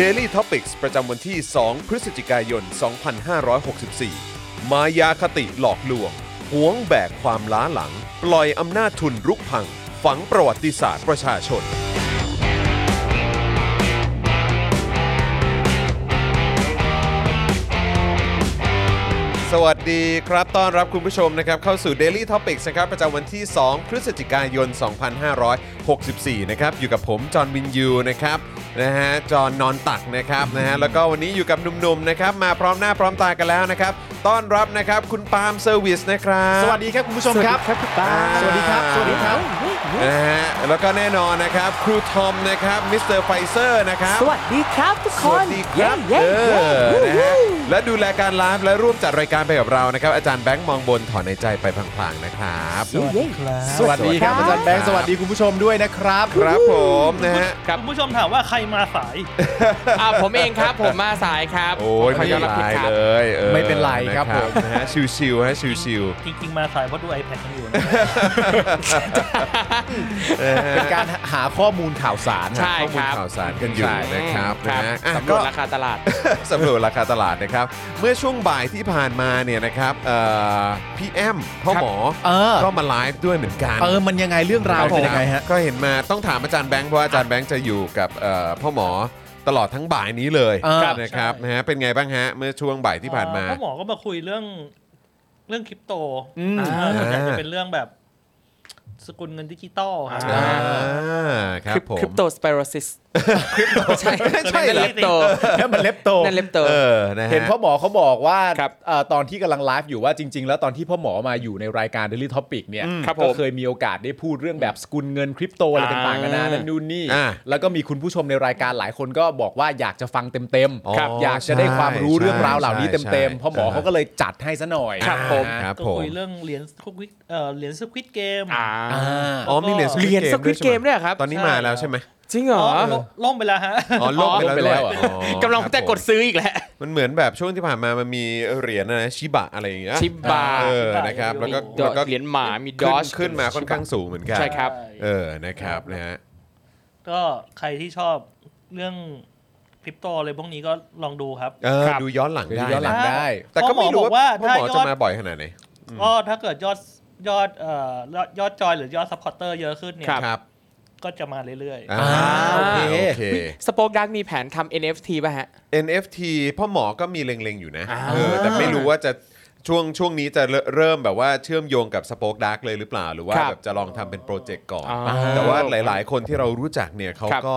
Daily Topics ประจำวันที่ 2 พฤศจิกายน 2564 มายาคติหลอกลวงหวงแบกความล้าหลัง ปล่อยอำนาจทุนรุกพัง ฝังประวัติศาสตร์ประชาชน สวัสดีครับต้อนรับคุณผู้ชมนะครับเข้าสู่ Daily Topics นะครับประจำวันที่ 2 พฤศจิกายน 2564 นะครับอยู่กับผมจอห์นวินยูนะครับนะฮะจอห์นนอนตักนะครับนะฮะแล้วก็วันนี้อยู่กับหนุ่มๆนะครับมาพร้อมหน้าพร้อมตากันแล้วนะครับต้อนรับนะครับคุณปาล์มเซอร์วิสนะครับ สวัสดีครับคุณผู้ชมครับ สวัสดีครับ สวัสดีครับ นะฮะแล้วก็แน่นอนนะครับครูทอมนะครับมิสเตอร์ไฟเซอร์นะครับ สวัสดีครับทุก ส ค วัน สดีครับ เย้ เอ เย้ อ เย้ นะฮะและดูแลการไลฟ์และร่วมจัดรายการไปกับเรานะครับอาจารย์แบงค์มองบนถอนในใจไปพลางๆนะครับ เย้เย้ สวัสดีคสวัสดีครับรับ อาจารย์แบงค์สวัสดีคุณผู้ชมด้วยนะครับ ครับผมนะฮะ ครับคุณผู้ชมถามว่าใครมาสาย อ่าผมเองครับผมมาสายครับ โอ้ย ข ไม่ ยอ เป็น มรับ ไร ผิดครับ เลยออ ไม่เป็นไรครับ ะ ผม นะฮะชิวๆฮะชิว จริง ๆ มาสายเพราะดู iPad กันอยู่นะ ๆนะฮะ เป็นการหาข้อมูลข่าวสาร ใช่ ข้อมู ค ล รับ ข่าวสารกันอยู่นะครับนะครับ ฮะอ่ะ สำรวจ ก็ ราคาตลาด สำรวจราคาตลาดนะครับ เมื่อช่วงบ่ายที่ผ่านมาเนี่ยนะครับเอ่อพี่แอมพ่อหมอ เออ ก็มาไลฟ์ด้วยเหมือนกัน เออมันยังไงเรื่องราว ครับ เป็นยังไงฮะ ก็เห็นมาต้องถามอาจารย์แบงค์เพราะอาจารย์แบงค์จะอยู่กับเอ่อพ่อหมอตลอดทั้งบ่ายนี้เลย เออ นะครับ ใช่ นะฮะเป็นไงบ้างฮะ เมื่อช่วงบ่ายที่ผ่านมา เอ่อพ่อหมอก็มาคุยเรื่องเรื่องคริปโต อืม อ่าส่วนใหญ่จะเป็นเรื่องแบบ สกุลเงินดิจิตอลครับ อ่าครับผม คริปโตสเปโรซิสคริปโตใช่ ใช่เหรอ คริปโต แล้วมันเล็บโต นั่นเลปโต เออนะฮะ เห็นพ่อหมอเขาบอกว่า ครับ เอ่อตอนที่กำลังไลฟ์อยู่ว่าจริง ๆ แล้วตอนที่พ่อหมอมาอยู่ในรายการ Daily Topic เนี่ย ครับผม ก็เคยมีโอกาสได้พูดเรื่องแบบสกุลเงินคริปโตอะไรต่างๆนานา อ่า นั่นนู่นนี่ อ่า แล้วก็มีคุณผู้ชมในรายการหลายคนก็บอกว่าอยากจะฟังเต็ม อ๋อครับ อยากจะได้ความรู้ ใช่ เรื่องราวเหล่านี้ ใช่ เต็ม ใช่ ๆพ่อหมอเขาก็เลยจัดให้ซะหน่อย ครับผม นะ ค ฮะ รับ ก็ ผม คุยเรื่องเหรียญสควิตเอ่อเหรียญสควิตเกม อ่า อ่า อ๋อมีเหรียญ Squid เหรียญ Game Squid ใช่ไห Game ด้วยเหรอครับ ตอนนี้มาแล้วใช่ไหม จริงเหรอ ล่มไปแล้วฮะ อ๋อลงไปแล้วด้วย อ๋อ อ๋อก ำลังจะกดซื้ออีกแหล้ว มันเหมือนแบบช่วงที่ผ่านมามันมีเหรียญอะไรชิบะอะไรอย่างเงี้ย Shiba เออนะครับแล้วก็ ด แล้ อ วก็ ทเหรียญหมามีด ขึ้น อช ขึ้นมาค่อนข้างสูงเหมือนกัน ใช่ครับ เออนะครับนะฮะ ก็ใครที่ชอบเรื่องคริปโตอะไรพวกนี้ก็ลองดูครับ เออ ครับ ดูย้อนหลังได้ ดูย้อนหลัง นะ ได้ แต่ก็ไม่รู้ พ่อหว่ามอบอกว่า พ่อหมอ ถ้ายอด จะมาบ่อยขนาดไหน ก็ถ้าเกิดยอดยอดเอ่อยอดจอยหรือยอดซัพพอร์เตอร์เยอะขึ้นเนี่ย ครับ ครับ ก็จะมาเรื่อย อ่า อ่า โอเค โอเค โอเค สปอคดักมีแผนทำ NFT ป่ะฮะ NFT พ่อหมอก็มีเล็งๆอยู่นะ อ่า เออแต่ไม่รู้ว่าจะช่วงช่วงนี้จะเริ่มเริ่มแบบว่าเชื่อมโยงกับสป o อ e ดาร์กเลยหรือเปล่า หรือว่าแบบจะลองทำเป็นโปรเจกต์ก่อน อ่า แต่ว่าหลาย ๆ คนที่เรารู้จักเนี่ยเขา ครับ ก็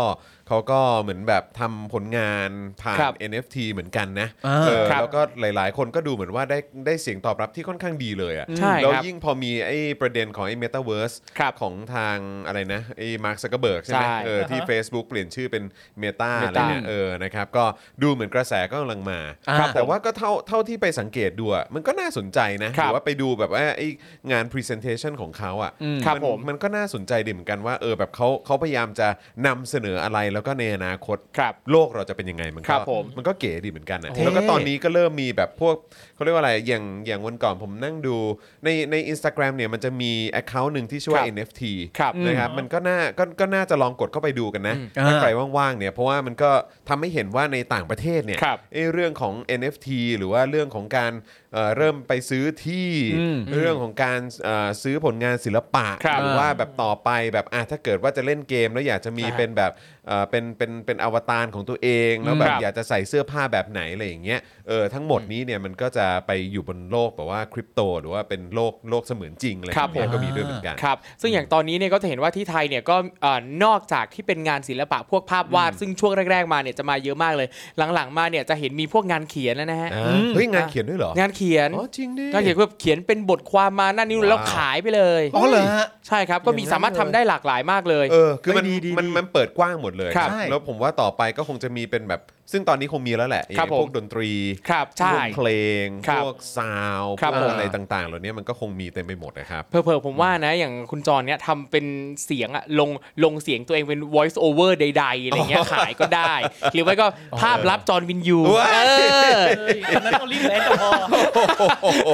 เขาก็เหมือนแบบทำผลงานผ่าน ครับ NFT เหมือนกันนะ อ่า เออ ครับ แล้วก็หลาย ๆ คนก็ดูเหมือนว่าได้ได้เสียงตอบรับที่ค่อนข้างดีเลยอ่ะ ใช่ แล้ว ครับ ยิ่งพอมีไอ้ประเด็นของไอ้เมตาเวิร์ส ครับ ของทางอะไรนะไอ้มาร์คซักเบิร์กใช่ไหม ใช่ เออที่ อ่าฮะ Facebook เปลี่ยนชื่อเป็น Meta อะไรเนี่ย Meta เออ นะครับ ก็ดูเหมือนกระแสก็กำลังมา ครับ แต่ ผม ว่าก็เท่าเท่าที่ไปสังเกตดูอะมันก็น่าสนใจนะห ครับ รือว่าไปดูแบบว่าไอ้งาน Presentation ของเขาอะ ครับ น ผม มันก็น่าสนใจดีเหมือนกันว่า เออ แบบเขาเขาพยายามจะนำเสนออะไร แ แล้วก็ในอนาคต ครับ โลกเราจะเป็นยังไงมัน ค ก็ รับผม มันก็เก๋ดีเหมือนกันนะ โอ้ แล้วก็ตอนนี้ก็เริ่มมีแบบพวกเขาเรียกว่าอะไรอย่างอย่างวันก่อนผมนั่งดูในใน Instagram เนี่ยมันจะมี Account หนึ่งที่ชื่อว่า ครับ NFT ครับ นะครับมันก็น่าก็ก็น่าจะลองกดเข้าไปดูกันนะ อืม ถ้า อ่า ใครว่างๆเนี่ยเพราะว่ามันก็ทำให้เห็นว่าในต่างประเทศเนี่ย ครับ ไอ้เรื่องของ NFT หรือว่าเรื่องของการเอ่อเริ่มไปซื้อที่ อืม เรื่องของการเอ่อซื้อผลงานศิลปะ ครับ หรือว่าแบบต่อไปแบบอ่ะถ้าเกิดว่าจะเล่นเกมแล้วอยากจะมี อ่า เป็นแบบเอ่อเป็นเป็นเป็นอวตารของตัวเองแล้วแบ ค บ รับ อยากจะใส่เสื้อผ้าแบบไหนอะไรอย่างเงี้ยเออทั้งหมดนี้เนี่ยมันก็จะไปอยู่บนโลกแบบว่าคริปโต หรือว่าเป็นโลกโลกเสมือนจริงอะไรอย่างเงี้ย ครับผม ก็มีด้วยเหมือนกัน ครับ ซึ่งอย่างตอนนี้เนี่ยก็จะเห็นว่าที่ไทยเนี่ยก็เอ่อนอกจากที่เป็นงานศิลปะพวกภาพวาด ซึ่งช่วงแรกๆมาเนี่ยจะมาเยอะมากเลย หลังๆมาเนี่ยจะเห็นมีพวกงานเขียนแล้วนะฮะ อ่าเฮ้ย งานเขียนด้วยเหรอ งานเขียน อ๋อ จริงดิ งานเขียนก็เขียนเป็นบทความมานั่นนี่ ว้าว แล้วขายไปเลย อ๋อเหรอฮะ ใช่ครับก็มี อย่างนั้น สามารถ เลย ทำได้หลากหลายมากเลย เออ คือมัน เฮ้ยดีดี มัน ดี มันเปิดกว้างหมดเลย ครับ นะแล้วผมว่าต่อไปก็คงจะมีเป็นแบบ ซึ่งตอนนี้คงมีแล้วแหละ ครับ อย่างพว ผ ก ม ดนตรี ครับ พว ใช่ กเพลง ครับ พวกซาวด์ ครับ พวก ผม อะไรต่าง ๆ เหล่านี้มันก็คงมีเต็มไปหมดนะครับ เพอๆผมว่านะ อย่างคุณจรเนี่ยทำเป็นเสียงอะลงลงเสียงตัวเองเป็น voice over ใดๆอะไรเงี้ยขายก็ได้ หรือไม่ก็ภาพลับจอร์นวินยู ว้าย เออ เอ้ยอันนั้นต้องรีบแลนก็พอ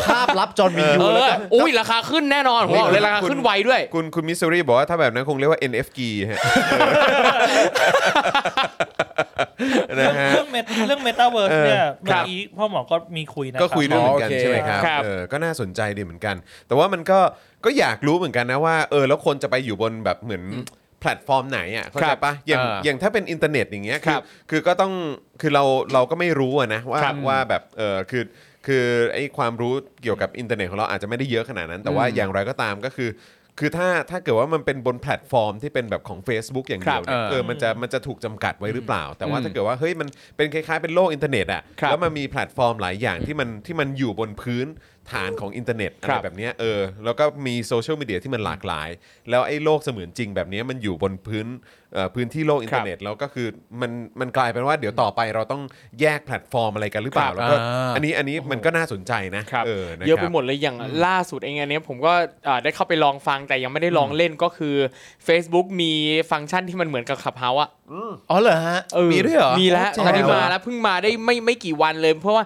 ภาพลับจอห์นวินยู เอ แล้ว อ ก็ อุ้ยราคาขึ้นแน่นอนผมบอกเลยราคาขึ้นไวด้วย คุณคุณมิสซูรีบอกว่าถ้าแบบนั้นคงเรียกว่า NFT ฮะ นะฮะ เรื่องเมตเรื่องเมตาเวิร์สเนี่ยเมื่ ครั อบ กี้พ่อหมอก็มีคุยนะ ก็คุยด้วยเหมือนกัน อ๋อโอเค ใช่ไหมครับ ครับ เออก็น่าสนใจดีเหมือนกัน แต่ว่ามันก็ก็อยากรู้เหมือนกันนะว่าเออแล้วคนจะไปอยู่บนแบบเหมือนแพลตฟอร์มไหนอ่ะเข้า ค ใจ รับ ปะอย่าง อ่า อย่างถ้าเป็นอินเทอร์เน็ตอย่างเงี้ยคืครั อบ คือก็ต้องคือเราเราก็ไม่รู้อะนะว่า ครับ ว่าแบบเออคือคือไอ้ความรู้เกี่ยวกับอินเทอร์เน็ตของเราอาจจะไม่ได้เยอะขนาดนั้น แต่ว่า อืม อย่างไรก็ตามก็คือ คือถ้าถ้าเกิดว่ามันเป็นบนแพลตฟอร์มที่เป็นแบบของ Facebook อย่างเดียวเนี่ย ครับเออ เออมันจะมันจะถูกจำกัดไว้หรือเปล่า แต่ว่า อืม ถ้าเกิดว่าเฮ้ยมันเป็นคล้ายๆเป็นโลกอินเทอร์เน็ตอ่ะ ครับ แล้วมัน มีแพลตฟอร์มหลายอย่างที่มันที่มันอยู่บนพื้นฐานของอินเทอร์เน็ตอะไร ครับ แบบเนี้ยเออแล้วก็มีโซเชียลมีเดียที่มันหลากหลาย แล้วไอ้โลกเสมือนจริงแบบเนี้ยมันอยู่บนพื้นเอ่อพื้นที่โลกอินเทอร์เน็ตแล้วก็คือมันมันกลายเป็นว่าเดี๋ยวต่อไปเราต้องแยกแพลตฟอร์มอะไรกันหรือเปล่า ครับ แล้วก็ อ่า อันนี้อันนี้มันก็น่าสนใจนะครับ เออนะครับ เยอะไปหมดเลยอย่างล่าสุดเองอันเนี้ยผมก็อ่าได้เข้าไปลองฟังแต่ยังไม่ได้ลองเล่นก็คือ Facebook มีฟังก์ชันที่มันเหมือนกับขับเฮาอะ อ๋อเหรอฮะ เออ มีด้วยเหรอ มีแล้ว โอ้ ตอน เจ๋ นี้ งว่ะ มาแล้วเพิ่งมาได้ไม่ไม่กี่วันเลย เพราะว่า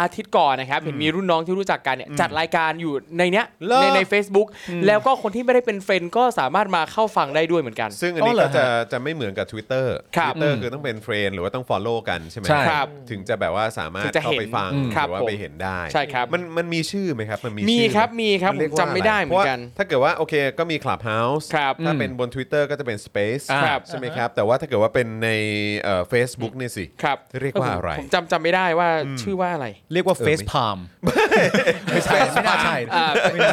อาทิตย์ก่อนนะครับ เห็นมีรุ่นน้องที่รู้จักกันเนี่ยจัดรายการอยู่ในเนี้ย เหรอ ในใน Facebook แล้วก็คนที่ไม่ได้เป็นเฟรนด์ก็สามารถมาเข้าฟังได้ด้วยเหมือนกัน ซึ่งอันนี้ อ๋อเหร ก็ อ จะ ฮะ จะไม่เหมือนกับ Twitter ครับ Twitter อืม คือต้องเป็นเฟรนหรือว่าต้อง Follow กันใช่ไหม ใช่ ครับ ถึงจะแบบว่าสามารถ ถึงจะ เข้าไป เห็น ฟัง อืม ห ครั รื บ อว่า ผม ไปเห็นได้ ใช่ครับ มันมันมีชื่อไหมครับมันมี มี ชื่อ ครับ ไห มีครับ น ผ เรีย ม กว่า จำไม่ได้เหมือนกัน ะรพราะว่าถ้าเกิดว่าโอเคก็มี Clubhouse ครับ ถ้า อืม เป็นบน Twitter ก็จะเป็น Space ครับ ใช่ไหมครับ แต่ว่าถ้าเกิดว่าเป็นในเอ่อ Facebook นี่สิ ครับ เรียกว่าอะไร ผมจำจำไม่ได้ว่าชื่อว่าอะไร เรียกว่า เออ เฟ ไม่ ซพามไม่ใช่ไม่น่าใช่ อ่าเฟซบุ๊ก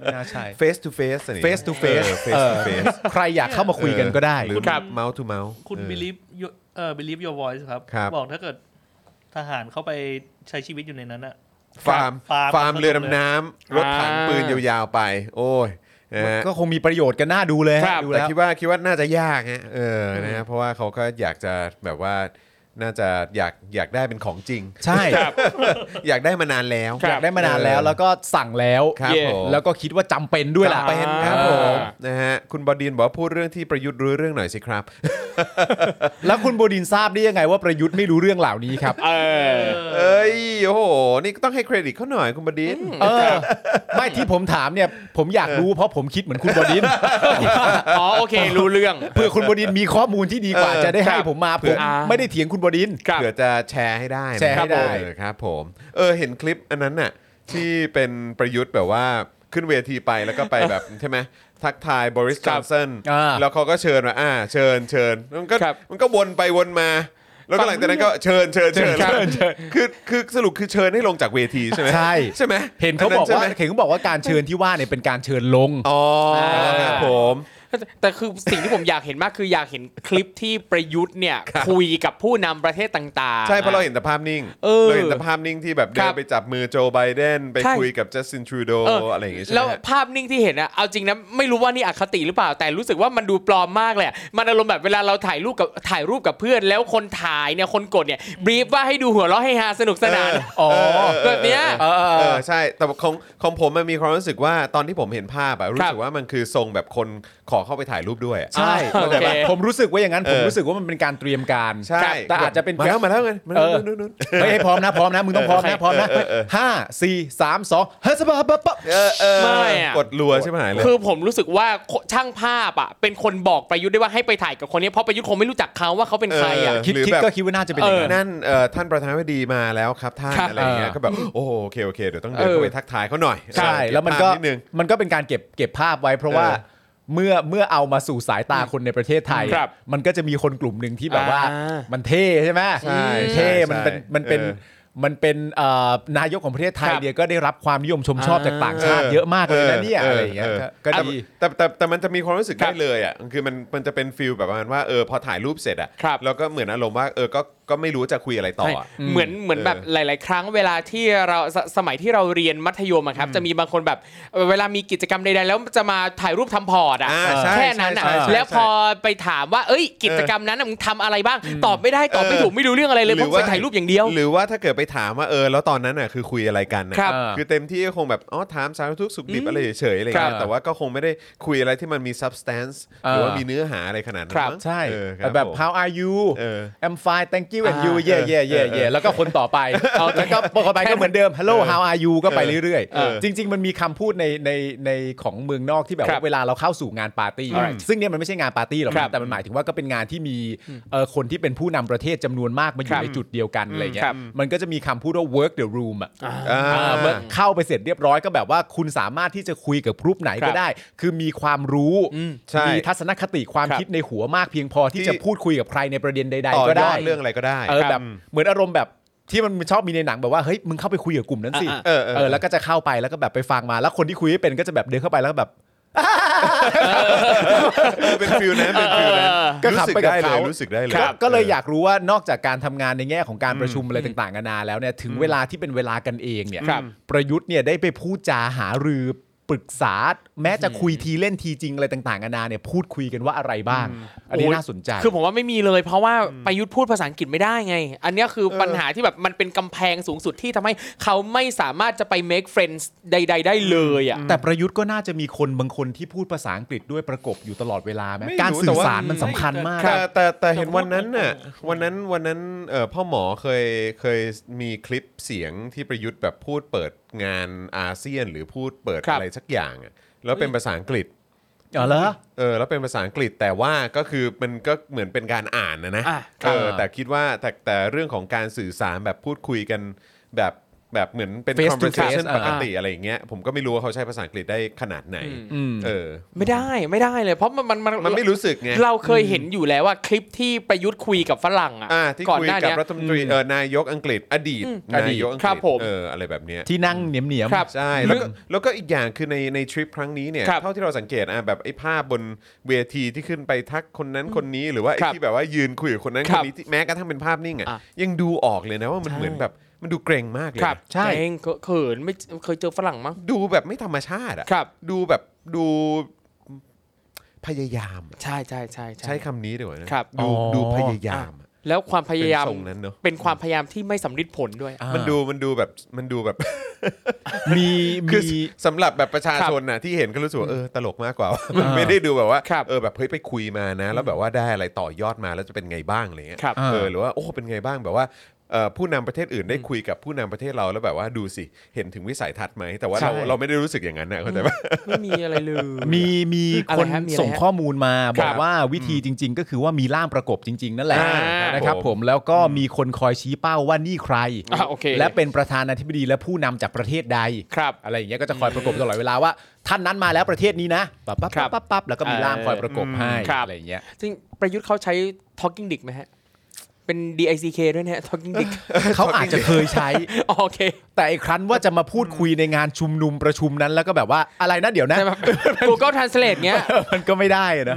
ไม่น่าใช่ Face to Face อะไรอย่างเงี้ย Face to face เออ Face เออ to Face ใครอยากเข้ามาคุยกันก็ได้ หรือ ครับ Mouth to Mouth คุณ เออ บิลิฟเอ่อบิลิฟโยบอยครับ ครับ บอกถ้าเกิดทหารเข้าไปใช้ชีวิตอยู่ในนั้นอะ ฟาร์ม ฟาร์ม ฟาร์มเรือดำน้ำรถถัง อ่า ปืนยาวๆไป โอ้ยนะฮะ ก็คงมีประโยชน์กันน่าดูเลยฮะ ครับ ดู แต่ แล้ว คิดว่าคิดว่าน่าจะยากฮะเออนะฮะเพราะว่าเขาก็อยากจะแบบว่าน่าจะอยากอยากได้เป็นของจริง ใช่ อยากได้มานานแล้ว ค อ รับ ยากได้มานานแล้วแล้วก็สั่งแล้ว ครับ เย่ ผม แล้วก็คิดว่าจำเป็นด้วยล่ะ จำเป็น ครับ อ่า ผมนะฮะคุณบดินบอกว่าพูดเรื่องที่ประยุทธ์รู้เรื่องหน่อยสิครับ แล้วคุณโบดินทราบได้ยังไงว่าประยุทธ์ไม่รู้เรื่องเหล่านี้ครับ เออ เอ้ยโอ้โหนี่ต้องให้เครดิตเขาหน่อยคุณบดิน เออ ไม่ที่ผมถามเนี่ย ผมอยากรู้เพราะผมคิดเหมือนคุณโบดิน อ๋อโอเค รู้เรื่อง เพื่อคุณบดินมีข้อมูลที่ดีกว่าจะได้ให้ผมมาผม อ่า ไม่ได้เถียงคุณบดิน ครับ เผื่อจะแชร์ให้ได้นะ แชร์ให้ได้ คบผมเออครับผมเออเห็นคลิปอันนั้นน่ะที่เป็นประยุทธ์แบบว่าขึ้นเวทีไปแล้วก็ไปแบบ ใช่ไหมทักทายบริสจอนสัน อ่า แล้วเขาก็เชิญมาอ่า เชิญเชิญมันก็ ครับ มันก็วนไปวนมา แล้วก็หลังจากนั้นก็เชิญเชิญเชิญ เชิญ คือคือสรุปคือเชิญให้ลงจากเวทีใช่ไหม ใช่ ใช่ไหม เห็นเขาบอกว่า ใช่ไหม เห็นเขาบอกว่าการเชิญที่ว่าเนี่ยเป็นการเชิญลง อ๋อครับผม แต่แต่คือสิ่งที่ผมอยากเห็นมากคืออยากเห็นคลิปที่ประยุทธ์เนี่ย ครับ คุยกับผู้นำประเทศต่างๆ ใช่เพราะเราเห็นแต่ภาพนิ่ง เออ เราเห็นแต่ภาพนิ่งที่แบบเดิ ครั น บ ไปจับมือโจไบเดนไป ใช่ คุยกับจัสตินทรูโด เ อะไรอย่างเงี้ยใช่ไห แล้ว มฮะ ภาพนิ่งที่เห็นอะเอาจริงนะไม่รู้ว่านี่อคติหรือเปล่าแต่รู้สึกว่ามันดูปลอมมากเลยอะมันอารมณ์แบบเวลาเราถ่ายรูปกับถ่ายรูปกับเพื่อน แล้วคนถ่ายเนี่ยคนกดเนี่ยบรีฟว่าให้ดูหัวเราะให้ฮาสนุกสนาน อ๋อ แบบเนี้ย เออ เออใช่แต่ของของผมมันมีความรู้สึกว่าตอนที่ผมเห็นภาพอะรู้สึกว่ามันคือทรงแบบคนขอ เข้าไปถ่ายรูปด้วยอะ ใช่ เข้าใจ โอเค ปะผมรู้สึกว่าอย่างนั้น เออ ผมรู้สึกว่ามันเป็นการเตรียมการ ใช่ ครับแต่อาจจะเป็น มาแล้วมาแล้วไงมา เอ แล้ว อ นู่นนู่น เฮ้ยให้พร้อมนะพร้อมนะมึงต้องพร้อมนะพร้อมนะ เออเออเออ ห้าสี่สามสองเฮ้ยสบายปะปะ เออเออ ไม่อะ กดรัวใช่ไหมเลย คือผมรู้สึกว่าช่างภาพอ่ะเป็นคนบอกประยุทธ์ได้ว่าให้ไปถ่ายกับคนนี้เพราะประยุทธ์คงไม่รู้จักเขาว่าเขาเป็นใครอ่ะ เออ คิด หรือ คิด แบบ ก็คิดว่าน่าจะเป็นอย่างนั้น นั่นเอ่อท่านประธานาธิบดีมาแล้วครับท่าน ครับ อะไรเงี้ย เออ ก็แบบโอ้โหโอเคโอเคเดี๋ยวต้องเดิน เออ เข้าไปทักทายเขาหน่อย ใช่ เออ แล้วมันก็ เบภาพดนึง มันก็เป็นการเก็บเก็บภาพไว้เพราะว่า เออ เมื่อเมื่อเอามาสู่สายตาคนในประเทศไทย ครับ มันก็จะมีคนกลุ่มหนึ่งที่แบบว่า อ่ามั มันเท่ใช่ไหม ใช่ เท่มันเป็น ใช่ มันเป็น เออ มันเป็นเอ่อนายกของประเทศไทย ครับ เนี่ยก็ได้รับความนิยมชมชอบ อ่า จากต่างชาติเยอะมากเลยนะเนี่ย เออออะไรอย่างเงี้ย เออ ก็ก็ดี แต่แต่แต่มันจะมีความรู้สึก ครั ได้ บ เลยอ่ะคือมันมันจะเป็นฟิลแบบประมาณว่าเออพอถ่ายรูปเสร็จอ่ะ ครับ แล้วก็เหมือนอารมณ์ว่าเออก็ก็ไม่รู้จะคุยอะไรต่ออ่ะ เหมือนเหมือนแบบหลาย ๆ ครั้งเวลาที่เราสสมัยที่เราเรียนมัธยมอะครับจะมีบางคนแบบเอ่อเวลามีกิจกรรมใด ๆ แล้วจะมาถ่ายรูปทำพอร์ตอะ อ่าใช่ แค่นั้นอะ ใช่ใช่ใช่ แล้วพอไปถามว่าเอ้ย กิจกรรมนั้นอะมึงทำอะไรบ้าง ตอบไม่ได้ตอบไม่ เออ ถูกไม่รู้เรื่องอะไรเลยเพราะไปถ่ายรูปอย่างเดียว หรือว่าถ้าเกิดไปถามว่าเออแล้วตอนนั้นน่ะคือคุยอะไรกันนะครับ คือเต็มที่ก็คงแบบอ๋อถามสารทุกข์สุขดิบอะไรเฉยๆอะไร ครั เงี้ บ ยแต่ว่าก็คงไม่ได้คุยอะไรที่มันมี substance ห เออ รือว่ามีเนื้อหาอะไรขนาดนั้น ครับ มั้ง ใช่ เออครับ แบบ ผม how are you เออ I'm fine thank you and you อ่า yeah yeah yeah yeah แล้วก็คนต่อไปแล้วก็ปกไปก็เหมือนเดิม hello how are you ก็ไปเรื่อย เออ ๆ จริง ๆ มันมีคำพูดในในในของเมืองนอกที่แบบ ครั ว่า บ เวลาเราเข้าสู่งานปาร์ตี้ Alright ซึ่งเนี่ยมันไม่ใช่งานปาร์ตี้หรอก ครับ แต่มันหมายถึงว่าก็เป็นงานที่มีเอ่อคนที่เป็นผู้นำประเทศจำนวนมากมาอ ครั ยู่ บ ในจุดเดียวกันอะไรเงี้ ครั ย บ มันก็จะมีคำพูดว่า work the room อ่ะ อ่า อ่าเมื่อเข้าไปเสร็จเรียบร้อยก็แบบว่าคุณสามารถที่จะคุยกับกรุ๊ปไหน ครั ก็ บ ได้ คือมีความรู้ ใช่ มีทัศนคติความ ครับ คิดในหัวมากเพียงพอที่จะพูดคุยกับใครในประเด็นใด ต่อ ๆ ก็ ยอ ได้ ดเรื่องอะไรก็ได้ เออแบบเหมือนอารมณ์แบบที่มันชอบมีในหนังแบบว่าเฮ้ยมึงเข้าไปคุยกับกลุ่มนั้นสิ อ่า เออเออ แล้วก็จะเข้าไปแล้วก็แบบไปฟังมาแล้วคนที่คุยไม่เป็นก็จะแบบเดินเข้าไปแล้วก็แบบ เออเป็นฟิลนั้นเป็นฟิลนั้น เออ ก็ขับไปกับ รู้สึได้เลย เขา รู้สึกได้เลย ก็ก็เลยอยากรู้ว่านอกจากการทำงานในแง่ของการประชุมอะไรต่างๆนานาแล้วเนี่ยถึงเวลาที่เป็นเวลากันเองเนี่ย ครับ ประยุทธ์เนี่ยได้ไปพูดจาหารือปรึกษา แม้จะคุยทีเล่นทีจริงอะไรต่างๆนานาเนี่ยพูดคุยกันว่าอะไรบ้าง อันนี้ โอ้ย น่าสนใจ คือผมว่าไม่มีเลย เพราะว่าประยุทธ์พูดภาษาอังกฤษไม่ได้ไง อันเนี้ยคือปัญหาที่แบบมันเป็นกำแพงสูงสุดที่ทำให้เขาไม่สามารถจะไป make friends ใด ๆ ได้เลยอ่ะ แต่ประยุทธ์ก็น่าจะมีคนบางคนที่พูดภาษาอังกฤษด้วยประกบอยู่ตลอดเวลาไหม ไม่รู้ การสื่ แต่ อ ว่า สารมันสำคัญมาก แต่แต่แต่เห็น แต่พูด วันนั้นน่ะ ตรงๆ วันนั้นวันนั้นเอ่อพ่อหมอเคยเคยมีคลิปเสียงที่ประยุทธ์แบบพูดเปิดงานอาเซียน หรือพูดเปิด ครับ อะไรสักอย่างอะแล้วเป็นภาษาอังกฤษ อ๋อเหรอ เออแล้วเป็นภาษาอังกฤษแต่ว่าก็คือมันก็เหมือนเป็นการอ่านนะนะ อ่ะ เออแต่คิดว่าแต่แต่เรื่องของการสื่อสารแบบพูดคุยกันแบบแบบเหมือนเป็น Face to conversation face อ่ะ ปกติอะไรอย่างเงี้ยผมก็ไม่รู้ว่าเขาใช้ภาษาอังกฤษได้ขนาดไหน อืม อืม เออ ไม่ได้ไม่ได้เลย เพราะมันมันมัน มันไม่รู้สึกไง เราเคยเห็นอยู่แล้วว่าคลิปที่ประยุทธ์คุยกับฝรั่งอ่ะ อ่าที่ ก่อน คุย หน้า กับ เนี้ย รัฐมนตรีเออนายกอังกฤษ อดีต อดี นา ต ยกอังก ครั ฤ บ ษ ผม เอออะไรแบบเนี้ย ที่นั่งเหนียมเหนียมๆ ครับ ใช่แล้วก็แล้วก็อีกอย่างคือในในทริปครั้งนี้เนี่ย ครับ เท่าที่เราสังเกตอ่ะแบบไอ้ภาพบนเวทีที่ขึ้นไปทักคนนั้นคนนี้หรือว่าไอ้ ครับ ที่แบบว่ายืนคุยกับคนนั้น ค ค รั น บ นี้ที่แม้กระทั่งเป็นภาพนิ่งอ่ะ อ่ะ ยังดูออกเลยนะว่ามันเหมือนแบบมันดูเกรงมากเลย ครับ นะ ใช่ เองเขินไม่เคยเจอฝรั่งมั้ง ดูแบบไม่ธรรมชาติอ่ะ ครับ ดูแบบดูพยายามอะ ใช่ใช่ใช่ ใช้คำนี้ดีกว่านะครับ ดู อ๋อ ดูพยายามอะ แล้วความพยายาม เป็นทรงนั้นเนอะ เป็นความพยายามที่ไม่สำลิดผลด้วย อ่า มันดูมันดูแบบมันดูแบบ มี คือ มี สำหรับแบบประชาชนน่ะที่เห็นก็รู้สึกว่าเออตลกมากกว่า มันไม่ได้ดูแบบว่า ครับ เออแบบเฮ้ยไปคุยมานะ แล้วแบบว่าได้อะไรต่อยอดมาแล้วจะเป็นไงบ้างอะไรเงี้ย ครับ เออหรือว่าโอ้เป็นไงบ้างแบบว่าเอ่อผู้นำประเทศอื่นได้คุยกับผู้นำประเทศเราแล้วแบบว่าดูสิเห็นถึงวิสัยทัศน์ไหมแต่ว่าเรา ใช่ เราไม่ได้รู้สึกอย่างนั้นนะเข้าใจปะ ไม่มีอะไรเลย มีมี อะไร คน ฮะมีอะไรฮะ ส่งข้อมูลมา ครับ บอกว่าวิธีจริง ๆ ก็คือว่ามีล่ามประกบจริง ๆ นั่นแหละ อ่า นะครับผมแล้วก็มีคนคอยชี้เป้าว่านี่ใคร อ่าโอเค และเป็นประธานาธิบดีและผู้นำจากประเทศใด ครับ อะไรอย่างเงี้ยก็จะคอยประกบตลอดเวลาว่า ท่านนั้นมาแล้วประเทศนี้นะปั๊บปั๊บปั๊บปั๊บปั๊บแล้วก็มีล่ามคอยประกบให้ ครับ อะไรอย่างเงี้ย จริงประยุทธ์เขาใช้ talking dick ไหมฮะ เป็น dick ด้วยนะฮะ talking dick เขาอาจจะเคยใช้ โอเค แต่ไอีกครั้นว่าจะมาพูดคุยในงานชุมนุมประชุมนั้นแล้วก็แบบว่าอะไรนะเดี๋ยวนะ ใช่ไหม Google Translate เงี้ย มันก็ไม่ได้นะ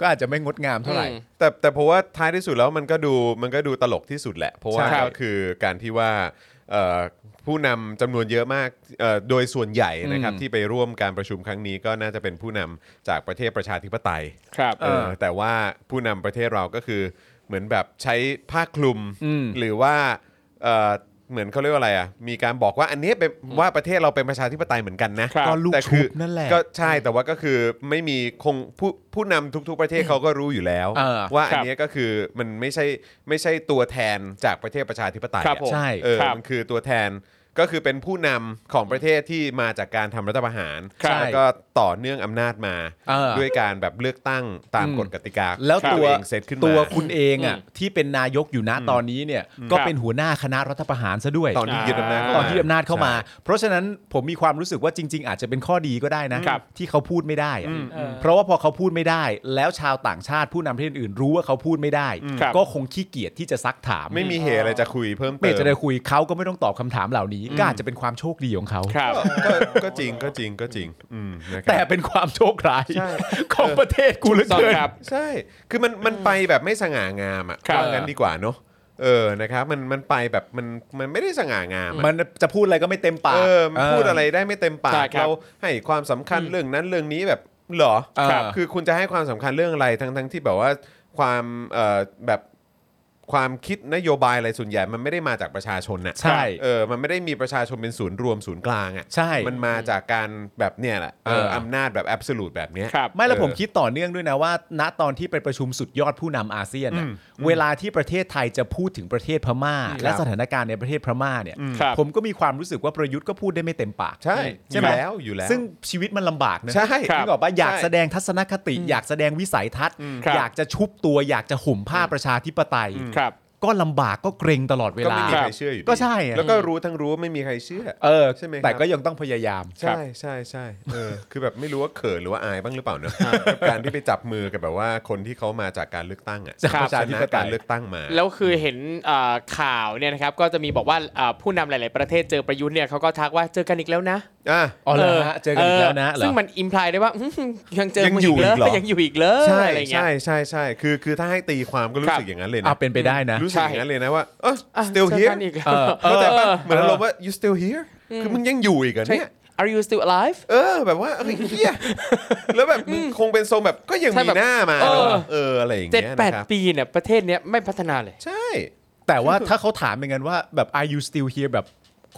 ก็อาจจะไม่งดงามเท่าไหร่ อืม แต่แต่เพราะว่าท้ายที่สุดแล้วมันก็ดูมันก็ดูตลกที่สุดแหละ เพราะว่า ใช่ ก็คือการที่ว่าเอ่อผู้นำจำนวนเยอะมากเอ่อโดยส่วนใหญ่นะครับที่ไปร่วมการประชุมครั้งนี้ก็น่าจะเป็นผู้นำจากประเทศประชาธิปไตย ครับ เออ เออ แต่ว่าผู้นำประเทศเราก็คือเหมือนแบบใช้ผ้าคลุม อืม หรือว่าเอ่อ เหมือนเขาเรียกว่าอะไรอ่ะมีการบอกว่าอันเนี้ยเป็นว่าประเทศเราเป็นประชาธิปไตยเหมือนกันนะครับ ก็ลูก แต่ ชุ คื บนั่นแหละ ก็ใช่แต่ว่าก็คือไม่มีคงผู้ผู้นำทุก ๆประเทศเขาก็รู้อยู่แล้ว เออ ว่า ค อั รั น บ เนี้ยก็คือมันไม่ใช่ไม่ใช่ตัวแทนจากประเทศประชาธิปไตย ครับ อะ ผม ใช่ เออ ครับ มันคือตัวแทนก็คือเป็นผู้นำของประเทศที่มาจากการทำรัฐประหาร ครับ แล้วก็ต่อเนื่องอำนาจมา เออ ด้วยการแบบเลือกตั้งตาม อืม กฎกติกา แล้ว ที่ ตัว เองเซตขึ้นมา ตัวคุณเองอ่ะ อืม ที่เป็นนายกอยู่นะตอนนี้เนี่ยก็เป็นหัวหน้าคณะรัฐประหารซะด้วย ตอนที่ยึดอำนาจเข้า ต มา อนที่อำนาจเข้ามา เพราะฉะนั้นผมมีความรู้สึกว่าจริง ๆ อาจจะเป็นข้อดีก็ได้นะ ครับ ที่เขาพูดไม่ได้อะ อืม เออ เพราะว่าพอเขาพูดไม่ได้ แล้วชาวต่างชาติผู้นำประเทศอื่นรู้ว่าเขาพูดไม่ได้ ครับ ก็คงขี้เกียจที่จะซักถาม ไม่มีเหตุอะไรจะคุยเพิ่มเติ ไม่ ม จะได้คุยเขาก็ไม่ต้องตอบคำถามเหล่านี้ก็อาจจะเป็นความโชคดีของเขา ครับ ก็ก็ก็จริงก็จริงก็จริงอืมนะครับ แต่เป็นความโชคร้าย ใช่ ของประเทศกูเหลย ต้อง เกิน ครับ ใช่ คือมันมันไปแบบไม่สง่างามอ่ะ ครับ ว่างั้นดีกว่าเนอะเออนะครับมันมันไปแบบมันมันไม่ได้สง่างามอะ มันจะพูดอะไรก็ไม่เต็มปาก เออมันพูดอะไรได้ไม่เต็มปา ใช่ ก ครับ เราให้ความสำคัญเรื่องนั้นเรื่องนี้แบบเหรอ เออ ครับ คือคุณจะให้ความสำคัญเรื่องอะไรทั้งทั้งที่แบบว่าความเอ่อแบบความคิดนโยบายอะไรส่วนใหญ่มันไม่ได้มาจากประชาชนน่ะ ใช่ เออมันไม่ได้มีประชาชนเป็นศูนย์รวมศูนย์กลางอ่ะ ใช่ มันมาจากการแบบเนี้ยแหละเออ เอออ อำนาจแบบแอบสูตแบบเนี้ย ครับ ไม่แล้วผม เออ คิดต่อเนื่องด้วยนะว่า ณตอนที่ไปประชุมสุดยอดผู้นำอาเซียนน่ะ อืม เวลาที่ประเทศไทยจะพูดถึงประเทศพม่า และสถานการณ์ในประเทศพม่าเนี่ย อืม ครับ ผมก็มีความรู้สึกว่าประยุทธ์ก็พูดได้ไม่เต็มปาก ใช่อ ใช่ ยู่ ไหม แล้วอยู่แล้ว ซึ่งชีวิตมันลำบากนะ ใช่ ครับ นึกออกปะอยาก ใช่ แสดงทัศนคติ อยากแสดงวิสัยทัศน์ อืม ครับ อยากจะชุบตัวอยากจะห่มผ้าประชาธิปไตย ครับ ก็ลำบากก็เกรงตลอดเว ก็ ลา ไม่มี ค ใค บ รเชื่ออยู่ดี ก็ใช่อะ แล้วก็รู้ทั้งรู้ว่าไม่มีใครเชื่อ เออ ใช่ไหมครับ แต่ก็ยังต้องพยายาม ใช่ใช่ใช่เออ คือแบบไม่รู้ว่าเขินหรือว่าอายบ้างหรือเปล่าเนอะกับการที่ไปจับมือกับแบบว่าคนที่เขามาจากการเลือกตั้งอ่ะ จากป เขา ระ ช ชาธิ นะ ปไตย การเลือกตั้งมา แล้วคือเห็นเอ่อข่าวเนี่ยนะครับก็จะมีบอกว่าเอ่อผู้นำหลาย ๆ ประเทศเจอประยุทธ์เนี่ยเขาก็ทักว่าเจอกันอีกแล้วนะ อ่ะ อ๋อเหรอฮะเจอกันอีกแล้วนะ เอ เห อ รอ ซึ่งมันอิมพลายได้ว่าอื้อหือยังเจอมึยังงอยู่ อีกเหร อีกเหรออยังอยู่อีกเหรอ ใช่ อะไรอย่างเงี้ย ใช่ใช่ใช่คือคือถ้าให้ตีความก็รู้สึ ครั ก บ อย่างนั้นเลย อ่ะ นะ เป็นไปได้นะ รู้สึกอย่างนั้นเลยนะว่าเออ อ่ะ still เจอ here กันอีกแล้ว เออเออ เข้าใจปะเหมือน เออ อารมณ์ว่า you still here คือมึงยังอยู่อีกเหรอ ใช่ เนี่ย Are you still alive เออ แบบว่าเฮ้ยเหี้ยแล้วแบบมึงคงเป็นทรงแบบก็ยัง ใช่ มี แบบ หน้ามา เออ เอออะไรอย่าง เจ็ด เงี้ย แปด นะครับ ปีเนี่ยประเทศเนี้ยไม่พัฒนาเลย ใช่ แต่ว่าถ้าเขาถามอย่างนั้นว่าแบบ are you still here แบบ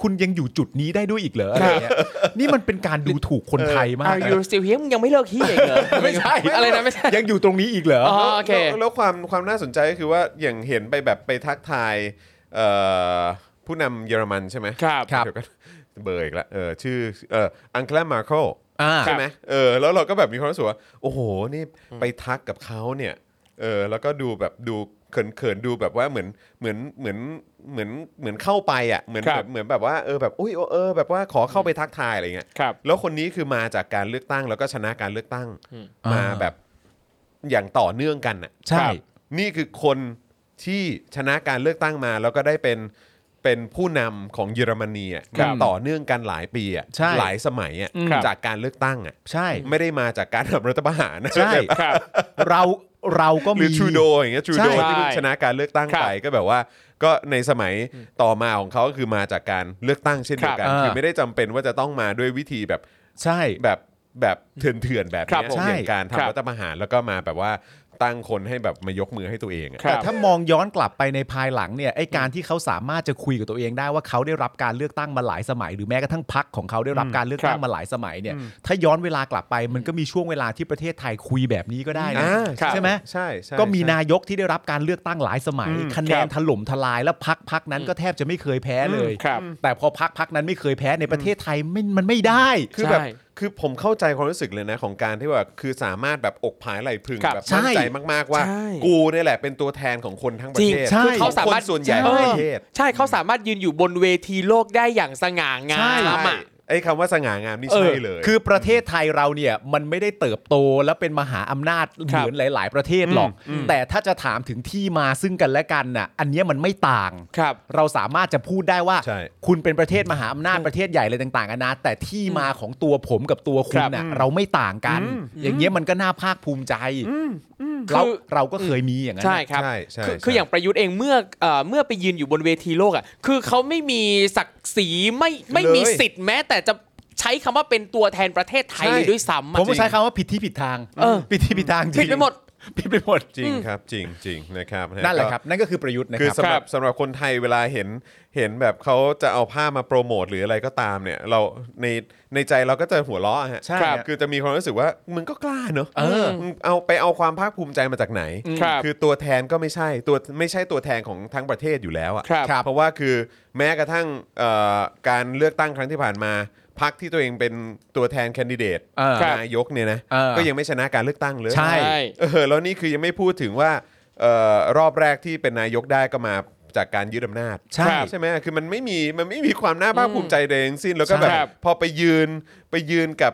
คุณยังอยู่จุดนี้ได้ด้วยอีกเหรออะไรเงี้ยนี่มันเป็นการดูถูกคนไทยมาก Are you still here มึงยังไม่เลิกขี้อีกเหรอ ไม่ใช่ อะไรนะไม่ใช่ ยังอยู่ตรงนี้อีกเหรอ อ๋อโอเค แล้วแล้วความความน่าสนใจก็คือว่าอย่างเห็นไปแบบไปทักทายเอ่อผู้นำเยอรมันใช่ไหม ครับครับ เดี๋ยวกอน เบอร์อีกแล้วเออชื่อเอ่ออังเกลมาโคล อ่า ใช่ไหมเออแล้วเราก็แบบมีความรู้สึกว่า โอ้โห นี่ไปทักกับเขาเนี่ยเออแล้วก็ดูแบบดูเขินเขินๆดูแบบว่าเหมือนเหมือนเหมือนเหมือนเหมือนเข้าไปอ่ะเหมือน ครับ แบบเหมือนแบบว่าเออแบบอุ้ยเออแบบว่าขอเข้าไปทักทายอะไรเงี้ย ครับ แล้วคนนี้คือมาจากการเลือกตั้งแล้วก็ชนะการเลือกตั้ง อืม มาแบบอย่างต่อเนื่องกันน่ะ ใช่ ครับนี่คือคนที่ชนะการเลือกตั้งมา แล้วก็ได้เป็นเป็นผู้นำของเยอรมนีอ่ะ ครับ แบบต่อเนื่องกันหลายปีอ่ะ ใช่ หลายสมัยอ่ะ ครับ จากการเลือกตั้งอ่ะ ใช่ ไม่ได้มาจากการทำรัฐ ประหารนะ ใช่ ครับ เราเราก็ หรื มี อทรูโดอย่างเงี้ยทรูโด ใช่ ที่เพิ่งชนะการเลือกตั้ง ครับ ไปก็แบบว่า ก็ในสมัยต่อมาของเขาก็คือมาจากการเลือกตั้งเช่นเดียวกัน ครับ คือไม่ได้จำเป็นว่าจะต้องมาด้วยวิธีแบบ ใช่ แบบแบบเถื่อนๆแบบ ครับ เนี้ย ผม เช่นการ ครั ทำ บ รัฐประหารแล้วก็มาแบบว่าตั้งคนให้แบบมายกมือให้ตัวเองอะ ครับ แต่ถ้ามองย้อนกลับไปในภายหลังเนี่ยไอการที่เขาสามารถจะคุยกับตัวเองได้ว่าเขาได้รับการเลือกตั้งมาหลายสมัย หรือแม้กระทั่งพักของเขาได้รับการเลือกตั้งมาหลายสมัยเนี่ย ถ้าย้อนเวลากลับไปมันก็มีช่วงเวลาที่ประเทศไทยคุยแบบนี้ก็ได้นะ อ่า ครับ ใช่ไหม ใช่ใช่ ก็มีนายกที่ได้รับการเลือกตั้งหลายสมัย อืม คะแนนถล่มทลายแล้วพักพักนั้นก็แทบจะไม่เคยแพ้เลย ครับ แต่พอพักพักนั้นไม่เคยแพ้ในประเทศไทยมันมันไม่ได้ คือแบบ ใช่ คือผมเข้าใจความรู้สึกเลยนะของการที่ว่าคือสามารถแบบอกผายไหลพึง ครับ แบบมั่นใจมากๆว่า ใช่ กูเนี่ยแหละเป็นตัวแทนของคนทั้งประเทศ ใช่ คือเขาสามารถ คนส่วนใหญ่ของประเทศ ออใช่เขาสามารถยืนอยู่บนเวทีโลกได้อย่างสง่างา ใช่ ใช่ มอะ ไอ้คำว่าสง่างามนี่ เออ ใช่เลย คือประเทศไทยเราเนี่ยมันไม่ได้เติบโตและเป็นมหาอำนาจเห ครับ มือนหลาย ๆ ประเทศหรอก แต่ถ้าจะถามถึงที่มาซึ่งกันและกันน่ะอันเนี้ยมันไม่ต่าง ครับ เราสามารถจะพูดได้ว่า ใช่ คุณเป็นประเทศมหาอำนาจประเทศใหญ่อะไรต่างๆนานาแต่ที่มาของตัวผมกับตัวคุณน่ะเราไม่ต่างกัน อย่างเงี้ยมันก็น่าภาคภูมิใจเรา คือ เราก็เคยมีอย่างนั้น ใช่ครับ ใช่ใช่ คือ ใช่ คืออย่างประยุทธ์เองเมื่อเอ่อเมื่อไปยืนอยู่บนเวทีโลกอ่ะ คือเขาไม่มีศักดิ์ศรีไม่ไม่มี เลย สิทธิ์แม้ แต่จะใช้คำว่าเป็นตัวแทนประเทศไทย ใช่ เลยด้วยซ้ำ ผม อะ ใช้คำว่าผิดที่ผิดทาง เออ ผิดที่ผิดทางจริง ผิดไปหมด ปิดไปหมด จริงครับจริงจริงนะครับ นั่นแหละครับ นั่นก็คือประยุทธ์นะ คือ คสำหรับรับครับ สำหรับคนไทยเวลาเห็นเห็นแบบเขาจะเอาผ้ามาโปรโมทหรืออะไรก็ตามเนี่ยเราในในใจเราก็จะหัวเราะฮะ ใช่ ครับ คือจะมีความรู้สึกว่ามึงก็กล้าเนอะ เออ มึงเอาไปเอาความภาคภูมิใจมาจากไหน ครับ คือตัวแทนก็ไม่ใช่ตัวไม่ใช่ตัวแทนของทั้งประเทศอยู่แล้วอะ ครับ เพราะว่าคือแม้กระทั่งเอ่อการเลือกตั้งครั้งที่ผ่านมาพรรคที่ตัวเองเป็นตัวแทนแคนดิเดต เออ ครับ นายกเนี่ยนะ เออ ก็ยังไม่ชนะการเลือกตั้งเลย ใช่ ใช่ เออแล้วนี่คือยังไม่พูดถึงว่าเออรอบแรกที่เป็นนายกได้ก็มาจากการยึดอำนาจ ใช่ ครับ ใช่ไหมคือมันไม่มีมันไม่มีความน่าภาคภูมิใจใดทั้งสิ้นแล้วก็แบบ ใช่ครับ พอไปยืนไปยืนกับ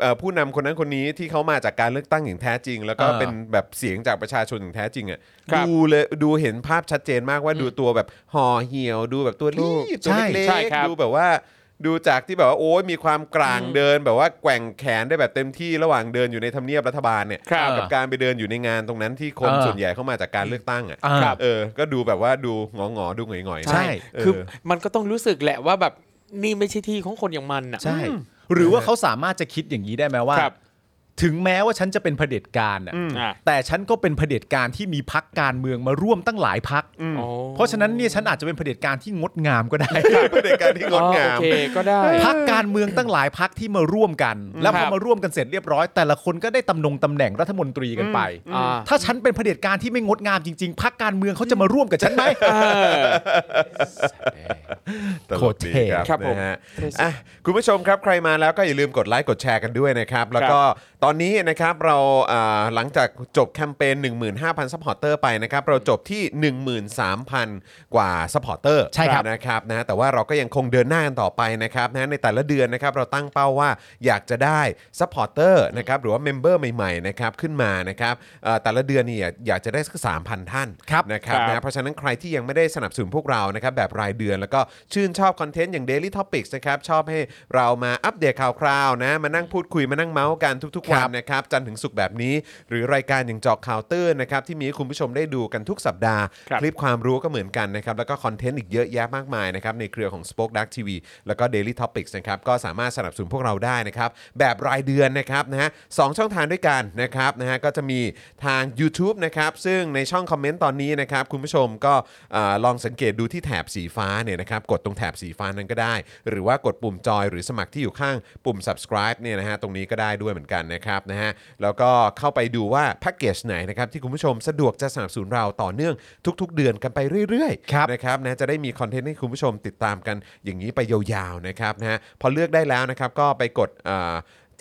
เอ่อผู้นำคนนั้นคนนี้ที่เขามาจากการเลือกตั้งอย่างแท้จริง แล้วก็ เออ เป็นแบบเสียงจากประชาชนอย่างแท้จริงอ่ะ ครับ ดูเลยดูเห็นภาพชัดเจนมากว่าดูตัวแบบห่อเหี่ยว ดูแบบตัวรีบตัวเล็ ใช่ ก ครับ ๆดูแบบว่า ดูจากที่แบบว่าโอ้ยมีความกลางเดินแบบว่าแกว่งแขนได้แบบเต็มที่ระหว่างเดินอยู่ในทำเนียบรัฐบาลเนี่ย ครับ กับการไปเดินอยู่ในงานตรงนั้นที่คน เออ ส่วนใหญ่เข้ามาจากการเลือกตั้งอ่ะ อ่า เออ ก็ดูแบบว่าดูงองอๆดูหงอยหงอยๆ ใช่ เออ คือมันก็ต้องรู้สึกแหละว่าแบบนี่ไม่ใช่ที่ของคนอย่างมันอ่ะ ใช่ หรือว่าเขาสามารถจะคิดอย่างนี้ได้ไหมว่า ครับ ถึงแม้ว่าฉันจะเป็นเผด็จการน่ะ อืม อ่ะ แต่ฉันก็เป็นเผด็จการที่มีพักการเมืองมาร่วมตั้งหลายพัก อ๋อ เพราะฉะนั้นเนี่ยฉันอาจจะเป็นเผด็จการที่งดงามก็ได้ เพื่อ การที่งดงา อ๋มอโอเคก็ได้ พักการเมืองตั้งหลายพักที่มาร่วมกัน แล้วพ ครั อบ มาร่วมกันเสร็จเรียบร้อย แต่ละคนก็ได้ตำแหน่งตำแหน่งรัฐมนตรีกันไป อ่า ถ้าฉันเป็นเผด็จการที่ไม่งดงามจริงๆพักการเมืองเขาจะมาร่วมกับฉัน ไหม เออ ตลกดีค ครั รับบ ผม นะฮะอ่ะคุณผู้ชมครับใครมาแล้วก็อย่าลืมกดไลค์กดแชร์กันด้วยนะครับ แล้วก็ตอนนี้นะครับเราอ่าหลังจากจบแคมเปญ15,000ซัพพอร์เตอร์ไปนะครับ เราจบที่ 13,000 กว่าซัพพอร์เตอร์ ใช่ครับ นะครับนะแต่ว่าเราก็ยังคงเดินหน้ากันต่อไปนะครับนะในแต่ละเดือนนะครับเราตั้งเป้าว่าอยากจะได้ซัพพอร์เตอร์นะครับหรือว่าเมมเบอร์ใหม่ๆนะครับขึ้นมานะครับเอ่อแต่ละเดือนเนี่ยอยากจะได้สัก3,000 ท่านนะครับ ครับ นะ เพราะฉะนั้นใครที่ยังไม่ได้สนับสนุนพวกเรานะครับแบบรายเดือนแล้วก็ชื่นชอบคอนเทนต์อย่าง Daily Topics นะครับชอบให้เรามาอัปเดตข่าวคราวนะ มานั่งพูดคุยมานั่งเมาส์กันทุกๆวันนะครับจันทร์ถึงศุกร์แบบนี้ หรือรายการอย่างเจอกข่าวตื้นนะครับที่มีให้คุณผู้ชมได้ดูกันทุกสัปดาห์ ครับ คลิปความรู้ก็เหมือนกันนะครับแล้วก็คอนเทนต์อีกเยอะแยะมากมายนะครับในเครือของ Spoke Dark TV แล้วก็ Daily Topics นะครับก็สามารถสนับสนุนพวกเราได้นะครับแบบรายเดือนนะครับนะฮะสองช่องทางด้วยกันนะครับนะฮะก็จะมีทาง YouTube นะครับซึ่งในช่องคอมเมนต์ตอนนี้นะครับคุณผู้ชมก็เอ่อลองสังเกตดูที่แถบสีฟ้าเนี่ยนะครับกดตรงแถบสีฟ้านั้นก็ได้ หรือว่ากดปุ่มจอยหรือสมัครที่อยู่ข้างปุ่ม subscribe เนี่ยนะฮะตรงนี้ก็ได้ด้วยเหมือนกันนะครับนะฮะแล้วก็เข้าไปดูว่าแพ็กเกจไหนนะครับที่คุณผู้ชมสะดวกจะสนับสนุนเราต่อเนื่องทุก ๆ เดือนกันไปเรื่อยๆ ครับ นะครับนะจะได้มีคอนเทนต์ให้คุณผู้ชมติดตามกันอย่างนี้ไปยาวๆนะครับนะฮะพอเลือกได้แล้วนะครับก็ไปกดเอ่อ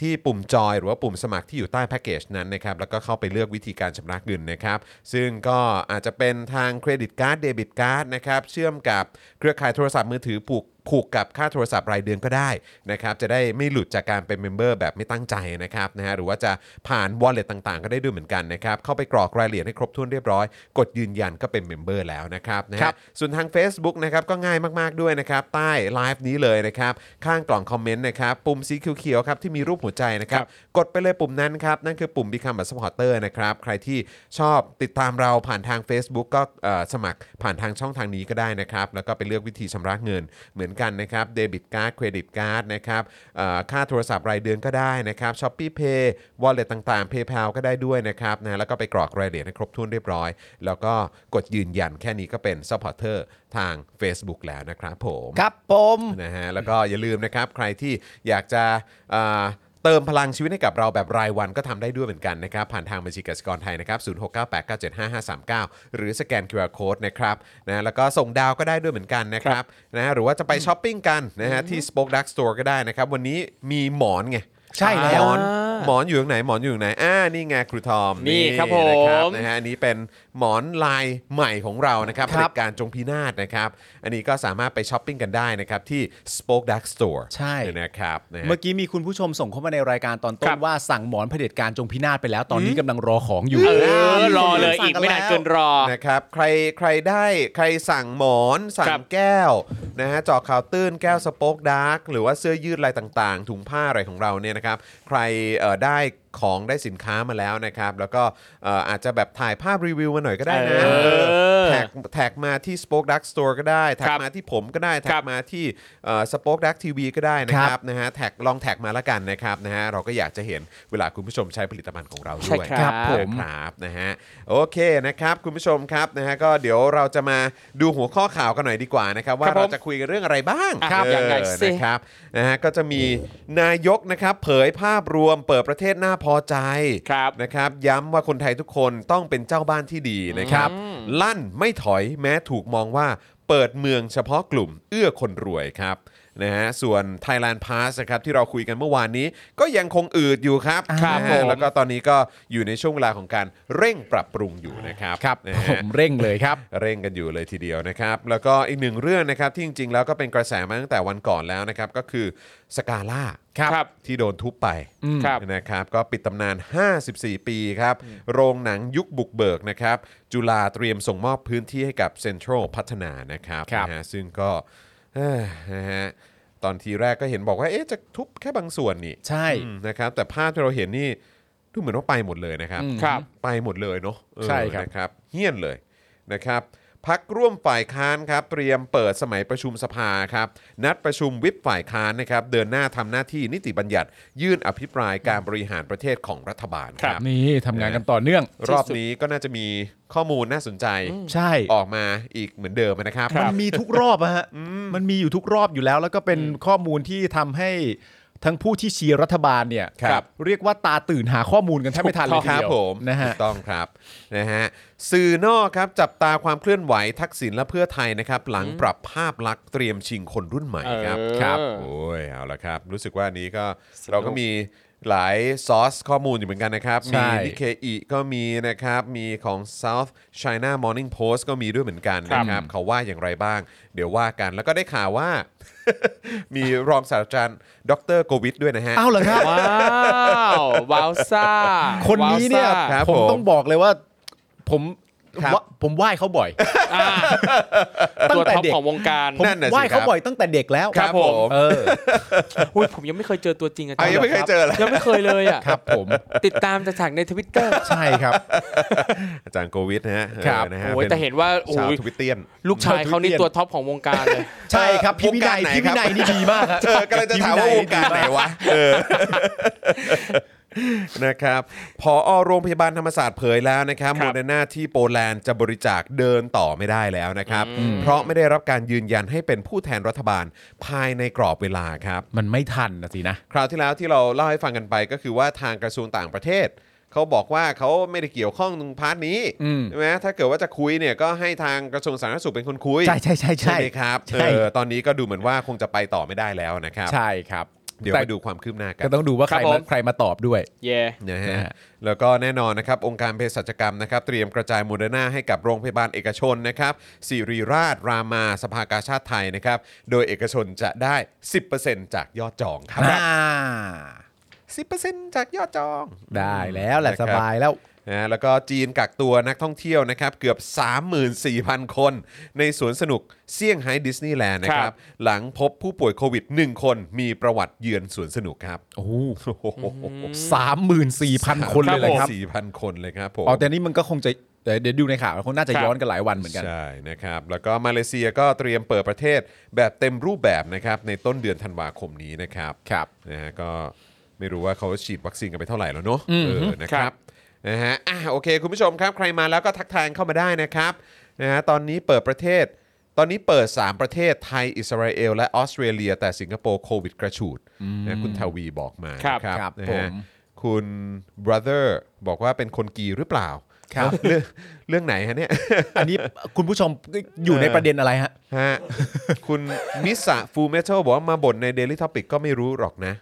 ที่ปุ่มจอยหรือว่าปุ่มสมัครที่อยู่ใต้แพ็กเกจนั้นนะครับแล้วก็เข้าไปเลือกวิธีการชำระเงินนะครับ ซึ่งก็อาจจะเป็นทางเครดิตการ์ดเดบิตการ์ดนะครับเชื่อมกับเครือข่ายโทรศัพท์มือถือผูกผูกกับค่าโทรศัพท์รายเดือนก็ได้นะครับจะได้ไม่หลุดจากการเป็นเมมเบอร์แบบไม่ตั้งใจนะครับนะฮะหรือว่าจะผ่าน wallet ต่างๆ ก็ได้ด้วยเหมือนกันนะครับเข้าไปกรอกรายละเอียดให้ครบถ้วนเรียบร้อย กดยืนยันก็เป็นเมมเบอร์แล้วนะครับนะฮะ ครับ ส่วนทาง Facebook นะครับก็ง่ายมาก ๆ ด้วยนะครับ ใต้ไลฟ์นี้เลยนะครับ ข้างกล่องคอมเมนต์นะครับ ปุ่มสีเขียวๆครับ ที่มีรูปหัวใจนะครับ กดไปเลยปุ่มนั้นครับ นั่นคือปุ่ม Become a supporter นะครับ ใครที่ชอบติดตามเราผ่านทาง Facebook ก็เอ่อสมัครผ่านทางช่องทางนี้ก็ได้นะครับ แล้วก็ไปเลือกวิธีชำระเงินเหมือนกันนะครับเดบิตการ์ดเครดิตการ์ดนะครับเอ่อค่าโทรศัพท์รายเดือนก็ได้นะครับช้อปปี้เพย์วอลเล็ตต่างๆ PayPal ก็ได้ด้วยนะครับนะแล้วก็ไปกรอกรายละเอียดให้ครบถ้วนเรียบร้อย แล้วก็กดยืนยันแค่นี้ก็เป็นซัพพอร์เตอร์ทาง Facebook แล้วนะครับผม ครับผม นะฮะแล้วก็อย่าลืมนะครับ ใครที่อยากจะเอ่อเติมพลังชีวิตให้กับเราแบบรายวันก็ทำได้ด้วยเหมือนกันนะครับ ผ่านทางบัญชีกสิกรไทยนะครับ 0698975539 หรือสแกน QR Code นะครับนะแล้วก็ส่งดาวก็ได้ด้วยเหมือนกันนะครับนะฮะหรือว่าจะไปช้อปปิ้งกันนะฮะที่ Spoke Dark Store ก็ได้นะครับ วันนี้มีหมอนไง ใช่ ห แล้ ม ว อนหมอนอยู่ตรงไหนหมอนอยู่ตรงไหนอ่านี่ไงครูทอม นี่ครับ นะ ผม นะฮะอันนี้เป็นหมอนลายใหม่ของเรานะครับ ครับ ผลิตการจงพินาศนะครับ อันนี้ก็สามารถไปช้อปปิ้งกันได้นะครับ ที่ Spoke Dark Store ใช่ นะครับนะฮะ เมื่อกี้มีคุณผู้ชมส่งเข้ามาในรายการตอนต้ ครั น บ ว่าสั่งหมอนเผด็จการจงพินาศไปแล้วตอนนี้กำลังรอของอยู่ เออรอเลยอีกไม่นานเกินรอ นะครับใครใครได้ใครสั่งหมอนสั่ ครั ง บ แก้วนะฮะเจอข่าวตื้นแก้วสป็อกดาร์กหรือว่าเสื้อยืดลายต่างๆ ถุงผ้าอะไรของเราเนี่ยนะครับ ใครเอ่อได้ ของได้สินค้ามาแล้วนะครับ แล้วก็เอ่ออาจจะแบบถ่ายภาพรีวิวมาหน่อยก็ได้นะ เออ แท็กแท็กมาที่ Spoke Dark Store ก็ได้ แท็ก ครับ มาที่ผมก็ได้ แท็ ครั ก บ มาที่สป็อคดักทีวีก็ได้นะค ครั รับบ นะฮะแท็กลองแท็กมาละกันนะครับนะฮะเราก็อยากจะเห็นเวลาคุณผู้ชมใช้ผลิตภัณฑ์ของเรา ใช่ ด้วย ครับ ครับผม ครับนะฮะโอเคนะครับคุณผู้ชมครับนะฮะก็เดี๋ยวเราจะมาดูหัวข้อข่าวกันหน่อยดีกว่านะครับ ว่า ครับผม เราจะคุยกันเรื่องอะไรบ้าง ครับ เออ ยังไงสิ นะครับนะฮะก็จะมีนายกนะครับเผยภาพรวมเปิดประเทศน่าพอใจ ครับ นะครับย้ำว่าคนไทยทุกคนต้องเป็นเจ้าบ้านที่ดีนะครับ อืม ลั่นไม่ถอยแม้ถูกมองว่าเปิดเมืองเฉพาะกลุ่มเอื้อคนรวยครับนะฮะส่วน Thailand Pass นะครับที่เราคุยกันเมื่อวานนี้ก็ยังคงอืดอยู่ครับ ครับ นะ ผ ฮะ ม แล้วก็ตอนนี้ก็อยู่ในช่วงเวลาของการเร่งปรับปรุงอยู่นะครับ ครับ นะ ผ ฮะ มเร่งเลยครับ เร่งกันอยู่เลยทีเดียวนะครับ แล้วก็อีกหนึ่งเรื่องนะครับที่จริงๆ แล้วก็เป็นกระแสมาตั้งแต่วันก่อนแล้วนะครับ ก็คือสกาล่า ครับ ที่โดนทุบไป อืมครับ นะครับ ก็ปิดตำนาน 54 ปีครับ โรงหนังยุคบุกเบิกนะครับ จุฬาเตรียมส่งมอบพื้นที่ให้กับเซ็นทรัลพัฒนานะครับ ครับ นะฮะซึ่งก็เอ้อนะฮะตอนทีแรกก็เห็นบอกว่าเอ๊ะจะทุบแค่บางส่วนนี่ ใช่ อืมนะครับแต่ภาพที่เราเห็นนี่ดูเหมือนว่าไปหมดเลยนะครับ อืม ครับ ไปหมดเลยเนาะเออ ใช่ครับ นะครับเฮี้ยนเลยนะครับพักร่วมฝ่ายค้านครับ เตรียมเปิดสมัยประชุมสภาครับ นัดประชุมวิปฝ่ายค้านนะครับ เดินหน้าทำหน้าที่นิติบัญญัติยื่นอภิปรายการบริหารประเทศของรัฐบาลครับ นี่ทำงานกันต่อเนื่อง รอบนี้ก็น่าจะมีข้อมูลน่าสนใจ ใช่ ออกมาอีกเหมือนเดิมนะครับ มันมีทุกรอบอะฮะ มันมีอยู่ทุกรอบอยู่แล้ว แล้วก็เป็นข้อมูลที่ทำให้ทั้งผู้ที่เชียร์รัฐบาลเนี่ย ครับ เรียกว่าตาตื่นหาข้อมูลกันแทบไม่ทันเลยที ครับ เดียว ผม นะฮะ ถูกต้องครับนะฮะสื่อนอกครับจับตาความเคลื่อนไหวทักษิณและเพื่อไทยนะครับ หลังปรับภาพลักษณ์เตรียมชิงคนรุ่นใหม่ครับ เออ ครับโอ้ยเอาละครับ รู้สึกว่าอันนี้ก็เราก็มีหลายซอสข้อมูลอยู่เหมือนกันนะครับ ใช่ มีนิเคอีก็มีนะครับ มีของ South China Morning Post ก็มีด้วยเหมือนกัน ครับ นะครับ เขาว่าอย่างไรบ้าง เดี๋ยวว่ากันแล้วก็ได้ข่าวว่า มีรองศาสตราจารย์ดรโกวิทด้วยนะฮะ ้าวเหรอครับ ว้าววาวซ่า คนนี้เนี่ย ว้าวซ่า ครับ ผม ผม ต้องบอกเลยว่า ผม ครับ ว่าผมไหว้เขาบ่อย อ่า ตั้ ตัว งแต่ ท็อป เด็ก ของวงการ ผม นั่นน่ะสิ ไหว้เขา ครับ บ่อยตั้งแต่เด็กแล้ว ครับผม เออ อุ้ยผมยังไม่เคยเจอตัวจริงอาจาร อ่ะ ย์ ยังไม่เคยเจอเหรอ ยังไม่เคยเลยอ่ะ ครับผม ติดตามแต่จากในทวิตเตอร์ ใช่ครับ อาจารย์โกวิทนะฮะ ครับ เออนะฮะ โอ้ยแต่เห็นว่า ชาว โอ้ย ทวิตเตียน ลูกชายเขานี่ตัวท็อปของวงการเลย ใช่ครับ พี่วินัยว งการไหน พี่วิคนัยรับ นี่ดีมากครับ เออกำลังจะถามว่าวงการไหนวะเออ นะครับพอโรงพยาบาลธรรมศาสตร์เผยแล้วนะครับ ค โม รับ เดอร์นาที่โปแลนด์จะบริจาคเดินต่อไม่ได้แล้วนะครับ เพราะไม่ได้รับการยืนยันให้เป็นผู้แทนรัฐบาลภายในกรอบเวลาครับ มันไม่ทันนะสินะ คราวที่แล้วที่เราเล่าให้ฟังกันไปก็คือว่าทางกระทรวงต่างประเทศ เขาบอกว่าเขาไม่ได้เกี่ยวข้องตรงพาร์ทนี้ อืม ใช่ไหมถ้าเกิดว่าจะคุยเนี่ยก็ให้ทางกระทรวงสาธารณสุขเป็นคนคุย ใช่ใช่ใช่ ใช่ ใช่ ไหมครับ ใช่ เออตอนนี้ก็ดูเหมือนว่าคงจะไปต่อไม่ได้แล้วนะครับ ใช่ครับ เดี๋ยว แต่ ไปดูความคืบหน้ากัน ก็ต้องดูว่าใคร ครับผม าม ใครมาตอบด้วย เย่ นะฮะ นะฮะ แล้วก็แน่นอนนะครับ องค์การเภสัชกรรมนะครับ เตรียมกระจายโมเดอร์นาให้กับโรงพยาบาลเอกชนนะครับสิริราช รามาสภากาชาติไทยนะครับ โดยเอกชนจะได้ 10%จากยอดจองครั อ่า บ 10%จากยอดจอง ได้แล้วแหละ นะค ส รับ ายแล้ว นะแล้วก็จีนกักตัวนักท่องเที่ยวนะครับ เกือบ 34,000 คน ในสวนสนุกเซี่ยงไฮ้ดิสนีย์แลนด์นะค ครั รับ บ หลังพบผู้ป่วยโควิด 1 คนมีประวัติเยือนสวนสนุกครับ โอ้ โอ้โห สามหมื่นสี่พันคน ครั เลยบนะครับ สี่พันคนเลยครับผม อ๋อแต่นี่มันก็คงจะเดี๋ยวเดี๋ยวดูในข่าวคงน่าจะ ครับ ย้อนกันหลายวันเหมือนกัน ใช่นะครับ แล้วก็มาเลเซียก็เตรียมเปิดประเทศแบบเต็มรูปแบบนะครับ ในต้นเดือนธันวาคมนี้นะครับ ครับ นะฮะก็ไม่รู้ว่าเขาฉีดวัคซีนกันไปเท่าไหร่แล้วเนอะเออนะค ครั รับบ นะฮะอ่ะโอเคคุณผู้ชมครับ ใครมาแล้วก็ทักทายเข้ามาได้นะครับนะฮะตอนนี้เปิดประเทศ ตอนนี้เปิด 3 ประเทศไทย อิสราเอล และออสเตรเลีย แต่สิงคโปร์โควิดกระฉูดนะคุณทวีบอกมานะค ครั รับบ นะ ผ ฮะ ม คุณ brother บอกว่าเป็นคนกีหรือเปล่า ครับ เรื่องเรื่องไหนฮะเนี่ย อันนี้คุณผู้ชมอยู่ในประเด็นอะไรฮะ ฮะ คุณนิสะฟูเมทัลบอกว่ามาบ่นใน Daily Topic ก็ไม่รู้หรอกนะ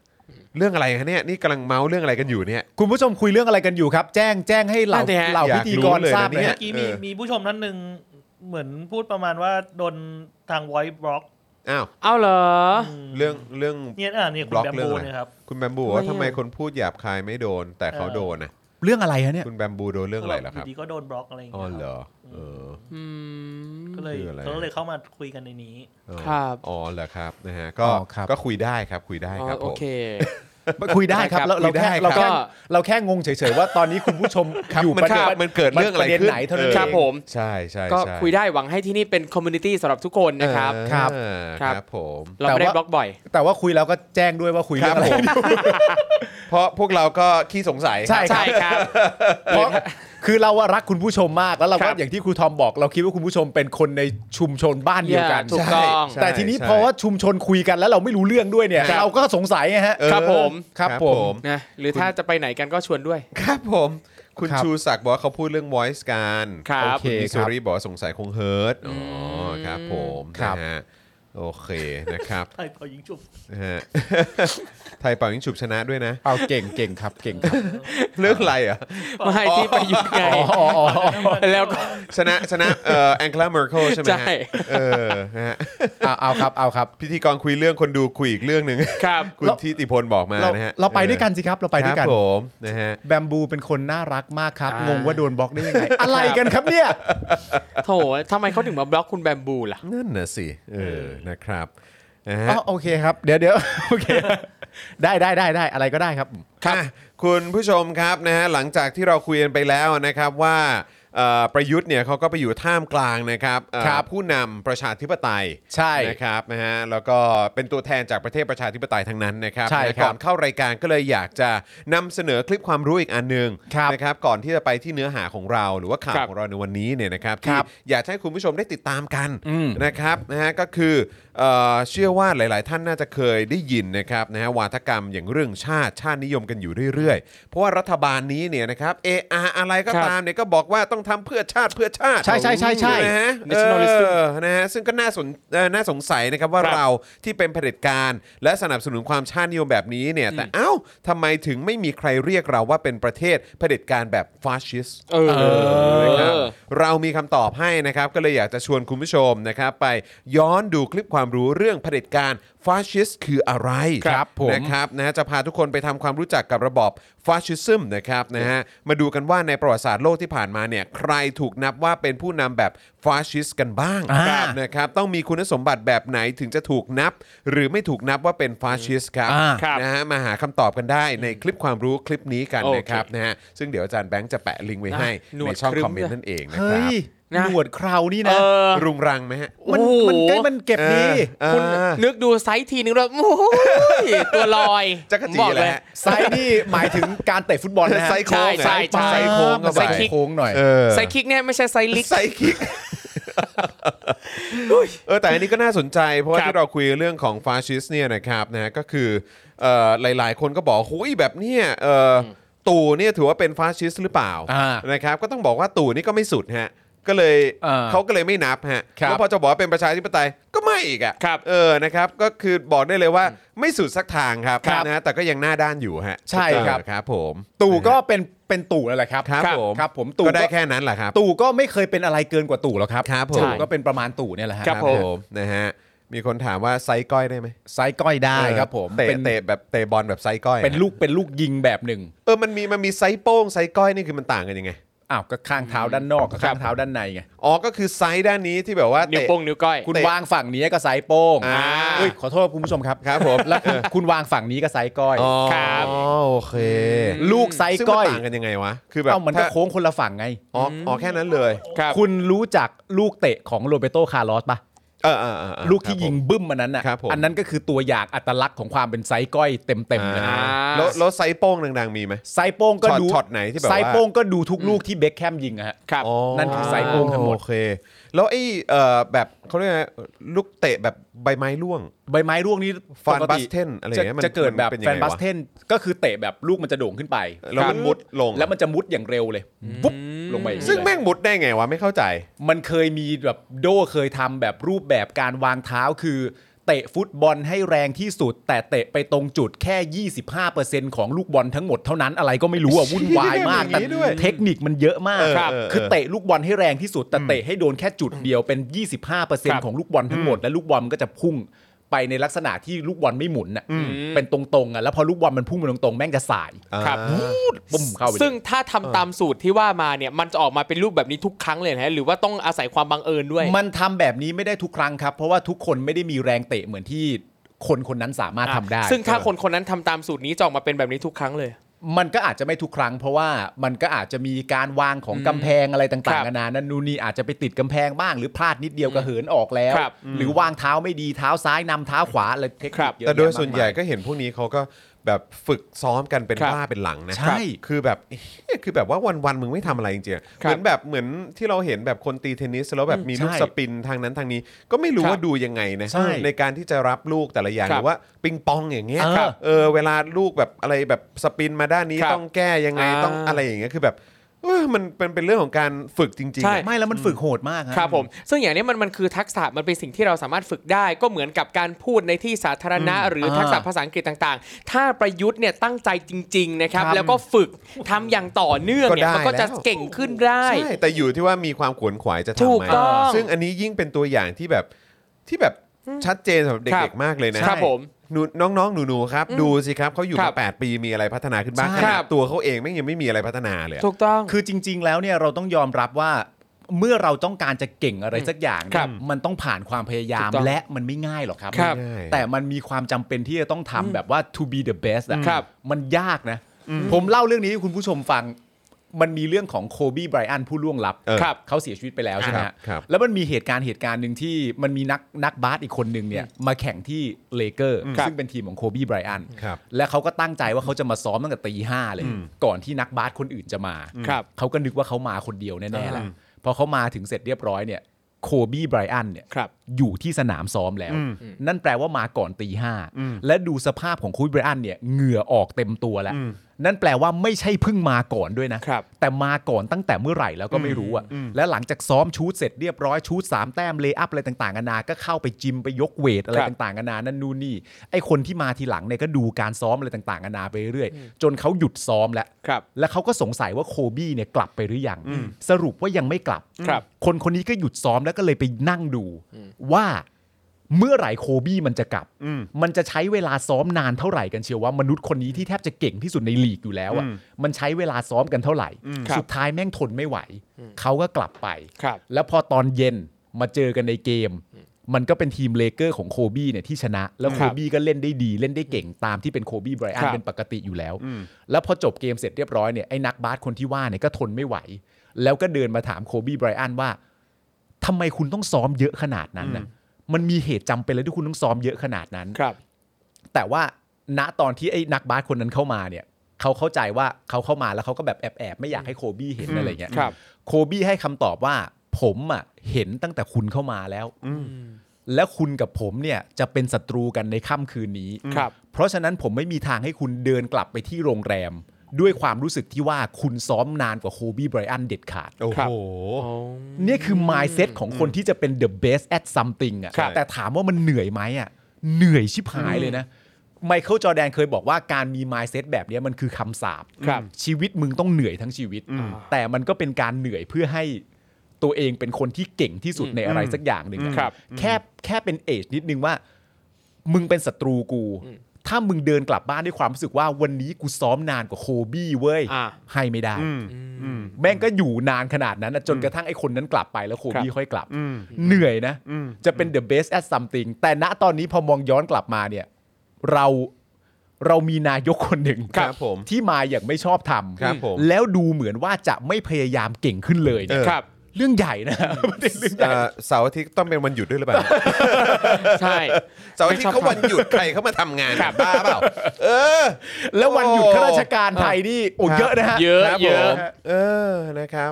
เรื่องอะไรฮะเนี่ย นี่กำลังเมาส์เรื่องอะไรกันอยู่เนี่ย คุณผู้ชมคุยเรื่องอะไรกันอยู่ครับ แจ้งแจ้งให้เหล่า นั่นสิฮะ เหล่า อยา พิ ก ธีกร รู้เลย ทราบ นะ นะ เนี่ยฮะเมื่อกี้มี เออ มีผู้ชมนั่นหนึ่งเหมือนพูดประมาณว่าโดนทางไวท์บล็อก อ้าว เอาเหรอ เรื่องเรื่อง เนี่ยอ่ะเนี่ยคุ บ ณ ล็อก แบม เรื่อง บู อะไร นะครับ คุณแบมบูบอกว่า ไม่ ทำไมคนพูดหยาบคายไม่โดน แต่เขาโดนนะ เรื่องอะไรฮะเนี่ย คุณแบมบูโดนเรื่องอะไรเหรอครับ ยู่ดีก็โดนบล็อกอะไรอย่าง อ๋อ เงี้ย เหร ครับ อเออ อืม ก็เลย คืออะไร เขาเลยเข้ามาคุยกันในนี้ อ๋อ ครับ อ๋อเหรอครับนะฮะก็ อ๋อครับ ก็คุยได้ครับคุยได้ อ๋ ครับ อ ผ โอ ม เค คุยได้ครับเราเราคุยแค่ได้ครับ เราแค่ ก็ เราแค่งงเฉยๆว่าตอนนี้คุณผู้ชม ครับ อยู่ มัน ประคเด็นรับ ว่า มันเกิดเรื่องอะไร ประเด็น ขึ้น ไหนเท่านั้น อ เอง ครับผม ใช่ใช่ ก็ ใช่ คุยได้หวังให้ที่นี่เป็นคอมมูนิตี้สำหรับทุกคนนะครับ เออ ครับ ครับผม เราไม่ได้ แต่ว่า บล็อกบ่อย แต่ว่าคุยแล้วก็แจ้งด้วยว่าคุย ค เรื่ รั อบ งอะไร ผมเพราะพวกเราก็ขี้สงสัย ใช่ ใช่ครับ เพราะคือเราอะรักคุณผู้ชมมากแล้วเรา ค ก็ รับ อย่างที่ครูทอมบอก เราคิดว่าคุณผู้ชมเป็นคนในชุมชนบ้านเดียวกัน ถูก ใช่ ต้อง ใช่ แต่ทีนี้ ใช่ พอว่าชุมชนคุยกันแล้วเราไม่รู้เรื่องด้วยเนี่ย ครับ เราก็สงสัยไงฮะ เออ ครับผม ครับผม นะหรือถ้าจะไปไหนกันก็ชวนด้วย ครับผม คุณ ครับ ชูศักดิ์บอกว่าเขาพูดเรื่อง voice การ ครับ โอเค โอเค มิสซูรีบอกว่าสงสัยคงเฮิร์ตอ๋ออครับผม ครับ นะฮะโอเคนะครับ ไทยพอยิงจุบ นะฮะ ไทยเป่ายิงฉุบชนะด้วย นะ เอาเก่งเก่งครับเก่งครับ เรื่องอะไรอ่ะ มาให้ที่ประยุทธ์ไง อ๋ออ๋ออ๋อ แล้วก็ ชนะชนะเอ่อแองเกลาเมอร์เคิลใช่ไหม ใช่ ฮะเออนะฮะ เอาเอาครับเอาครับ พิธีกรคุยเรื่องคนดูคุยอีกเรื่องหนึ่ง ครับ คุณ เรา ทิติพลบอกมา เรา นะฮะ เราไปด้วยกันสิครับเราไปด้วยกัน ครับผมนะฮะ แบมบูเป็นคนน่ารักมากครับ อ่าง ง งว่าโดนบล็อกได้ยังไง อะไรกันครับเนี่ย โถทำไมเขาถึงมาบล็อกคุณแบมบูล่ะ นั่นน่ะสิ เออนะครับนะ อ๋ ฮะ อโอเคครับ เดี๋ยวเดี๋ยวโอเค ได้ได้ได้ได้อะไรก็ได้ครับ อ่ะคุณผู้ชมครับนะฮะหลังจากที่เราคุยกันไปแล้วนะครับว่าเอ่อประยุทธ์เนี่ยเขาก็ไปอยู่ท่ามกลางนะครับเอ่อ ครับ ผู้นำประชาธิปไตย ใช่ นะครับนะฮะแล้วก็เป็นตัวแทนจากประเทศประชาธิปไตยทั้งนั้นนะครับ ใช่ครับ ก่อนเข้ารายการก็เลยอยากจะนำเสนอคลิปความรู้อีกอันหนึง ครับ นะครับก่อนที่จะไปที่เนื้อหาของเรา หรือว่าข่าว ครับ ของเราในวันนี้เนี่ยนะครับ ค ที่ รับ อยากจะให้คุณผู้ชมได้ติดตามกัน อืม นะครับนะฮะก็คือเอ่อเชื่อว่าหลาย ๆ ท่านน่าจะเคยได้ยินนะครับนะฮะวาทกรรมอย่างเรื่องชาติชาตินิยมกันอยู่เรื่อย ๆ เพราะว่ารัฐบาลนี้เนี่ยนะครับเออาอะไรก็ตามเนี่ยก็บอกว่าต้องทำเพื่อชาติเพื่อชาติ ใช่ใช่ใช่ใช่ นะฮะ Nationalism เออนะฮะซึ่งก็น่าสนเอ่อน่าสงสัยนะครับว่า ครับ เราที่เป็นเผด็จการ และสนับสนุนความชาตินิยมแบบนี้เนี่ย แต่เอ้าทำไมถึงไม่มีใครเรียกเราว่าเป็นประเทศเผด็จการแบบฟาสชิสต์ เออ นะครับเรามีคำตอบให้นะครับ ก็เลยอยากจะชวนคุณผู้ชมนะครับ ไปย้อนดูคลิปความรู้เรื่องเผด็จการฟาสชิสต์คืออะไร ครับผม นะครับนะฮะจะพาทุกคนไปทำความรู้จักกับระบอบฟาสชิซึมนะครับนะฮะมาดูกันว่าในประวัติศาสตร์โลกที่ผ่านมาเนี่ยใครถูกนับว่าเป็นผู้นำแบบฟาสชิสต์กันบ้าง อ่า ครับนะครับต้องมีคุณสมบัติแบบไหนถึงจะถูกนับ หรือไม่ถูกนับว่าเป็นฟาสชิสต์ครับ อ่า ครับ นะฮะมาหาคำตอบกันได้ในคลิปความรู้คลิปนี้กัน โอเค นะครับนะฮะซึ่งเดี๋ยวอาจารย์แบงค์จะแปะลิงก์ไว้ นะ ให้ หนว ใน ด ช่อง ครึ้ม คอมเมน ด้วย ต์นั่นเองนะค เฮ้ รับยนะ หนวดเคราวนี่นะ เออ รุงรังไหมฮะ มัน โอ้โห มันใกล้มันเก็บดี เออ คุณ เออ นึกดูไซส์ทีนึงแล้วโอ้ยตัวลอย จักรจี บอก แห เลย ละ ไซส์นี่หมายถึงการเตะฟุตบอลนะฮะ ไซส์โค้ง ใช่ ไ ใช่ ซ ใช่ ส์โค้งเข้า ไซ ไป ส์โค้งหน่อย เออ ไซส์คิกเนี่ยไม่ใช่ไซส์ลิก ไซคิ กเออแต่อันนี้ก็น่าสนใจ เพราะว่า ครับ ที่เราคุยเรื่องของฟาชิสต์เนี่ยนะครับนะก็คือเอ่อหลาย ๆ คนก็บอกหุยแบบเนี้ยเอ่ออตู่เนี่ยถือว่าเป็นฟาชิสต์หรือเปล่า อ่า นะครับก็ต้องบอกว่าตู่นี่ก็ไม่สุดฮะก็เลย อ่า เขาก็เลยไม่นับฮะ ครับ แล้วพอจะบอกว่าเป็นประชาธิปไตยก็ไม่อีกอ่ะ ครับ เออนะครับก็คือบอกได้เลยว่าไม่สุดสักทางครับ ครับ นะฮะแต่ก็ยังหน้าด้านอยู่ฮะ ใช่ครับ เออครับผม ตู่ก็เป็นเป็นตู่นั่นแหละครับ ครับผม ครับผมตู่ ก็ได้ ก็ แค่นั้นแหละครับ ตู่ก็ไม่เคยเป็นอะไรเกินกว่าตู่หรอกครับ ครับผม ตู่ก็เป็นประมาณตู่เนี่ยแหละฮะ ครับผม นะฮะมีคนถามว่าไซส์ก้อยได้ไหม ไซส์ก้อยได้ครับผม เตะ เป็น เตะแบบเตะบอลแบบไซส์ก้อย เป็นลูกเป็นลูกยิงแบบหนึ่ง เออมันมีมันมีไซส์โป้งไซส์ก้อยนี่คือมันต่างกันยังไง อ้าวก็ข้างเท้าด้านนอกกับข้างเท้าด้านในไง อ๋อก็คือไซส์ด้านนี้ที่แบบว่า นิ้ว เตะ โป้งนิ้วก้อย คุณ เตะ วางฝั่งนี้ก็ไซส์โป้ง อ่า เอ้ยขอโทษครับคุณผู้ชมครับ ครับผม แล้วคุณคุณวางฝั่งนี้ก็ไซส์ก้อย อ๋อ ครับ โอเค ลูกไซส์ ซึ่ง ก้อย มันต่างกันยังไงวะคือแบบ เอ้ามันก็ ถ้า โค้งคนละฝั่งไง อ๋ออ๋อแค่นั้นเลย ครับ คุณรู้จักลูกเตะของโรเบโตคาร์ลอสปะ เออเออเออเออ ลูกที่ ครับผม ยิงบึ้มมันนั้นอ่ะ ครับผม อันนั้นก็คือตัวอย่างอัตลักษณ์ของความเป็นไซส์ก้อยเต็มๆเลย อ่า นะ แล้วแล้วไซส์โป้งดังๆมีไหม ไซโป้งก็ ช็อต ดู ช็อตไหนที่แบบว่า ไซโป้งก็ดูทุกลูกที่เบคแคมยิงอะฮะ ครับ อ๋อ นั่นคือไซส์โป้งทั้งหมด โอเค แล้วไอ้เอ่อแบบเขาเรียกไงลูกเตะแบบใบไม้ร่วง ใบไม้ร่วงนี้ ฟาน ปก บัสเทนอะไรอย่างเงี้ยมัน จะเกิดแบบ มันเป็นยัง แฟ ไง น วะ บัสเทนก็คือเตะแบบลูกมันจะโด่งขึ้นไป แล้วมันมุดลง แล้วมันจะมุดอย่างเร็วเลยปุ๊บลงไปอย่างนี้ ซึ่ง เลย แม่งมุดได้ไงวะไม่เข้าใจ มันเคยมีแบบโดเคยทำแบบรูปแบบการวางเท้าคือเตะฟุตบอลให้แรงที่สุด แต่เตะไปตรงจุดแค่ 25%ของลูกบอลทั้งหมดเท่านั้นอะไรก็ไม่รู้อะวุ่นวายมาก เชี่ยอย่างแต่นี้ด้วย เทคนิคมันเยอะมาก ครับ เ คือเตะลูกบอลให้แรงที่สุด แต่เตะให้โดนแค่จุดเดียวเป็น ครับ 25%ของลูกบอลทั้งหมด และลูกบอลมันก็จะพุ่งไปในลักษณะที่ลูกบอลไม่หมุนน่ะเป็นตรงๆอ่ะแล้วพอลูกบอลมันพุ่งมาตรงๆแม่งจะสาย อ่า ครับ ปุ๊บปุ้มเข้าไป ซึ่ง เลย ถ้าทำตามสูตรที่ว่ามาเนี่ย มันจะออกมาเป็นรูปแบบนี้ทุกครั้งเลยนะฮะหรือว่าต้องอาศัยความบังเอิญด้วย มันทำแบบนี้ไม่ได้ทุกครั้งครับ เพราะว่าทุกคนไม่ได้มีแรงเตะเหมือนที่ คนคนนั้นสามารถทำได้ ซึ่งถ้าคนคนนั้นทำตามสูตรนี้จะออกมาเป็นแบบนี้ทุกครั้งเลย มันก็อาจจะไม่ทุกครั้ง เพราะว่ามันก็อาจจะมีการวางของกำแพงอะไร ครั ต่าง บ ๆนานานั่นนู่นนี่อาจจะไปติดกำแพงบ้าง หรือพลาดนิดเดียวก็เหินออกแล้ว ครับ หรือวางเท้าไม่ดีเท้าซ้ายนำเท้าขวาอะไรเทค ครั นิ บ คเยอะ แต่โดย แะมากมาย ส่วนใหญ่ก็เห็นพวกนี้เขาก็แบบฝึกซ้อมกันเป็น ครับ บ้าเป็นหลังนะ ใช่ คือแบบ เหี้ยคือแบบว่าวันๆมึงไม่ทำอะไรจริงๆอะ ค เหมืรับอนแบบเหมือนที่เราเห็นแบบคนตีเทนนิสแล้วแบบมีลูกสปินทางนั้นทางนี้ ก็ไม่รู้ ครับ ว่าดูยังไงนะ ใช่ ในการที่จะรับลูกแต่ละอย่าง ครั ห บ รือว่าปิงปองอย่างเงี้ย เออ ครับเออเวลาลูกแบบอะไรแบบสปินมาด้านนี้ ครับ ต้องแก้ยังไง อ่า ต้องอะไรอย่างเงี้ยคือแบบเออมันเป็นเป็นเรื่องของการฝึกจริงๆ ใช่ อะ ไม่แล้วมันฝึกโหดมากฮะ ครับผม ซึ่งอย่างเนี้ยมันมันคือทักษะมันเป็นสิ่งที่เราสามารถฝึกได้ ก็เหมือนกับการพูดในที่สาธารณะ หรือทักษะ อ่า ภาษาอังกฤษต่างๆ ถ้าประยุทธ์เนี่ยตั้งใจจริง ๆ นะครับ ครับ แล้วก็ฝึกทำอย่างต่อเนื่องเนี่ย ก็ได้ มันก็จะ แล้ว เก่งขึ้นได้ ใช่แต่อยู่ที่ว่ามีความขวนขวายจะทำ ถูก ไหม ต้อง ซึ่งอันนี้ยิ่งเป็นตัวอย่างที่แบบที่แบบชัดเจนสำหรับ ครั เด็ก บ ๆมากเลยนะ ครับผม หนูน้องๆ หนูๆครับ ดูสิครับเขาอยู่ ครั มา บ แปดปีมีอะไรพัฒนาขึ้นบ้าง ใช่ ขนา คดรับ ตัวเขาเองไม่งยังไม่มีอะไรพัฒนาเลยอะ ถูกต้อง คือจริง ๆ แล้วเนี่ยเราต้องยอมรับว่าเมื่อเราต้องการจะเก่งอะไรสักอย่าง ค เนี่ รับ ยมันต้องผ่านความพยายาม ถูกต้อง และมันไม่ง่ายหรอกครับ ครับ ไม่ง่าย แต่มันมีความจำเป็นที่จะต้องทำแบบว่า to be the best อะ ครับ มันยากนะ ผมเล่าเรื่องนี้ให้คุณผู้ชมฟัง มันมีเรื่องของโคบีไบรอันผู้ล่วงลับ เออ ครับ เขาเสียชีวิตไปแล้วใช่ไหม ครับฮะครับ แล้วมันมีเหตุการณ์เหตุการณ์หนึ่งที่มันมีนักนักบาสอีกคนหนึ่งเนี่ยมาแข่งที่เลเกอร์ ครับ ซึ่งเป็นทีมของโคบีไบรอัน ครับ และเขาก็ตั้งใจว่าเขาจะมาซ้อมตั้งแต่ตีห้าเลย ก่อนที่นักบาสคนอื่นจะมา ครับ เขาก็นึกว่าเขามาคนเดียวแน่ๆแหละ อืม พอเขามาถึงเสร็จเรียบร้อยเนี่ยโคบี้ไบรอันเนี่ย ครับ อยู่ที่สนามซ้อมแล้ว นั่นแปลว่ามาก่อนตีห้าและดูสภาพของโคบี้ไบรอันเนี่ยเหงื่อออกเต็มตัวแล้ว นั่นแปลว่าไม่ใช่เพิ่งมาก่อนด้วยนะ ครับ แต่มาก่อนตั้งแต่เมื่อไหร่แล้วก็ไม่รู้อะและหลังจากซ้อมชูดเสร็จเรียบร้อยชูดสามแต้มเลย์อัพอะไรต่างๆนานาก็เข้าไปจิมไปยกเวทอะไร ครับ ต่างๆนานานั่นนู่นนี่ไอคนที่มาทีหลังเนี่ยก็ดูการซ้อมอะไรต่างๆนานาไปเรื่อยจนเขาหยุดซ้อมแล้ว ครับ แล้วเขาก็สงสัยว่าโคบี้เนี่ยกลับไปหรือยังสรุปว่ายังไม่กลับ ครับ คนคนนี้ก็หยุดซ้อมแล้วก็เลยไปนั่งดู ว่าเมื่อไหร่โคบี้มันจะกลับ มันจะใช้เวลาซ้อมนานเท่าไหร่กันเชียวว่ามนุษย์คนนี้ที่แทบจะเก่งที่สุดในลีกอยู่แล้วอ่ะมันใช้เวลาซ้อมกันเท่าไหร่ ครับ สุดท้ายแม่งทนไม่ไหว เขาก็กลับไป ครับ แล้วพอตอนเย็นมาเจอกันในเกม มันก็เป็นทีมเลเกอร์ของโคบี้เนี่ยที่ชนะ แล้วโคบี้ก็เล่นได้ดีเล่นได้เก่งตามที่เป็นโคบี้ไบรอัน ครับ เป็นปกติอยู่แล้ว แล้วพอจบเกมเสร็จเรียบร้อยเนี่ยไอ้นักบาสคนที่ว่าเนี่ยก็ทนไม่ไหว แล้วก็เดินมาถามโคบี้ไบรอันว่าทำไมคุณต้องซ้อมเยอะขนาดนั้นนะมันมีเหตุจำเป็นเลยที่คุณต้องซ้อมเยอะขนาดนั้น ครับ แต่ว่าณตอนที่ไอ้นักบาสคนนั้นเข้ามาเนี่ยเขาเข้าใจว่าเขาเข้ามาแล้วเขาก็แบบแอบๆไม่อยากให้โคบี้เห็นอะไรเงี้ย ครับ โคบี้ให้คำตอบว่า ผมอ่ะเห็นตั้งแต่คุณเข้ามาแล้ว และคุณกับผมเนี่ยจะเป็นศัตรูกันในค่ำคืนนี้ ครับ เพราะฉะนั้นผมไม่มีทางให้คุณเดินกลับไปที่โรงแรม ด้วยความรู้สึกที่ว่าคุณซ้อมนานกว่าโคบี้ไบรอันเด็ดขาด โอ้โห ครับ เนี่ยคือ mindset ของคนที่จะเป็น the best at something ครั อะ่ะ บ แต่ถามว่ามันเหนื่อยไหมอะ่ะเหนื่อยชิบหายเลยนะไมเคิลจอแดนเคยบอกว่าการมี mindset แบบเนี้ยมันคือคำสาป ครับ ชีวิตมึงต้องเหนื่อยทั้งชีวิต แต่มันก็เป็นการเหนื่อยเพื่อให้ตัวเองเป็นคนที่เก่งที่สุดในอะไรสักอย่างหนึ่งอะ ครับ แค่แค่เป็นเอจนิดนึงว่า มึงเป็นศัตรูกู ถ้ามึงเดินกลับบ้านด้วยความรู้สึกว่าวันนี้กูซ้อมนานกว่าโคบี้เว้ย อ่า ให้ไม่ได้ อืมอืม แม่งก็อยู่นานขนาดนั้นนะจนกระทั่งไอ้คนนั้นกลับไปแล้วโคบี้ค่อยกลับ อืม เหนื่อยนะ จะเป็น the best at something แต่ณตอนนี้พอมองย้อนกลับมาเนี่ย เราเรามีนายกคนหนึ่ง ครับผม ที่มาอย่างไม่ชอบท ครับผม ำแล้วดูเหมือนว่าจะไม่พยายามเก่งขึ้นเลยเนี่ย ครับ เรื่องใหญ่นะ เรื่องใหญ่ เอ่อเสาร์อาทิตย์ต้องเป็นวันหยุดด้วยหรือเปล่า ใช่ เสาร์อาทิตย์เขาวันหยุดใครเขามาทำงาน ครับ บ้าเปล่า เออ แล้ววันหยุดข้าราชการไทยนี่โอ้ ครับ เยอะนะฮะ เยอะ ครับ เย ผ อะ มเออนะครับ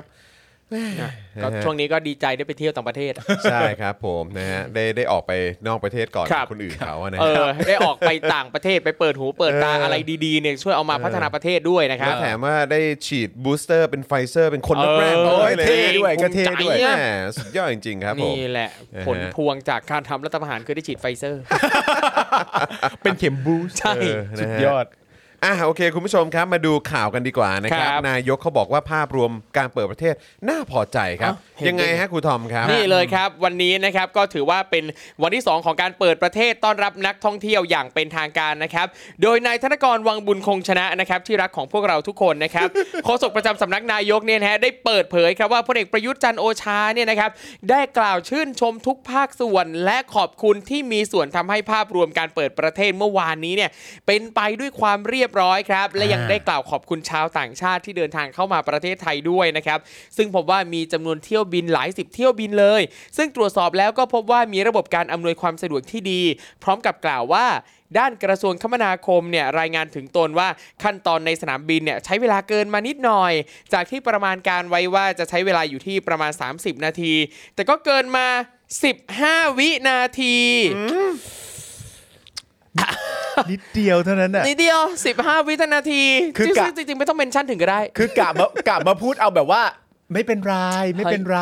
แม่ ก็ นะฮะ ช่วงนี้ก็ดีใจได้ไปเที่ยวต่างประเทศ ใช่ครับผมนะฮะได้ได้ออกไปนอกประเทศก่อน ครับ คนอื่นเขาอะนะ เอ ฮะ อ ได้ออกไปต่างประเทศไปเปิดหูเปิดตา เอออ อะไรดีๆเนี่ยช่วยเอามาพัฒนาประเทศด้วยนะครั แล้ บ วแถมว่าได้ฉีดบูสเตอร์เป็นไฟเซอร์เป็นคนแรกๆ เออ ด้วยเลย เท่ด้วย ภูมิใจ ก็เท่ด้วย แหม่สุดยอดจริงๆครับผม นี่แหละ เออ ผลพวงจากการทำรัฐประหารคือได้ฉีดไฟเซอร์ เป็นเข็มบูส ใช่ เออ สุดยอด อ่ะโอเค คุณผู้ชมครับมาดูข่าวกันดีกว่านะครับ ครับ นายกเขาบอกว่าภาพรวมการเปิดประเทศน่าพอใจครับ เอ้าเห็น ยังไงฮะครูทอมครับ นี่เลยครับวันนี้นะครับก็ถือว่าเป็นวันที่ 2 ของการเปิดประเทศต้อนรับนักท่องเที่ยวอย่างเป็นทางการนะครับโดยนายธนกรวังบุญคงชนะนะครับที่รักของพวกเราทุกคนนะครับ โฆษกประจำสำนักนายกเนี่ยนะฮะได้เปิดเผยครับว่าพลเอกประยุทธ์จันทร์โอชาเนี่ยนะครับได้กล่าวชื่นชมทุกภาคส่วน และขอบคุณที่มีส่วนทำให้ภาพรวมการเปิดประเทศเมื่อวานนี้เนี่ยเป็นไปด้วยความเรียบร้อยครับและยังได้กล่าวขอบคุณชาวต่างชาติที่เดินทางเข้ามาประเทศไทยด้วยนะครับ ซึ่งพบว่ามีจำนวนเที่ยวบินหลายสิบเที่ยวบินเลย ซึ่งตรวจสอบแล้วก็พบว่ามีระบบการอำนวยความสะดวกที่ดี พร้อมกับกล่าวว่า ด้านกระทรวงคมนาคมเนี่ยรายงานถึงตนว่าขั้นตอนในสนามบินเนี่ยใช้เวลาเกินมานิดหน่อย จากที่ประมาณการไว้ว่าจะใช้เวลาอยู่ที่ประมาณ 30 นาที แต่ก็เกินมา 15 วินาที นิดเดียวเท่านั้นน่ะ นิดเดียว 15 วินาที คือ จริ กะ งๆจริงๆไม่ต้องเมนชั่นถึงก็ได้ คือกะมากะมาพูดเอาแบบว่า ไม่เป็นไรไม่เป็นไร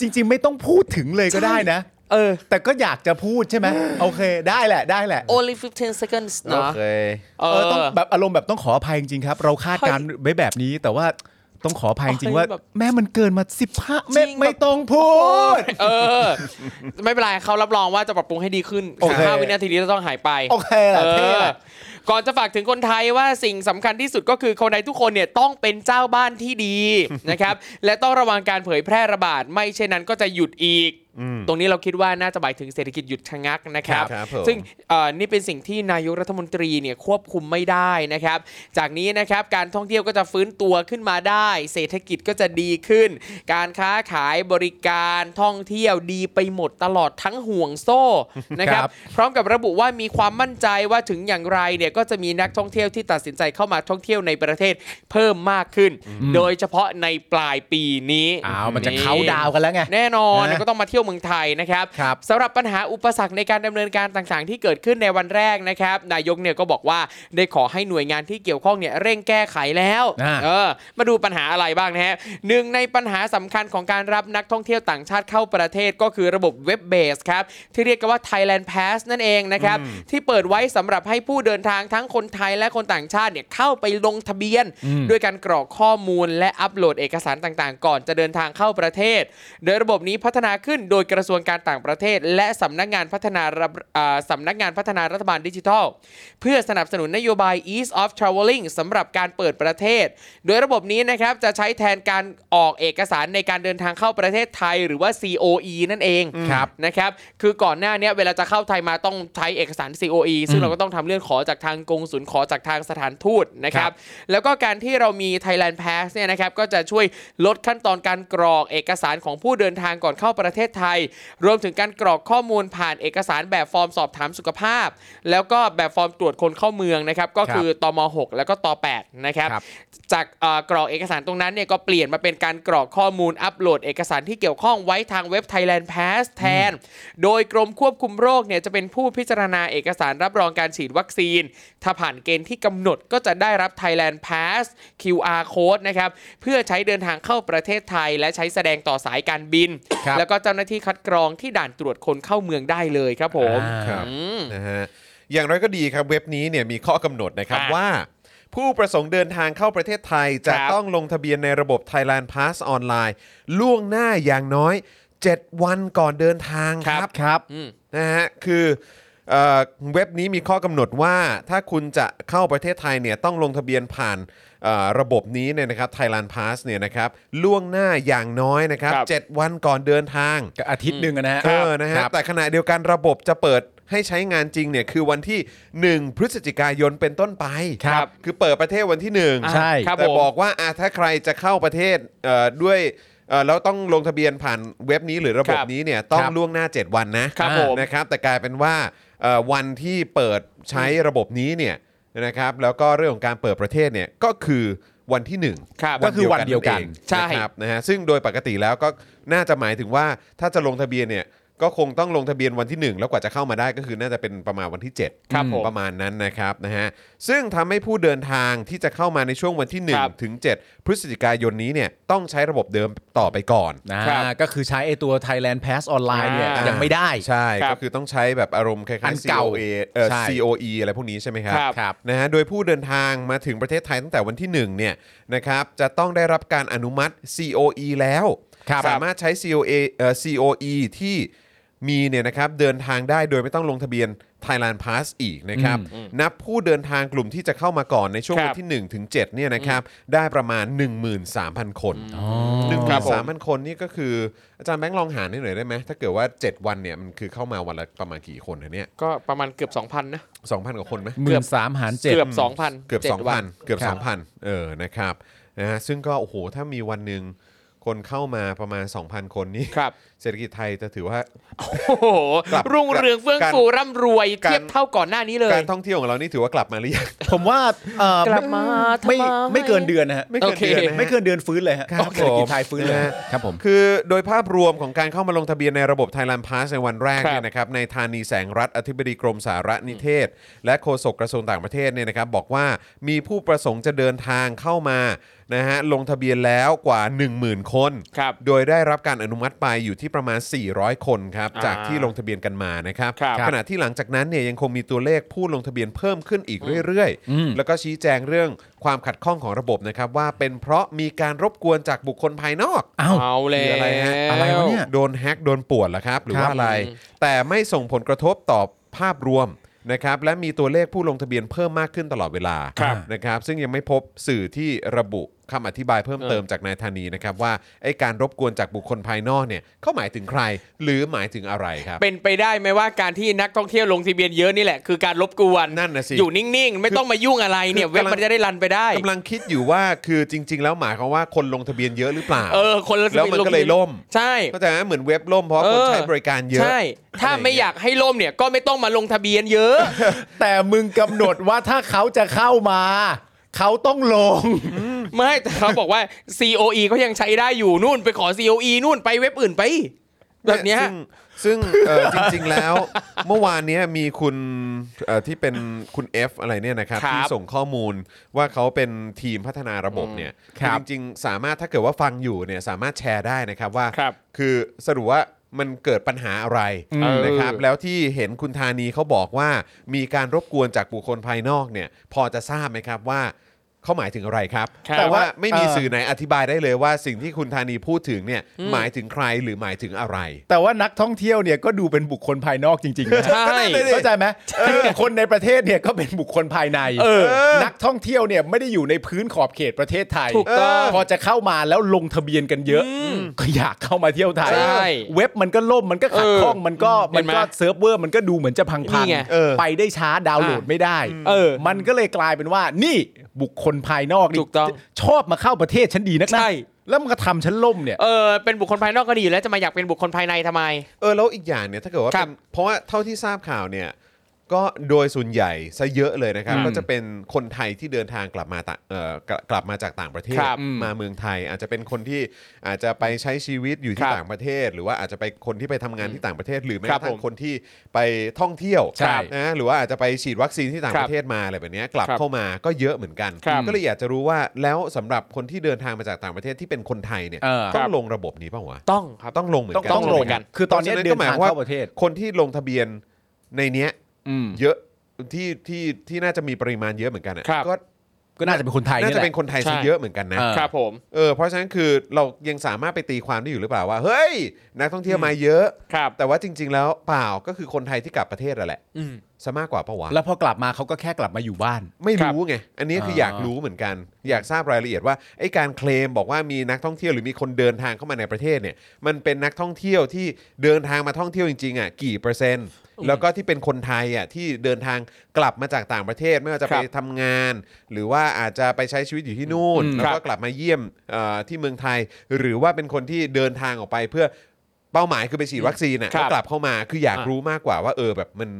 จริง ๆ ไม่ต้องพูดถึงเลยก็ได้นะ เออ แต่ก็อยากจะพูดใช่ไหมโอเค ได้แหละได้แหละ only 15 seconds โอ เนาะ เค เอ เออต้อง อ แบบอารมณ์แบบต้องขออภัยจริงๆครับ เราคาดการณ์ไว้แบบนี้แต่ว่าต้องขออภัยจริงๆว่า เฮ้ยแบบ แม่มันเกินมาสิบห้าไม่ จริง ไม่ต้องพูด เออ ไม่เป็นไรเขารับรองว่าจะปรับปรุงให้ดีขึ้น โอเค 15วินาทีนี้จะต้องหายไป โอเคแหละ เอ เท่ อ แหละ ก่อนจะฝากถึงคนไทยว่าสิ่งสำคัญที่สุดก็คือคนไทยทุกคนเนี่ยต้องเป็นเจ้าบ้านที่ดี นะครับ และต้องระวังการเผยแพร่ระบาด ไม่เช่นนั้นก็จะหยุดอีก ตรงนี้เราคิดว่าน่าจะหมายถึงเศรษฐกิจหยุดชะงักนะครับ ครับผม ซึ่งเอ่อนี่เป็นสิ่งที่นายกรัฐมนตรีเนี่ยควบคุมไม่ได้นะครับ จากนี้นะครับการท่องเที่ยวก็จะฟื้นตัวขึ้นมาได้ เศรษฐกิจก็จะดีขึ้น การค้าขายบริการท่องเที่ยวดีไปหมดตลอดทั้งห่วงโซ่ นะครัคบรับ พร้อมกับระบุว่ามีความมั่นใจว่าถึงอย่างไรเนี่ยก็จะมีนักท่องเที่ยวที่ตัดสินใจเข้ามาท่องเที่ยวในประเทศเพิ่มมากขึ้น โดยเฉพาะในปลายปีนี้ อ้าวมันจะเขาดาวกันแล้วไง แน่นอน นะ ก็ต้องมาเที่ยวเมืองไทยนะครับ ครับ สำหรับปัญหาอุปสรรคในการดำเนินการต่างๆ ที่เกิดขึ้นในวันแรกนะครับ นายกเนี่ยก็บอกว่าได้ขอให้หน่วยงานที่เกี่ยวข้องเนี่ยเร่งแก้ไขแล้ว อ่า เออมาดูปัญหาอะไรบ้างนะฮะหนึ่งในปัญหาสำคัญของการรับนักท่องเที่ยวต่างชาติเข้าประเทศก็คือระบบเว็บเบสครับ ที่เรียกกันว่า Thailand Pass นั่นเองนะครับ ที่เปิดไว้สำหรับให้ผู้เดินทางทั้งคนไทยและคนต่างชาติเนี่ยเข้าไปลงทะเบียน ด้วยการกรอกข้อมูลและอัปโหลดเอกสารต่างๆ ก่อนจะเดินทางเข้าประเทศ โดยระบบนี้พัฒนาขึ้นโดยกระทรวงการต่างประเทศ และสำนักงานพัฒนาระบอ่าสำนักงานพัฒนารัฐบาลดิจิทัล เพื่อสนับสนุนนโยบาย ease of traveling สำหรับการเปิดประเทศ โดยระบบนี้นะครับจะใช้แทนการออกเอกสารในการเดินทางเข้าประเทศไทย หรือว่า COE นั่นเอง ครับ นะครับ คือก่อนหน้าเนี้ยเวลาจะเข้าไทยมาต้องใช้เอกสาร COE ซึ่งเราก็ต้องทำเรื่องขอจากทางกงสุลขอจากทางสถานทูตนะครับ แล้วก็การที่เรามี Thailand Pass เนี่ยนะครับก็จะช่วยลดขั้นตอนการกรอกเอกสารของผู้เดินทางก่อนเข้าประเทศไทย รวมถึงการกรอกข้อมูลผ่านเอกสารแบบฟอร์มสอบถามสุขภาพ แล้วก็แบบฟอร์มตรวจคนเข้าเมืองนะครับก็คือตม .6 แล้วก็ต .8 นะครับ ครับ จากเอ่อกรอกเอกสารตรงนั้นเนี่ยก็เปลี่ยนมาเป็นการกรอกข้อมูลอัปโหลดเอกสารที่เกี่ยวข้องไว้ทางเว็บ Thailand Pass แทน โดยกรมควบคุมโรคเนี่ยจะเป็นผู้พิจารณาเอกสารรับรองการฉีดวัคซีน ถ้าผ่านเกณฑ์ที่กำหนดก็จะได้รับ Thailand Pass QR code นะครับเพื่อใช้เดินทางเข้าประเทศไทย และใช้แสดงต่อสายการบิน ครับ แล้วก็เจ้าหน้าที่คัดกรองที่ด่านตรวจคนเข้าเมืองได้เลยครับผม ครับนะฮะอย่างไรก็ดีครับเว็บนี้เนี่ยมีข้อกำหนดนะครับ อ่ะ ว่า ผู้ประสงค์เดินทางเข้าประเทศไทย จะ ครับ ต้องลงทะเบียนในระบบ Thailand Pass ออนไลน์ ล่วงหน้าอย่างน้อย 7 วันก่อนเดินทางครับ ครับ อืม นะฮะคือเอ่อเว็บนี้มีข้อกำหนดว่าถ้าคุณจะเข้าประเทศไทยเนี่ยต้องลงทะเบียนผ่านเอ่อระบบนี้เนี่ยนะครับ Thailand Pass เนี่ยนะครับล่วงหน้าอย่างน้อยนะครับ ครับ เจ็ดวันก่อนเดินทาง ก็อาทิตย์หนึ่งอะนะฮะ เออนะฮะ ครับ แต่ขณะเดียวกันระบบจะเปิดให้ใช้งานจริงเนี่ยคือวันที่ 1 พฤศจิกายนเป็นต้นไป ครับ คือเปิดประเทศวันที่ 1 ใช่ ครับ แต่ ผม บอกว่าอ่ะถ้าใครจะเข้าประเทศเอ่อด้วยเอ่อแล้วต้องลงทะเบียนผ่านเว็บนี้หรือระบบ ครับ นี้เนี่ยต้อง ครับ ล่วงหน้า 7 วันนะครับ ผม นะครับ แต่กลายเป็นว่าเอ่อวันที่เปิดใช้ระบบนี้เนี่ยนะครับแล้วก็เรื่องของการเปิดประเทศเนี่ยก็คือวันที่ 1 ครับ ก็คือวันเดียวกัน เอง ใช่ นะครับนะฮะซึ่งโดยปกติแล้วก็น่าจะหมายถึงว่าถ้าจะลงทะเบียนเนี่ย ก็คงต้องลงทะเบียนวันที่ 1 แล้วกว่าจะเข้ามาได้ก็คือน่าจะเป็นประมาณวันที่ 7 ครับผม ประมาณนั้นนะครับนะฮะซึ่งทำให้ผู้เดินทางที่จะเข้ามาในช่วงวันที่ ครับ 1 ถึง 7 พฤศจิกายนนี้เนี่ยต้องใช้ระบบเดิมต่อไปก่อน นะครับ ก็คือใช้ไอตัว Thailand Pass ออนไลน์เนี่ย อ่ายั ยังไม่ได้ ใช่ ครับ ก็คือต้องใช้แบบอารมณ์คล้าย อัน ๆ เก่า COA เอ่อ ใช่ COE อะไรพวกนี้ใช่ไหมครั ครับ ครับ นะฮะโดยผู้เดินทางมาถึงประเทศไทยตั้งแต่วันที่1เนี่ยนะครับจะต้องได้รับการอนุมัติ COE แล้ว ครับ สามารถใช้ COA เอ่อ COE ที่มีเนี่ยนะครับเดินทางได้โดยไม่ต้องลงทะเบียน Thailand Pass อีกนะครับนับผู้เดินทางกลุ่มที่จะเข้ามาก่อนในช่วง ครับ วันที่1ถึง7เนี่ยนะครับได้ประมาณ 13,000 คนหนึ่งห ครั มื่นบผม สามพัน พันคนนี่ก็คืออาจารย์แบงค์ลองหารให้หน่อยได้ไหมถ้าเกิดว่า 7 วันเนี่ยมันคือเข้ามาวันละประมาณกี่คนนะเนี่ย ก็ประมาณเกือบ 2,000 นะ 2,000 กว่าคนไหม หมื่นสามหารเจ็ด เกือบ 2,000 เกือบ จ็ดวัน 2,000 เกือบ ครับ 2,000 เออนะครับนะฮะซึ่งก็โอ้โห ถ้ามีวันหนึ่งคนเข้ามาประมาณ 2,000 คนนี่ ครับ เศรษฐกิจไทยจะถือว่า โอ้โห กลับ รุ่งเรืองเฟื่อง การ ฟูร่ำรวย การ เทียบเท่าก่อนหน้านี้เลย การท่องเที่ยวของเรานี่ถือว่ากลับมาหรือยัง ผมว่าเอ่อก ลับมา ไม่ ทำไม ไม่ไม่เกินเดือนนะฮะ ไม่เกินเดือนนะฮะ ไม่เกินเดือนฟื้นเลยฮะ ครับ เศรษฐกิ ผม จไทยฟื้นเลย นะฮะ ฮะครับผม คือโดยภาพรวมของการเข้ามาลงทะเบียนในระบบ Thailand Pass ในวันแรก ครับ เนี่ยนะครับในธานีแสงรัฐอธิบดีกรมสารนิเทศ และโฆษกกระทรวงต่างประเทศเนี่ยนะครับบอกว่ามีผู้ประสงค์จะเดินทางเข้ามานะฮะลงทะเบียนแล้วกว่า 10,000 คน ครับ โดยได้รับการอนุมัติไปอยู่ที่ประมาณ 400 คนครับ อ่า จากที่ลงทะเบียนกันมานะครับ ครับ ขณะที่หลังจากนั้นเนี่ยยังคงมีตัวเลขผู้ลงทะเบียนเพิ่มขึ้นอีกเรื่อย ๆ แล้วก็ชี้แจงเรื่องความขัดข้องของระบบนะครับว่าเป็นเพราะมีการรบกวนจากบุคคลภายนอก เอ้า เอาแล้ คือ ว อะไรฮะ อะไรวะเนี่ย โดนแฮกโดนปวดเหรอครับ หรือว่าอะไร อืม แต่ไม่ส่งผลกระทบต่อภาพรวมนะครับและมีตัวเลขผู้ลงทะเบียนเพิ่มมากขึ้นตลอดเวลา ครับ นะครับซึ่งยังไม่พบสื่อที่ระบุคำอธิบายเพิ่มเติมจากนายธานีนะครับว่าไอ้การรบกวนจากบุคคลภายนอกเนี่ยเขาหมายถึงใคร หรือหมายถึงอะไรครับ เป็นไปได้ไหมว่าการที่นักท่องเที่ยวลงทะเบียนเยอะนี่แหละ คือการรบกวน นั่นน่ะสิ อยู่นิ่งๆ ไม่ต้องมายุ่งอะไรเนี่ย คือกำลัง เว็บมันจะได้รันไปได้ กำลังคิดอยู่ว่าคือจริง ๆ แล้วหมายความว่าคนลงทะเบียนเยอะหรือเปล่า เออ คน แล้วมันก็เลยล่ม ใช่ เข้าใจไหมเหมือนเว็บล่มเพราะคน เออ ใช้บริการเยอะ ใช่ ถ้าไม่อยากให้ล่มเนี่ยก็ไม่ต้องมาลงทะเบียนเยอะ แต่มึงกำหนดว่าถ้าเขาจะเข้ามา เขาต้องลง ไม่แต่เขาบอกว่า COE ก็ยังใช้ได้อยู่นู่นไปขอ COE นู่นไปเว็บอื่นไป แบบเนี้ย ซึ่งซึ่งเอ่ อจริงๆ แล้ว เมื่อวานเนี้ยมีคุณเอ่อที่เป็นคุณ F อะไรเนี่ยนะครับ ครับ ที่ส่งข้อมูลว่าเขาเป็นทีมพัฒนาระบบเนี่ย ครั จ บ ริงๆ สามารถถ้าเกิดว่าฟังอยู่เนี่ยสามารถแชร์ได้นะครับว่า ครับ อสรุปว่ามันเกิดปัญหาอะไร เออ นะครับแล้วที่เห็นคุณธานีเขาบอกว่ามีการรบกวนจากบุคคลภายนอกเนี่ยพอจะทราบไหมครับว่าเขาหมายถึงอะไรครับ ครับ แต่ว่าไม่มี เอ่อ สื่อไหนอธิบายได้เลยว่าสิ่งที่คุณธานีพูดถึงเนี่ยหมายถึงใครหรือหมายถึงอะไร แต่ว่านักท่องเที่ยวเนี่ยก็ดูเป็นบุคคลภายนอกจริงๆนะ ใช่ เข้าใจไหมคือคนในประเทศเนี่ยก็เป็นบุคคลภายใน เออ นักท่องเที่ยวเนี่ยไม่ได้อยู่ในพื้นขอบเขตประเทศไทย ถูกต้อง พอจะเข้ามาแล้วลงทะเบียนกันเยอะ ก็อยากเข้ามาเที่ยวไทย ใช่ เว็บมันก็ล่มมันก็ขัด เออ ข้องมันก็ เห็ มัน น ไหม ก็เซิร์ฟเวอร์มันก็ดูเหมือนจะพัง นี่ พัง ไง เออ ไปได้ช้าดาวน์โหลดไม่ได้ เออ มันก็เลยกลายเป็นว่า นี่บุคคลภายนอกนี่ ถูกต้อง ชอบมาเข้าประเทศฉันดีนักนะ ใช่ แล้วมันก็ทำฉันล่มเนี่ย เออเป็นบุคคลภายนอกก็ดีอยู่แล้วจะมาอยากเป็นบุคคลภายในทำไม เออแล้วอีกอย่างเนี่ยถ้าเกิดว่า ครั เป็ บ นเพราะว่าเท่าที่ทราบข่าวเนี่ยก็โดยส่วนใหญ่ซะเยอะเลยนะครับ อืม ก็จะเป็นคนไทยที่เดินทางกลับมาต่างเอ่อกลับกลับมาจากต่างประเทศ ครับ มาเมืองไทย อาจจะเป็นคนที่อาจจะไปใช้ชีวิตอยู่ ค ที่ รับ ต่างประเทศ หรือว่าอาจจะไปคนที่ไปทำงานที่ต่างประเทศ หรือแม้ ค ก รับ ระทั่ ผ ง ม คนที่ไปท่องเที่ยว ใช่ นะหรือว่าอาจจะไปฉีดวัคซีนที่ต่าง ครับ ประเทศมาอะไรแบบเนี้ยกลับ ครับ เข้ามาก็เยอะเหมือนกัน ครับ ก็เลยอยากจะรู้ว่าแล้วสำหรับคนที่เดินทางมาจากต่างประเทศที่เป็นคนไทยเนี่ย เออ ต้อ ครั ง บ ลงระบบนี้เปล่าวะ ต้องครับ ต้องลงเหมือนกัน ต้องลลง ง เหมือนกัน คือตอนนี้ พะฉะ เดินทางเข้าประเทศ คนที่ลงทะเบียนในเนี้ยเยอะที่ที่ที่น่าจะมีปริมาณเยอะเหมือนกันอะ ครับ ก็ ก็น่าจะเป็นคนไทย น่า นี่ จะ แหละ เป็นคนไทยซะ ใช่ เยอะเหมือนกันนะครับ ผม เออเพราะฉะนั้นคือเรายังสามารถไปตีความได้อยู่หรือเปล่าว่า เฮ้ย นักท่องเที่ยวมาเยอะ ครับ แต่ว่าจริง ๆ แล้วเปล่าก็คือคนไทยที่กลับประเทศอะแหละ อืม ซะมากกว่าปะวะ แล้วพอกลับมาเขาก็แค่กลับมาอยู่บ้าน ไม่รู้ไง อันนี้คือ อ อ อ ยากรู้เหมือนกัน อยากทราบรายละเอียดว่าไอ้การเคลมบอกว่ามีนักท่องเที่ยวหรือมีคนเดินทางเข้ามาในประเทศเนี่ย มันเป็นนักท่องเที่ยวที่เดินทางมาท่องเที่ยวจริงๆอ่ะกี่เปอร์เซ็นต์ แล้วก็ที่เป็นคนไทยอ่ะที่เดินทางกลับมาจากต่างประเทศ ไม่ว่าจะ ครั ไป บ ทำงาน หรือว่าอาจจะไปใช้ชีวิตอยู่ที่นู่น อืม แล้ว ครั ก็ บ กลับมาเยี่ยมเอ่อที่เมืองไทย หรือว่าเป็นคนที่เดินทางออกไปเพื่อเป้าหมายคือไปฉีดวัคซีนอ่ะ ครั แล้ บ วกลับเข้ามาคืออยาก อ่ะ รู้มากกว่าว่าเออแบบมัน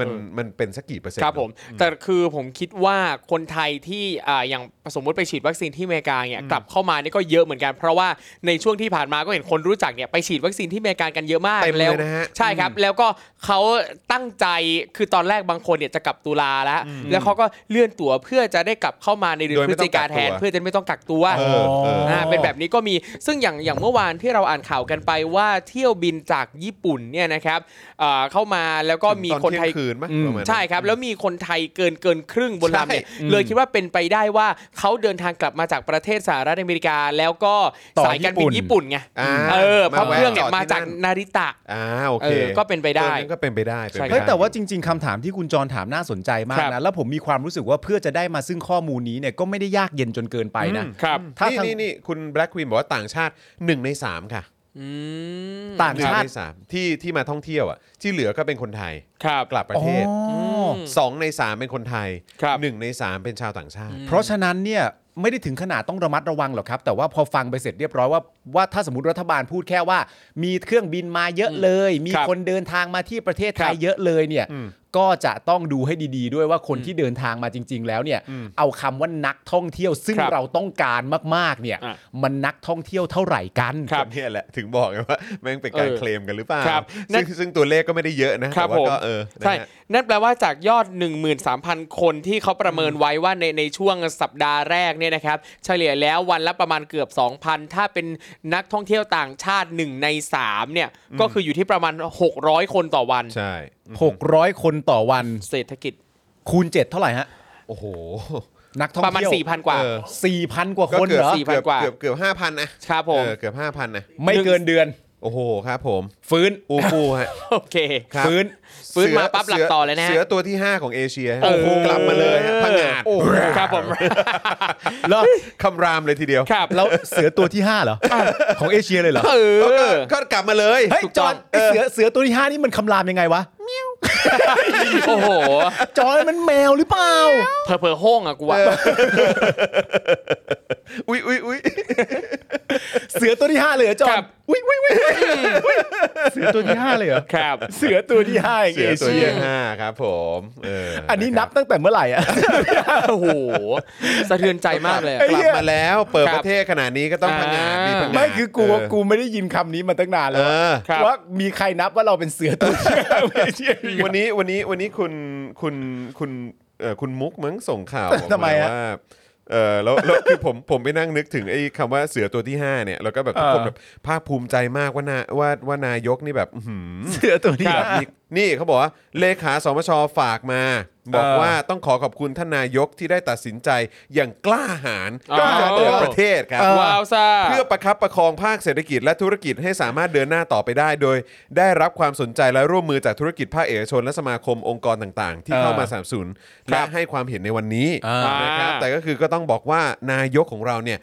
มัน เออ มันเป็นสักกี่เปอร์เซ็นต์ ครับผม แต่คือผมคิดว่าคนไทยที่อ่าอย่างสมมติไปฉีดวัคซีนที่อเมริกาเนี่ยกลับเข้ามานี่ก็เยอะเหมือนกัน เพราะว่าในช่วงที่ผ่านมาก็เห็นคนรู้จักเนี่ยไปฉีดวัคซีนที่อเมริกากันเยอะมาก เต็มเล แล้ว ยนะฮะ ใช่ครับ แล้วก็เขาตั้งใจคือตอนแรกบางคนเนี่ยจะกลับตุลาแล้ว แล้วเขาก็เลื่อนตั๋วเพื่อจะได้กลับเข้ามาในเดือน โดย พ ไม่ ฤศ ต้ จิ องกั กาก ตัว แทนเพื่อจะไม่ต้องกักตัว เออเอออ่ าเป็นแบบนี้ก็มีซึ่งอย่างอย่างเมื่อวานที่เราอ่านข่าวกันไปว่าเที่ยวบินจากญี่ปุ่นเนี่ยนะครับอ่าเข้ามาแล้วก็มี ตอ คนไทย เที่ยงคืนไหม อืม ประมาณนั้น ใช่ครับ แล้วมีคนไทยเกินเกินครึ่งบนลำเนี่ย ใช่ เลยคิดว่าเป็นไปได้ว่าเขาเดินทางกลับมาจากประเทศสหรัฐอเมริกา แล้วก็ ต่อ สายการบิน ญี่ ญี่ ปุ่ ปุ่น น ไง อ่า เออเพราะ แว เครื่องเนี่ย จด มาจาก ที่ นาริตะ อ่าโอ เอ เค อก็เป็นไปอได้อนั่นก็เป็นไปได้เป็นไป ใช่ ได้ เฮ้ยแต่ว่าจริง ๆคำถามที่คุณจรถามน่าสนใจมาก ครั นะ บ แล้วผมมีความรู้สึกว่าเพื่อจะได้มาซึ่งข้อมูลนี้เนี่ยก็ไม่ได้ยากเย็นจนเกินไปนะ อืม ครับ ถ้า นี่ ทาง นี่นี่คุณแบล็กควีนบอกว่าต่างชาติ 1 ใน 3 ค่ะ อืม ต่าหงนึ่ ชาติ ในสามที่ที่มาท่องเที่ยวอ่ะที่เหลือก็เป็นคนไทย ครับ กลับประเทศ อ๋ออ ม สองในสามเป็นคนไทย ครับ หนึ่งในสามเป็นชาวต่างชาติ เพราะฉะนั้นเนี่ยไม่ได้ถึงขนาดต้องระมัดระวังหรอกครับ แต่ว่าพอฟังไปเสร็จเรียบร้อยว่าว่าถ้าสมมติรัฐบาลพูดแค่ว่า มีเครื่องบินมาเยอะเลย มี ครับ คนเดินทางมาที่ประเทศไทย ครับ เยอะเลยเนี่ย อืม ก็จะต้องดูให้ดี ๆ ด้วยว่าคน อืม ที่เดินทางมาจริง ๆ แล้วเนี่ย อืม เอาคำว่านักท่องเที่ยวซึ่ง ครับ เราต้องการมากๆเนี่ย อ่ะ มันนักท่องเที่ยวเท่าไหร่กัน ครับ เนี่ยแหละถึงบอกไงว่า แม่งเป็นการ เออ เคลมกันหรือเปล่า ครับนั่ ซึ่ น งซึ่งตัวเลขก็ไม่ได้เยอะนะครับ แต่ว่า ผม ก็เออนะ ใช่ ฮะ นั่นแปลว่าจากยอด 13,000 คนที่เขาประเมินไว้ว่าในในช่วงสัปดาห์แรกเนี่ยนะครับ เฉลี่ยแล้ววันละประมาณเกือบ 2,000 ถ้าเป็นนักท่องเที่ยวต่างชาติ 1 ใน 3 เนี่ย ก็คืออยู่ที่ประมาณ 600 คนต่อวัน ใช่อืม 600 คนต่อวัน เศรษฐกิจ คูณ 7 เท่าไหร่ฮะ โอ้โห นักท่อง ประมาณ เที่ยว 4,000 กว่า เออ 4,000 กว่า ก็ คน เกื เหรอ สี่ เกือบ 4,000กว่า เกือบเกือบห้าพันนะครับ ผม เออเกือบห้าพันนะ ไม่เกินเดือน โอ้โหครับผม ฟื้น อูฟูฮะ โอเค ครับ ฟื้น ฟื้น เสือ มาปั๊บหลับต่อเลยนะ เสือตัวที่ 5 ของเอเชียฮะ โอ้โห กลับมาเลยฮะพังงาด โอ้โหครับผม แล้ว คำรามเลยทีเดียว ครับ แล้วเสือตัวที่ 5 เหรอ ของเอเชียเลยเหรอ เออ ก็กลับมาเลย เฮ้ย ถูก จ ต้ อ อนงไอ้เสือเสือตัวที่ 5 นี่มันคำรามยังไงวะ โอ้โห จอนมันแมวหรือเปล่า เพอเพอๆห้องอะกูอะ อุ๊ยอุ๊ยอุ๊ย เสือตัวที่ 5 เลยเหรอจอ คน รับ อุ้ยอุ้ยอุ้ยอุ๊ยเสือตัวที่ 5 เลยเหรอ ครับ เสือตัวที่5 เสือ เอ ตัว เชีย ที่5ครับผมเ อันนี้นับตั้งแต่เมื่อไหร่อะ โอ้โห สะเทือนใจมากเลยอะ กลับมาแล้วเปิด ครับ ประเทศขนาดนี้ก็ต้อง อ่า พังงาดมีพังงาด ไม่คือกู เ ว่ากูไม่ได้ยินคำนี้มาตั้งนาน เอ แล้ว อ ครับ ว่ามีใครนับว่าเราเป็นเสือตัวที่ห้า ของเอเชียอีก วัน อะ นี้วันนี้วันนี้คุณคุณคุณเอ่อคุณมุกมั้งส่งข่าวออก ทำไมอะ ว่าเออแล้ว แล้วคือผมผมไปนั่งนึกถึงไอ้คำว่าเสือตัวที่ห้าเนี่ยแล้วก็แบบทุกคน เออ แบบภาคภูมิใจมากว่านาว่าว่านายกนี่แบบอื้อหือ เสือตัวที่ ครับ ห้า นี่นี่เขาบอกว่าเลขาสมชฝากมา บอก เออ ว่าต้องขอขอบคุณท่านนายกที่ได้ตัดสินใจอย่างกล้าหาญ กล้าหาญ เปิดประเทศครับ เออ ว้าวซ่า เพื่อประคับประคองภาคเศรษฐกิจและธุรกิจให้สามารถเดินหน้าต่อไปได้ โดยได้รับความสนใจและร่วมมือจากธุรกิจภาคเอกชน และสมาคมองค์กรต่างๆ ที่ เออ เข้ามาสนับสนุนและให้ความเห็นในวันนี้ อ่าน นะครับแต่ก็คือก็ต้องบอกว่านายกของเราเนี่ย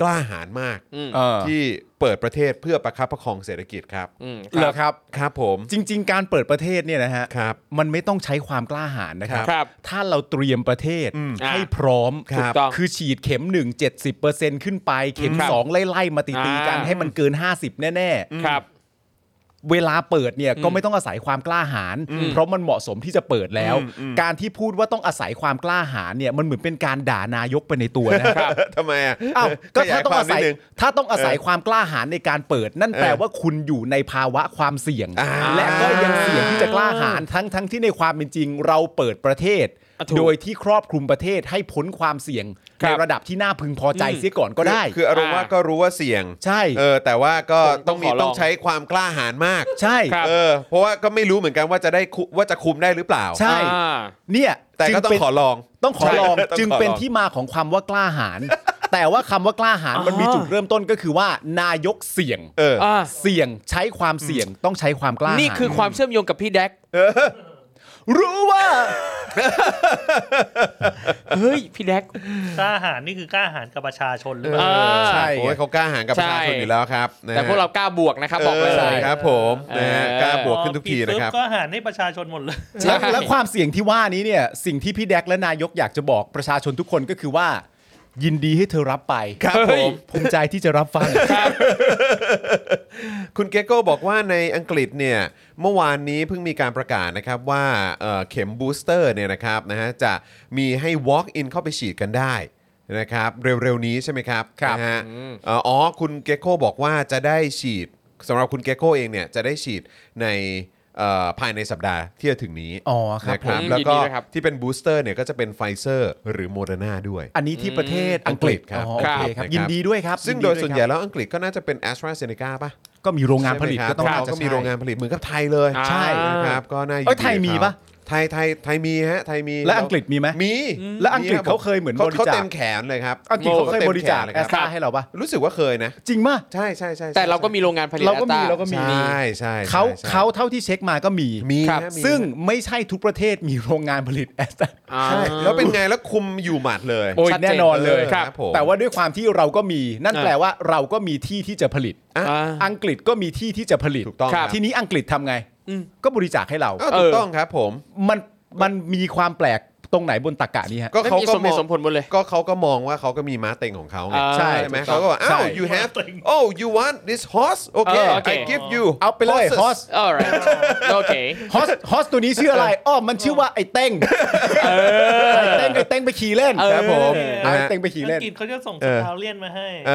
กล้าหาญมาก อืม เออ ที่เปิดประเทศเพื่อประคับประคองเศรษฐกิจครับ อืม เหรอครับ ครับผม จริง ๆ การเปิดประเทศเนี่ยนะฮะ ครับ มันไม่ต้องใช้ความกล้าหาญนะครับ ครับ ถ้าเราเตรียมประเทศ อืม ให้พร้อม ครับ ถูกต้อง คือฉีดเข็ม 1 70%ขึ้นไป เข็ม ครับ 2 ไล่ๆมาตีตีๆกัน อ่า ให้มันเกิน 50 แน่ ครับ ๆ เวลาเปิดเนี่ยก็ อืม ไม่ต้องอาศัยความกล้าหาญ อืม เพราะมันเหมาะสมที่จะเปิดแล้ว อืมอืม การที่พูดว่าต้องอาศัยความกล้าหาญเนี่ยมันเหมือนเป็นการด่านายกไปในตัวนะ ครับ ทำไมอ่ะ อ้าวก็ถ้าต้องอาศัย ขควมนิดนึ ถ้าต้องอาศัยความกล้าหาญในการเปิด นั่นแปลว่าคุณอยู่ในภาวะความเสี่ยง อ่า และก็ยังเสี่ยงที่จะกล้าหาญทั้งทั้งที่ในความเป็นจริงเราเปิดประเทศ อ่ะถูก โดยที่ครอบคลุมประเทศให้พ้นความเสี่ยง ครั ใน บ ระดับที่น่าพึงพอใจเสียก่อนก็ได้ คือคืออารมณ์ว่าก็รู้ว่าเสี่ยง ใช่ เออแต่ว่าก็ต้องมีต้ต้องขอลององใช้ความกล้าหาญมาก ใช่ ครับ เออเพราะว่าก็ไม่รู้เหมือนกันว่าจะได้คุว่าจะคุมได้หรือเปล่า ใช่ อ่า เนี่ย แต่ก็ต้อ จึ ง เป็น ขอลอง ต้องขอ ใช่ ลอง ต้อง จึง ขอ เป็น ลอง ที่มาของคำว่ากล้าหาญแต่ว่าคำว่ากล้าหาญมันมีจุดเริ่มต้นก็คือว่า นายกเสี่ยง เออ อ่า เสี่ยงใช้ความเสี่ยงต้องใช้ความกล้าหาญ นี่คือความเชื่อมโยงกับพี่แดก รู้ว่า เฮ้ย พี่แดก กล้าหาญนี่คือกล้าหาญกับประชาชนหรือเปล่า เออ ใช่ ไง โอ้ยเขากล้าหาญกับประชาชน ใช่ อยู่แล้วครับนะฮะ แต่พวกเรากล้าบวกนะครับ บอกเลย เครับผมนะฮะ เออ กล้าบวกขึ้นทุกทีนะครับ พอปิดปุ๊ก็หารให้ประชาชนหมดเลย ใช่ และและความเสี่ยงที่ว่านี้เนี่ย สิ่งที่พี่แดกและนายกอยากจะบอกประชาชนทุกคนก็คือว่า ยินดีให้เธอรับไป ครับผม ภูมิใจที่จะรับฟัง คุณเกโก้บอกว่าในอังกฤษเนี่ยเมื่อวานนี้เพิ่งมีการประกาศนะครับว่าเอ่อเข็มบูสเตอร์เนี่ยนะครับนะฮะจะมีให้ walk in เข้าไปฉีดกันได้นะครับเร็วๆนี้ใช่ไหมครับ ครับ นะฮะ อืม เอ่ออ๋อคุณเกโก้บอกว่าจะได้ฉีดสำหรับคุณเกโก้เองเนี่ยจะได้ฉีดในเอ่อภายในสัปดาห์ที่จะถึงนี้ อ๋อครับ นะ ผม แล้วก็ ยินดีด้วยครับ ที่เป็นบูสเตอร์เนี่ยก็จะเป็นไฟเซอร์หรือโมเดอร์นาด้วย อันนี้ที่ประเทศอังกฤษ ครับ อ๋อโอเค ค ค รั รับ บ ยินดีด้วยครับ ซึ่ง ยิ โดย ครับ ส่วนใหญ่แล้วอังกฤษก็น่าจะเป็น a s t r a z เซ e c a ป่ะ ก็มีโรงงานผลิต ใช่ไหม ก็ต้อง ครับ น่า เรา จะ ก็มีโรงงานผลิตเหมือนกับไทยเลย อ่า ใช่ นะครับ ก็น่ายิน เอ้ ดี ยไทยมีปะ ไทยไทยไทยมีฮะไทยมี และอังกฤษมีไหม มี และอังกฤษ รับ เขาเคยเหมือน ขา บริจาค เขาเต็มแขนเลยครับ อังกฤษเขาเคย ต็ม บริจาค แขนเลย แอ ค ส รับ ตราให้เราปะ รู้สึกว่าเคยนะ จริงปะ ใช่ใช่ใช่ใช่ แต่เราก็มีโรงงานผลิต เราก็มี แอสต เราก็ใมีช่ใช่ เขา ใช่ เขาเท่าที่เช็คมาก็มี มี ครับ ฮะมี ซึ่งไม่ใช่ทุกประเทศมีโรงงานผลิตแอสตรา อ่า ใช่แล้วเป็นไงแล้วคุมอยู่หมัดเลย โอ้ย ชัดเจน แน่นอนเลย ครับ ผม แต่ว่าด้วยความที่เราก็มีนั่น อ่ะ แปลว่าเราก็มีที่ที่จะผลิต อ่า อังกฤษก็มีที่ที่จะผลิต ถูกต้องครับ ทีนี้อังกฤษทำไง อืม ก็บริจาคให้เรา ก็ถูกต้องครับผม มันมันมีความแปลกตรงไหนบนตรกกะนี้ฮะ ก็ ไม่ เขา มี ก็ สมเห มอ ตุ ง สมผลหมดเลย ก็เขาก็มองว่าเขาก็มีม้าเต็งของเขาไง อ่า ใช่ไหม ถูกต้อง เขาก็บอกอ้า ใช่ ว you have oh you want this horse okay เออโอเค I give you เอาไปเลย horses ฮอส alright โอเค ฮอสฮอสตัวนี้ชื่ออะไรอ้อมันชื่อว่าไอ้เต้งไอ้เต้งไอ้เต้งไปขี่เล่น เออ ครับผม นะฮะ ไอ้เต้งไปขี่ อั เล่น งกฤษเขาจะส่ง เอ ส อ กาวเลียนมาให้ เอ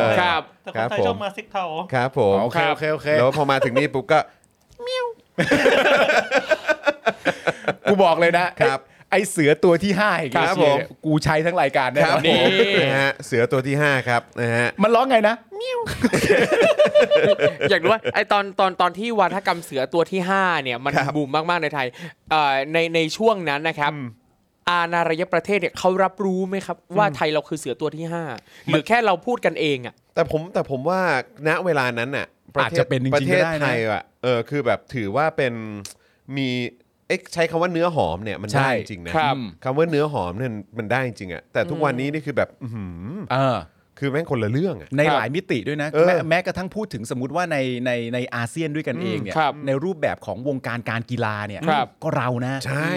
อ ครับ แต่ค ครั น บ ไทย ผม ชอบมาซิกเทา ครับผม โอเค ครับ โอเคโอเค แล้วพอมาถึงนี่ปุ๊บก็ กูบอกเลยนะครับ ไอ้ไอ้เสือตัวที่ห้าอีก ครับผม กูใช้ทั้งรายการแน่ ครับผนอนนี่ มนะฮะเสือตัวที่ 5 ครับนะฮะ มันร้องไงนะ อยากรู้ว่าไอตอนตอนตอนที่วาทกรรมเสือตัวที่ 5 เนี่ย มัน ครับ บูมมาก ๆ ในไทยเอ่อในในช่วงนั้นนะครับ อานารยประเทศเนี่ยเขารับรู้ไหมครับ ว่าไทยเราคือเสือตัวที่ 5 หรือแค่เราพูดกันเองอ่ะ แต่ผมแต่ผมว่าณเวลานั้นน่ะประ อา เท จ ศ จะเป็นจริงๆ ประเทศ ก็ได้นะ ไทยอ่ะเออคือแบบถือว่าเป็นมีเอ๊ะใช้คำว่าเนื้อหอมเนี่ยมัน ใช่ ได้จริงนะครับ คำว่าเนื้อหอมเนี่ยมันได้จริงอ่ะแต่ทุกวันนี้นี่คือแบบอื้อหือ เออ คือแม่งคนละเรื่องอ่ะ ใน ครับ หลายมิติด้วยนะ เออ แม้แม้กระทั่งพูดถึงสมมติว่าในในในอาเซียนด้วยกันเองเนี่ย ครับ ในรูปแบบของวงการการกีฬาเนี่ย ครับ ก็เรานะ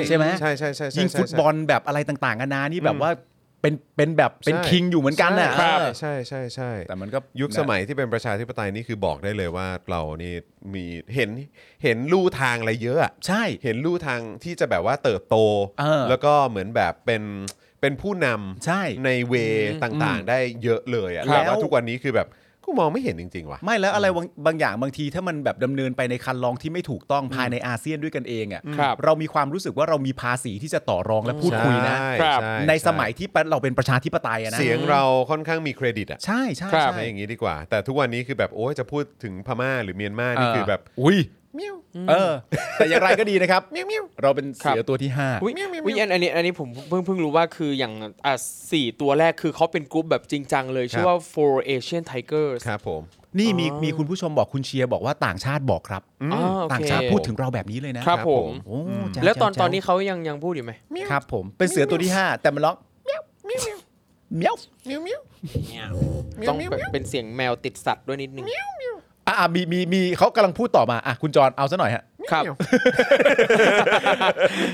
ใช่ ไหม ใช่ใช่ใช่ใช่ ยิง ใช่ ฟุตบอลแบบอะไรต่างๆนานานี่แบบว่าเป็นเป็นแบบเป็น ใช่ คิงอยู่เหมือนกันน่ะ ใช่ เออ ใช่ใช่ใช่ แต่มันก็ ยุคสมัยที่เป็นประชาธิปไตยนี่คือบอกได้เลยว่าเรานี่มีเห็นเห็นลู่ทางอะไรเยอะอะ ใช่ เห็นลู่ทางที่จะแบบว่าเติบโต เออ แล้วก็เหมือนแบบเป็นเป็นผู้น ใช่ ำในเวต่างๆ ได้เยอะเลยอะ แล้ แต่ ว ว่าทุกวันนี้คือแบบกูมองไม่เห็นจริง ๆ ว่ะ ไม่แล้วอะไรบางบางอย่างบางทีถ้ามันแบบดำเนินไปในคันลองที่ไม่ถูกต้องภายในอาเซียนด้วยกันเองอ่ะ ครับ เรามีความรู้สึกว่าเรามีภาษีที่จะต่อรองและพูดคุยนะ ใช่ ครับ ช่ ในสมัยที่เราเป็นประชาธิปไตยอะนะ เสียงเราค่อนข้างมีเครดิตอะ ใช่ใช่ ครับ ใช่ ใช่อย่างนี้ดีกว่า แต่ทุกวันนี้คือแบบโอ้ยจะพูดถึงพม่าหรือเมียนมานี่คือแบบ อุ้ย เมี้ยว เออแต่อย่างไรก็ดีนะครับ เมี้ยวเมี้ยว เราเป็นเสือตัวที่ วิ วิ อันอันนี้อันนี้ผมเพิ่งเพิ่งรู้ว่าคืออย่างอ่ะสี่ตัวแรกคือเขาเป็นกรุ๊ปแบบจริงจังเลยครัชื่อบ ว่า four Asian Tigers ครับผม 5 นี่มีมีคุณผู้ชมบอกคุณเชียร์บอกว่าต่างชาติบอกครับ อ๋อโอเค ต่างชาติพูดถึงเราแบบนี้เลยนะครับ ครับ ผ ผม ม โอ้แจ๋ แล้วตอน จ๋ ตอนนี้เขายังยังพูดอยู่ไหม ครับ ผมเป็นเสือตัวที่ 5 แต่มันร้องเมี้ยว เมี้ยวเมี้ยว ต้องแบบเป็นเสียงแมวติดสัตว์ด้วยนิดนึง อ่ะอ่ะมีมีมีเขากำลังพูดต่อมาอ่ะคุณจอนเอาซะหน่อยฮะ ครับ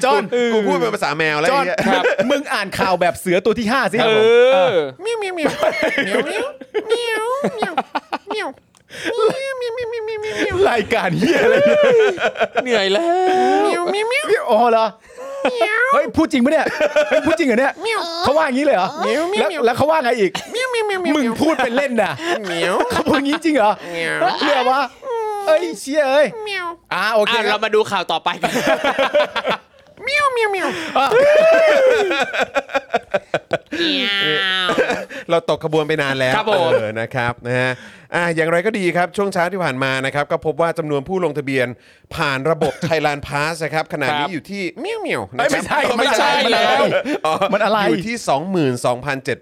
จอน กูพูดเป็นภาษาแมวแล้ว จอน ไเหี้ย ครับมึงอ่านข่าวแบบเสือตัวที่ 5 สิ เออ เมี้ยวเมี้ยวเมี้ยวเมี้ยวเมี้ยวเมี้ยวเมี้ยวเมี้ยวเมี้ยวเมี้ยวเมี้ยวเมี้ยวเมี้ยวเมี้ยว รายการเฮียอะไรเนี่ย เหนื่อยแล้ว อ๋อเหรอเฮ้ยพูดจริงปะเนี่ยเฮ้ยพูดจริงเหรอเนี่ยเขาว่าอย่างนี้เลยเหรอแล้วแล้วเขาว่าไงอีก มึงพูดเป็นเล่นนะเขาพูดงี้จริงเหรอเรียกว่าเอ้ยเชี่ยเอ้ยอ่าโอเค อ่ะ ค เรา รับ มาดูข่าวต่อไปกัน เราตกขบวนไปนานแล้ว ครับผม เออนะครับนะฮะอ่ะอย่างไรก็ดีครับ ช่วงเช้าที่ผ่านมานะครับ ก็พบว่าจำนวนผู้ลงทะเบียนผ่านระบบ Thailand Pass นะครับขณะ ครั นี้ บ อยู่ที่เมี้ยวเมียวๆนะ เอ้ย ครั ไม่ บ ใช่ ไม่ นอะไรใช่แล้ว มันอะไร อยู่ที่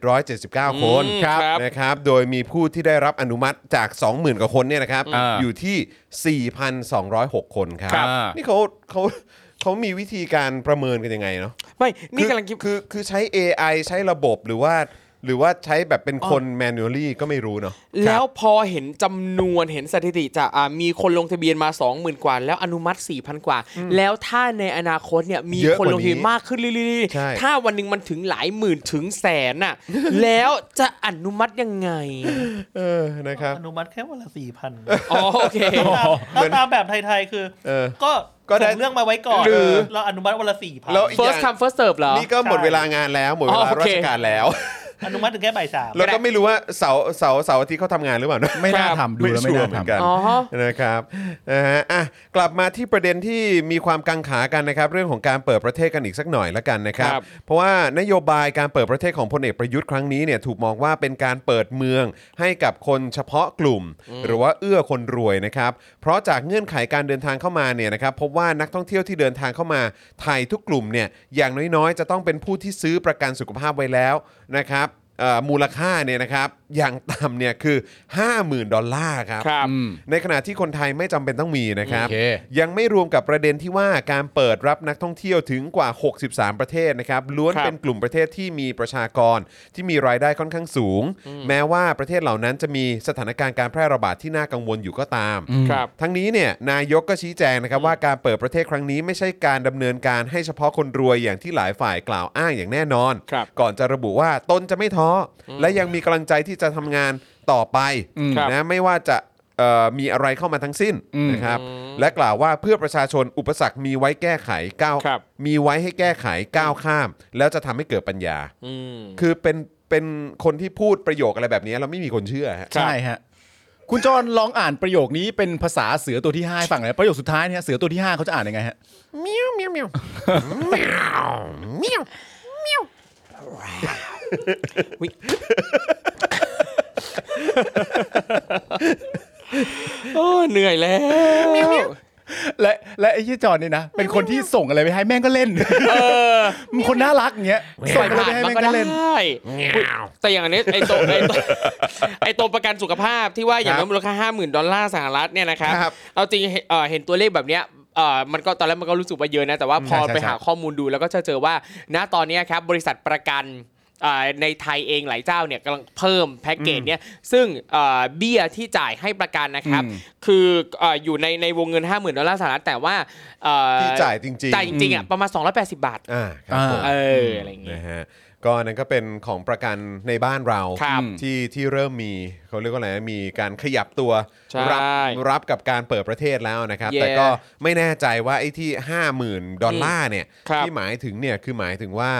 22,779 คน อืมครับครับ นะครับ โดยมีผู้ที่ได้รับอนุมัติจาก 20,000 กว่าคนเนี่ยนะครับ อ่า อยู่ที่ 4,206 คนครับ ครับ นี่เขาเขาเขามีวิธีการประเมินกันยังไงเนาะ ไม่ นี่กำลังคิด คือคือคือใช้ AI ใช้ระบบหรือว่า หรือว่าใช้แบบเป็นคนแมนนวลี่ก็ไม่รู้เนาะ แล้วพอเห็นจำนวนเห็นสถิติจะอ่ามีคนลงทะเบียนมา 20,000 กว่า แล้วอนุมัติ 4,000 กว่า แล้วถ้าในอนาคตเนี่ยมีคนลงทะเบียนมากขึ้นเรื่อย ใช่ ๆถ้าวันหนึ่งมันถึงหลายหมื่นถึงแสน น่ะ แล้วจะอนุมัติยังไง เออนะครับ อนุมัติแค่วันละสี่พัน อ๋อโอ เค ถ้าตามแบบไทยๆคือ เออ ก็ ก็ได้ ส่งเรื่องมาไว้ก่อน หรือ เราอนุมัติวันละสี่พัน แล้ว first come first serve เหรอ นี่ก็หมดเวลางานแล้วหมดเว อ๋อ ลา โอ รา เค ชการแล้ว อนุมัติถึงแค่บ่ายสาม แล้วก็ไม่รู้ว่าเสาร์เสาร์เสาร์อาทิตย์เขาทำงานหรือเปล่านะ ไม่น่าทำดูแล้วไม่ ชั น่า เหมื ทำ อนกัน อ๋อ นะครับนะฮะอ่ะกลับมาที่ประเด็นที่มีความกังขากันนะครับ เรื่องของการเปิดประเทศกันอีกสักหน่อยละกันนะครับ ครับ เพราะว่านโยบายการเปิดประเทศของพลเอกประยุทธ์ครั้งนี้เนี่ยถูกมองว่าเป็นการเปิดเมืองให้กับคนเฉพาะกลุ่ม หรือว่าเอื้อคนรวยนะครับ เพราะจากเงื่อนไขการเดินทางเข้ามาเนี่ยนะครับพบว่านักท่องเที่ยวที่เดินทางเข้ามาไทยทุกกลุ่มเนี่ยอย่างน้อยๆ จะต้องเป็นผู้ที่ซื้อประกันสุขภาพไว้แล้วนะครับเอ่อมูลค่าเนี่ยนะครับอย่างต่ำเนี่ยคือ 50,000 ดอลลาร์ครับ ครับ ในขณะที่คนไทยไม่จำเป็นต้องมีนะครับ โอเค ยังไม่รวมกับประเด็นที่ว่าการเปิดรับนักท่องเที่ยวถึงกว่า 63 ประเทศนะครับล้วน ครับ เป็นกลุ่มประเทศที่มีประชากรที่มีรายได้ค่อนข้างสูง แม้ว่าประเทศเหล่านั้นจะมีสถานการณ์การแพร่ระบาดที่น่ากังวลอยู่ก็ตาม ครับ ทั้งนี้เนี่ยนายกก็ชี้แจงนะครับว่าการเปิดประเทศครั้งนี้ไม่ใช่การดำเนินการให้เฉพาะคนรวยอย่างที่หลายฝ่ายกล่าวอ้างอย่างแน่นอน ครับ ก่อนจะระบุว่าตนจะไม่ท้ออและยังมีกำลังใจที่จะทำงานต่อไป อืม นะไม่ว่าจะเอ่อมีอะไรเข้ามาทั้งสิ้น อืม นะครับและกล่าวว่าเพื่อประชาชนอุปสรรคมีไว้แก้ไขก้าว ครับ มีไว้ให้แก้ไขก้าวข้าม แล้วจะทำให้เกิดปัญญา อืม คือเป็นเป็นคนที่พูดประโยคอะไรแบบนี้เราไม่มีคนเชื่อฮะ ครับ ใช่ฮะ คุณจรลองอ่านประโยคนี้เป็นภาษาเสือตัวที่ห้าให้ฟังหน่อยประโยคสุดท้ายเนี่ยเสือตัวที่ห้าเขาจะอ่านยังไงฮะ โอ้เหนื่อยแล้ว และและไอ้ที่จอนนี่นะ เป็นคนที่ส่งอะไรไปให้แม่งก็เล่นมัน คนน่ารักอย่างเงี้ยส่งอะไรไปให้แม่งก็เล่น แต่อย่างอันนี้ไอตัวไอ้ ตัวไอตัวประกันสุขภาพที่ว่าอย่าง ครั น้ บ อยมูลค่าห้าหมื่นดอลลาร์สหรัฐเนี่ยนะครับ ครับ เอาจริงเห็นเอ่อเห็นตัวเลขแบบเนี้ยเอ่อมันก็ตอนแรกมันก็รู้สึกว่าเยอะนะ แต่ว่าพอ ใช่ใช่ ไปหา ใช่ ข้อมูลดูแล้วก็จะเจอว่า ณตอนเนี้ยครับบริษัทประกันเอ่อในไทยเองหลายเจ้าเนี่ยกำลังเพิ่มแพ็กเกจเนี่ยซึ่งเอ่อเบี้ยที่จ่ายให้ประกันนะครับ อืม คือเอ่ออยู่ในในวงเงิน 50,000ดอลลาร์สหรัฐแต่ว่าเอ่อ ที่จ่ายจริง จ่ายจริงๆอ่ะประมาณ 280 บาท อ่าครับผม เอออะไรอย่างเงี้ย นะฮะก็อันนั้นก็เป็นของประกันในบ้านเรา ครับ ที่ที่เริ่มมีเขาเรียกว่าอะไรนะมีการขยับตัว ใช่ รัรับกับการเปิดประเทศแล้วนะครับ เย่ แต่ก็ไม่แน่ใจว่าไอ้ที่ 50,000 ดอลลาร์เนี่ย ครับ ที่หมายถึงเนี่ยคือหมายถึงว่า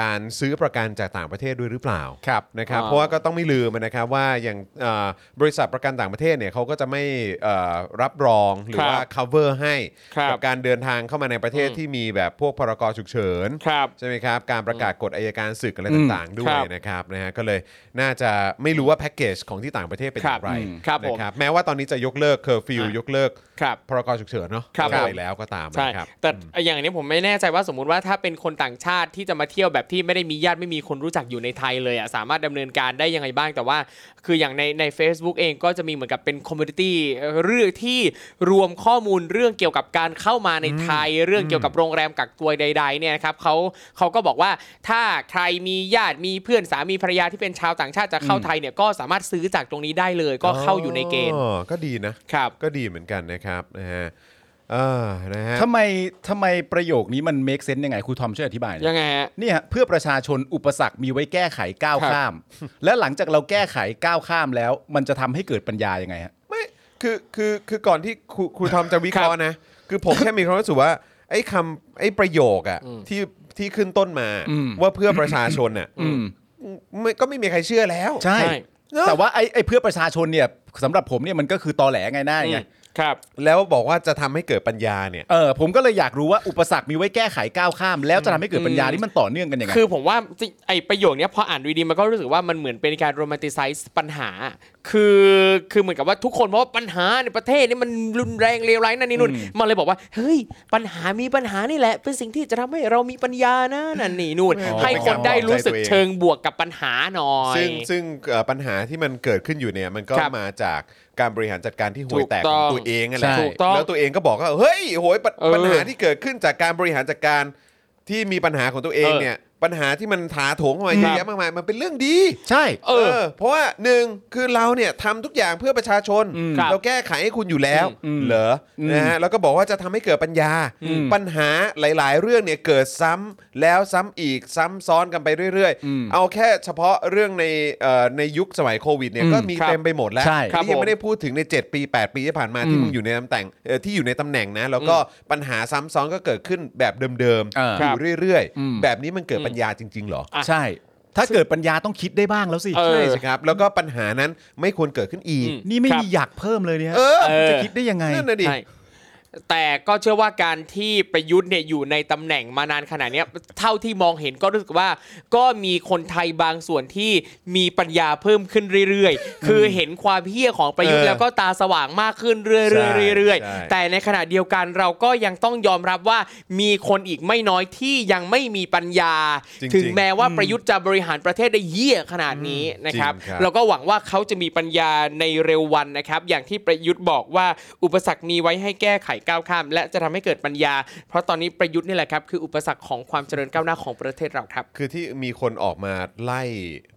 การซื้อประกันจากต่างประเทศด้วยหรือเปล่าครับนะครับ อ๋อ เพราะว่าก็ต้องไม่ลืมนะครับว่าอย่างเอ่อบริษัทประกันต่างประเทศเนี่ยเขาก็จะไม่เอ่อรับรองหรือ ครับ ว่า cover ให้ ครับ กัการเดินทางเข้ามาในประเทศที่มีแบบพวกพรกฉุกเฉิน ครับ ใช่ไหมครับ การประกาศกฎอายการศึกอะไร อืม ต่างๆ ด้วยครับ นะครับนะฮะก็เลยน่าจะไม่รู้ว่าแพ็กเกจของที่ต่างประเทศเป็นอย่างไร ครับผม นะครับแม้ว่าตอนนี้จะยกเลิกเคอร์ฟิว อ่ะ ยกเลิก ครับ พรกฉุกเฉินเนาะ ครับ อะ ผม ไรแล้วก็ตาม ใช่ นะครับ แต่อย่างนี้ผมไม่แน่ใจว่าสมมุติว่าถ้าเป็นคนต่างชาติที่จะมาเที่ยวแบบที่ไม่ได้มีญาติไม่มีคนรู้จักอยู่ในไทยเลยอ่ะสามารถดำเนินการได้ยังไงบ้าง แต่ว่าคืออย่างในใน a c e b o o k เองก็จะมีเหมือนกับเป็นคอมมูนิตี้เรื่องที่รวมข้อมูลเรื่องเกี่ยวกับการเข้ามาในไทย เรื่องเกี่ยวกับโรงแรมกักตัวใด ๆเนี่ยนะครับเขาเขาก็บอกว่าถ้าใครมีญาติมีเพื่อนสามีภรรยาที่เป็นชาวต่างชาติจะเข้าไทยเนี่ยก็สามารถซื้อจากตรงนี้ได้เลย ก็เข้าอยู่ในเกณฑ์ อ๋อก็ดีนะ ครับ ก็ดีเหมือนกันนะครับนะฮะเออนะฮะ ทำไมทำไมประโยคนี้มัน make sense ยังไงครูทอมช่วยอธิบายหน่อย ยังไงฮะ เนี่ยเพื่อประชาชนอุปสรรคมีไว้แก้ไขก้าว ครับ ข้าม และหลังจากเราแก้ไขก้าวข้ามแล้ว มันจะทำให้เกิดปัญญายังไงฮะ ไม่คือคือคือก่อนที่ครูครูทอมจะวิเคราะห์นะ คือผมแค่มีความรู้สึกว่าไอ้คำไอ้ประโยคอะที่ที่ขึ้นต้นมา อืม ว่าเพื่อประชาชนอะ อืม ไม่ก็ไม่มีใครเชื่อแล้ว ใช่ ใช่ แต่ว่าไอ้ไอ้เพื่อประชาชนเนี่ยสำหรับผมเนี่ยมันก็คือตอแหลไงหน้าไง ครับ แล้วบอกว่าจะทำให้เกิดปัญญาเนี่ย เออผมก็เลยอยากรู้ว่าอุปสรรคมีไว้แก้ไขก้าวข้าม แล้วจะทำให้เกิดปัญญาที่มันต่อเนื่องกันยังไง คือผมว่าจริงไอประโยคเนี้ยพออ่านดูดีมันก็รู้สึกว่ามันเหมือนเป็นการโรแมนติไซส์ปัญหา คือคือเหมือนกับว่าทุกคนเพราะว่าปัญหาในประเทศนี่มันรุนแรงเลวร้ายนั่นนี่นู่นมันเลยบอกว่าเฮ้ยปัญหามีปัญหานี่แหละ เป็นสิ่งที่จะทำให้เรามีปัญญานะนั่นนี่นู่น อ๋อ ให้คนได้รู้สึก เป็นการปลอบใจตัวเอง เชิงบวกกับปัญหาหน่อย ซึ่งซึ่งเอ่อปัญหาที่มันเกิดขึ้นอยู่เนี่ยมันก็ ครับ มาจากการบริหารจัดการที่ห่วยแตกขอตัถูกต้องงวเองนั่นแหละ ใช่ ถูกต้อง แล้วตัวเองก็บอกว่าเฮ้ยโหยปญ เออ ปัญหาที่เกิดขึ้นจากการบริหารจัดการที่มีปัญหาของตัวเอง เออ เนี่ย ปัญหาที่มันถาโถงเข้ามาเยอะแยะมากมายมันเป็นเรื่องดี ใช่ เออ เพราะว่าหนึ่งคือเราเนี่ยทำทุกอย่างเพื่อประชาชน อืม ครับ เราแก้ไขให้คุณอยู่แล้ว อืม เหรออ ม นะฮะแล้วก็บอกว่าจะทำให้เกิดปัญญา อืม ปัญหาหลาย ๆ เรื่องเนี่ยเกิดซ้ำแล้วซ้ำอีกซ้ำซ้อนกันไปเรื่อย อืม ๆ เอาแค่เฉพาะเรื่องในเอ่อในยุคสมัยโควิดเนี่ย อืม ก็มี ครับ เต็มไปหมดแล้ว ใช่ ครับ นี่ยั ผม ไม่ได้พูดถึงใน 7 ปี 8 ปีที่ผ่านมา อืม ที่มึงอยู่ในตำแหน่งเอ่อที่อยู่ในตำแหน่งนะแล้วก็ปัญหาซ้ำซ้อนก็เกิดขึ้นแบบเดิม เออ ๆ อ อยู่เรื่อย อืม ๆ แบบนี้มันเกิด อืม ปัญญาจริง ๆ เหรอ อ่ะ ใช่ ถ้าเกิดปัญญาต้องคิดได้บ้างแล้วสิ เออ ใช่สิครับ แล้วก็ปัญหานั้นไม่ควรเกิดขึ้นอีก อืม นี่ไม่ ครับ มีอยากเพิ่มเลยเนี่ย เออ จะคิดได้ยังไง นั่นน่ะดิ ใช่แต่ก็เชื่อว่าการที่ประยุทธ์เนี่ยอยู่ในตำแหน่งมานานขนาดเนี้ยเท่าที่มองเห็นก็รู้สึกว่า ก็มีคนไทยบางส่วนที่มีปัญญาเพิ่มขึ้นเรื่อยๆ คือเห็นความเหี้ยของประยุทธ์ เออ แล้วก็ตาสว่างมากขึ้นเรื่ ใช่ อยๆเรื่อย ใช่ ๆ แต่ในขณะเดียวกันเราก็ยังต้องยอมรับว่ามีคนอีกไม่น้อยที่ยังไม่มีปัญญา จริงๆ ถึงแม้ว่าประยุทธ์จะบริหารประเทศได้เหี้ยขนาดนี้นะครับ จริงครับ เราก็หวังว่าเขาจะมีปัญญาในเร็ววันนะครับ อย่างที่ประยุทธ์บอกว่าอุปสรรคมีไว้ให้แก้ไขก้าวข้าม และจะทำให้เกิดปัญญา เพราะตอนนี้ประยุทธ์นี่แหละครับคืออุปสรรคของความเจริญก้าวหน้าของประเทศเราครับ คือที่มีคนออกมาไล่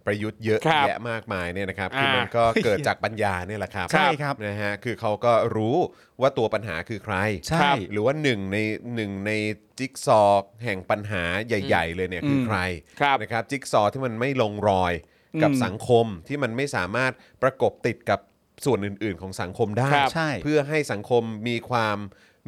ประยุทธ์เยอะ ครับ แยะมากมายเนี่ยนะครับ อ่า คือมันก็เกิดจากปัญญาเนี่ยแหละครับ ใช่ครับ นะฮะคือเขาก็รู้ว่าตัวปัญหาคือใคร ใช่ ครับ หรือว่าหนึ่งในหนึ่งในจิ๊กซอว์แห่งปัญหาใหญ่ ๆ เลยเนี่ยคือใคร ครับ นะครับจิ๊กซอว์ที่มันไม่ลงรอยกับ อืม สังคมที่มันไม่สามารถประกบติดกับส่วนอื่น ๆ ของสังคมได้ ครับ ใช่ เพื่อให้สังคมมีความ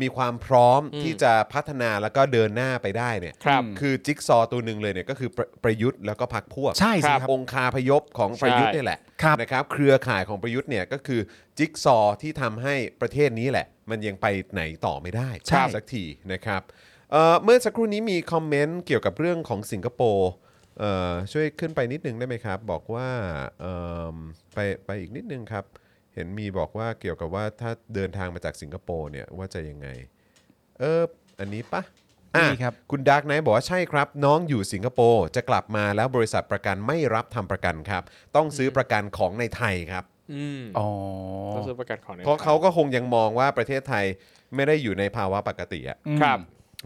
มีความพร้อม อืม ที่จะพัฒนาแล้วก็เดินหน้าไปได้เนี่ย ครับ อจิ๊กซอว์ตัวหนึ่งเลยเนี่ยก็คือประประยุทธ์แล้วก็พรรคพวก ใช่สิ ค ค รั รับ บ องคาพยพของประยุทธ์เนี่ยแหละ ครับ นะครับเครือข่ายของประยุทธ์เนี่ยก็คือจิ๊กซอว์ที่ทำให้ประเทศนี้แหละ มันยังไปไหนต่อไม่ได้ ใช่ สักทีนะครับเอ่อเมื่อสักครู่นี้มีคอมเมนต์เกี่ยวกับเรื่องของสิงคโปร์เอ่อช่วยขึ้นไปนิดนึงได้ไหมครับ บอกว่าเอิ่มไปไปอีกนิดนึงครับ เห็นมีบอกว่าเกี่ยวกับว่าถ้าเดินทางมาจากสิงคโปร์เนี่ยว่าจะยังไง เอออันนี้ปะอ่ะ นี่ครับ คุณดาร์กไนท์บอกว่าใช่ครับ น้องอยู่สิงคโปร์จะกลับมาแล้วบริษัทประกันไม่รับทำประกันครับ ต้องซื้อประกันของในไทยครับ อืม อ๋อ ก็คือประกาศขอใน เพราะเขาก็คงยังมองว่าประเทศไทยไม่ได้อยู่ในภาวะปกติอะ ครับ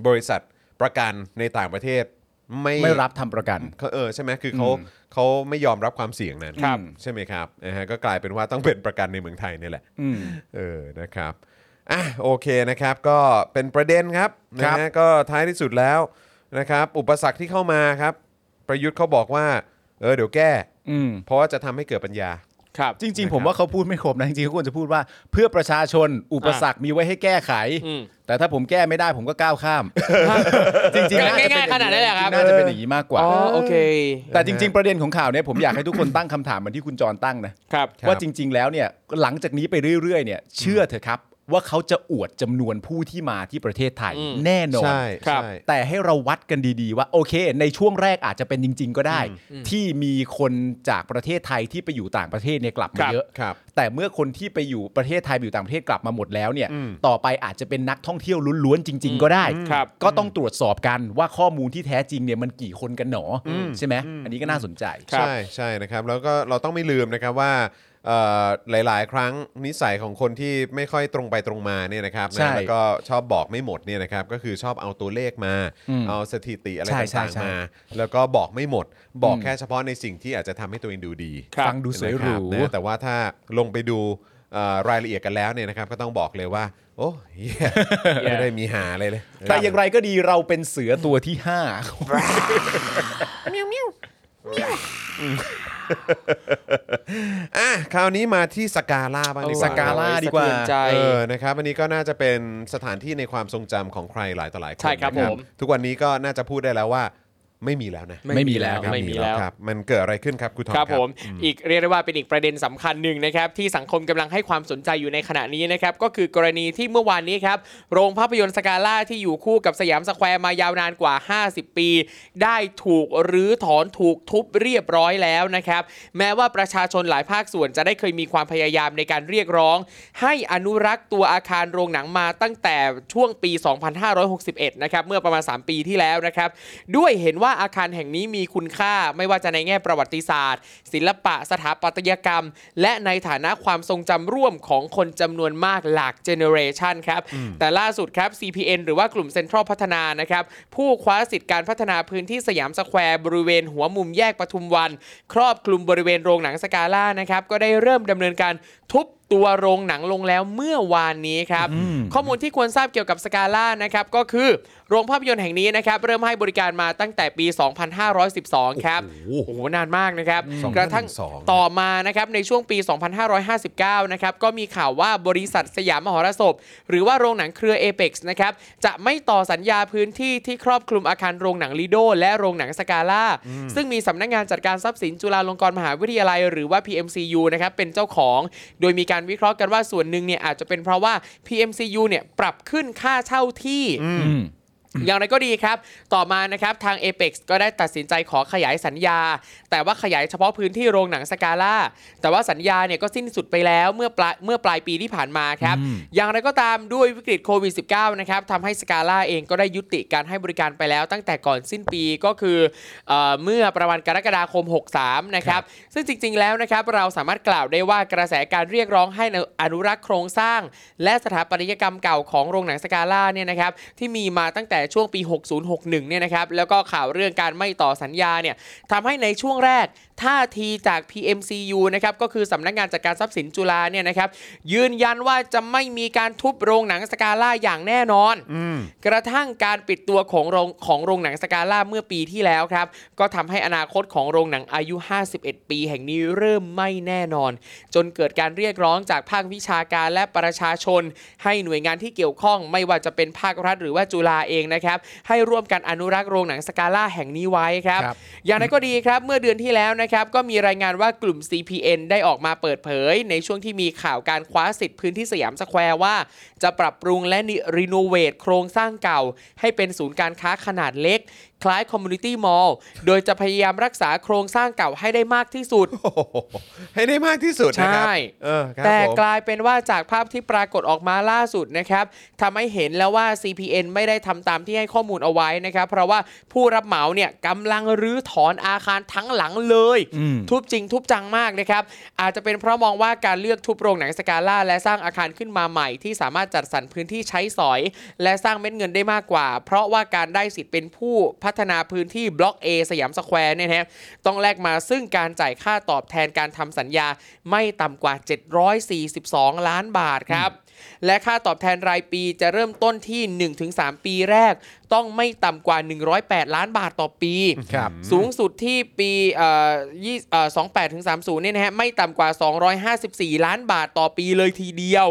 บริษัทประกันในต่างประเทศไม่ ไม่รับทำประกัน เขาเออใช่ไหมคือเขา อืม เขาไม่ยอมรับความเสี่ยงนั้น ครับ ใช่ไหมครับนะฮะก็กลายเป็นว่าต้องเป็นประกันในเมืองไทยเนี่ยแหละ เออ นะครับ อ่ะ โอเคนะครับ ก็เป็นประเด็นครับ ค นะ รับ ฮะก็ท้ายที่สุดแล้วนะครับ อุปสรรคที่เข้ามาครับ ประยุทธ์เขาบอกว่า เออ เดี๋ยวแก้ อืม เพราะว่าจะทำให้เกิดปัญญา ครับ จริ นะค ง รับ ๆ ผมว่าเขาพูดไม่ครบนะ จริงๆเขาควรจะพูดว่าเพื่อประชาชนอุปสรรคมีไว้ให้แก้ไข อืม แต่ถ้าผมแก้ไม่ได้ผมก็ก้าวข้าม จริงๆน่จะเป็ ง่ายๆขนาดนั้นแหละครับ น่าจะเป็นอย่างนี้มากกว่า อ๋อโอเค แต่จริง ๆ ประเด็นของข่าวเนี่ยผมอยากให้ทุกคนตั้งคำถามเหมือนที่คุณจรตั้งนะ ครับ ครับ ว่าจริง ๆ แล้วเนี่ยหลังจากนี้ไปเรื่อย ๆ เนี่ย เชื่อเถอะครับ ว่าเขาจะอวดจำนวนผู้ที่มาที่ประเทศไทย อืม แน่นอน ใช่ ครับ ใช่ แต่ให้เราวัดกันดีๆ ว่าโอเค ในช่วงแรกอาจจะเป็นจริง ๆ ก็ได้ ที่มีคนจากประเทศไทยที่ไปอยู่ต่างประเทศเนี่ยกลับ ค มา รับ เยอะ ครับ แต่เมื่อคนที่ไปอยู่ประเทศไทยไปอยู่ต่างประเทศกลับมาหมดแล้วเนี่ย อืม ต่อไปอาจจะเป็นนักท่องเที่ยวล้วนๆจริง ๆ ก็ได้ ครับ ก็ต้องตรวจสอบกันว่าข้อมูลที่แท้จริงเนี่ยมันกี่คนกันหนออใช่ไหมอันนี้ก็น่าสนใจ ครับ ใช่ใช่นะครับแล้วก็เราต้องไม่ลืมนะครับว่าเอ่อหลาย ๆ ครั้งนิสัยของคนที่ไม่ค่อยตรงไปตรงมาเนี่ยนะครับ ใช่ นะแล้วก็ชอบบอกไม่หมดเนี่ยนะครับก็คือชอบเอาตัวเลขมา อืม เอาสถิติอะไร ใช่ใช่ ต่าง ใช่ ๆมา แล้วก็บอกไม่หมด บอกแค่เฉพาะในสิ่งที่อาจจะทำให้ตัวเองดูดี ครับ ฟังดูสวยหรู นะคบนะแต่ว่าถ้าลงไปดูเอ่อรายละเอียดกันแล้วเนี่ยนะครับก็ต้องบอกเลยว่า โอ้เหี้ย ไม่ได้มีหาอะไรเลย แต่อย่างไรก็ดีเราเป็นเสือตัวที่ห้า อ่ะคราวนี้มาที่สกาล่าบ้างดีกว่า สกาล่าดีกว่า สะเทือนใจ เออ นะครับ อันนี้ก็น่าจะเป็นสถานที่ในความทรงจำของใครหลายต่อหลายคน ใช่ครับ นะ ผม ทุกวันนี้ก็น่าจะพูดได้แล้วว่าไม่มีแล้วนะ ไม่มีแล้ว นะครับ ไม่มีแล้ว ครับ มันเกิดอะไรขึ้นครับคุณทอม ครับผมอีกเรียกได้ว่าเป็นอีกประเด็นสำคัญหนึ่งนะครับ ที่สังคมกำลังให้ความสนใจอยู่ในขณะนี้นะครับ ก็คือกรณีที่เมื่อวานนี้ครับ โรงภาพยนตร์สกาล่าที่อยู่คู่กับสยามสแควร์มายาวนานกว่า 50 ปี ได้ถูกรื้อถอนถูกทุบเรียบร้อยแล้วนะครับ แม้ว่าประชาชนหลายภาคส่วนจะได้เคยมีความพยายามในการเรียกร้อง ให้อนุรักษ์ตัวอาคารโรงหนังมาตั้งแต่ช่วงปี 2561 นะครับเมื่อประมาณ 3 ปีที่แล้วนะครับ ด้วยเห็นว่า ว่าอาคารแห่งนี้มีคุณค่าไม่ว่าจะในแง่ประวัติศาสตร์ ศิลปะสถาปัตยกรรม และในฐานะความทรงจำร่วมของคนจำนวนมากหลากเจเนอเรชันครับ แต่ล่าสุดครับ CPN หรือว่ากลุ่มเซ็นทรัลพัฒนานะครับ ผู้คว้าสิทธิ์การพัฒนาพื้นที่สยามสแควร์ บริเวณหัวมุมแยกปทุมวัน ครอบคลุมบริเวณโรงหนังสกาล่านะครับ ก็ได้เริ่มดำเนินการทุบตัวโรงหนังลงแล้วเมื่อวานนี้ครับ ข้อมูลที่ควรทราบเกี่ยวกับสกาล่านะครับ ก็คือโรงภาพยนตร์แห่งนี้นะครับ เริ่มให้บริการมาตั้งแต่ปี 2512 ครับ โอ้โห โอ้โหนานมากนะครับ สองพัน กระทั่ง สอง ต่อมานะครับในช่วงปี 2559 นะครับก็มีข่าวว่าบริษัทสยามมหรสพ หรือว่าโรงหนังเครือ Apex นะครับจะไม่ต่อสัญญาพื้นที่ที่ครอบคลุมอาคารโรงหนังลีโดและโรงหนังสกาล่า ซึ่งมีสำนักงานจัดการทรัพย์สินจุฬาลงกรณ์มหาวิทยาลัย หรือว่า PMCU นะครับเป็นเจ้าของ โดยมีการวิเคราะห์กันว่าส่วนหนึ่งเนี่ยอาจจะเป็นเพราะว่า PMCU เนี่ยปรับขึ้นค่าเช่าที่ อืม อย่างไรก็ดีครับ ต่อมานะครับทาง Apex ก็ได้ตัดสินใจขอขยายสัญญา แต่ว่าขยายเฉพาะพื้นที่โรงหนังสกาล่า แต่ว่าสัญญาเนี่ยก็สิ้นสุดไปแล้วเมื่อปลายเมื่อปลายปีที่ผ่านมาครับ อย่างไรก็ตามด้วยวิกฤตโควิด -19 นะครับทำให้สกาล่าเองก็ได้ยุติการให้บริการไปแล้ว ตั้งแต่ก่อนสิ้นปีก็คือเออเมื่อประมาณกรกฎาคม 63 นะครับ ซึ่งจริงๆแล้วนะครับเราสามารถกล่าวได้ว่ากระแสการเรียกร้องให้อนุรักษ์โครงสร้าง และสถาปัตยกรรมเก่าของโรงหนังสกาล่าเนี่ยนะครับที่มีมาตั้งแต่ช่วงปี 6061 เนี่ยนะครับแล้วก็ข่าวเรื่องการไม่ต่อสัญญาเนี่ยทำให้ในช่วงแรกท่าทีจาก PMCU นะครับก็คือสำนักงานจัดการทรัพย์สินจุฬาเนี่ยนะครับยืนยันว่าจะไม่มีการทุบโรงหนังสกาล่าอย่างแน่นอน กระทั่งการปิดตัวของโรงของโรงหนังสกาล่าเมื่อปีที่แล้วครับ ก็ทำให้อนาคตของโรงหนังอายุ 51 ปีแห่งนี้เริ่มไม่แน่นอน จนเกิดการเรียกร้องจากภาควิชาการและประชาชน ให้หน่วยงานที่เกี่ยวข้องไม่ว่าจะเป็นภาครัฐหรือว่าจุฬาเองนะครับ ให้ร่วมกันอนุรักษ์โรงหนังสกาล่าแห่งนี้ไว้ครับ ครับ อย่างไรก็ดีครับ เมื่อเดือนที่แล้วนะครับ ก็มีรายงานว่ากลุ่ม CPN ได้ออกมาเปิดเผย ในช่วงที่มีข่าวการคว้าสิทธิ์พื้นที่สยามสแควร์ว่า จะปรับปรุงและรีโนเวทโครงสร้างเก่า ให้เป็นศูนย์การค้าขนาดเล็ก คล้ายคอมมูนิตี้มอลล์โดยจะพยายามรักษาโครงสร้างเก่าให้ได้มากที่สุด โอ้โหให้ได้มากที่สุดนะครับ ใช่ เออครับ แต่ ผม กลายเป็นว่าจากภาพที่ปรากฏออกมาล่าสุดนะครับทำให้เห็นแล้วว่า CPN ไม่ได้ทำตามที่ให้ข้อมูลเอาไว้นะครับ เพราะว่าผู้รับเหมาเนี่ยกำลังรื้อถอนอาคารทั้งหลังเลย อืม ทุบจริงทุบจังมากนะครับ อาจจะเป็นเพราะมองว่าการเลือกทุบโรงหนังสกาล่า และสร้างอาคารขึ้นมาใหม่ ที่สามารถจัดสรรพื้นที่ใช้สอย และสร้างเม็ดเงินได้มากกว่า เพราะว่าการได้สิทธิ์เป็นผู้พัฒนาพื้นที่บล็อก A สยามสแควร์เนี่ยนะฮะต้องแลกมาซึ่งการจ่ายค่าตอบแทนการทำสัญญาไม่ต่ำกว่า 742 ล้านบาทครับ และค่าตอบแทนรายปีจะเริ่มต้นที่ 1-3 ปีแรก ต้องไม่ต่ำกว่า 108 ล้านบาทต่อปี ครับ สูงสุดที่ปีเอ่อยี่เอ่อ28ถึง30เนี่ยนะฮะไม่ต่ำกว่า 254 ล้านบาทต่อปีเลยทีเดียว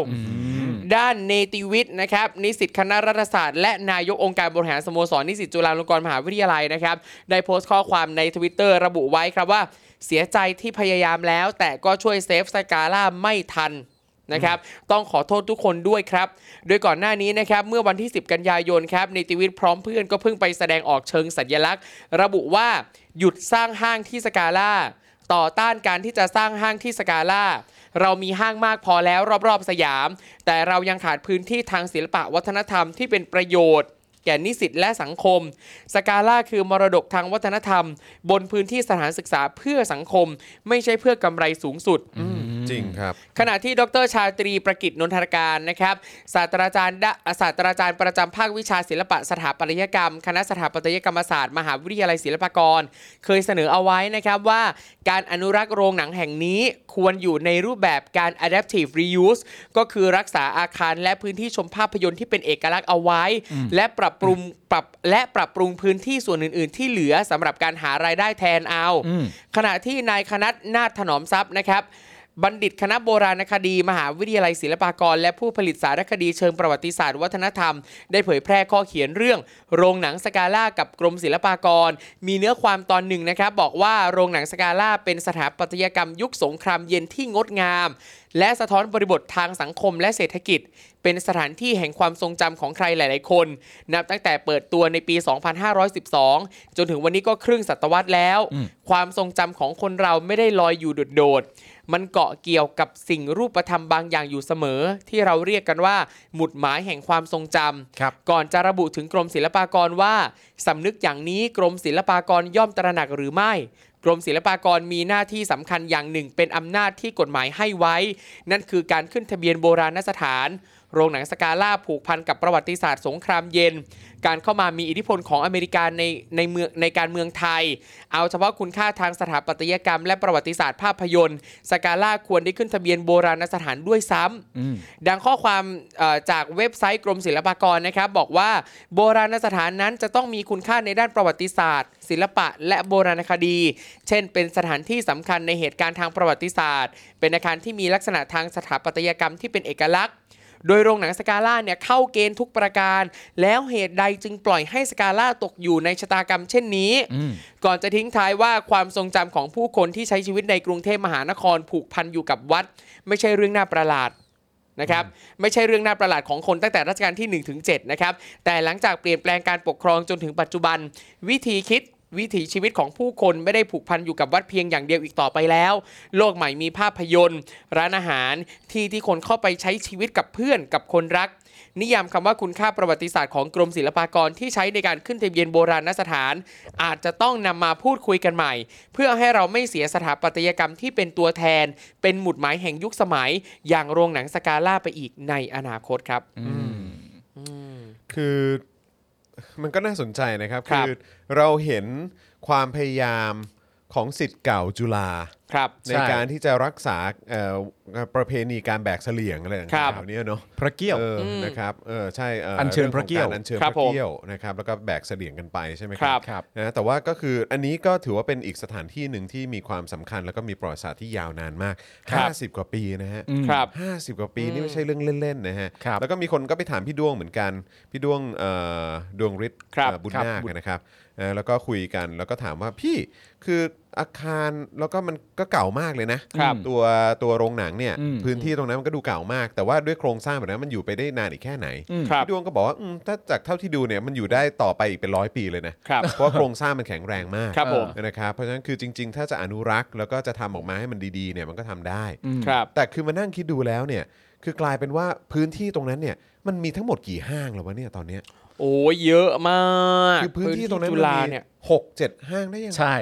ด้านเนติวิทย์นะครับนิสิตคณะรัฐศาสตร์และนายกองค์การบริหารสโมสรนิสิตจุฬาลงกรณ์มหาวิทยาลัยนะครับ ได้โพสต์ข้อความใน Twitter ระบุไว้ครับว่า เสียใจที่พยายามแล้ว แต่ก็ช่วยเซฟสกาล่าไม่ทัน นะครับต้องขอโทษทุกคนด้วยครับ โดยก่อนหน้านี้นะครับเมื่อวันที่ 10 กันยายนครับในติวิทย์พร้อมเพื่อนก็เพิ่งไปแสดงออกเชิงสัญญลักษณ์ ระบุว่าหยุดสร้างห้างที่สกาล่า ต่อต้านการที่จะสร้างห้างที่สกาล่า เรามีห้างมากพอแล้วรอบๆสยาม แต่เรายังขาดพื้นที่ทางศิลปะวัฒนธรรมที่เป็นประโยชน์ แก่นิสิตและสังคม สกาล่าคือมรดกทางวัฒนธรรม บนพื้นที่สถานศึกษาเพื่อสังคม ไม่ใช่เพื่อกำไรสูงสุด จริงครับ ขณะที่ดรชาตรีประกิจนนทการนะครับศาสตราจารย์ดศาสตราจารย์ประจำภาควิชาศิลปะสถาปัตยกรรม คณะสถาปัตยกรรมศาสตร์ มหาวิทยาลัยศิลปากร เคยเสนอเอาไว้นะครับว่า การอนุรักษ์โรงหนังแห่งนี้ควรอยู่ในรูปแบบการ adaptive reuse ก็คือรักษาอาคารและพื้นที่ชมภาพยนตร์ที่เป็นเอกลักษณ์เอาไว้ และปรับปรุงปรับและปรับปรุงพื้นที่ส่วนอื่น ๆ ที่เหลือสำหรับการหารายได้แทนเอา อืม ขณะที่นายคณัตนาถถนอมทรัพย์นะครับ บัณฑิตคณะโบราณคดี มหาวิทยาลัยศิลปากร และผู้ผลิตสารคดีเชิงประวัติศาสตร์วัฒนธรรม ได้เผยแพร่ข้อเขียนเรื่อง โรงหนังสกาล่ากับกรมศิลปากร มีเนื้อความตอนหนึ่งนะครับ บอกว่าโรงหนังสกาล่าเป็นสถาปัตยกรรมยุคสงครามเย็นที่งดงาม และสะท้อนบริบททางสังคมและเศรษฐกิจ เป็นสถานที่แห่งความทรงจำของใครหลาย ๆ คน นับตั้งแต่เปิดตัวในปี 2512 จนถึงวันนี้ก็ครึ่งศตวรรษแล้ว ความทรงจำของคนเราไม่ได้ลอยอยู่โดด ๆ มันเกาะเกี่ยวกับสิ่งรูปธรรมบางอย่างอยู่เสมอ ที่เราเรียกกันว่า หมุดหมายแห่งความทรงจำ ครับ ก่อนจะระบุถึงกรมศิลปากรว่า สำนึกอย่างนี้กรมศิลปากรย่อมตระหนักหรือไม่ กรมศิลปากรมีหน้าที่สำคัญอย่างหนึ่ง เป็นอำนาจที่กฎหมายให้ไว้ นั่นคือการขึ้นทะเบียนโบราณสถาน โรงหนังสกาล่าผูกพันกับประวัติศาสตร์สงครามเย็น การเข้ามามีอิทธิพลของอเมริกาในในเมืองในการเมืองไทย เอาเฉพาะคุณค่าทางสถาปัตยกรรม และประวัติศาสตร์ภาพยนตร์สกาล่าควรได้ขึ้นทะเบียนโบราณสถานด้วยซ้ำ อืม ดังข้อความเอ่อจากเว็บไซต์กรมศิลปากรนะครับ บอกว่าโบราณสถานนั้นจะต้องมีคุณค่าในด้านประวัติศาสตร์ ศิลปะและโบราณคดี เช่น เป็นสถานที่สำคัญในเหตุการณ์ทางประวัติศาสตร์ เป็นอาคารที่มีลักษณะทางสถาปัตยกรรมที่เป็นเอกลักษณ์ โดยโรงหนังสกาล่าเนี่ยเข้าเกณฑ์ทุกประการ แล้วเหตุใดจึงปล่อยให้สกาล่าตกอยู่ในชะตากรรมเช่นนี้ อืม ก่อนจะทิ้งท้ายว่าความทรงจำของผู้คนที่ใช้ชีวิตในกรุงเทพมหานครผูกพันอยู่กับวัด ไม่ใช่เรื่องน่าประหลาดนะครับ ไม่ใช่เรื่องน่าประหลาดของคนตั้งแต่รัชกาลที่1ถึง7นะครับ แต่หลังจากเปลี่ยนแปลงการปกครองจนถึงปัจจุบัน วิธีคิดวิถีชีวิตของผู้คนไม่ได้ผูกพันอยู่กับวัดเพียงอย่างเดียวอีกต่อไปแล้ว โลกใหม่มีภาพยนตร์ ร้านอาหารที่ที่คนเข้าไปใช้ชีวิตกับเพื่อนกับคนรัก นิยามคำว่าคุณค่าประวัติศาสตร์ของกรมศิลปากรที่ใช้ในการขึ้นทะเบียนโบราณสถาน อาจจะต้องนำมาพูดคุยกันใหม่ เพื่อให้เราไม่เสียสถาปัตยกรรมที่เป็นตัวแทน เป็นหมุดหมายแห่งยุคสมัย อย่างโรงหนังสกาล่าไปอีกในอนาคตครับ คือมันก็น่าสนใจนะครับ ครับ อเราเห็นความพยายามของสิทธิ์เก่าจุฬา ครับ ในการที่จะรักษาเอ่อประเพณีการแบกเสลี่ยงอะไรต่าง ครับ ๆเหล่านี้เนาะ พระเกี้ยว เอออ ม นะครับ เออ ใช่เ นเชิญพระเกี้ยว องของาอัญเชิญ ค พ รับ ระเกี้ยวนะครับ แล้วก็แบกเสลี่ยงกันไปใช่ไหมค ครั รับ ครับ นะ แต่ว่าก็คืออันนี้ก็ถือว่าเป็นอีกสถานที่หนึ่งที่มีความสำคัญแล้วก็มีประวัติศาสตร์ที่ยาวนานมาก ครับ 50 กว่าปีนะฮะ อืม ครับ ห้าสิบกว่าปีนี่ไม่ใช่เรื่องเล่นๆนะฮะ ครับ แล้วก็มีคนก็ไปถามพี่ดวงเหมือนกัน พี่ดวงเอ่อดวงฤทธิ์ ครับ เอ่อบุญ ครับ นาคนะครับเอ่อแล้วก็คุยกันแล้วก็ถามว่าพี่คืออาคารแล้วก็มันก็เก่ามากเลยนะครับ ตัวตัวโรงหนังเนี่ย อืม พื้นที่ตรงนั้นมันก็ดูเก่ามาก แต่ว่าด้วยโครงสร้างแบบนั้นมันอยู่ไปได้นานอีกแค่ไหน ครับ พี่ดวงก็บอกว่าอืมถ้าจากเท่าที่ดูเนี่ยมันอยู่ได้ต่อไปอีกเป็นร้อยปีเลยนะครับ เพราะว่าโครงสร้างมันแข็งแรงมาก ครับผม นะครับเพราะฉะนั้นคือจริง ๆ ถ้าจะอนุรักษ์แล้วก็จะทำออกมาให้มันดีๆเนี่ยมันก็ทำได้ อืม ครับ แต่คือมานั่งคิดดูแล้วเนี่ย คือกลายเป็นว่าพื้นที่ตรงนั้นเนี่ย มันมีทั้งหมดกี่ห้างแล้ววะเนี่ยตอนเนี้ย โอ้ยเยอะมาก คือพื้นที่ตรงนั้น จุ มัน ฬา มี เนี่ย หกเจ็ดห้างได้ยัง ใช่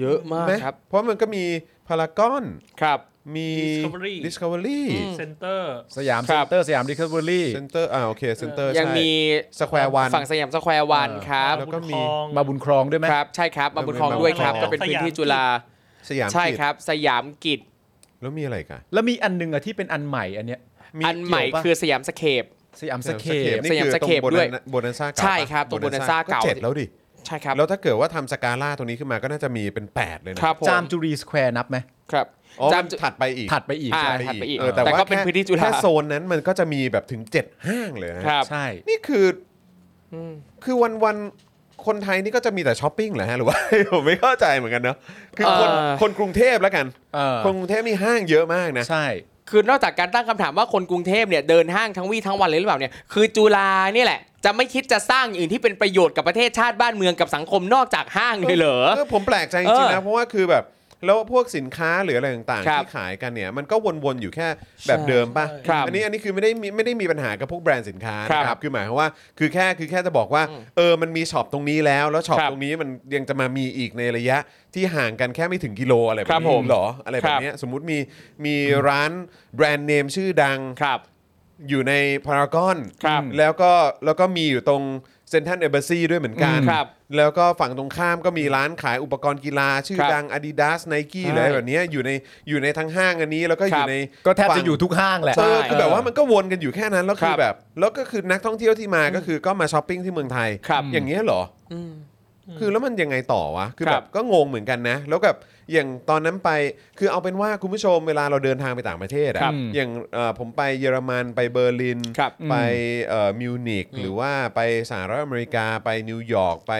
เยอะมาก ไหม ครับ เพราะมันก็มีพารากอน ครับ มี Discovery Discovery เซ็นเตอร์ สยาม ค เซ็ รั น บ เตอร์สยามดิคัฟเวอรี่ Center อ่าโอเค Center ยัง ใช่ มี Square One ฝั่งสยามสแควร์วันครับ แล้วก็มี มาบุญครองด้วยไหม ครับ ใช่ครับมาบุญครองด้วยครับ ก็เป็นพื้นที่จุฬา สยาม ใช่ กิจ ครับ สยามกิจ แล้วมีอะไรอีกัน แล้วมีอันหนึงอะที่เป็นอันใหม่อันเนี้ย อันใหม่ เกี่ยวปะ คือสยามสเคป สยามสเคป นี่ สยาม คือ ส ตร เคป งโบ ด้ นั วย นโบนันซ่าเก่า ใช่ ปะ ครับตรง Bonanza เก่า เจ็ดแล้วดิ ใช่ครับ แล้วถ้าเกิดว่าทำสกาล่าตรงนี้ขึ้นมาก็น่าจะมีเป็น 8 เลยนะครับ ผม จามจุรีสแควร์นับไหม ครับ อ๋อ จา มั ม น จุ ถัดไปอีก ถัดไปอีก อ่า ใช่ ถัดไปอีก เแต่ แต่ ว่า ก็เป็น แค่ พื้นที่จุฬา แค่โซนนั้นมันก็จะมีแบบถึง 7 ห้างเลยนะฮะ ครับ ใช่ นี่คืออ ม คือวันวันๆคนไทยนี่ก็จะมีแต่ช้อปปิ้งเหรอฮะหรือว่า ผมไม่เข้าใจเหมือนกันเนาะคือคน เอ่อ คนกรุงเทพแล้วกัน เออ คนกรุงเทพมีห้างเยอะมากนะ ใช่ คือนอกจากการตั้งคำถามว่าคนกรุงเทพเนี่ยเดินห้างทั้งวี่ทั้งวันเลยหรือเปล่าเนี่ยคือจุฬาเนี่ยแหละ จะไม่คิดจะสร้างอย่างอื่นที่เป็นประโยชน์กับประเทศชาติบ้านเมืองกับสังคมนอกจากห้างเลยเหรอ เออผมแปลกใจจริงๆนะเพราะว่าคือแบบแล้วพวกสินค้าหรืออะไรต่าง ค ๆ รับ ที่ขายกันเนี่ยมันก็วนๆอยู่แค่แบบเดิมป่ะ ครับ อันนี้อันนี้คือไม่ได้มีไม่ได้มีปัญหากับพวกแบรนด์สินค้า ครับ นะครับคือหมายความว่าคือแค่คือแค่จะบอกว่าเออมันมีช็อปตรงนี้แล้วแล้วช็อป ครับ ตรงนี้มันยังจะมามีอีกในระยะที่ห่างกันแค่ไม่ถึงกิโลอะไรแบ ครับ บผ นี้ ม หรออะไรแบ ครับ บ เนี้ยสมมุติมีมีร้านแบรนด์เนมชื่อดัง ครับ อยู่ในพารากอน ครับ แล้วก็แล้วก็มีอยู่ตรงเซ็นทรัลเอเบอร์ซีด้วยเหมือนกัน อืมครับ แล้วก็ฝั่งตรงข้ามก็มีร้านขายอุปกรณ์กีฬา ชื่อ ครับ ดัง Adidas Nike หใช่รืออะไรแบบเนี้ยอยู่ในอยู่ในทั้งห้างอันนี้แล้วก็อ ครั ยู่ บ ใน ก็แทบจะอยู่ ฝั่ง ทุกห้างแหละ เออ ใช่ คือแบบว่ามันก็วนกันอยู่แค่นั้นแล้วคื ค อ รับ แบบแล้วก็คือนักท่องเที่ยวที่มาก็คือก็มาช้อปปิ้งที่เมืองไทย ครับ อย่างเงี้ยเหรออ ม คือแล้วมันยังไงต่อวะคือ ค แบ รับบ ก็งงเหมือนกันนะ แล้วแบบอย่างตอนนั้นไปคือเอาเป็นว่าคุณผู้ชมเวลาเราเดินทางไปต่างประเทศอะ ครับ อย่างเอ่อผมไปเยอรมันไปเบอร์ลิน ครับ ไปเอ่อมิวนิกหรือว่าไปสหรัฐอเมริกาไปนิวยอร์กไป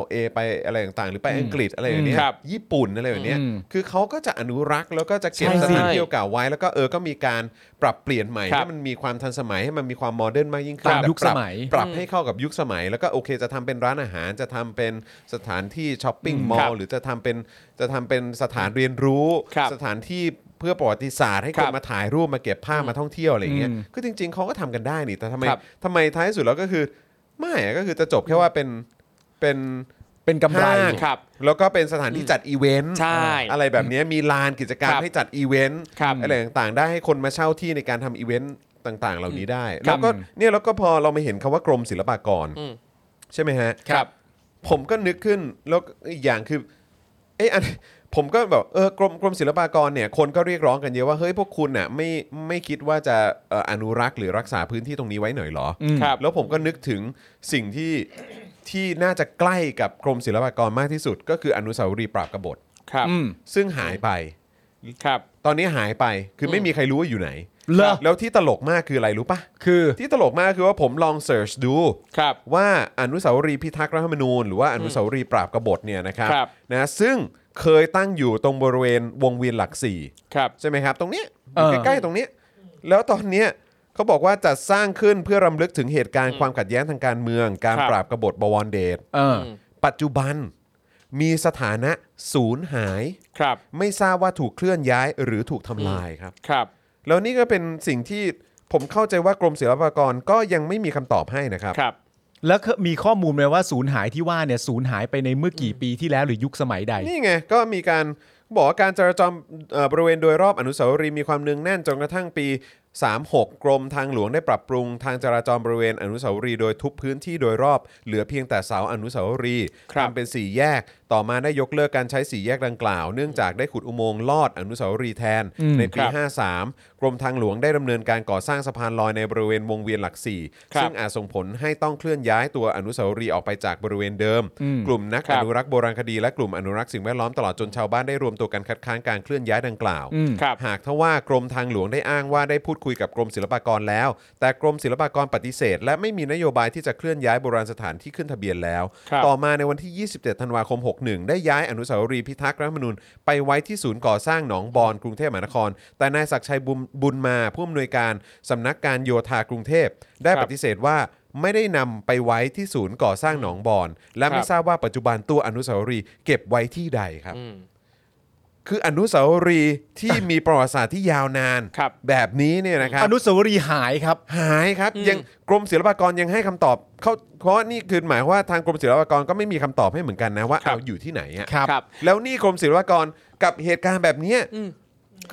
LA ไปอะไรต่างๆ หรือไปอังกฤษอะไรอย่างเนี้ย ครับ ญี่ปุ่นอะไรอย่างเนี้ย อืม คือเขาก็จะอนุรักษ์แล้วก็จะเก็บ ใช่ สถาน ใช่ ที่เก่าไว้ แล้วก็เออก็มีการปรับเปลี่ยนใหม่ ครับ ให้มันมีความทันสมัยให้มันมีความโมเดิร์นมากยิ่งขึ้น ตาม แต่ ยุค ปรับ สมัย ปรับให้เข้ากับยุคสมัย แล้วก็โอเคจะทำเป็นร้านอาหารจะทำเป็นสถานที่ช้อปปิ้งมอ ครั ล บ หรือจะทำเป็นจะทำเป็นสถานเรียนรู้ ครับ สถานที่ เพื่อประวัติศาสตร์ให้ ค ค รั น บ มาถ่ายรูปมาเก็บภาพมาท่องเที่ยวอะไรอย่างเงี้ย อืม คือจริง ๆเขาก็ทำกันได้นี่แต่ทำไม ครับ ทำไมท้ายสุดแล้วก็คือไม่อะก็คือจะจบแค่ว่าเป็นเป็น เป็นกำไร ห้าง ครับ แล้วก็เป็นสถานที่จัดอีเวนต์ ใช่ อะไรแบบเนี้ยมีลานกิจกรรม ครับ ให้จัดอีเวนต์ ครับ อะไรต่างๆ ได้ให้คนมาเช่าที่ในการทำอีเวนต์ต่างๆ เหล่านี้ได้ ครั แล้ บ วก็เนี่ยแล้วก็พอเรามาเห็นคำว่ากรมศิลปากร อืม ใช่ไหมฮะ ครับ ผมก็นึกขึ้นแล้วอีกอย่างคือเอออัน ผมก็แบบเออกรมกรมศิลปากรเนี่ยคนก็เรียกร้องกันเยอะว่าเฮ้ยพวกคุณน่ะไม่ไม่คิดว่าจะเอ่ออนุรักษ์หรือรักษาพื้นที่ตรงนี้ไว้หน่อยเหรออ ม ครับ แล้วผมก็นึกถึงสิ่งที่ที่น่าจะใกล้กับกรมศิลปากรมากที่สุด ก็คืออนุสาวรีย์ปราบกบฏ ครับ อืม ซึ่งหายไป ครับ ตอนนี้หายไปคือไม่มีใครรู้ว่าอยู่ไหน เหรอ แล้วที่ตลกมากคืออะไรรู้ปะ คือ ที่ตลกมากคือว่าผมลองเสิร์ชดู ครับ ว่าอนุสาวรีย์พิทักษ์รัฐธรรมนูญหรือว่าอนุสาวรีย์ปราบกบฏเนี่ยนะครับ ครับ นะซึ่งเคยตั้งอยู่ตรงบริเวณวงเวียนหลักสี่ ครับ ใช่ไหมครับ ตรงเนี้ยอยู่ใกล้ๆตรงเนี้ยแล้วตอนเนี้ยเขาบอกว่าจัดสร้างขึ้นเพื่อรำลึกถึงเหตุการณ์ความขัดแย้งทางการเมือง การ ครับ ปราบกบฏบวรเดช เอออ ปัจจุบันมีสถานะศูนย์หาย ครับ ไม่ทราบว่าถูกเคลื่อนย้ายหรือถูกทำลายครับ ครับ แล้วนี่ก็เป็นสิ่งที่ผมเข้าใจว่ากรมศิลปากรก็ยังไม่มีคำตอบให้นะครับ ครับ แล้วเคยมีข้อมูลไหมว่าศูนย์หายที่ว่าเนี่ยศูนย์หายไปในเมื่อกี่ปีที่แล้วหรือยุคสมัยใด นี่ไงก็มีการบอกว่าการจราจรเอ่อบริเวณโดยรอบอนุสาวรีย์มีความเนืองแน่นจนกระทั่งปี 36 กรมทางหลวงได้ปรับปรุง ทางจราจรบริเวณอนุสาวรีย์โดยทุบพื้นที่โดยรอบ เหลือเพียงแต่เสาอนุสาวรีย์ ครับ ทำเป็นสี่แยก ต่อมาได้ยกเลิกการใช้สี่แยกดังกล่าว เนื่องจากได้ขุดอุโมงค์ลอดอนุสาวรีย์แทน อืม ในปี ครับ 53 กรมทางหลวงได้ดำเนินการก่อสร้างสะพานลอยในบริเวณวงเวียนหลักสี่ ครับ ซึ่งอาจส่งผลให้ต้องเคลื่อนย้ายตัวอนุสาวรีย์ออกไปจากบริเวณเดิม อืม กลุ่มนัก ครั อบ นุ อนุรักษ์โบราณคดีและกลุ่มอนุรักษ์สิ่งแวดล้อมตลอดจนชาวบ้านได้รวมตัวกันคัดค้านการเคลื่อนย้ายดังกล่าว อืม ครับ หากทว่ากรมทางหลวงได้อ้างว่าได้พูดคุยกับกรมศิลปากรแล้ว แต่กรมศิลปากรปฏิเสธ และไม่มีนโยบายที่จะเคลื่อนย้ายโบราณสถานที่ขึ้นทะเบียนแล้ว ครับ ต่อมาในวันที่ 27 ธันวาคม 61 ได้ย้ายอนุสาวรีย์พิทักษ์รัฐธรรมนูญไปไว้ที่ศูนย์ก่อสร้างหนองบอนกรุงเทพมหานคร แต่นายศักดิ์ชัยบุญบุญมาผู้อำนวยการสำนักการโยธากรุงเทพ ได้ปฏิเสธว่าไม่ได้นำไปไว้ที่ศูนย์ก่อสร้างหนองบอน และไม่ทราบว่าปัจจุบันตัวอนุสาวรีย์เก็บไว้ที่ใดครับ อืม คืออนุสาวรีย์ที่มีประวัติศาสตร์ที่ยาวนาน ครับ แบบนี้เนี่ยนะครับ อนุสาวรีย์หายครับ หายครับยังกรมศิลปากรยังให้คำตอบเขาเพราะนี่คือหมายว่าทางกรมศิลปากรก็ไม่มีคำตอบให้เหมือนกันนะว่า ครับ เอาอยู่ที่ไหนอะ ครับ ครับ แล้วนี่กรมศิลปากรกับเหตุการณ์แบบเนี้ย อืม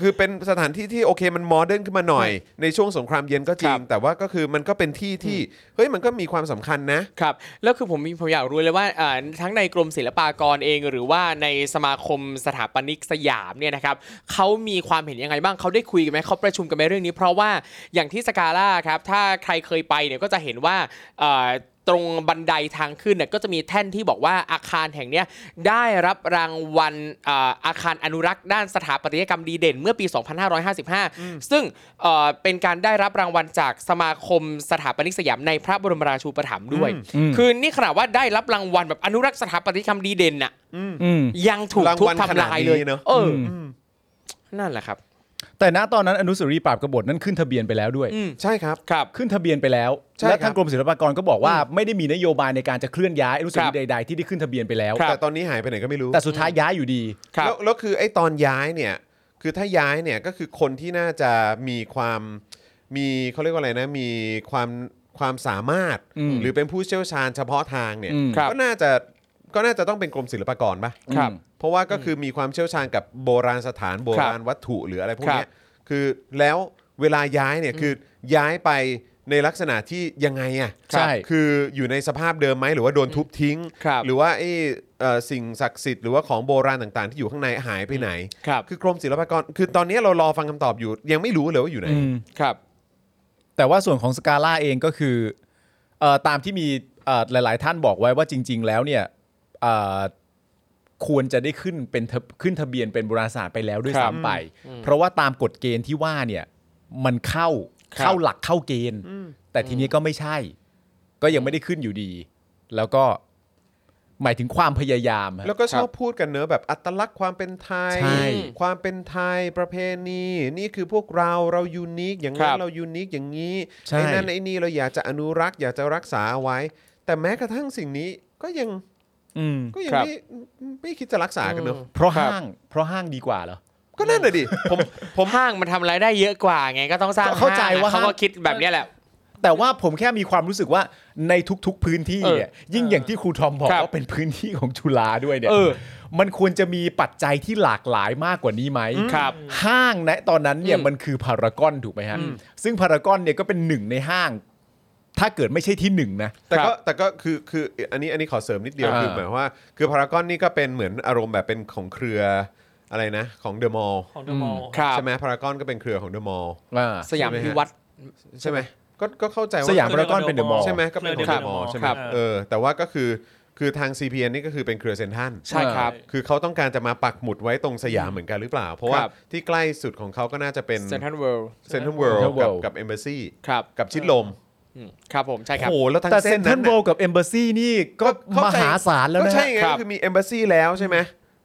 คือเป็นสถานที่ที่โอเคมันโมเดิร์นขึ้นมาหน่อย ในช่วงสงครามเย็นก็จริ ครั ง บ แต่ว่าก็คือมันก็เป็นที่ที่เฮ้ยมันก็มีความสำคัญนะ ครับแล้วคือผมมีผมอยากรู้เลยว่าอ่าทั้งในกรมศิลปากรเองหรือว่าในสมาคมสถาปนิกสยามเนี่ยนะครับเขามีความเห็นยังไงบ้างเขาได้คุยกันไหมเขาประชุมกันไหมเรื่องนี้ เพราะว่าอย่างที่สกาล่าครับถ้าใครเคยไปเนี่ยก็จะเห็นว่าอ่าตรงบันไดทางขึ้นเนี่ยก็จะมีแท่นที่บอกว่าอาคารแห่งเนี้ยได้รับรางวัลอาอาคารอนุรักษ์ด้านสถาปัตยกรรมดีเด่น เมื่อปี 2555 ซึ่งเอ่อเป็นการได้รับรางวัลจากสมาคมสถาปนิกสยามในพระบรมราชูปถัมภ์ด้วย อืม คือนี่ขนาดว่าได้รับรางวัลแบบอนุรักษ์สถาปัตยกรรมดีเด่นน่ะ อืม ยังถูกทุบทำลายเลย รางวัลขนาดนี้เนอะ เออ อืม นั่นแหละครับ แต่ณตอนนั้นอนุสาวรีย์ปราบกบฏนั้นขึ้นทะเบียนไปแล้วด้วย อืม ใช่ครับ ครับ ขึ้นทะเบียนไปแล้ว ใช่คและรั ทาง บ กรมศิลปากรก็บอกว่าไม่ได้มีนโยบายในการจะเคลื่อนย้ายอนุสาวรี ครั ย์ บ ใด ๆ ที่ได้ขึ้นทะเบียนไปแล้ว ครับ แต่ตอนนี้หายไปไหนก็ไม่รู้ แต่สุดท้ายย้ายอยู่ดี ครับ แล้วแล้วคือไอ้ตอนย้ายเนี่ยคือถ้าย้ายเนี่ยก็คือคนที่น่าจะมีความมีเขาเรียกว่าอะไรนะมีความความสามารถ อืม หรือเป็นผู้เชี่ยวชาญเฉพาะทางเนี่ย อืม ครับ ก็น่าจะก็น่าจะต้องเป็นกรมศิลปากรป่ะ ครับ เพราะว่าก็คือมีความเชี่ยวชาญกับโบราณสถานโบราณวัตถุหรืออะไรพวกเนี้ยคือแล้วเวลาย้ายเนี่ยคือย้ายไปในลักษณะที่ยังไงอ่ะ ใช่ คืออยู่ในสภาพเดิมไหมหรือว่าโดนทุบทิ้ง ครับ หรือว่าไอ้เอ่อสิ่งศักดิ์สิทธิ์หรือว่าของโบราณต่างๆ ที่อยู่ข้างในหายไปไหน ครับ คือกรมศิลปากร คือตอนนี้เรารอฟังคำตอบอยู่ ยังไม่รู้เลยว่าอยู่ไหน อืม ครับ แต่ว่าส่วนของสกาล่าเองก็คือเอ่อตามที่มีเอ่อหลาย ๆ ท่านบอกไว้ว่าจริง ๆ แล้วเนี่ยเอ่อควรจะได้ขึ้นเป็นทะขึ้นทะเบียนเป็นโบราณศาสตร์ไปแล้วด้วยซ้ำไป เพราะว่าตามกฎเกณฑ์ที่ว่าเนี่ยมันเข้าเข้าหลักเข้าเกณฑ์ แต่ทีนี้ก็ไม่ใช่ ก็ยังไม่ได้ขึ้นอยู่ดี แล้วก็หมายถึงความพยายามฮะ แล้วก็ชอบพูดกันเนอะแบบอัตลักษณ์ความเป็นไทย ใช่ ความเป็นไทยประเพณี นี่คือพวกเราเรายูนิคอย่าง ค นั้นรับ เรายูนิคอย่างนี้ ใช่ ไอ้นั่นไอ้นี่เราอยากจะอนุรักษ์อยากจะรักษาเอาไว้ แต่แม้กระทั่งสิ่งนี้ก็ยัง อืม ก็ยัง ครับ ไม่ไม่คิดจะรักษากันเนอะ เพราะ ครับ ห้างเพราะห้างดีกว่าเหรอ ก็นั่นน่ะดิผมผม ห้างมันทำรายได้เยอะกว่าไงก็ต้องสร้าง เข้าใจ ห้งอะ ว่า เขาก็ ห้าง คิดแบบเนี้ยแหละ แต่ว่าผมแค่มีความรู้สึกว่าในทุกๆพื้นที่เนี่ยยิ่งอย่างที่ครูทอมบอก ครับ ว่าเป็นพื้นที่ของจุฬาด้วยเนี่ย เออ มันควรจะมีปัจจัยที่หลากหลายมากกว่านี้ไหม ครับ ห้างนะตอนนั้นเนี่ย อืม มันคือพารากอนถูกไหมฮะ อืม ซึ่งพารากอนเนี่ยก็เป็นหนึ่งในห้าง ถ้าเกิดไม่ใช่ที่หนึ่งนะ แต่ ค ก็ รับ แต่ก็คือคืออันนี้อันนี้ขอเสริมนิดเดียว อ่า คือหมายว่า คือพารากอนนี่ก็เป็นเหมือนอารมณ์แบบเป็นของเครืออะไรนะ ของเดอะมอลล์ ของเดอะมอลล์ ครับ ใช่ไหมพารากอนก็เป็นเครือของเดอะมอลล์ า สยามพิวัตร ใช่ไหมก็ก็เข้าใจว่า สยามพารากอนเป็นเดอะมอลล์ ใช่ไหมก็เป็นของเด ครั อะ บ มอลล์ใช่ไหม ครับ เออแต่ว่าก็คือคือทาง CPN นี่ก็คือเป็นเครือเซนทรัน ใช่ครับ คือเขาต้องการจะมาปักหมุดไว้ตรงสยามเหมือนกันหรือเปล่า เพราะว่า ครับ ที่ใกล้สุดของเขาก็น่าจะเป็น เซนทรัลเวิลด์ เซนทรัลเวิลด์ Central กับ World กับเอมบ s ซี ครับ กับชิดลม อืมครับผมใช่ครับ โอ้โหแล้วทั้ง แต่เซ เส้น นทรั นั้ ล น โว น่ะ กับเอมบ s ซีนี่ก็ เข้ ม ใจ หาศาลแล้ว ก็ นะ ใช่ไง ครับ ก็คือมี embassy แล้วใช่ไหม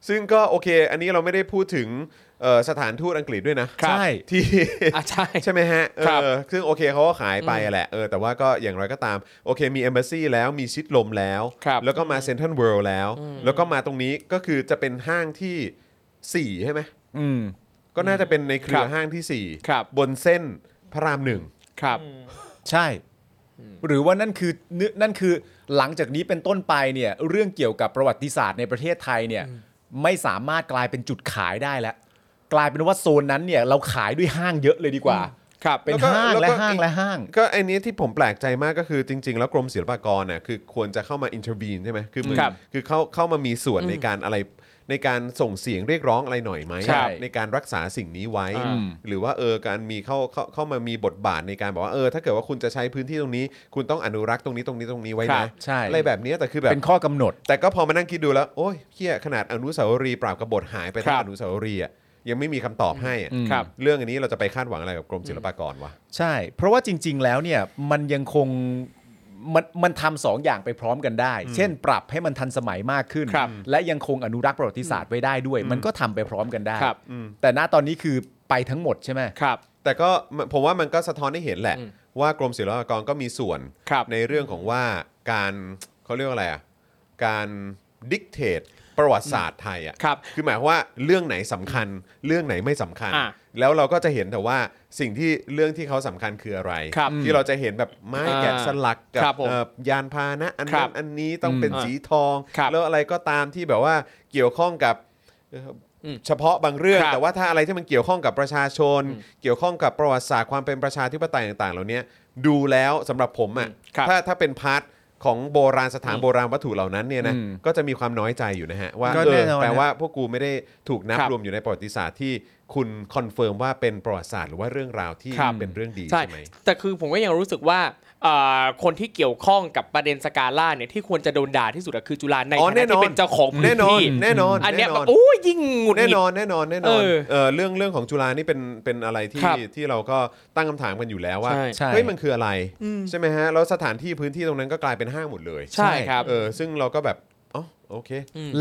ซึ่งก็โอเค อันนี้เราไม่ได้พูดถึงเอ่อสถานทูตอังกฤษด้วยนะ ครับ ใช่ ที่ อ่ะใช่ ใช่ไหมฮะเอ ครับ อซึ่งโอเคเขาก็ขายไปแหละเออแต่ว่าก็อย่างไรก็ตาม โอเคมี embassy แล้วมีชิดลมแล้ว ครับ แล้วก็มาเซนทรัลเวิลด์แล้ว แล้วก็มาตรงนี้ก็คือจะเป็นห้างที่ 4 ใช่ไหม อืม ก็น่าจะเป็นในเครือครับ ห้างที่สี่ ครับ บนเส้นพระรามหนึ่ง ครับ ใช่ หรือว่านั่นคือนึนั่นคือหลังจากนี้เป็นต้นไปเนี่ย เรื่องเกี่ยวกับประวัติศาสตร์ในประเทศไทยเนี่ย ไม่สามารถกลายเป็นจุดขายได้แล้ว กลายเป็นว่าโซนนั้นเนี่ย เราขายด้วยห้างเยอะเลยดีกว่า ครับ เป็น ก็ ห้างและ ก็ ห้างและห้าง ก็ไอ้นี้ที่ผมแปลกใจมากก็คือจริง ๆ แล้วกรมศิลปากรน่ะคือควรจะเข้ามา intervene ใช่ไหมคือเหมือน ครับ คือเข้าเข้ามามีส่วนในการอะไรในการส่งเสียงเรียกร้องอะไรหน่อยไหม ใช่ ในการรักษาสิ่งนี้ไว้ อืม หรือว่าเออการมีเข้าเข้าเข้ามามีบทบาทในการบอกว่าเออ ถ้าเกิดว่าคุณจะใช้พื้นที่ตรงนี้ คุณต้องอนุรักษ์ตรงนี้ตรงนี้ตรงนี้ไว้ ครั นะ บ ใช่ อะไรแบบเนี้ยแต่คือแบบ เป็นข้อกำหนด แต่ก็พอมานั่งคิดดูแล้ว โอ้ยเฮียขนาดอนุสาวรีย์ปราบกบฏหายไป ครั ทั้ง บ อนุสาวรีย์อะยังไม่มีคำตอบให้อะ อืม ครับ เรื่องอันนี้เราจะไปคาดหวังอะไรกับกรมศิลปากรวะ ใช่ เพราะว่าจริง ๆ แล้วเนี่ยมันยังคงมันมันทำสองอย่างไปพร้อมกันได้ เช่น ปรับให้มันทันสมัยมากขึ้น ครับ และยังคงอนุรักษ์ประวัติศาสตร์ไว้ได้ด้วย มันก็ทำไปพร้อมกันได้ ครับ แต่ณตอนนี้คือไปทั้งหมดใช่ไหม ครับ แต่ก็มันผมว่ามันก็สะท้อนให้เห็นแหละ อืม ว่ากรมศิลปากรก็มีส่วน ครับ ในเรื่องของว่าการเขาเรียกว่าอะไรอ่ะการดิกเทตประวัติศาสตร์ไทยอ่ะ ครับ อหมายความว่าเรื่องไหนสำคัญ เรื่องไหนไม่สำคัญ อ่ะ แล้วเราก็จะเห็นแต่ว่าสิ่งที่เรื่องที่เขาสำคัญคืออะไร ครับ ที่เราจะเห็นแบบไม้แกะสลักกั ครับผม เอ่อยานพาหนะอัน ครั นั้ บ นอันนี้ต้องเป็น อืม สีทอง ครับ แล้วอะไรก็ตามที่แบบว่าเกี่ยวข้องกับเอ่ออ ม เฉพาะบางเรื่อง ครับ แต่ว่า ว่าถ้าอะไรที่มันเกี่ยวข้องกับประชาชน เกี่ยวข้องกับประวัติศาสตร์ความเป็นประชาธิปไตยต่างๆ เหล่านี้ดูแล้วสำหรับผมอ่ะ ครับ ถ้าถ้าเป็นพาร์ทของโบราณสถาน อืม โบราณวัตถุเหล่านั้นเนี่ยนะ อืม ก็จะมีความน้อยใจอยู่นะฮะว่า ก็ เอ แน่ อน อนนะ แปลว่าพวกกูไม่ได้ถูกนับ ครับ รวมอยู่ในประวัติศาสตร์ที่คุณคอนเฟิร์มว่าเป็นประวัติศาสตร์หรือว่าเรื่องราวที่ ครับ เป็นเรื่องดี ใช่ ใช่ไหม แต่คือผมก็ยังรู้สึกว่าเอ่อคนที่เกี่ยวข้องกับประเด็นสกาล่าเนี่ยที่ควรจะโดนด่าที่สุดอะคือจุฬาใน อ๋อ ฐานะ แน่นอนที่เป็นเจ้าของพื้ แน่ น นอน ที่ แน่นอน อันเนี้ย แ แบบโอ้ยยิ่งหงุดห แน่ งิ น ด อนแน่นอนแน่นอน เออ เออเรื่องเรื่องของจุฬานี่เป็นเป็นอะไรที่ ครับ ที่เราก็ตั้งคำถามกันอยู่แล้วว่า ใช่ ใช่ เฮ้ยมันคืออะไร ใช่ไหมฮะ แล้วสถานที่พื้นที่ตรงนั้นก็กลายเป็นห้างหมดเลย ใช่ครับ เออซึ่งเราก็แบบอ๋อโอเค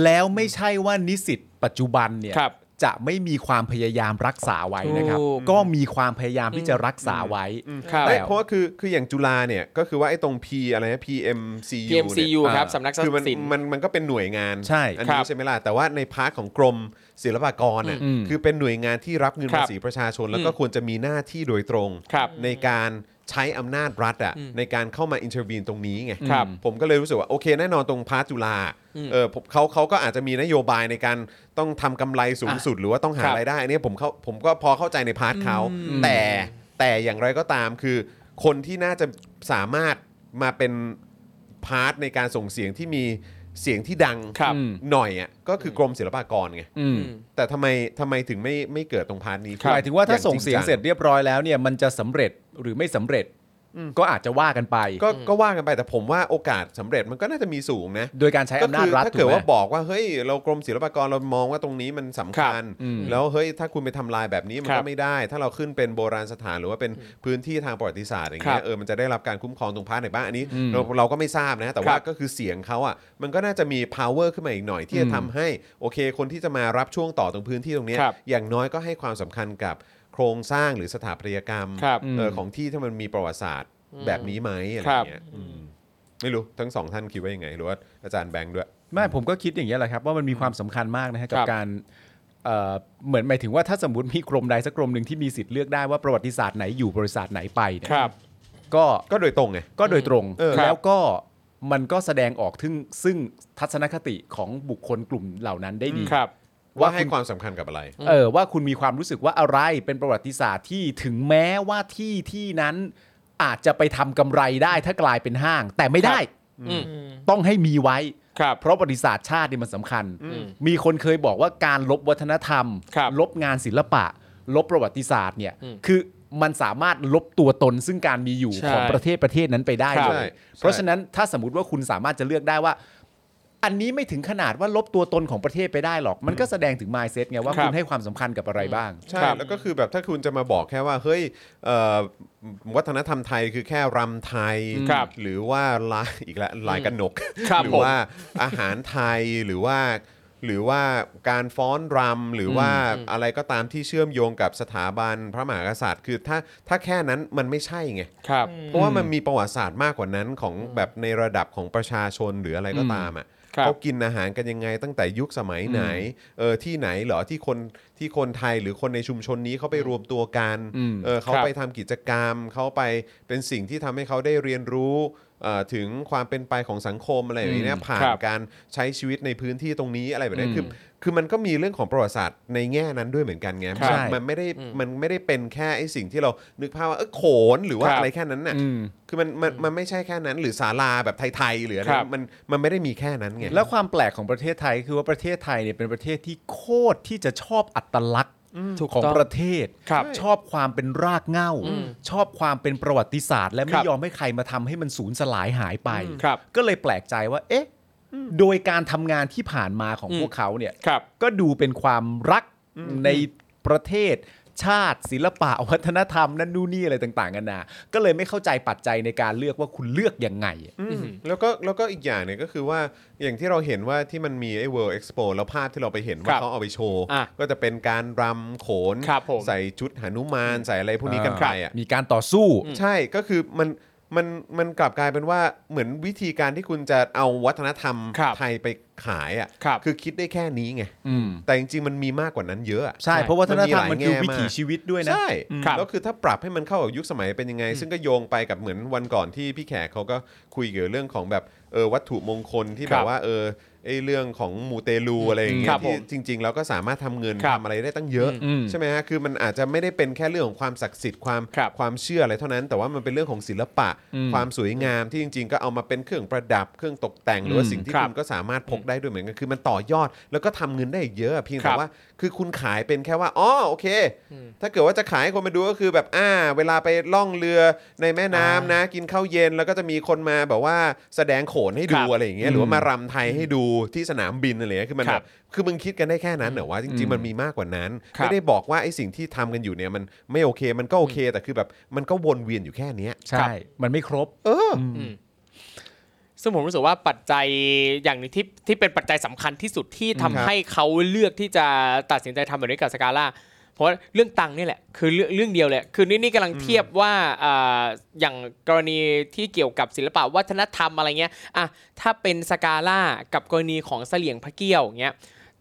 แล้วไม่ใช่ว่านิสิตปัจจุบันเนี่ย ครับ จะไม่มีความพยายามรักษาไว้นะครับ ถูก ก็มีความพยายามที่จะรักษาไว้ ครับ เอ้ยเพราะว่าคือคืออย่างจุฬาเนี่ยก็คือว่าไอ้ตรง P อะไรนะ PMCU เนี่ย PMCU ครับ อ่า สำนักทรัพย์ คืมัน สิน มันมันก็เป็นหน่วยงาน ใช่ อัน ครั นี้ บ ใช่ไหมล่ะแต่ว่าในพาร์ทของกรมศิลปากรน่ะ อืม คือเป็นหน่วยงานที่รับเงิน ครับ ภาษีประชาชน แล้วก็ควรจะมีหน้าที่โดยตรง ครับ ในการใช้อำนาจรัฐอ่ะในการเข้ามาอินเทอร์วีนตรงนี้ไง ครับ ผมก็เลยรู้สึกว่าโอเคแน่นอนตรงพาร์ทจุฬาเออผมเขาเขาก็อาจจะมีนโยบายในการต้องทำกำไรสูงสุด หรือว่าต้องหา ครับ รายได้อันนี้ผมเขาผมก็พอเข้าใจในพาร์ทเขา อืม แต่ แต่อย่างไรก็ตามคือคนที่น่าจะสามารถมาเป็นพาร์ทในการส่งเสียงที่มีเสียงที่ดัง ครับ อืม หน่อยอ่ะก็คือกรมศิลปากรไง อืม แต่ทำไมทำไมถึงไม่ไม่เกิดตรงพาร์ทนี้ขึ้น หมายถึงว่าถ้า อ ส่งเสียงเสร็จ จ เรียบร้อยแล้วเนี่ยมันจะสำเร็จหรือไม่สำเร็จก็อาจจะว่ากันไป งก็ก็ว่ากันไปแต่ผมว่าโอกาสสำเร็จมันก็น่าจะมีสูงนะ โดยการใช้ ก็ อำนา คื จ อ รัฐ ถ้า ถู เกิด กไหม ว่าบอกว่าเฮ้ยเรากรมศิลปากรเรามองว่าตรงนี้มันสำคัญ อืม แล้วเฮ้ยถ้าคุณไปทำลายแบบนี้มัน ครั ก็ บ ไม่ได้ ถ้าเราขึ้นเป็นโบราณสถานหรือว่าเป็นพื้นที่ทางประวัติศาสตร์อย่าง ครั เงี้ย บ เออมันจะได้รับการคุ้มครองตรงพาร์ทไหนบ้างอันนี้เราเราก็ไม่ทราบนะ แต่ว่า ครับ ก็คือเสียงเขาอ่ะมันก็น่าจะมี power ขึ้นมาอีกหน่อยที่จะทำให้โอเค คนที่จะมารับช่วงต่อตรงพื้นที่ตรงเนี้ย ครับ อย่างน้อยก็ให้ความสำคัญกับโครงสร้างหรือสถาปัตยกรรม ครับ เออของที่ถ้ามันมีประวัติศาสตร์แบบนี้ไหมอะไร ครับ เงี้ยอืมไม่รู้ทั้งสองท่านคิดว่ายังไงหรือว่าอาจารย์แบงค์ด้วย ไม่ผมก็คิดอย่างนี้ยแหละครับว่ามันมีความสำคัญมากนะฮะกับ ครับ การ เอ่อเหมือนหมายถึงว่าถ้าสมมติมีกรมใดสักกรมหนึ่งที่มีสิทธิ์เลือกได้ว่าประวัติศาสตร์ไหนอยู่บริษัทไหนไปเนี่ย ครับ ก็ ก็โดยตรงไง ก็โดยตรง เออ แล้วก็มันก็แสดงออกถึงซึ่งทัศนคติของบุคคลกลุ่มเหล่านั้นได้ดี ครับ ว่าให้ความสำคัญกับอะไร เออว่าคุณมีความรู้สึกว่าอะไรเป็นประวัติศาสตร์ที่ถึงแม้ว่าที่ที่นั้นอาจจะไปทำกำไรได้ถ้ากลายเป็นห้าง แต่ไม่ได้ อืม อืม ต้องให้มีไว้ ครับ เพราะประวัติศาสตร์ชาติเนี่ยมันสำคัญ อืม มีคนเคยบอกว่าการลบวัฒนธรรม ครับ ลบงานศิลปะ ลบประวัติศาสตร์เนี่ย อืม คือมันสามารถลบตัวตนซึ่งการมีอยู่ ใช่ ของประเทศประเทศนั้นไปได้ ครัเลบใช่ ย ใช่ เพราะฉะนั้นถ้าสมมติว่าคุณสามารถจะเลือกได้ว่า อันนี้ไม่ถึงขนาดว่าลบตัวตนของประเทศไปได้หรอก มันก็แสดงถึง mindset ไงว่า ครับ คุณให้ความสำคัญกับอะไรบ้าง ใช่ ครับ แล้วก็คือแบบถ้าคุณจะมาบอกแค่ว่าเฮ้ยเอ่อวัฒนธรรมไทยคือแค่รำไทย ครับ หรือว่าลายอีกแล้วลายกันหนก ครับ หรื ผม ว่าอาหารไทยหรือว่า หรือว่าการฟ้อนรำหรือว่าอะไรก็ตามที่เชื่อมโยงกับสถาบันพระมหากษัตริย์ คือถ้าถ้าแค่นั้นมันไม่ใช่ไง ครับ เพราะว่ามันมีประวัติศาสตร์มากกว่านั้นของแบบในระดับของประชาชนหรืออะไรก็ตามอ่ะ ครับ เขากินอาหารกันยังไงตั้งแต่ยุคสมัยไหนเออที่ไหนเหรอที่คนที่คนไทยหรือคนในชุมชนนี้เขาไปรวมตัวกัน อืม เออเขา ครับ ไปทำกิจกรรมเขาไปเป็นสิ่งที่ทำให้เขาได้เรียนรู้เอ่อถึงความเป็นไปของสังคมอะไรอย่างเงี้ยผ่าน ครับ การใช้ชีวิตในพื้นที่ตรงนี้อะไรแบบนี้ อืม คือคือมันก็มีเรื่องของประวัติศาสตร์ในแง่นั้นด้วยเหมือนกันไง ครับ มันมันไม่ได้ อืม มันไม่ได้เป็นแค่ไอ้สิ่งที่เรานึกภาพว่าเออโขนหรือว่า ครับ อะไรแค่นั้นน่ะ อืม คือมันมันมันไม่ใช่แค่นั้น หรือศาลาแบบไทยๆหรืออะไร ครับ มันมันไม่ได้มีแค่นั้นไง แล้วความแปลกของประเทศไทยคือว่าประเทศไทยเนี่ยเป็นประเทศที่โคตรที่จะชอบอัตลักษณ์ ถูก ของ ต้อง ประเทศ ครับ ชอบความเป็นรากเหง้า ชอบความเป็นประวัติศาสตร์ และ ครั ไม่ บ ยอมให้ใครมาทำให้มันสูญสลายหายไป อืมครับ ก็เลยแปลกใจว่า เอ๊ะ โดยการทำงานที่ผ่านมาของ อืม พวกเขาเนี่ย ครับ ก็ดูเป็นความรักในประเทศ ชาติ ศิลปะวัฒนธรรมนั่นนู่นนี่อะไรต่างๆกันานาก็เลยไม่เข้าใจปัจจัยในการเลือกว่าคุณเลือกยังไง อืมแล้วก็แล้วก็อีกอย่างเนี่ยก็คือว่าอย่างที่เราเห็นว่าที่มันมีไอ้ World Expo แล้วภาพที่เราไปเห็น ค ว่า รับ เขาเอาไปโชว์ อ่ะ ก็จะเป็นการรำโขน ครับผม ใส่ชุดหนุมานใส่อะไรพวกนี้กัน อ่า ไปอ่ะ มีการต่อสู้ ใช่ก็คือมันมันมันกลับกลายเป็นว่าเหมือนวิธีการที่คุณจะเอาวัฒนธรรม ครับ ไทยไปขายอ่ะ ครับ คือคิดได้แค่นี้ไง อืม แต่จริงๆมันมีมากกว่านั้นเยอะอะ ใช่ เพราะวัฒนธรรม มั มัน น มี คือ หลาย วิ แง่มาก ถีชีวิตด้วยนะ ใช่ ครับ แล้วคือถ้าปรับให้มันเข้ากับยุคสมัยเป็นยังไง ซึ่งก็โยงไปกับเหมือนวันก่อนที่พี่แขกเขาก็คุยเกี่ยวเรื่องของแบบเออวัตถุมงคลที่ ค แบ รับบ ว่าเออไอเรื่องของมูเตลูอะไรอย่างเงี้ ครั ย บ ที่ ผม จริง ๆ แล้วก็สามารถทำเงิน ครับ ทำอะไรได้ตั้งเยอะ อืม ใช่ไหมฮะคือมันอาจจะไม่ได้เป็นแค่เรื่องของความศักดิ์สิทธิ์ความ ครับ ความเชื่ออะไรเท่านั้นแต่ว่ามันเป็นเรื่องของศิลปะ ความสวยงามที่จริง ๆ ก็เอามาเป็นเครื่องประดับเครื่องตกแต่งหรือว่าสิ่งที่ ครับ คุณก็สามารถพกได้ด้วยเหมือนกันคือมันต่อยอดแล้วก็ทำเงินได้อีกเยอะอะเพียง ครั แต่ บ ว่า คือคุณขายเป็นแค่ว่าอ๋อโอเค ถ้าเกิดว่าจะขายให้คนมาดูก็คือแบบอ่า เวลาไปล่องเรือในแม่น้ำนะ กินข้าวเย็นแล้วก็จะมีคนมาแบบว่าแสดงโขนให้ดู ครับ อะไรอย่างเงี้ยหรือว่ามารำไทยให้ดูที่สนามบินอะไรอย่างเงี้ยคือมัน ค แบ รั บบ คือมึงคิดกันได้แค่นั้นเหรอวะจริง ๆ มันมีมากกว่านั้น ครับ ไม่ได้บอกว่าไอ้สิ่งที่ทำกันอยู่เนี่ยมันไม่โอเคมันก็โอเค แต่คือแบบมันก็วนเวียนอยู่แค่เนี้ย ครั ใช่ บ มันไม่ครบ ซึ่งผมรู้สึกว่าปัจจัยอย่างหนึงที่ที่เป็นปัจจัยสำคัญที่สุดที่ทำ ครับ ให้เขาเลือกที่จะตัดสินใจทำแบบนี้กับสกาล่าเพราะว่าเรื่องตังค์นี่แหละคือเรื่องเรื่องเดียวเลยคือนี่นี่กำลังเทียบว่าอ่าอย่างกรณีที่เกี่ยวกับศิลปะวัฒนธรรมอะไรเงี้ยอ่ะถ้าเป็นสกาล่ากับกรณีของเสลี่ยงพระเกี้ยวอย่างเงี้ย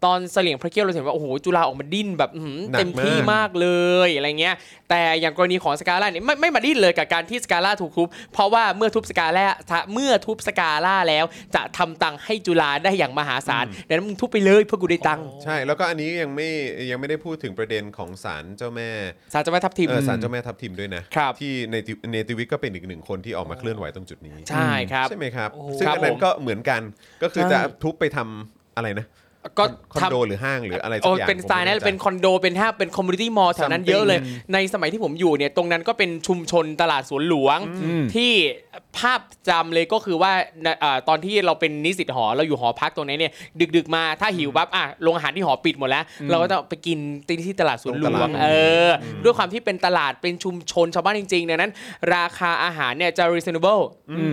ตอนเสลี่ยงพระเกี้ยวเราเห็นว่าโอ้โหจุฬาออกมาดิ้นแบบอื้อหือเต็มที่มากเลยอะไรเงี้ย แต่อย่างกรณีของสกาล่าเนี่ยไม่ไม่มาดิ้นเลยกับการที่สกาล่าถูกทุบ เพราะว่าเมื่อทุบสกาล่าเมื่อทุบสกาล่าแล้วจะทำตังค์ให้จุฬาได้อย่างมหาศาลดังนั้นมึงทุบไปเลยเพื่อกูได้ตังค์ ใช่แล้วก็อันนี้ยังไม่ยังไม่ได้พูดถึงประเด็นของศาลเจ้าแม่ สารจะไม่ทับทิม เออศาลเจ้าแม่ทับทิมด้วยนะครับ ที่ในติเนติวิทย์ก็เป็นอีกหนึ่งคนที่ออกมาเคลื่อนไหวตรงจุดนี้ ใช่ครับ ใช่ไหมครับ โอ้โห ซึ่งอันนั้นก็เหมือนกันก็คือ ใช่ จะทุบไปทำอะไรนะ ก็ คอน ทำ โดหรือห้างหรืออะไรสัก โอ้ อย่าง เป็นสไตล์นั้น ผมไม่ เป็น แใจ คอนโดเป็นห้างเป็นคอมมูนิตี้มอลแถวนั้น Something เยอะเลย ในสมัยที่ผมอยู่เนี่ยตรงนั้นก็เป็นชุมชนตลาดสวนหลวง ม ที่ภาพจำเลยก็คือว่าเอ่อตอนที่เราเป็นนิสิตหอเราอยู่หอพักตรงนี้เนี่ยดึก ๆ มาถ้าหิวปั๊บอ่ะโรงอาหารที่หอปิดหมดแล้ว เราก็ต้องไปกินที่ตลาดสวนหล ตรงต ว ลาด งเอออด้วยความที่เป็นตลาดเป็นชุมชนชาวบ้านจริงๆดังนั้น ราคาอาหารเนี่ยจะ reasonable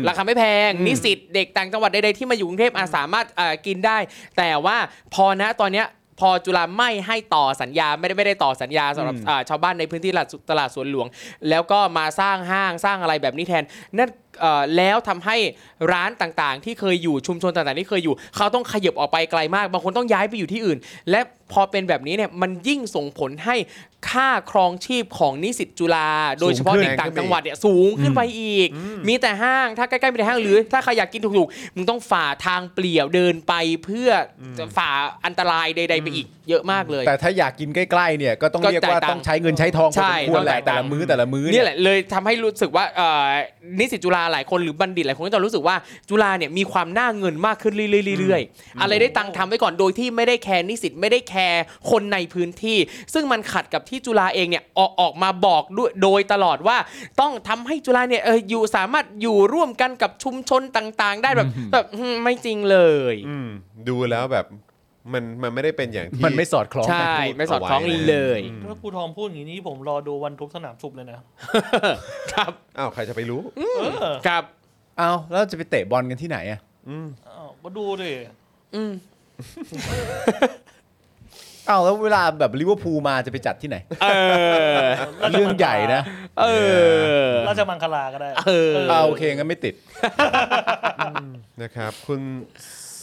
ราคาไม่แพง นิสิตเด็กต่างจังหวัดใดๆที่มาอยู่กรุงเทพอาสามารถเอ่อกินได้ แต่ว่าพอนะตอนเนี้ยพอจุฬาไม่ให้ต่อสัญญาไม่ได้ไม่ได้ต่อสัญญาสำหรับอ่าชาวบ้านในพื้นที่ตลาดตลาดสวนหลวง แล้วก็มาสร้างห้างสร้างอะไรแบบนี้แทนนั่นเอ่อแล้วทำให้ร้านต่างๆ ที่เคยอยู่ชุมชนต่างๆที่เคยอยู่ เขาต้องขยบออกไปไกลมาก บางคนต้องย้ายไปอยู่ที่อื่น และ พอเป็นแบบนี้เนี่ยมันยิ่งส่งผลให้ค่าครองชีพของนิสิตจุฬาโดยเฉพาะ สูงขึ้น เด็กต่างจังหวัดเนี่ยสูงขึ้นไปอีก มีแต่ห้างถ้าใกล้ๆมีแต่ห้างหรือ ถ้าใครอยากกินถูกๆมึงต้องฝ่าทางเปลี่ยวเดินไปเพื่ออฝ่าอันตรายใด ๆ ไปอีก เยอะมากเลย แต่ถ้าอยากกินใกล้ๆเนี่ยก็ต้อง ก็ เรียกว่า จ่ายตังค์ ต้องใช้เงินใช้ทองพอ ใช่ สมควรแหละ ต้องจ่ายตั แต่ งค์ ละมื้อแต่ละมื้อ เนี่ยแหละเลยทำให้รู้สึกว่าเอ่อนิสิตจุฬาหลายคนหรือบัณฑิตหลายคนก็จะรู้สึกว่าจุฬาเนี่ยมีความน่าเงินมากขึ้นเรื่อยๆเรื่อยๆอะไรได้ตังค์ทำไว้ก่อนโดยที่ไม่ได้แคร์นิสิตไม่ได้แคร์คนในพื้นที่ ซึ่งมันขัดกับที่จุฬาเองเนี่ยออกออกมาบอกด้วยโดยตลอดว่าต้องทำให้จุฬาเนี่ยเอออยู่สามารถอยู่ร่วมกันกับชุมชนต่างๆ ได้แบบแบบอืมไม่จริงเลย อืมดูแล้วแบบมันมันไม่ได้เป็นอย่างที่ มันไม่สอดคล้องกัน ใช่ไม่สอดคล้อง เอาไว้นะ เลย ถ้าครูทองพูดอย่างนี้นี่ผมรอดูวันทุบสนามสุบเลยนะครับ อ้าวใครจะไปรู้ เออ ครับ เอาแล้วจะไปเตะบอลกันที่ไหนอ่ะ อ้าวก็ดูดิ อืม เอาแล้วเวลาแบบลิเวอร์พูลมาจะไปจัด ที่ไหน เออ เรื่องใหญ่นะ เออ ราชมังคลาก็ได้ เออ เอาโอเคงั้นไม่ติด นะครับ คุณ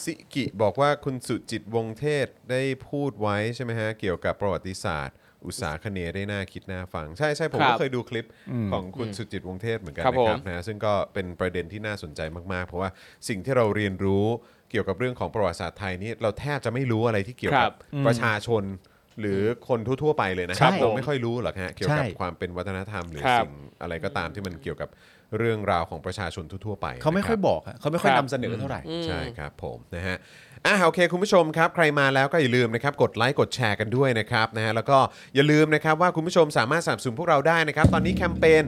สิกิบอกว่าคุณสุจิตวงศ์เทศได้พูดไว้ใช่ไหมฮะ เกี่ยวกับประวัติศาสตร์ อุตสาคเนย์ได้น่าคิดน่าฟัง ใช่ใช่ผม ครั ก็ บ เคยดูคลิปของคุณสุจิตวงศ์เทศเหมือนกัน ครับ นะครั ผ บ ม นะซึ่งก็เป็นประเด็นที่น่าสนใจมากๆ เพราะว่าสิ่งที่เราเรียนรู้เกี่ยวกับเรื่องของประวัติศาสตร์ไทยนี่เราแทบจะไม่รู้อะไรที่เกี่ยวกับประชาชน หรือคนทั่วๆไปเลยนะค ครั รับบ เราไม่ค่อยรู้หรอกฮะเกี่ยวกับ ใช่ ความเป็นวัฒนธรรม หรือ ครับ สิ่งอะไรก็ตามที่มันเกี่ยวกับเรื่องราวของประชาชนทั่วๆไป เขาไม่ นะ ค่ รั อบ ยบอกอะเขาไม่ค่อย ครับ นำเสนอเท่าไหร่ ใช่ครับผมนะฮะอ่ะโอเค คุณผู้ชมครับ ใครมาแล้วก็อย่าลืมนะครับกดไลค์กดแชร์กันด้วยนะครับนะฮะแล้วก็อย่าลืมนะครับว่าคุณผู้ชมสามารถสนับสนุนพวกเราได้นะครับ ตอนนี้แคมเปญ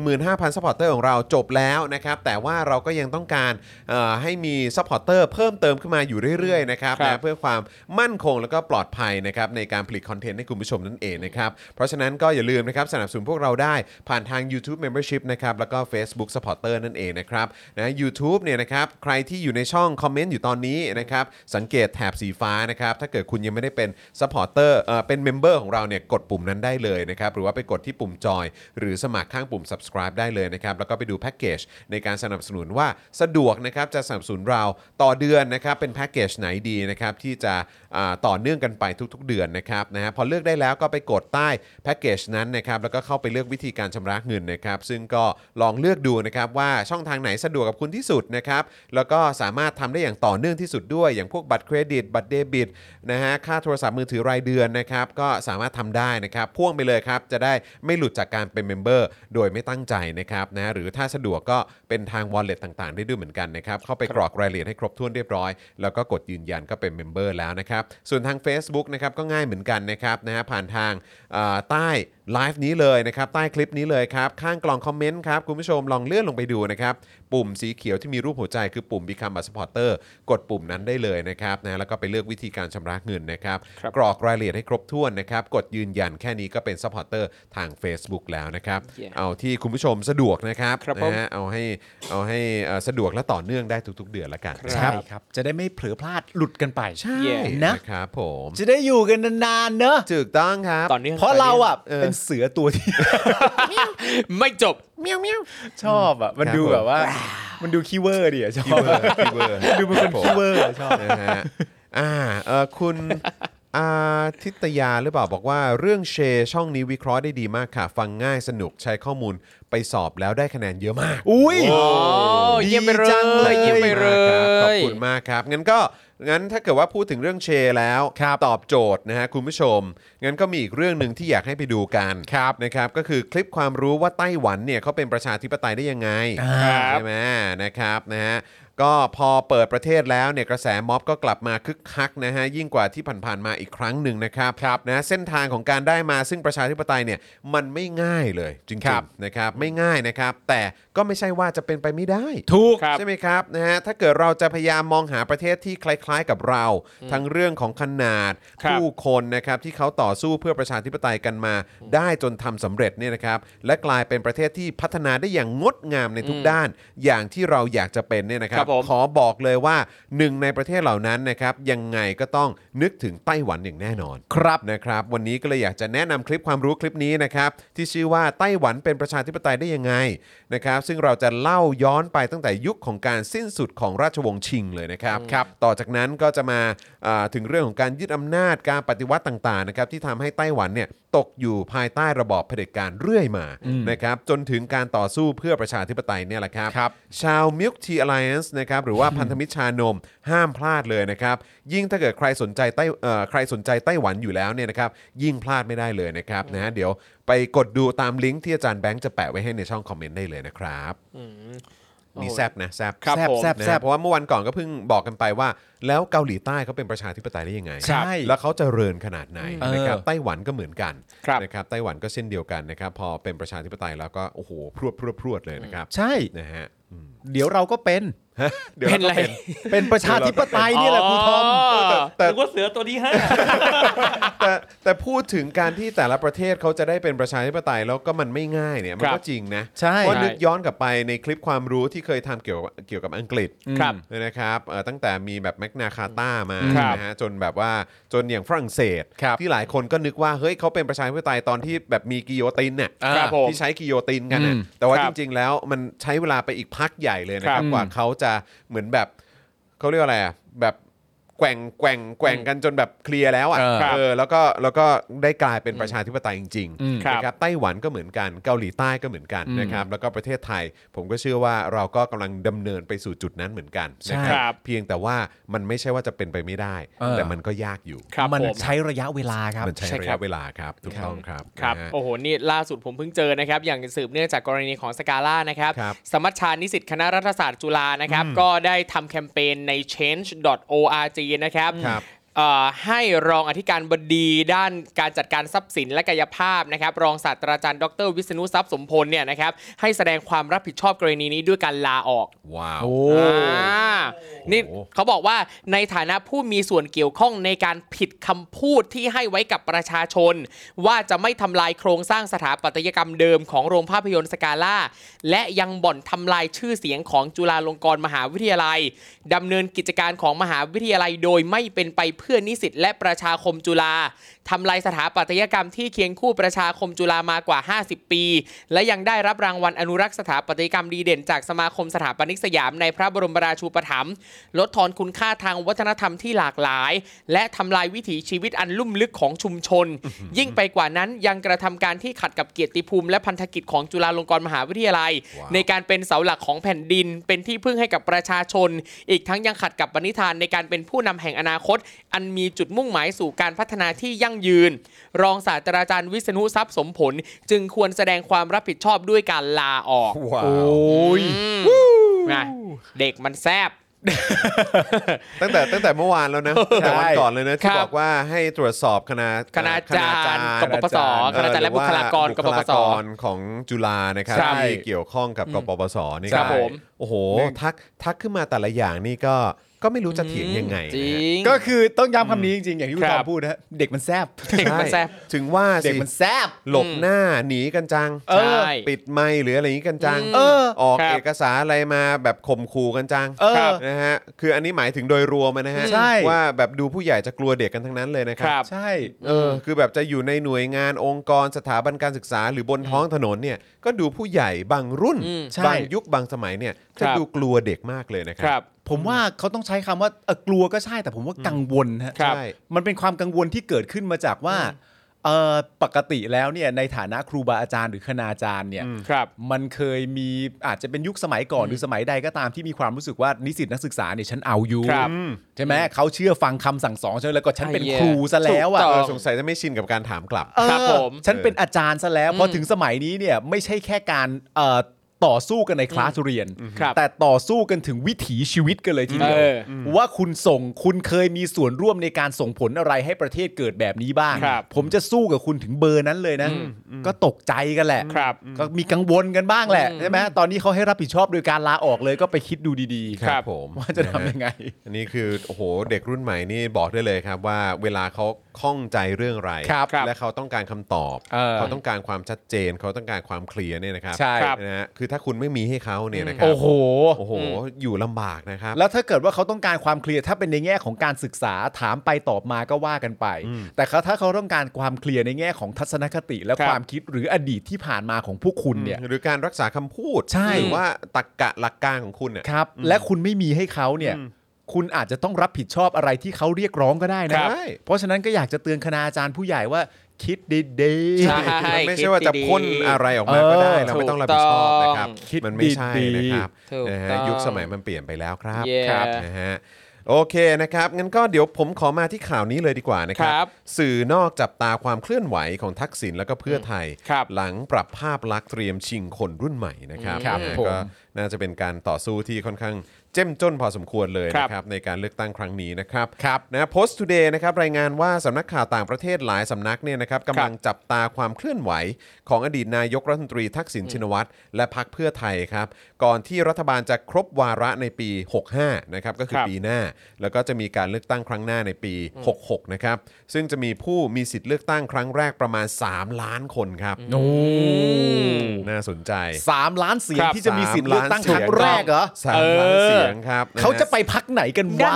15,000ซัพพอร์เตอร์ของเราจบแล้วนะครับ แต่ว่าเราก็ยังต้องการเอ่อให้มีซัพพอร์เตอร์เพิ่มเติมขึ้นมาอยู่เรื่อยๆนะครับ ครับ นะเพื่อความมั่นคงแล้วก็ปลอดภัยนะครับในการผลิตคอนเทนต์ให้คุณผู้ชมนั่นเองนะครับเพราะฉะนั้นก็อย่าลืมนะครับสนับสนุนพวกเราได้ผ่านทาง YouTube Membership นะครับแล้วก็ Facebook Supporter นั่นเองนะครับนะ YouTube เนี่ยนะครับใครที่อยู่ในช่องคอมเมนต์อยู่ตอนนี้นะครับสังเกตแถบสีฟ้านะครับถ้าเกิดคุณยังไม่ได้เป็น Supporter เอ่อเป็นเมมเบอร์ของเราเนี่ยกดปุ่มนั้นได้เลยนะครับหรือว่าไปกดที่ปุ่มจอย หรือสมัครข้างปุ่ม subscribe ได้เลยนะครับแล้วก็ไปดูแพ็กเกจในการสนับสนุนว่าสะดวกนะครับจะสนับสนุนเราต่อเดือนนะครับเป็นแพ็กเกจไหนดีนะครับที่จะอ่าต่อเนื่องกันไปทุกๆ เดือนนะครับนะฮะพอเลือกได้แล้วก็ไปกดใต้แพ็กเกจนั้นนะครับแล้วก็เข้าไปเลือกวิธีการชำระเงินนะครับซึ่งก็ลองเลือกดูนะครับว่าช่องทางไหนสะดวกกับคุณที่สุดนะครับแล้วก็สามารถทำได้อย่างต่อเนื่องที่สุดด้วย อย่างพวกบัตรเครดิต บัตรเดบิตนะฮะค่าโทรศัพท์มือถือรายเดือนนะครับก็สามารถทำได้นะครับพ่วงไปเลยครับจะได้ไม่หลุดจากการเป็นเมมเบอร์โดยไม่ตั้งใจนะครับนะหรือถ้าสะดวกก็เป็นทาง Wallet ต่างๆ ได้ด้วยเหมือนกันนะครับเข้าไปกรอกรายละเอียดให้ครบถ้วนเรียบร้อย แล้วก็กดยืนยันก็เป็นเมมเบอร์แล้วนะครับส่วนทาง Facebook นะครับก็ง่ายเหมือนกันนะครับนะฮะผ่านทางเอ่อใต้ ไลฟ์นี้เลยนะครับ ใต้คลิปนี้เลยครับ ข้างกล่องคอมเมนต์ครับ คุณผู้ชมลองเลื่อนลงไปดูนะครับ ปุ่มสีเขียวที่มีรูปหัวใจคือปุ่ม Become a supporter กดปุ่มนั้นได้เลยนะครับนะแล้วก็ไปเลือกวิธีการชำระเงินนะครับ ครับ กรอกรายละเอียดให้ครบถ้วนนะครับ กดยืนยันแค่นี้ก็เป็น supporter ทาง Facebook แล้วนะครับ Yeah เอาที่คุณผู้ชมสะดวกนะครับ ครับผม นะฮะเอาให้เอาให้เอ่อสะดวกและต่อเนื่องได้ทุก ๆ เดือนละกัน ค นะ รั ใช่ บ ครับ จะได้ไม่เผลอพลาดหลุดกันไป ใช่ เย่ นะ นะครับผม จะได้อยู่กันนานๆเนอะ ถูกต้องครับ ตอนนี้ เพราะเราอ่ะ เออ เป็นเสือตัวที่ ไม่จบ เมียวเมียว ชอบอ่ะมัคนรับ ดูแบบว่า มันดูคีเวอร์ดิอะชอ คี บ เวอร์คีเวอร์ ดูเป็นคนคีเวอร์อะชอบ นะฮะ อ่าเออคุณอาทิตยาหรือเปล่าบอกว่าเรื่องเชช่องนี้วิเคราะห์ได้ดีมากค่ะ ฟังง่ายสนุกใช้ข้อมูลไปสอบแล้วได้คะแนนเยอะมาก อุ้ย โอ้เยี่ยมไปเล ดีจังเลย ย เยี่ยมไปเล ครับขอบ ย คุณมากครับ งั้นก็งั้นถ้าเกิดว่าพูดถึงเรื่องเชแล้ว ตอบโจทย์นะฮะคุณผู้ชม งั้นก็มีอีกเรื่องหนึ่งที่อยากให้ไปดูกันนะครับก็คือคลิปความรู้ว่าไต้หวันเนี่ยเขาเป็นประชาธิปไตยได้ยังไง ครับ ใช่ไหมนะครับนะฮะก็พอเปิดประเทศแล้วเนี่ยกระแสม็อบก็กลับมาคึกคักนะฮะยิ่งกว่าที่ผ่านๆมาอีกครั้งหนึ่งนะครับรบนะเส้นทางของการได้มาซึ่งประชาธิปไตยเนี่ยมันไม่ง่ายเลยจริง ครับ ๆนะครับไม่ง่ายนะครับ แต่ก็ไม่ใช่ว่าจะเป็นไปไม่ได้ ถูก ครับ ใช่ไหมครับนะฮะถ้าเกิดเราจะพยายามมองหาประเทศที่คล้าย ๆกับเรา ทั้งเรื่องของขนาด ครับ ผู้คนนะครับที่เขาต่อสู้เพื่อประชาธิปไตยกันมา ได้จนทำสำเร็จเนี่ยนะครับ และกลายเป็นประเทศที่พัฒนาได้อย่างงดงามในทุกด้าน อย่างที่เราอยากจะเป็นเนี่ยนะครับ ครับผม ขอบอกเลยว่าหนึ่งในประเทศเหล่านั้นนะครับยังไงก็ต้องนึกถึงไต้หวันอย่างแน่นอน ครับ นะครับวันนี้ก็เลยอยากจะแนะนำคลิปความรู้คลิปนี้นะครับที่ชื่อว่าไต้หวันเป็นประชาธิปไตยได้ยังไงนะครับซึ่งเราจะเล่าย้อนไปตั้งแต่ยุคของการสิ้นสุดของราชวงศ์ชิงเลยนะครับครับต่อจากนั้นก็จะมาอ่าถึงเรื่องของการยึดอำนาจการปฏิวัติต่างๆนะครับที่ทำให้ไต้หวันเนี่ยตกอยู่ภายใต้ระบอบเผด็จการเรื่อยมานะครับจนถึงการต่อสู้เพื่อประชาธิปไตยเนี่ยแหละครับ ครับ ชาว Milk Tea Alliance นะครับหรือว่าพันธมิตรชานมห้ามพลาดเลยนะครับ ยิ่งถ้าเกิดใครสนใจไต้เอ่อใครสนใจไต้หวันอยู่แล้วเนี่ยนะครับ ยิ่งพลาดไม่ได้เลยนะครับนะฮะเดี๋ยวไปกดดูตามลิงก์ที่อาจารย์แบงค์จะแปะไว้ให้ในช่องคอมเมนต์ได้เลยนะครับนี่แซบนะแซบ ครับ แซบ ผม แซบ นะ แซ ฮะ บ เพราะว่าเมื่อวันก่อนก็เพิ่งบอกกันไปว่า แล้วเกาหลีใต้เขาเป็นประชาธิปไตยได้ยังไง ใช่ แล้วเขาเจะเริญขนาดไหน เออ นะครับไต้หวันก็เหมือนกัน ครับ นะครับไต้หวันก็เช่นเดียวกันนะครับพอเป็นประชาธิปไตยแล้วก็โอ้โหพรวดพรวดพรวดเลยนะครับ ใช่ นะฮะ เดี๋ยวเราก็เป็น เดี๋ยว เป็น รา ไร ก็เป็น เป็นประชาธิปไตยนี่แหละครูทอม แต่ นึกว่าเสือตัวที่ห้า แต่แต่พูดถึงการที่แต่ละประเทศเขาจะได้เป็นประชาธิปไตยแล้วก็มันไม่ง่ายเนี่ยมัน ครั ก็ บ จริงนะ ใช่ เพราะ ใช่ นึกย้อนกลับไปในคลิปความรู้ที่เคยทำเกี่ยวกับเกี่ยวกับอังกฤษ ครับ เนี่ยนะครับเอ่อตั้งแต่มีแบบแมกนาคาต้ามา ครับ นะฮะจนแบบว่าจนอย่างฝรั่งเศส ที่หลายคนก็นึกว่าเฮ้ยเขาเป็นประชาธิปไตยตอนที่แบบมีกิโยตินเนี่ย ครับผม ที่ใช้กิโยตินกันน่ะ อืม แต่ว่า ครั จ บ ริงๆแล้วมันใช้เวลาไปอีกพักใหญ่เลยนะค ครั รับบ กว่าเขาจะเหมือนแบบเขาเรียกว่าอะไรอ่ะแบบแกว่งแกว่งแกว่งกันจนแบบเคลียร์แล้วอ่ะ เออ ครับ เออแล้วก็แล้วก็ได้กลายเป็นประชาธิปไตยจริง อืม ครับ นะครับไต้หวันก็เหมือนกันเกาหลีใต้ก็เหมือนกัน อืม นะครับแล้วก็ประเทศไทย ผมก็เชื่อว่าเราก็กำลังดำเนินไปสู่จุดนั้นเหมือนกัน ใช่ นะ ครับ เพียงแต่ว่ามันไม่ใช่ว่าจะเป็นไปไม่ได้ เออ แต่มันก็ยากอยู่ ครับ มัน ผม ใช้ระยะเวลาครับ มันใช้ ใช่ ระ ครั ยะ บ เวลาครับถูกต้องครับ ครับ นะฮะ โอ้โหนี่ล่าสุดผมเพิ่งเจอนะครับ อย่างสืบเนื่องจากกรณีของสกาล่านะครับ ครับ สมัชชานิสิตคณะรัฐศาสตร์จุฬานะครับ ก็ได้ทำแคมเปญใน change.org นะครับ ครับ เอ่อให้รองอธิการบดีด้านการจัดการทรัพย์สินและกายภาพนะครับรองศาสตราจารย์ดรวิษณุทรัพย์สมพลเนี่ยนะครับให้แสดงความรับผิดชอบกรณีนี้ด้วยการลาออก ว้าว โอ้ อ่านี่ โอ้โห เขาบอกว่าในฐานะผู้มีส่วนเกี่ยวข้องในการผิดคำพูดที่ให้ไว้กับประชาชน ว่าจะไม่ทำลายโครงสร้างสถาปัตยกรรมเดิมของโรงภาพยนตร์สกาล่า และยังบ่อนทำลายชื่อเสียงของจุฬาลงกรณ์มหาวิทยาลัยดำเนินกิจการของมหาวิทยาลัยโดยไม่เป็นไปเพื่อนิสิตและประชาคมจุฬาทำลายสถาปัตยกรรมที่เคียงคู่ประชาคมจุฬามากว่า 50 ปี และยังได้รับรางวัลอนุรักษ์สถาปัตยกรรมดีเด่น จากสมาคมสถาปนิกสยามในพระบรมราชูปถัมภ์ลดทอนคุณค่าทางวัฒนธรรมที่หลากหลาย และทำลายวิถีชีวิตอันลุ่มลึกของชุมชน ยิ่งไปกว่านั้นยังกระทำการที่ขัดกับเกียรติภูมิและพันธกิจของจุฬาลงกรณ์มหาวิทยาลัย ว้าว ในการเป็นเสาหลักของแผ่นดิน เป็นที่พึ่งให้กับประชาชน อีกทั้งยังขัดกับปณิธานในการเป็นผู้นำแห่งอนาคต อันมีจุดมุ่งหมายสู่การพัฒนาที่ยั่งยืน รองศาสตราจารย์วิษณุทรัพย์สมผล จึงควรแสดงความรับผิดชอบด้วยการลาออก ว้า โอ้ วย อืมนะเด็กมันแซบ ตั้งแต่ตั้งแต่เมื่อวานแล้วนะตั้งแต่วันก่อนเลยนะ ค ที่ รับ บอกว่าให้ตรวจสอบคณะ คณาจารย์กปปสคณาจารย์และ เออหอว่ บุคลากรกปปส บุคลากรของจุฬานะครับ ครับ ที่เกี่ยวข้องกับกปปสนี่ ครับ ก็ ผม โอ้โห ทักทักขึ้นมาแต่ละอย่างนี่ก็ก็ไม่รู้จะเถียงยังไง จริ นะฮะ ง ก็คือต้องย้ำคำนี้จริงๆ อย่างที่คุณ ค ท รั อบ มพูดนะฮะเด็กมันแซบ เด็กมันแซบ ถึงว่า เด็ สิ กมันแซบ หลบหน้าหนีกันจัง เออใช่ ปิดไมค์หรืออะไรอย่างนี้กันจัง เออ ออก ครับ เอกสารอะไรมาแบบข่มขู่กันจัง เออ ครับนะฮะคืออันนี้หมายถึงโดยรวมอะนะฮะ ใช่ ว่าแบบดูผู้ใหญ่จะกลัวเด็กกันทั้งนั้นเลยนะค ค รั รับ ใช่ เออคือแบบจะอยู่ในหน่วยงานองค์กรสถาบันการศึกษาหรือบนท้องถนนเนี่ยก็ดูผู้ใหญ่บางรุ่น อืม ใช่ บางยุคบางสมัยเนี่ย ค จะ รับ ดูกลัวเด็กมากเลยนะค ครั รับ ผมว่าเขาต้องใช้คำว่าเอ่อกลัวก็ใช่แต่ผมว่ากังวลฮะ ครับ ใช่ มันเป็นความกังวลที่เกิดขึ้นมาจากว่าเอ่อปกติแล้วเนี่ยในฐานะครูบาอาจารย์หรือคณาจารย์เนี่ย ครับ มันเคยมีอาจจะเป็นยุคสมัยก่อนหรือสมัยใดก็ตามที่มีความรู้สึกว่านิสิตนักศึกษาเนี่ยฉันเอาอยู่ ครับ ใช่ไหมเขาเชื่อฟังคำสั่งสอนฉันแล้วก็ฉันเป็น ไอ้เหี้ย ครูซะแล้ว ถู อ่ะ กต้ เอ เอ อ อ สงสัยจะไม่ชินกับการถามกลับ เออ ครับผม ฉันเป็นอาจารย์ซะแล้วพอถึงสมัยนี้เนี่ยไม่ใช่แค่การเอ่อต่อสู้กันในคลาสเรียน ครับ แต่ต่อสู้กันถึงวิถีชีวิตกันเลยทีเดียว เอออืม ว่าคุณส่งคุณเคยมีส่วนร่วมในการส่งผลอะไรให้ประเทศเกิดแบบนี้บ้าง ครับ ผมจะสู้กับคุณถึงเบอร์นั้นเลยนะ ก็ตกใจกันแหละ ครับ ก็มีกังวลกันบ้างแหละใช่ไหมตอนนี้เขาให้รับผิดชอบโดยการลาออกเลยก็ไปคิดดูดีๆ ครับ ผม ว่าจะทำ นะ ยัฮะงไง อันนี้คือโอ้โหเด็กรุ่นใหม่นี่บอกได้เลยครับว่าเวลาเขาข้องใจเรื่องอะไร ครับ และเขาต้องการคำตอบ เออ ต้องการความชัดเจน เขาต้องการความเคลียร์เนี่ยนะครับ ใช่ ครับ นะฮะคือ ถ้าคุณไม่มีให้เขาเนี่ยนะครั โอ้โห โอ้โห อยู่ลำบากนะครับ แล้วถ้าเกิดว่าเขาต้องการความเคลียร์ถ้าเป็นในแง่ของการศึกษาถามไปตอบมาก็ว่ากันไป แต่เขาถ้าเขาต้องการความเคลียร์ในแง่ของทัศนคติและ ครับ ความคิดหรืออดีตที่ผ่านมาของพวกคุณเนี่ย หรือการรักษาคำพูด ใช่ หรือว่าตรกกะหลักการของคุณเนี่ย ครับ และคุณไม่มีให้เขาเนี่ย คุณอาจจะต้องรับผิดชอบอะไรที่เขาเรียกร้องก็ได้นะ ครับ เพราะฉะนั้นก็อยากจะเตือนคณาจารย์ผู้ใหญ่ว่าคิดดีๆ ใช่ มันไม่ใช่ว่าจะพ่นอะไรออกมาก็ได้ เออ เราไม่ต้องรับผิดชอบนะครับ คิด มันไม่ใช่ ดีนะๆครับ ถูก นะฮะ ต้อง ยุคสมัยมันเปลี่ยนไปแล้วครับ เย้ ครับนะฮะโอเคนะครับงั้นก็เดี๋ยวผมขอมาที่ข่าวนี้เลยดีกว่านะครั ครับ สื่อนอกจับตาความเคลื่อนไหวของทักษิณแล้วก็เพื่อไทย ครับ หลังปรับภาพลักษณ์เตรียมชิงคนรุ่นใหม่นะครับ ครับ นะฮะ ผม ก็น่าจะเป็นการต่อสู้ที่ค่อนข้างเจ้มจนพอสมควรเลย ครับ นะครับในการเลือกตั้งครั้งนี้นะครับครับนะโพสต์ทูเดย์นะครับรายงานว่าสำนักข่าวต่างประเทศหลายสำนักเนี่ยนะครับกำลัง จับตาความเคลื่อนไหวของอดีตนายกรัฐมนตรีทักษิณชินวัตรและพักเพื่อไทยครับ ก่อนที่รัฐบาลจะครบวาระในปี 65 นะครับก็คือ ครับ ปีหน้า แล้วก็จะมีการเลือกตั้งครั้งหน้าในปี 66 นะครับ ซึ่งจะมีผู้มีสิทธิ์เลือกตั้งครั้งแรกประมาณ 3 ล้านคนครับ โอ้ น่าสนใจ สามล้านเสียง ครับ ที่จะมีสิทธิ์เลือกตั้งครั้งแรกเหรอ สามล้านเสียงครับนฮ เขาจะไปพักไหนกันวะ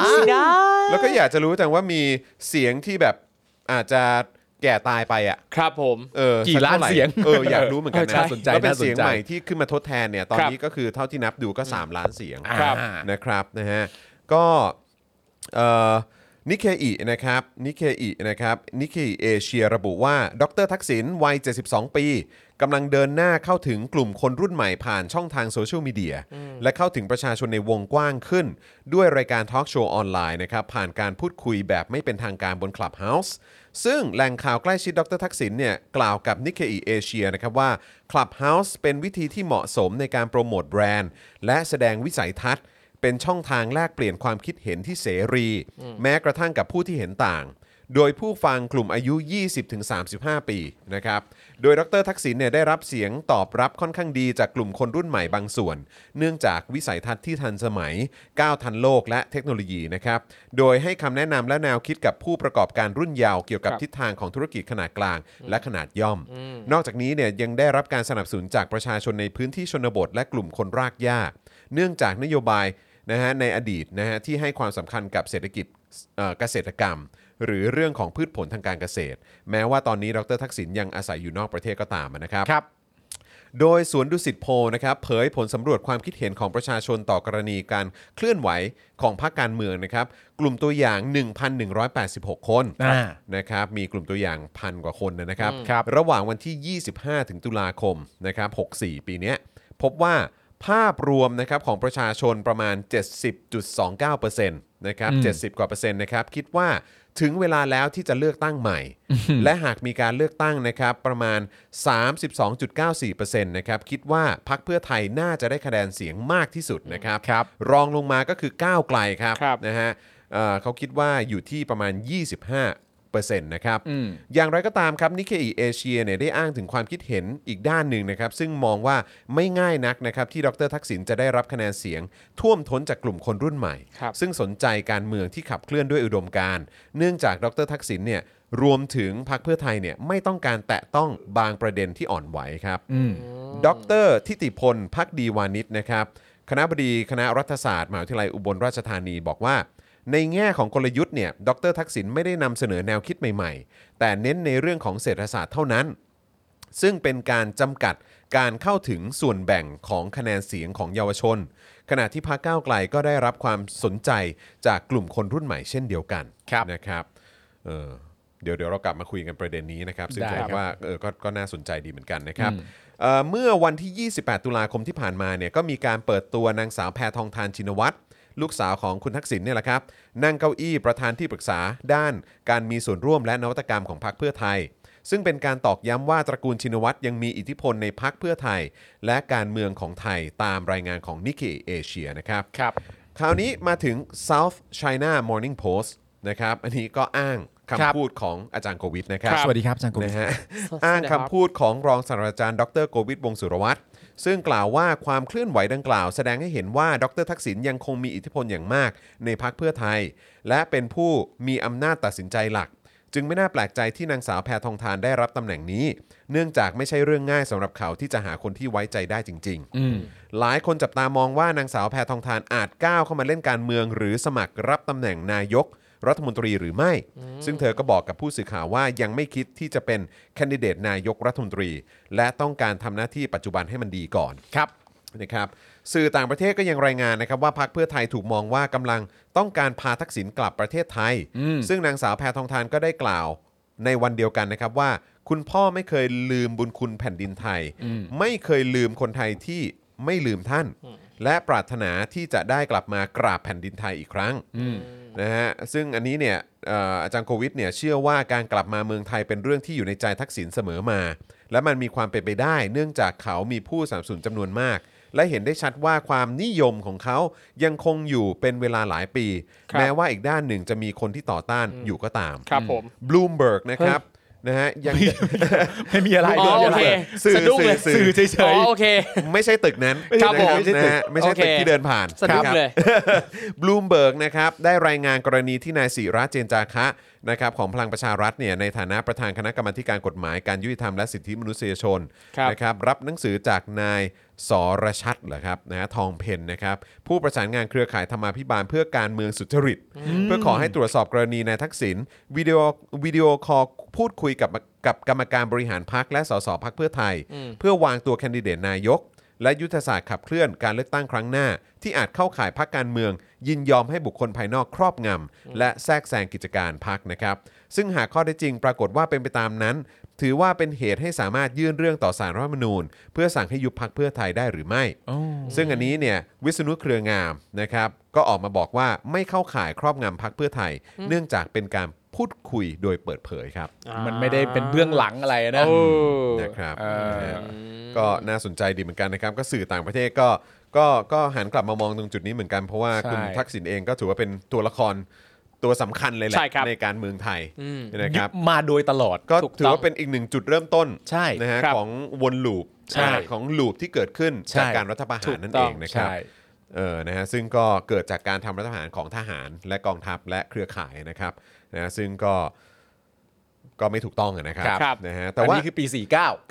แล้วก็อยากจะรู้จังว่ามีเสียงที่แบบอาจจะแก่ตายไปอ่ะ ครับผม เออ กี่ สั ล้าน ท่ไหร่ เสียง เอออยากรู้เหมือนกัน เออ นะ น่าสนใจ แล้วเป็น น่าสนเสียใจงใหม่ที่ขึ้นมาทดแทนเนี่ยตอน ครับ นี้ก็คือเท่าที่นับดูก็ 3 ล้านเสียง ครับ อ่า นะครับนะฮะก็เอ่อนิเคอินะครับนิเคอินะครับนิเคอิเอเชียระบุว่าดรทักษิณวัย 72 ปีกำลังเดินหน้าเข้าถึงกลุ่มคนรุ่นใหม่ผ่านช่องทางโซเชียลมีเดีย และเข้าถึงประชาชนในวงกว้างขึ้น ด้วยรายการทอล์กโชว์ออนไลน์นะครับ ผ่านการพูดคุยแบบไม่เป็นทางการบน Clubhouse ซึ่งแหล่งข่าวใกล้ชิดดรทักษิณเนี่ยกล่าวกับนิเคอีเอเชียนะครับว่า Clubhouse เป็นวิธีที่เหมาะสมในการโปรโมทแบรนด์ และแสดงวิสัยทัศน์ เป็นช่องทางแลกเปลี่ยนความคิดเห็นที่เสรี แม้กระทั่งกับผู้ที่เห็นต่าง โดยผู้ฟังกลุ่มอายุ 20-35 ปีนะครับ โดยดรทักษิณเนี่ยได้รับเสียงตอบรับค่อนข้างดีจากกลุ่มคนรุ่นใหม่บางส่วน เนื่องจากวิสัยทัศน์ที่ทันสมัย ก้าวทันโลกและเทคโนโลยีนะครับ โดยให้คำแนะนำและแนวคิดกับผู้ประกอบการรุ่นเยาว์เกี่ยวกับ ครับ ทิศทางของธุรกิจขนาดกลาง และขนาดย่อม นอกจากนี้เนี่ยยังได้รับการสนับสนุนจากประชาชนในพื้นที่ชนบท และกลุ่มคนรากหญ้า เนื่องจากนโยบายนะฮะในอดีตนะฮะที่ให้ความสำคัญกับเศรษฐกิจเอ่อเกษตรกรรม หรือเรื่องของพืชผลทางการเกษตร แม้ว่าตอนนี้ดรทักษิณยังอาศัยอยู่นอกประเทศก็ตามนะครับ ครับ โดยสวนดุสิตโพลนะครับเผยผลสำรวจความคิดเห็นของประชาชนต่อกรณีการเคลื่อนไหวของพรรคการเมืองนะครับกลุ่มตัวอย่าง 1,186 คน อ่า นะครับมีกลุ่มตัวอย่างพันกว่าคนนะครับ ครับ ระหว่างวันที่ 25 ถึงตุลาคมนะครับ64 ปีเนี้ยพบว่าภาพรวมนะครับของประชาชนประมาณ 70.29%นะครับ 70 กว่าเปอร์เซ็นต์นะครับ คิดว่าถึงเวลาแล้วที่จะเลือกตั้งใหม่ และหากมีการเลือกตั้งนะครับ ประมาณ 32.94%นะครับ คิดว่าพักเพื่อไทยน่าจะได้คะแนนเสียงมากที่สุดนะครับ ครับ รองลงมาก็คือก้าวไกลครับ ครับ นะฮะเอ่อเขาคิดว่าอยู่ที่ประมาณ 25เปอร์เซ็นต์นะครับ อย่างไรก็ตามครับนิเคอีเอเชียเนี่ยได้อ้างถึงความคิดเห็นอีกด้านหนึ่งนะครับ ซึ่งมองว่าไม่ง่ายนักนะครับ ที่ดรทักษิณจะได้รับคะแนนเสียง ท่วมท้นจากกลุ่มคนรุ่นใหม่ ครับ ซึ่งสนใจการเมืองที่ขับเคลื่อนด้วยอุดมการณ์เนื่องจากดรทักษิณเนี่ยรวมถึงพรรคเพื่อไทยเนี่ยไม่ต้องการแตะต้องบางประเด็นที่อ่อนไหวครับ ดรทิติพลพักดีวานิชนะครับ คณะบดีคณะรัฐศาสตร์มหาวิทยาลัยอุบลราชธานีบอกว่า ในแง่ของกลยุทธ์เนี่ยดรทักษิณไม่ได้นำเสนอแนวคิดใหม่ๆ แต่เน้นในเรื่องของเศรษฐศาสตร์เท่านั้น ซึ่งเป็นการจำกัดการเข้าถึงส่วนแบ่งของคะแนนเสียงของเยาวชน ขณะที่พรรคก้าวไกลก็ได้รับความสนใจจากกลุ่มคนรุ่นใหม่เช่นเดียวกันนะครับเออเดี๋ยวเดี๋ยวเรากลับมาคุยกันประเด็นนี้นะครับ ซึ่ง ได้ ผม ครับ ว่าเออก็ก็น่าสนใจดีเหมือนกันนะครับเอ่อเมื่อวันที่ 28 ตุลาคมที่ผ่านมาเนี่ยก็มีการเปิดตัวนางสาวแพทองทานชินวัตร ลูกสาวของคุณทักษิณเนี่ยแหละครับ นั่งเก้าอี้ประธานที่ปรึกษาด้านการมีส่วนร่วมและนวัตกรรมของพรรคเพื่อไทย ซึ่งเป็นการตอกย้ำว่าตระกูลชินวัตรยังมีอิทธิพลในพักเพื่อไทย และการเมืองของไทยตามรายงานของนิกเกเอเชียนะครับ ครับ คราวนี้มาถึง South China Morning Post นะครับ อันนี้ก็อ้าง ครั คำ บ พูดของอาจารย์โควิดนะครับ สวัสดีครับอาจารย์กุล นะฮะ ส ดๆ อ้าง นะครั คำ บ พูดของรองศาสตราจารย์ดรโกวิทวงศ์สุรวัตรซึ่งกล่าวว่าความเคลื่อนไหวดังกล่าว แสดงให้เห็นว่าดรทักษิณยังคงมีอิทธิพลอย่างมากในพักเพื่อไทย และเป็นผู้มีอำนาจตัดสินใจหลัก จึงไม่น่าแปลกใจที่นางสาวแพทองทานได้รับตำแหน่งนี้ เนื่องจากไม่ใช่เรื่องง่ายสำหรับเขาที่จะหาคนที่ไว้ใจได้จริง อืม ๆ หลายคนจับตามองว่านางสาวแพทองทานอาจก้าวเข้ามาเล่นการเมือง หรือสมัครรับตำแหน่งนายก รัฐมนตรีหรือไม่ ซึ่งเธอก็บอกกับผู้สื่อข่าวว่ายังไม่คิดที่จะเป็นแคนดิเดตนายกรัฐมนตรี และต้องการทำหน้าที่ปัจจุบันให้มันดีก่อน ครับ นะครับสื่อต่างประเทศก็ยังรายงานนะครับว่าพรรคเพื่อไทยถูกมองว่ากำลังต้องการพาทักษิณกลับประเทศไทย อืม ซึ่งนางสาวแพทองทานก็ได้กล่าวในวันเดียวกันนะครับว่า คุณพ่อไม่เคยลืมบุญคุณแผ่นดินไทย ไม่เคยลืมคนไทยที่ไม่ลืมท่าน และปรารถนาที่จะได้กลับมากราบแผ่นดินไทยอีกครั้ง นะฮะซึ่งอันนี้เนี่ยเอ่ออาจารย์โควิดเนี่ยเชื่อว่าการกลับมาเมืองไทยเป็นเรื่องที่อยู่ในใจทักษิณเสมอมา และมันมีความเป็นไปได้ เนื่องจากเขามีผู้สนับสนุนจำนวนมาก และเห็นได้ชัดว่าความนิยมของเขายังคงอยู่เป็นเวลาหลายปี ครับ แม้ว่าอีกด้านหนึ่งจะมีคนที่ต่อต้าน อืม อยู่ก็ตาม ครับผม บลูมเบิร์กนะครับนะฮะยัง ไม่มีอะไร อ๋อโอเค สื่อ สะดุ้ง สื่ เล อย สื่อสื่อเฉ อ๋อย โอเค ไม่ใช่ตึกนั้น ครับผม นะฮะไม่ใช่ตึกที่เดินผ่าน สนุกเลย บลูมเบิร์กนะครับได้รายงานกรณีที่นายศิระเจนจาคะนะครับของพลังประชารัฐเนี่ยในฐานะประธานคณะกรรมาธิการกฎหมายการยุติธรรมและสิทธิมนุษยชน ครับ นะครับรับหนังสือจากนายสรชัดเหรอครับนะฮะทองเพนนะครับผู้ประสานงานเครือข่ายธรรมาภิบาลเพื่อการเมืองสุจริต เพื่อขอให้ตรวจสอบกรณีนายทักษิณวิดีโอวิดีโอคอลพูดคุยกับกับกรรมการบริหารพักและสสพักเพื่อไทย เพื่อวางตัวแคนดิเดตนายก และยุทธศาสตร์ขับเคลื่อนการเลือกตั้งครั้งหน้า ที่อาจเข้าข่ายพักการเมือง ยินยอมให้บุคคลภายนอกครอบงำและแทรกแซงกิจการพักนะครับ ซึ่งหากข้อได้จริงปรากฏว่าเป็นไปตามนั้น ถือว่าเป็นเหตุให้สามารถยื่นเรื่องต่อสารรัฐธรรมนูญ เพื่อสั่งให้ยุบพักเพื่อไทยได้หรือไม่ ซึ่งอันนี้เนี่ยวิษณุเครืองามนะครับก็ออกมาบอกว่าไม่เข้าข่ายครอบงำพักเพื่อไทย เนื่องจากเป็นการพูดคุยโดยเปิดเผยครับ มันไม่ได้เป็นเบื้องหลังอะไรนะ โอ้ นะครับ เออ นะฮะก็น่าสนใจดีเหมือนกันนะครับ ก็สื่อต่างประเทศก็ก็ก็หันกลับมามองตรงจุดนี้เหมือนกันเพราะว่า ใช่ คุณทักษิณเองก็ถือว่าเป็นตัวละครตัวสำคัญเลยแหละ ใช่ครับ การเมืองไทย อืม นะครับ มาโดยตลอด ก็ ถูกต้อง ถือว่าเป็นอีกหนึ่งจุดเริ่มต้น ใช่ นะฮะ ครับ ของวนลูป ใช่ อ่าของลูปที่เกิดขึ้น ใช่ จากการรัฐประ ถู หาร ก นั่น ต้ เอ อง งนะครับ ใช่ เออ นะฮะ ซึ่งก็เกิดจากการทำรัฐประหารของทหารและกองทัพและเครือข่ายนะครับ นะฮะซึ่งก็ ก็ไม่ถูกต้องอะนะครับ ครับ นะฮะ แต่ แต่ ว่า ว่า นี่คือปี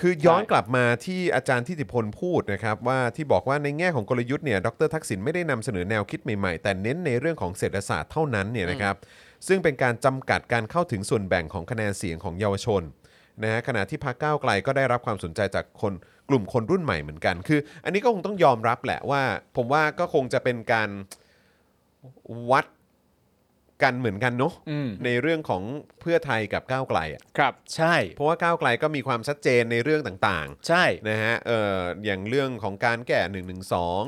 คือย้อนกลับมาที่อาจารย์ทิติพลพูดนะครับว่าที่บอกว่าในแง่ของกลยุทธ์เนี่ยดรทักษิณไม่ได้นำเสนอแนวคิดใหม่ๆ แต่เน้นในเรื่องของเศรษฐศาสตร์เท่านั้นเนี่ยนะครับซึ่งเป็นการจำกัดการเข้าถึงส่วนแบ่งของคะแนนเสียงของเยาวชนนะฮะขณะที่พรรคก้าวไกลก็ได้รับความสนใจจากคนกลุ่มคนรุ่นใหม่เหมือนกัน คือ อันนี้ก็คงต้องยอมรับแหละว่า ผมว่าก็คงจะเป็นการวัดกันเหมือนกันเนาะ อืม ในเรื่องของเพื่อไทยกับก้าวไกลอะ ครับ 49 ใช่ เพราะว่าก้าวไกลก็มีความชัดเจนในเรื่องต่างๆ ใช่ นะฮะ เอ่อ อย่างเรื่องของการแก้1นึ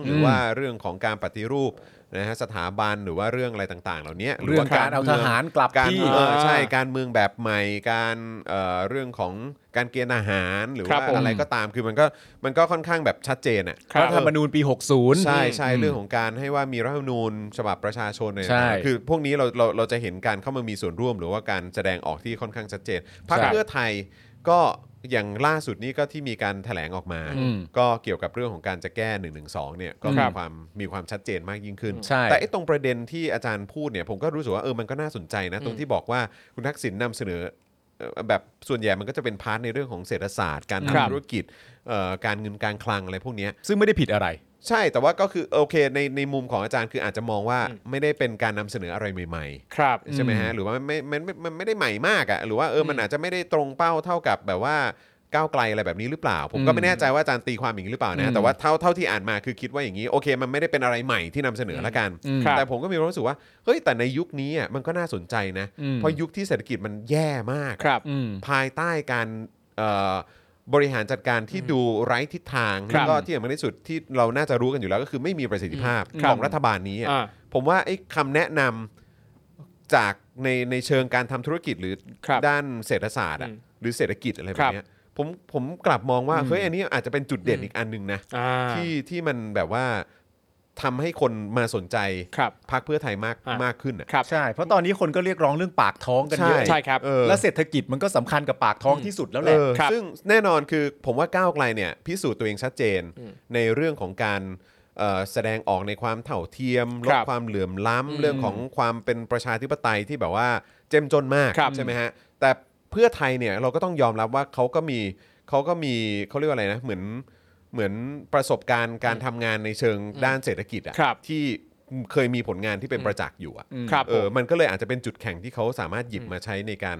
หรือ ม ว่าเรื่องของการปฏิรูปนะฮะสถาบันหรือว่าเรื่องอะไรต่าง ๆ เหล่านี้ห เรื่อง ว่ การเอาทหารกลับ การ ที่ เออใช่ การเมืองแบบใหม่ การ เอ่อ เรื่องของการเกณฑ์อาหารหรือ ครั ว่า บผม อะไรก็ตาม คือมันก็ มันก็ค่อนข้างแบบชัดเจนอ่ะ ครับ รัฐธรรมนูญปี 60 ใช่ใช่ อืม เรื่องของการให้ว่ามีรัฐธรรมนูญฉบับประชาชนเนี่ย ใช่ คือพวกนี้เราเราเราจะเห็นการเข้ามามีส่วนร่วม หรือว่าการแสดงออกที่ค่อนข้างชัดเจนพรรค ใช่ เพื่อไทยก็อย่างล่าสุดนี้ก็ที่มีการแถลงออกมา อืม ก็เกี่ยวกับเรื่องของการจะแก้1นึเนี่ยก็ ค มี รับ ความมีความชัดเจนมากยิ่งขึ้น ใช่ แต่ไอ้ตรงประเด็นที่อาจารย์พูดเนี่ยผมก็รู้สึกว่าเออมันก็น่าสนใจนะตรงที่บอกว่าคุณทักษิณนำเสนอเอ่อแบบส่วนใหญ่มันก็จะเป็นพาร์ทในเรื่องของเศรษฐศาสตร์ การ ครับ ทำธุรกิจเอ่อการเงินการคลังอะไรพวกเนี้ย ซึ่งไม่ได้ผิดอะไร ใช่แต่ว่าก็คือโอเคในในมุมของอาจารย์คืออาจจะมองว่าไม่ได้เป็นการนำเสนออะไรใหม่ ครับ ๆ ใช่ไหมฮะหรือว่าไม่มันไม่มันไม่ได้ใหม่มากอะ่ะหรือว่าเออมันอาจจะไม่ได้ตรงเป้าเท่ากับแบบว่าก้าวไกลอะไรแบบนี้หรือเปล่า ผมก็ อืม ไม่แน่ใจว่าอาจารย์ตีความอย่างนี้หรือเปล่า อื นะ ม แต่ว่าเท่าเท่าที่อ่านมาคือคิดว่าอย่างนี้โอเค มันไม่ได้เป็นอะไรใหม่ที่นำเสนอละกัน อืม แต่ผมก็มีความรู้สึกว่าเฮ้ยแต่ในยุคนี้อ่ะมันก็น่าสนใจนะ อืม เพราะยุคที่เศรษฐกิจมันแย่มาก ครับ อืม ภายใต้การเอ่อบริหารจัดการที่ดูไร้ทิศทาง ครั แล้ บ วก็ที่สำคัญที่สุดที่เราน่าจะรู้กันอยู่แล้วก็คือไม่มีประสิทธิภาพ ครั ข บ องรัฐบาลนี้อะ อ่า ผมว่าไอ้คำแนะนำจากในในเชิงการทำธุรกิจหรือ ครับ ด้านเศรษฐศาสตร์อะ อืม หรือเศรษฐกิจอะไรแบ ครับ บ เนี้ยผมผมกลับมองว่าเฮ้ยอันนี้อาจจะเป็นจุดเด่นอีกอันหนึ่งนะ อ่า ที่ที่มันแบบว่าทำให้คนมาสนใจ ครับ พรรคเพื่อไทยมาก อ่าม มากขึ้นอะ ครับ ใช่ เพราะตอนนี้คนก็เรียกร้องเรื่องปากท้องกันเยอะ ใช่ครับ เออ และเศรษฐกิจมันก็สำคัญกับปากท้องที่สุดแล้วแหละ เออ ครับ ซึ่งแน่นอนคือผมว่าก้าวไกลเนี่ยพิสูจน์ตัวเองชัดเจนในเรื่องของการเอ่อแสดงออกในความเท่าเทียมลดครับ ความเหลื่อมล้ำเรื่องของความเป็นประชาธิปไตยที่แบบว่าเจ้มจนมาก ครับ ใช่ไหมฮะ แต่เพื่อไทยเนี่ยเราก็ต้องยอมรับว่าเขาก็มีเขาก็มีเขาเรียกว่าอะไรนะเหมือนเหมือนประสบการณ์การทำงานในเชิงด้านเศรษฐกิจ ครั อะ บ ที่เคยมีผลงานที่เป็นประจักษ์อยู่อะ ครับ เอ ผ อ ม มันก็เลยอาจจะเป็นจุดแข็งที่เขาสามารถหยิบ อืม มาใช้ในการ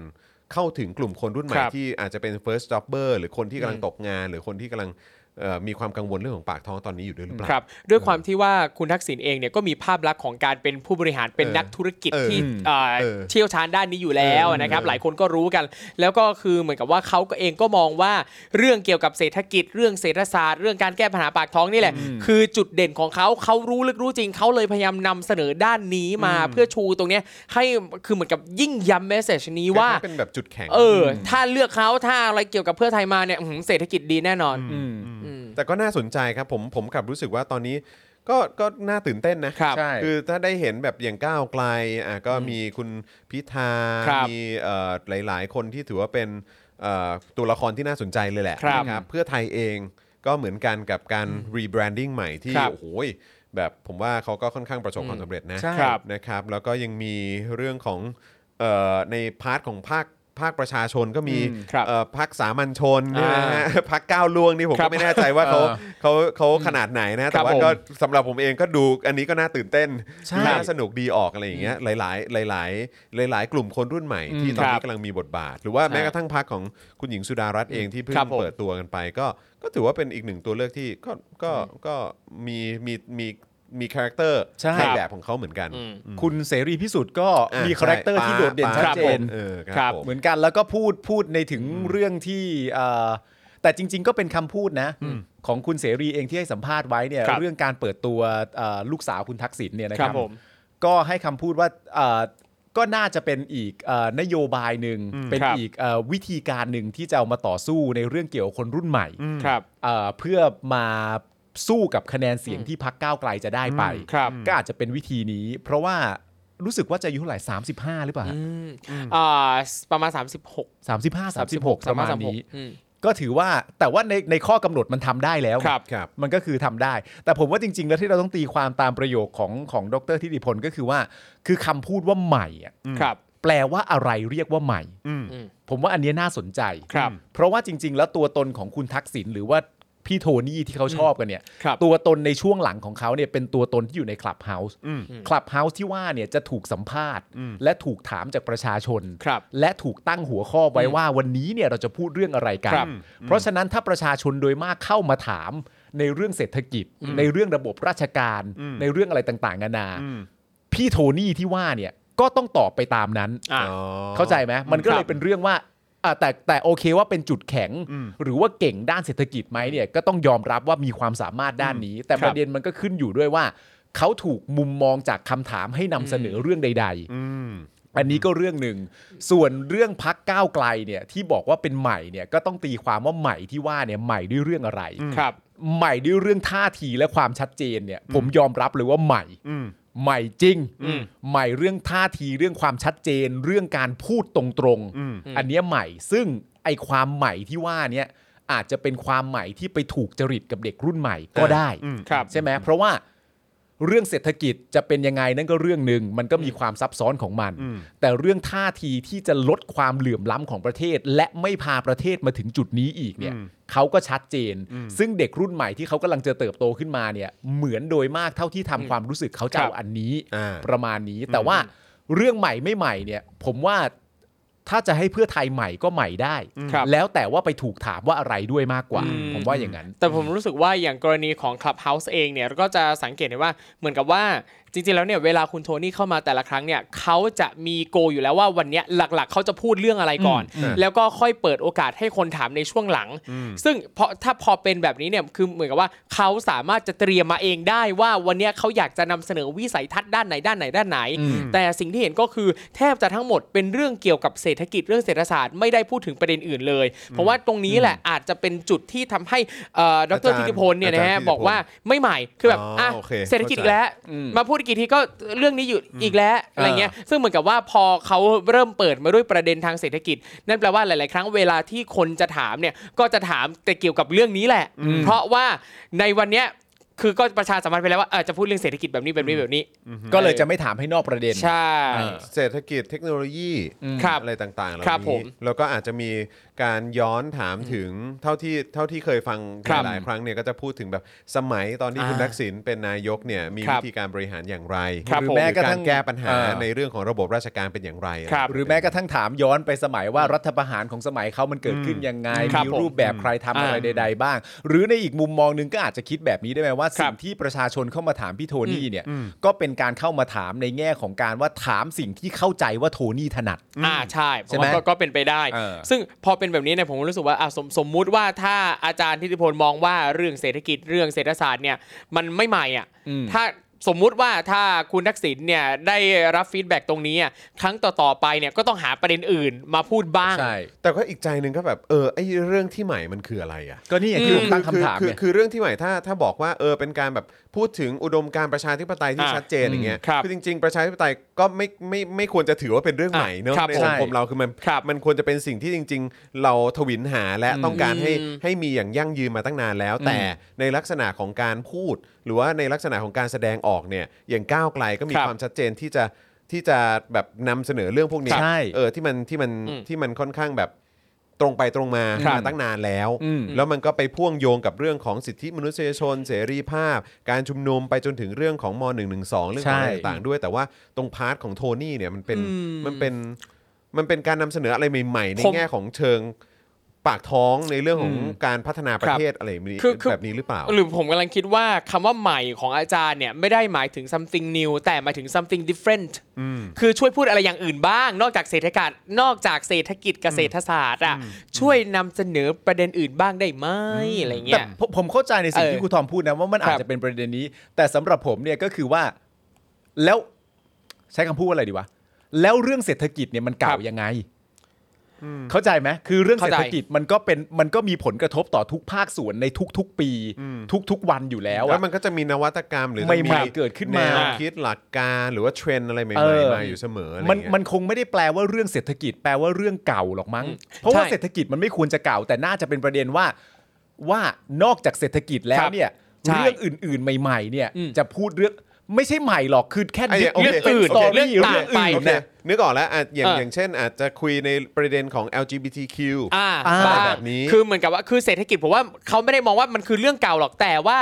เข้าถึงกลุ่มคนรุ่นใหม่ ครับ ที่อาจจะเป็น first jobber หรือคนที่กำลัง อืม ตกงาน หรือคนที่กำลังเอ่อมีความกังวลเรื่องของปากท้องตอนนี้อยู่ด้วยหรือเปล่า ครับด้วยความที่ว่าคุณทักษิณเองเนี่ยก็มีภาพลักษณ์ของการเป็นผู้บริหารเป็น เออ นักธุรกิจ เออ ที่เอ่อ เออ เชี่ยวชาญด้านนี้อยู่แล้ว เออ นะครับ เออ หลายคนก็รู้กัน แล้วก็คือเหมือนกับว่าเขาก็เองก็มองว่าเรื่องเกี่ยวกับเศรษฐกิจ เรื่องเศรษฐศาสตร์ เรื่องการแก้ปัญหาปากท้องนี่แหละ คือจุดเด่นของเขาเขารู้ลึกรู้จริงเขาเลยพยายามนำเสนอด้านนี้มาเพื่อชูตรงเนี้ยให้คือเหมือนกับยิ่งย้ำเมสเซจนี้ว่า คล้ยๆเป็นแบบจุดแข็ง เออ ถ้าเลือกเขาถ้าอะไรเกี่ยวกับเพื่อไทยมาเนี่ยอื้อหือเศรษฐกิจดีแน่นอน อืม อืม แต่ก็น่าสนใจครับ ผมผมกลับรู้สึกว่าตอนนี้ก็ก็น่าตื่นเต้นนะครับ ใช่ คือถ้าได้เห็นแบบอย่างก้าวไกลอ่ะก็มีคุณพิธา ครับ มีเอ่อหลาย ๆ คนที่ถือว่าเป็นเอ่อตัวละครที่น่าสนใจเลยแหละ ครับ นะเพื่อไทยเองก็เหมือนกันกับการ rebranding ใหม่ที่ ครับ โอ้โหยแบบผมว่าเขาก็ค่อนข้างประสบความสำเร็จนะ ใช่ ครับ นะครับ แล้วก็ยังมีเรื่องของเอ่อในพาร์ทของภาคภาคประชาชนก็มี อืมครับ เอ่อพรรคสามัญชนใช่ไหม อ่า ฮะ พักก้าวล่วงนี่ผม ครั ก็ บ ไม่แน่ใจว่าเขา เออ เขาเขาขนาดไหนนะ แต่ว่า ผม ก็สำหรับผมเองก็ดูอันนี้ก็น่าตื่นเต้น ใช่ น่าสนุกดีออกอะไรอย่างเงี้ยหลาย ๆ หลาย ๆ หลาย ๆ กลุ่มคนรุ่นใหม่ที่ตอน ครั นี้ บ กำลังมีบทบาท หรือว่า ใช่ แม้กระทั่งพักของคุณหญิงสุดารัตน์เองที่เพิ่ง ครับผม เปิดตัวกันไป ก็ก็ถือว่าเป็นอีกหนึ่งตัวเลือกที่ก็ก็ก็มีมีมีมีคาแรคเตอร์ ใช่ ในแบบของเขาเหมือนกัน อืม อืม คุณเสรีพิสุทธิ์ก็ อ่ะ มีคาแรคเตอร์ ใ ที่โดดเด่น ปา ชัด ปา เจน เออค ครั รับบ ผม เหมือนกันแล้วก็พูดพูดในถึงเรื่องที่เอ่อแต่จริง ๆ ก็เป็นคำพูดนะ ของคุณเสรีเองที่ให้สัมภาษณ์ไว้เนี่ย ครับ เรื่องการเปิดตัวเอ่อลูกสาวคุณทักษิณเนี่ยนะค ครั รับบ ผม ก็ให้คำพูดว่าเอ่อก็น่าจะเป็นอีกเอ่อนโยบายหนึ่งเป็น ครับ อีกเอ่อวิธีการหนึ่งที่จะเอามาต่อสู้ในเรื่องเกี่ยวกับคนรุ่นใหม่ ครับ เอ่อเพื่อมาสู้กับคะแนนเสียงที่พักก้าวไกลจะได้ไป อืมครับ ก็อาจจะเป็นวิธีนี้ เพราะว่ารู้สึกว่าจะอายุเท่าไหร่ 35 หรือเปล่าฮะ อ่าประมาณ 36 35 36 ประมาณนี้ อืม ก็ถือว่าแต่ว่าในในข้อกำหนดมันทำได้แล้ว ครับ ครับ มันก็คือทำได้ แต่ผมว่าจริง ๆ แล้วที่เราต้องตีความตามประโยคของของดรทิติพลก็คือว่า คือคำพูดว่าใหม่อะ ครับ แปลว่าอะไรเรียกว่าใหม่ อืม ผมว่าอันเนี้ยน่าสนใจ ครับ เพราะว่าจริง ๆ แล้วตัวตนของคุณทักษิณหรือว่าพี่โทนี่ที่เขาชอบกันเนี่ย ครับ ตัวตนในช่วงหลังของเขาเนี่ยเป็นตัวตนที่อยู่ในคลับเฮาส์ อืม คลับเฮาส์ที่ว่าเนี่ยจะถูกสัมภาษณ์ และถูกถามจากประชาชน ครับ และถูกตั้งหัวข้อไว้ว่าวันนี้เนี่ยเราจะพูดเรื่องอะไรกัน ครับ เพราะฉะนั้นถ้าประชาชนโดยมากเข้ามาถามในเรื่องเศรษฐกิจ ในเรื่องระบบราชการ อืม ในเรื่องอะไรต่างๆนานา อืม พี่โทนี่ที่ว่าเนี่ยก็ต้องตอบไปตามนั้น อ่ะ อ๋อ เข้าใจไหมมันก็เล ครั ย บ เป็นเรื่องว่าอ่ะแต่แต่โอเคว่าเป็นจุดแข็ง อืม หรือว่าเก่งด้านเศรษฐกิจไหมเนี่ยก็ต้องยอมรับว่ามีความสามารถด้านนี้ แต่ ครับ ประเด็นมันก็ขึ้นอยู่ด้วยว่า เขาถูกมุมมองจากคำถามให้นำเสนอเรื่องใด อืม ๆ อันนี้ก็เรื่องหนึ่ง ส่วนเรื่องพักก้าวไกลเนี่ยที่บอกว่าเป็นใหม่เนี่ยก็ต้องตีความว่าใหม่ที่ว่าเนี่ยใหม่ด้วยเรื่องอะไร ครับ ใหม่ด้วยเรื่องท่าทีและความชัดเจนเนี่ยผมยอมรับเลยว่าใหม่ อืม ใหม่จริง อืม ใหม่เรื่องท่าทีเรื่องความชัดเจน เรื่องการพูดตรง อืม ๆ อันเนี้ยใหม่ซึ่งไอความใหม่ที่ว่าเนี้ยอาจจะเป็นความใหม่ที่ไปถูกจริตกับเด็กรุ่นใหม่ก็ได้ อืม ครับ ใช่ไหมเพราะว่าเรื่องเศรษฐกิจจะเป็นยังไงนั่นก็เรื่องหนึ่งมันก็มีความซับซ้อนของมัน อืม แต่เรื่องท่าทีที่จะลดความเหลื่อมล้ำของประเทศ และไม่พาประเทศมาถึงจุดนี้อีกเนี่ยเขาก็ชัดเจน ซึ่งเด็กรุ่นใหม่ที่เขากำลังจะเติบโตขึ้นมาเนี่ยเหมือนโดยมากเท่าที่ทำความรู้สึกเขาจะเอา ครับ อันนี้ อ่า ประมาณนี้แต่ว่าเรื่องใหม่ไม่ใหม่เนี่ย ผมว่าถ้าจะให้เพื่อไทยใหม่ก็ใหม่ได้ ครับ แล้วแต่ว่าไปถูกถามว่าอะไรด้วยมากกว่า อืม ผมว่าอย่างนั้น แต่ผมรู้สึกว่าอย่างกรณีของ Clubhouse เองเนี่ยเราก็จะสังเกตเห็นว่าเหมือนกับว่าจริงๆแล้วเนี่ยเวลาคุณโทนี่เข้ามาแต่ละครั้งเนี่ยเขาจะมีโกอยู่แล้วว่าวันเนี้ยหลักๆ เขาจะพูดเรื่องอะไรก่อน อืม แล้วก็ค่อยเปิดโอกาสให้คนถามในช่วงหลัง ซึ่งเพราะถ้าพอเป็นแบบนี้เนี่ยคือเหมือนกับว่าเขาสามารถจะเตรียมมาเองได้ว่าวันเนี้ยเขาอยากจะนำเสนอวิสัยทัศน์ด้านไหนด้านไหนด้านไหน อืม แต่สิ่งที่เห็นก็คือแทบจะทั้งหมดเป็นเรื่องเกี่ยวกับเศรษฐกิจเรื่องเศรษฐศาสตร์ไม่ได้พูดถึงประเด็นอื่นเลย เพราะว่าตรงนี้แหละอาจจะเป็นจุดที่ทำให้เอ่อด อาจาร ร ย์ ทิติพลเนี่ย อาจารย์ นะฮะ ธิติพล บอกว่าไม่ใหม่คือแบบ อ๋ออ่ อ่ะ โอเค เศรษฐกิจอีกแล้ว อืม มาพูดกี่ทีก็เรื่องนี้อยู่อีกแล้วอะไรเงี้ยซึ่งเหมือนกับว่าพอเขาเริ่มเปิดมาด้วยประเด็นทางเศรษฐกิจ นั่นแปลว่าหลาย ๆ ครั้งเวลาที่คนจะถามเนี่ยก็จะถามแต่เกี่ยวกับเรื่องนี้แหละ เพราะว่าในวันเนี้ย คือก็ประชาสัมพันธ์ไปแล้วว่าเออจะพูดเรื่องเศรษฐกิจแบบนี้แบบนี้แบบนี้ ก็เลยจะไม่ถามให้นอกประเด็น ใช่ อ่า เศรษฐกิจเทคโนโลยี ครับ อะไรต่างๆเหล่า ครับผ นี้ ม แล้วก็อาจจะมีการย้อนถามถึงเท่าที่เท่าที่เคยฟัง ครับ หลายๆครั้งเนี่ยก็จะพูดถึงแบบสมัยตอนที่ อ่า คุณทักษิณเป็นนายกเนี่ยมี ครั วิ บ ธีการบริหารอย่างไร ครับ ห ผ รือ ม แม้กระทั่งแก้ปัญหา อ่า ในเรื่องของระบบราชการเป็นอย่างไร ครับ หรือแม้กระทั่งถามย้อนไปสมัยว่ารัฐประหารของสมัยเขามันเกิดขึ้นยังไง ครับ มี ผม รูปแบบใครทำอะไร อ่า ใด ๆ บ้าง หรือในอีกมุมมองหนึงก็อาจจะคิดแบบนี้ได้ไหมว่าสิ่งครับ ที่ประชาชนเข้ามาถามพี่โทนี่เนี่ยก็เป็นการเข้ามาถามในแง่ของการว่าถามสิ่งที่เข้าใจว่าโทนี่ถนัด ่าใช่ผ ใช่ ม ไหม ว่าก็ก็เป็นไปได้ เออ ซึ่งพอเป็นแบบนี้เนี่ยผมรู้สึกว่าอ่ะสมสมมุติว่าถ้าอาจารย์ทิติพลมองว่าเรื่องเศรษฐกิจเรื่องเศรษฐศาสตร์เนี่ยมันไม่ใหม่อ่ะ อืม ถ้าสมมุติว่าถ้าคุณทักษิณเนี่ยได้รับฟีดแบ็กตรงนี้อ่ะครั้งต่อๆไปเนี่ยก็ต้องหาประเด็นอื่นมาพูดบ้าง ใช่ แต่ก็อีกใจหนึ่งก็แบบเออไอ้เรื่องที่ใหม่มันคืออะไรอ่ะ ก็นี่ไงที่ผมตั้งคำถาม คือ เนี่ย คือคือเรื่องที่ใหม่ถ้าถ้าบอกว่าเออเป็นการแบบพูดถึงอุดมการณ์ประชาธิปไตยที่ อ่า ชัดเจนอย่างเงี้ย ครับ อจริง ๆ ประชาธิปไตยก็ไม่ไม่ไม่ควรจะถือว่าเป็นเรื่องใหม่เนอะ ครับ ใน ผม สังคมเราคือมัน ครับ มันควรจะเป็นสิ่งที่จริง ๆ เราทวินหาและต้องการให้ อืม ให้มีอย่างยั่งยืนมาตั้งนานแล้ว อืม แต่ในลักษณะของการพูด หรือว่าในลักษณะของการแสดงออกเนี่ยอย่างก้าวไกลก็มี ครับ ความชัดเจนที่จะที่จะแบบนำเสนอเรื่องพวกนี้ ใช่ เออที่มันที่มัน อืม ที่มันค่อนข้างแบบตรงไปตรงมา ครับ มาตั้งนานแล้ว อืม แล้วมันก็ไปพ่วงโยงกับเรื่องของสิทธิมนุษยชน เสรีภาพ การชุมนุมไปจนถึงเรื่องของม .112 เรื่องของอะไร ใช่ ต่างๆด้วย แต่ว่าตรงพาร์ทของโทนี่เนี่ยมันเป็น อืม มันเป็นมันเป็นการนำเสนออะไรใหม่ๆ ใน ผม แง่ของเชิงปากท้องในเรื่องของ อืม การพัฒนาประเทศอะไรแบบนี้ คือคือ แบบนี้หรือเปล่า หรือผมกำลังคิดว่าคำว่าใหม่ของอาจารย์เนี่ยไม่ได้หมายถึง something new แต่หมายถึง something different คือช่วยพูดอะไรอย่างอื่นบ้าง นอกจากเศรษฐกิจนอกจากเศรษฐกิจกับเศรษฐศาสตร์อ่ะช่วยนำเสนอประเด็นอื่นบ้างได้ไหมอะไรเงี้ แต่ ย ผมผมเข้าใจในสิ่ง เออ ที่ครูทอมพูดนะว่ามัน ครั อาจ บ จะเป็นประเด็นนี้ แต่สำหรับผมเนี่ยก็คือว่า แล้วใช้คำพูดว่าอะไรดีวะแล้วเรื่องเศรษฐกิจเนี่ยมัน ค เก่า รับ ยังไงเข้าใจไหมคือเรื่องเศรษฐกิจมันก็เป็นมันก็มีผลกระทบต่อทุกภาคส่วนในทุก ๆ ปี ทุก ๆ วันอยู่แล้ว แล้ อะ วมันก็จะมีนวัตกรรมหรือ ใหม่ จะ ๆเกิดขึ้นมา แวคิดหลักการหรือว่าเทรนด์อะไรใหม่ เออ ๆมาอยู่เสมออะไร มัน เงี้ย มันคงไม่ได้แปลว่าเรื่องเศรษฐกิจแปลว่าเรื่องเก่าหรอกมั้ง เพราะว่า ใช่ เศรษฐกิจมันไม่ควรจะเก่า แต่น่าจะเป็นประเด็นว่าว่านอกจากเศรษฐกิจแล้วเนี่ย ใช่ เรื่องอื่น ๆ ใหม่ ๆ เนี่ย อืม จะพูดเรื่องไม่ใช่ใหม่หรอกคือแค่ ไอ้ ยึด โอเค ยึดเป็นสตอ เรื่ รี่ อง เรื่ ต่าง อง ไป อื่น โอเค เนี่ย นึกออกแล้วอ่ะอย่าง เออ อ อ ย่างเช่น อาจจะคุยในประเด็นของ LGBTQ อ่า อ่า บ้าง แบบนี้ คือเหมือนกับว่าคือเศรษฐกิจผมว่าเขาไม่ได้มองว่ามันคือเรื่องเก่าหรอกแต่ว่า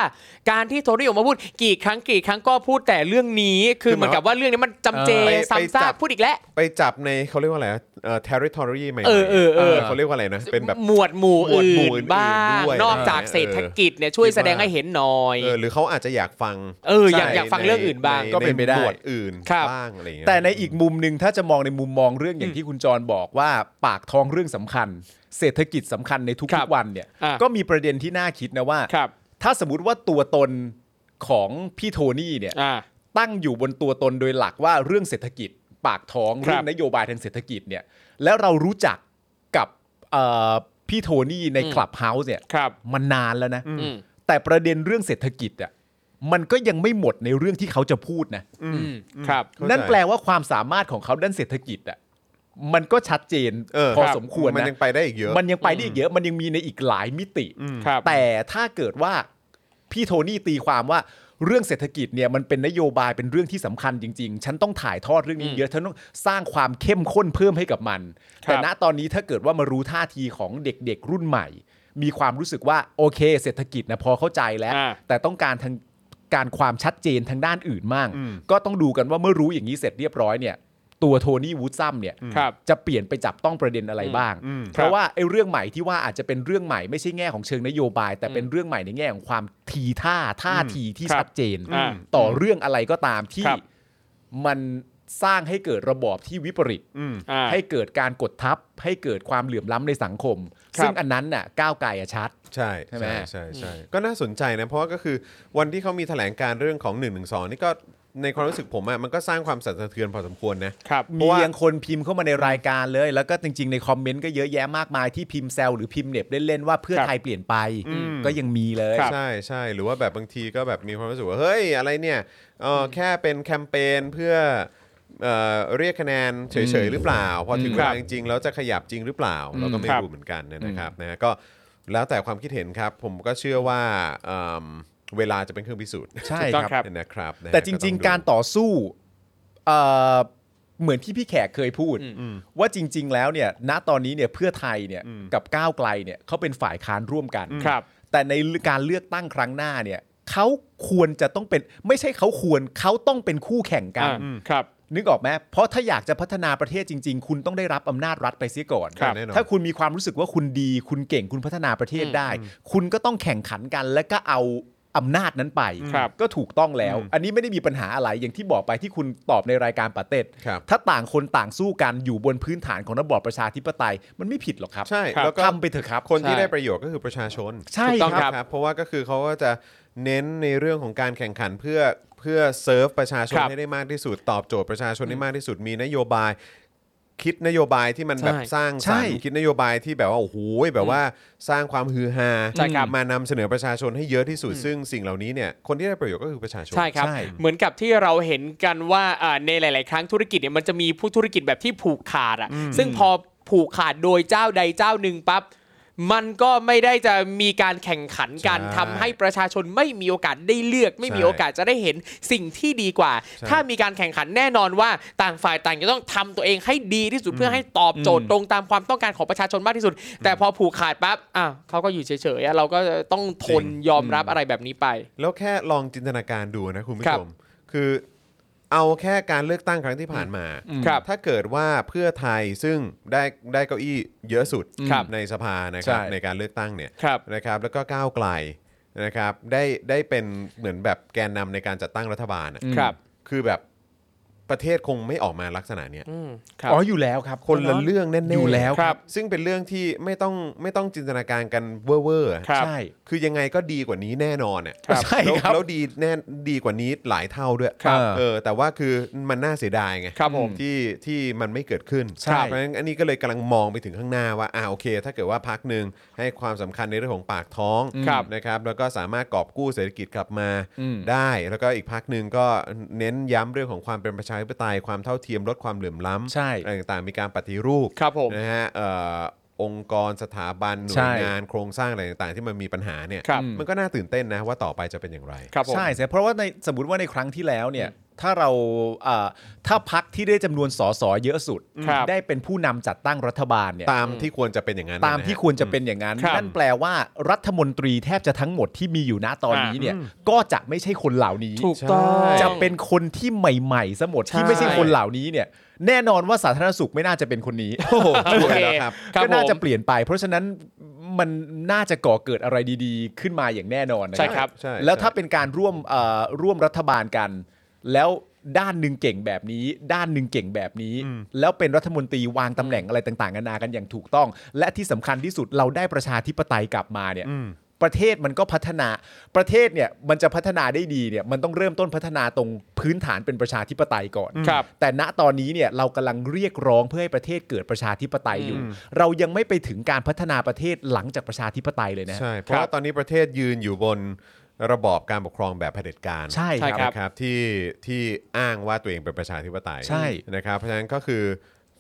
การที่โทนี่ออกมาพูดกี่ครั้งกี่ครั้งก็พูดแต่เรื่องนี้คือเหมือนกับว่าเรื่องนี้มันจำเจ เออไปไป ซ้ำซา จั ก บ พูดอีกแล้ว ไปจับในเขาเรียกว่าอะไรเอ่อ territory ใหม่ๆ เออเออเออ เขาเรียกว่าอะไรนะ เป็นแบบ หมวดหมู่ หมวดหมู่ อื่ อื่ น นๆ บ้าง ด้วย นอกจากเศรษฐกิจเนี่ยช่วย คิดว่า แสดงให้เห็นหน่อย เออหรือเขาอาจจะอยากฟัง เอออยาก ใช่ อยากฟังเรื่องอื่นบ้าง ใ ก็เป็นไปได้ ใหมวดอื่น ครับ บ้างอะไรอย่างเงี้ย แต่ในอีกมุมหนึ่งถ้าจะมองในมุมมองเรื่องอย่างที่คุณจรบอกว่าปากท้องเรื่องสำคัญ เศรษฐกิจสำคัญใน ครั ทุ บ กๆวันเนี่ย อ่า ก็มีประเด็นที่น่าคิดนะว่า ครับ ถ้าสมมติว่าตัวตนของพี่โทนี่เนี่ย อ่า ตั้งอยู่บนตัวตนโดยหลักว่าเรื่องเศรษฐกิจ ปากท้อง ครับ เรื่องนโยบายทางเศรษฐกิจเนี่ยแล้วเรารู้จักกับเอ่อพี่โทนี่ใน อืม คลับเฮาส์เนี่ย ครับ มันนานแล้วนะ อืม แต่ประเด็นเรื่องเศรษฐกิจอ่ะมันก็ยังไม่หมดในเรื่องที่เขาจะพูดนะ อืมครับ เข้าใจ นั่นแปลว่าความสามารถของเขาด้านเศรษฐกิจอ่ะมันก็ชัดเจน เออ พอ ครับ สมควร มัน นะ ยังไปได้อีกเยอะ มันยังไปได้อีกเยอะมันยังมีในอีกหลายมิติ ครับ แต่ถ้าเกิดว่าพี่โทนี่ตีความว่าเรื่องเศรษฐกิจเนี่ยมันเป็นนโยบายเป็นเรื่องที่สำคัญจริง ๆ ฉันต้องถ่ายทอดเรื่องนี้เยอะฉันต้องสร้างความเข้มข้นเพิ่มให้กับมัน ครับ แต่ณตอนนี้ถ้าเกิดว่ามารู้ท่าทีของเด็กๆ รุ่นใหม่ มีความรู้สึกว่าโอเค เศรษฐกิจนะพอเข้าใจแล้ว อ่า แต่ต้องการทางการความชัดเจนทางด้านอื่นมั่งก็ต้องดูกันว่าเมื่อรู้อย่างนี้เสร็จเรียบร้อยเนี่ยตัวโทนี่วูดซัมเนี่ย ครับ จะเปลี่ยนไปจับต้องประเด็นอะไรบ้าง เพ ครั ราะ บ ว่าไอ้เรื่องใหม่ที่ว่าอาจจะเป็นเรื่องใหม่ไม่ใช่แง่ของเชิงนโยบาย แต่เป็นเรื่องใหม่ในแง่ของความทีท่าท่าทีที่ ครับ ชัดเจน อ่า ต่อเรื่องอะไรก็ตามที่ ครับ มันสร้างให้เกิดระบอบที่วิปริต อ่า ให้เกิดการกดทับ ให้เกิดความเหลื่อมล้ำในสังคม ครับ ซึ่งอันนั้นน่ะก้าวไกลอะชัด ใช่ ใช่ไหม ใช่ใช่ใช่ก็น่าสนใจนะเพราะว่าก็คือวันที่เขามีแถลงการเรื่องของ1นึนี่ก็ในความรู้สึกผมอะมันก็สร้างความสั่นสะเทือนพอสมควรนะ ครับ เพ มี ราะว่ามี ยังคนพิมพ์เข้ามาในรายการเลย แล้วก็จริง ๆ ในคอมเมนต์ก็เยอะแยะมากมายที่พิมพ์แซวหรือพิมพ์เหน็บเล่นๆว่าเพื่อ ครับ ไทยเปลี่ยนไป ก็ยังมีเลย ครับ ใช่ใช่หรือว่าแบบบางทีก็แบบมีความรู้สึกว่าเฮ้ยอะไรเนี่ยเอออแค่เป็นแคมเปญเพื่อเอ่อเรียกคะแนนเฉยๆหรือเปล่า พอถึงเว ครั ลา บ จริงๆแล้วจะขยับจริงหรือเปล่า เราก็ไม่ ครับ รู้เหมือนกันนะครับนะก็แล้วแต่ความคิดเห็นครับ ผมก็เชื่อว่าเอิ่ม เวลาจะเป็นเครื่องพิสูจน์ ใช่ ถูกต้อง ครับ ครับ นะครับนะฮะ แต่จริง ต้อ ๆ การต่อสู้เอ่อเหมือนที่พี่แขกเคยพูด ว่าจริง ๆ แล้วเนี่ยณตอนนี้เนี่ยเพื่อไทยเนี่ยกับก้าวไกลเนี่ยเขาเป็นฝ่ายค้านร่วมกัน ครับ แต่ในการเลือกตั้งครั้งหน้าเนี่ยเขาควรจะต้องเป็นไม่ใช่เขาควรเขาต้องเป็นคู่แข่งกัน อ่าครับ นึกออกไหมเพราะถ้าอยากจะพัฒนาประเทศจริง ๆ คุณต้องได้รับอำนาจรัฐไปเสียก่อน ครับแน่นอน ถ้าคุณมีความรู้สึกว่าคุณดีคุณเก่งคุณพัฒนาประเทศได้ คุณก็ต้องแข่งขันกัน และก็เอาอำนาจนั้นไป ครับ ก็ถูกต้องแล้ว อันนี้ไม่ได้มีปัญหาอะไรอย่างที่บอกไปที่คุณตอบในรายการปาเต็ด ครับ ถ้าต่างคนต่างสู้กันอยู่บนพื้นฐานของระบอบประชาธิปไตย มันไม่ผิดหรอกครับ ใช่ ครับ แล้วก็ ทำไปเถอะครับ คนที่ ใช่ ได้ประโยชน์ก็คือประชาชน ใช่ ถูกต้อง ค ครั รับ บ ครับเพราะว่าก็คือเขาก็จะเน้นในเรื่องของการแข่งขันเพื่อเพื่อเซิร์ฟประชาชน ครับ ให้ได้มากที่สุดตอบโจทย์ประชาชนให้มากที่สุดมีนโยบาย คิดนโยบายที่มัน ใช่ แบบสร้างสรใช่รค์คิดนโยบายที่แบบว่าโอ้โหแบบว่าสร้างความฮือฮา ใช่ครับ มานำเสนอประชาชนให้เยอะที่สุด ซึ่งสิ่งเหล่านี้เนี่ยคนที่ได้ประโยชน์ก็คือประชาชน ใช่ครับ ใช่ เหมือนกับที่เราเห็นกันว่าอ่าในหลาย ๆ ครั้งธุรกิจเนี่ยมันจะมีผู้ธุรกิจแบบที่ผูกขาดอ่ะซึ่งพอผูกขาดโดยเจ้าใดเจ้าหนึ่งปั๊บมันก็ไม่ได้จะมีการแข่งขันกัน ใช่ ทำให้ประชาชนไม่มีโอกาสได้เลือก ไม่มีโอกาสจะได้เห็นสิ่งที่ดีกว่า ใช่ ถ้ามีการแข่งขันแน่นอนว่าต่างฝ่ายต่างจะต้องทำตัวเองให้ดีที่สุดเพื่อให้ตอบโจทย์ตรงตามความต้องการของประชาชนมากที่สุด แต่พอผูกขาดปั๊บอ่ะเขาก็อยู่เฉย ๆอ่ะเราก็ต้องทนยอมรับอะไรแบบนี้ไป แล้วแค่ลองจินตนาการดูนะคุณผู้ ครั ช บ ม คือเอาแค่การเลือกตั้งครั้งที่ผ่านมา ครับ ถ้าเกิดว่าเพื่อไทยซึ่งได้ได้เก้าอี้เยอะสุด ครับ ในสภานะครับ ใช่ ในการเลือกตั้งเนี่ย ครับ นะครับแล้วก็ก้าวไกลนะครับได้ได้เป็นเหมือนแบบแกนนำในการจัดตั้งรัฐบาลอะ ครับ คือแบบประเทศคงไม่ออกมาลักษณะเนี้ย อืมครับ อ๋ออยู่แล้วครับ คนละเรื่องแน่ๆ อยู่แล้ว ครับ ซึ่งเป็นเรื่องที่ไม่ต้องไม่ต้องจินตนาการกันเว่อร์ๆอะ ครับ ใช่ คือยังไงก็ดีกว่านี้แน่นอนอ่ะ ครับ ใช่ แล้ว ครับ แล้วดีแน่ดีกว่านี้หลายเท่าด้วย ครับ เออแต่ว่าคือมันน่าเสียดายไง ครับผม ที่ที่มันไม่เกิดขึ้น ใช่ เพราะฉะนั้นอันนี้ก็เลยกำลังมองไปถึงข้างหน้าว่าอ่าโอเค ถ้าเกิดว่าพักหนึ่งให้ความสำคัญในเรื่องของปากท้อง ครับ นะครับแล้วก็สามารถกอบกู้เศรษฐกิจกลับมา อืม ได้ แล้วก็อีกพักหนึ่งก็เน้นย้ำเรื่องของความเป็นประชาธิปไตยความเท่าเทียมลดความเหลื่อมล้ำ ใช่ อะไรต่างๆมีการปฏิรูป ครับผม นะฮะเอ่อองค์กรสถาบันหน่ว ใช่ ยงานโครงสร้างอะไรต่างๆ ที่มันมีปัญหาเนี่ย ครับ มันก็น่าตื่นเต้นนะว่าต่อไปจะเป็นอย่างไร ครับผม ใช่ใช่เพราะว่าในสมมติว่าในครั้งที่แล้วเนี่ยถ้าเราเอ่อถ้าพักที่ได้จำนวนสสเยอะสุด ครับ ได้เป็นผู้นำจัดตั้งรัฐบาลเนี่ย ตามที่ควรจะเป็นอย่างนั้น ตามที่ นะฮะ ควรจะเป็นอย่างนั้น ครับ นั่นแปลว่ารัฐมนตรีแทบจะทั้งหมดที่มีอยู่ณตอนนี้เนี่ยก็จะไม่ใช่คนเหล่านี้ ถูกต้อง จะเป็นคนที่ใหม่ๆซะหมด ใช่ ที่ไม่ใช่คนเหล่านี้เนี่ยแน่นอนว่าสาธารณสุขไม่น่าจะเป็นคนนี้ โอเค แล้วครับ ครับ ก็น่า ผม จะเปลี่ยนไป เพราะฉะนั้นมันน่าจะก่อเกิดอะไรดีๆ ขึ้นมาอย่างแน่นอนนะ ใช่ครับ ใช่ แล้วถ้า ใช่ เป็นการร่วมเอ่อร่วมรัฐบาลกัน แล้วด้านหนึ่งเก่งแบบนี้ ด้านหนึ่งเก่งแบบนี้ แล้วเป็นรัฐมนตรีวางตำแหน่งอะไรต่างๆกันานากันอย่างถูกต้อง และที่สำคัญที่สุดเราได้ประชาธิปไตยกลับมาเนี่ยประเทศมันก็พัฒนาประเทศเนี่ยมันจะพัฒนาได้ดีเนี่ยมันต้องเริ่มต้นพัฒนาตรงพื้นฐานเป็นประชาธิปไตยก่อน ครับ แต่ณตอนนี้เนี่ยเรากำลังเรียกร้องเพื่อให้ประเทศเกิดประชาธิปไตยอยู่ เรายังไม่ไปถึงการพัฒนาประเทศหลังจากประชาธิปไตยเลยนะ ใช่ เพราะว่าตอนนี้ประเทศยืนอยู่บนระบอบการปกครองแบบเผด็จการ ใช่ ใช่ ครับ ครับ นะครับที่ที่อ้างว่าตัวเองเป็นประชาธิปไตย ใช่ นะครับเพราะฉะนั้นก็คือ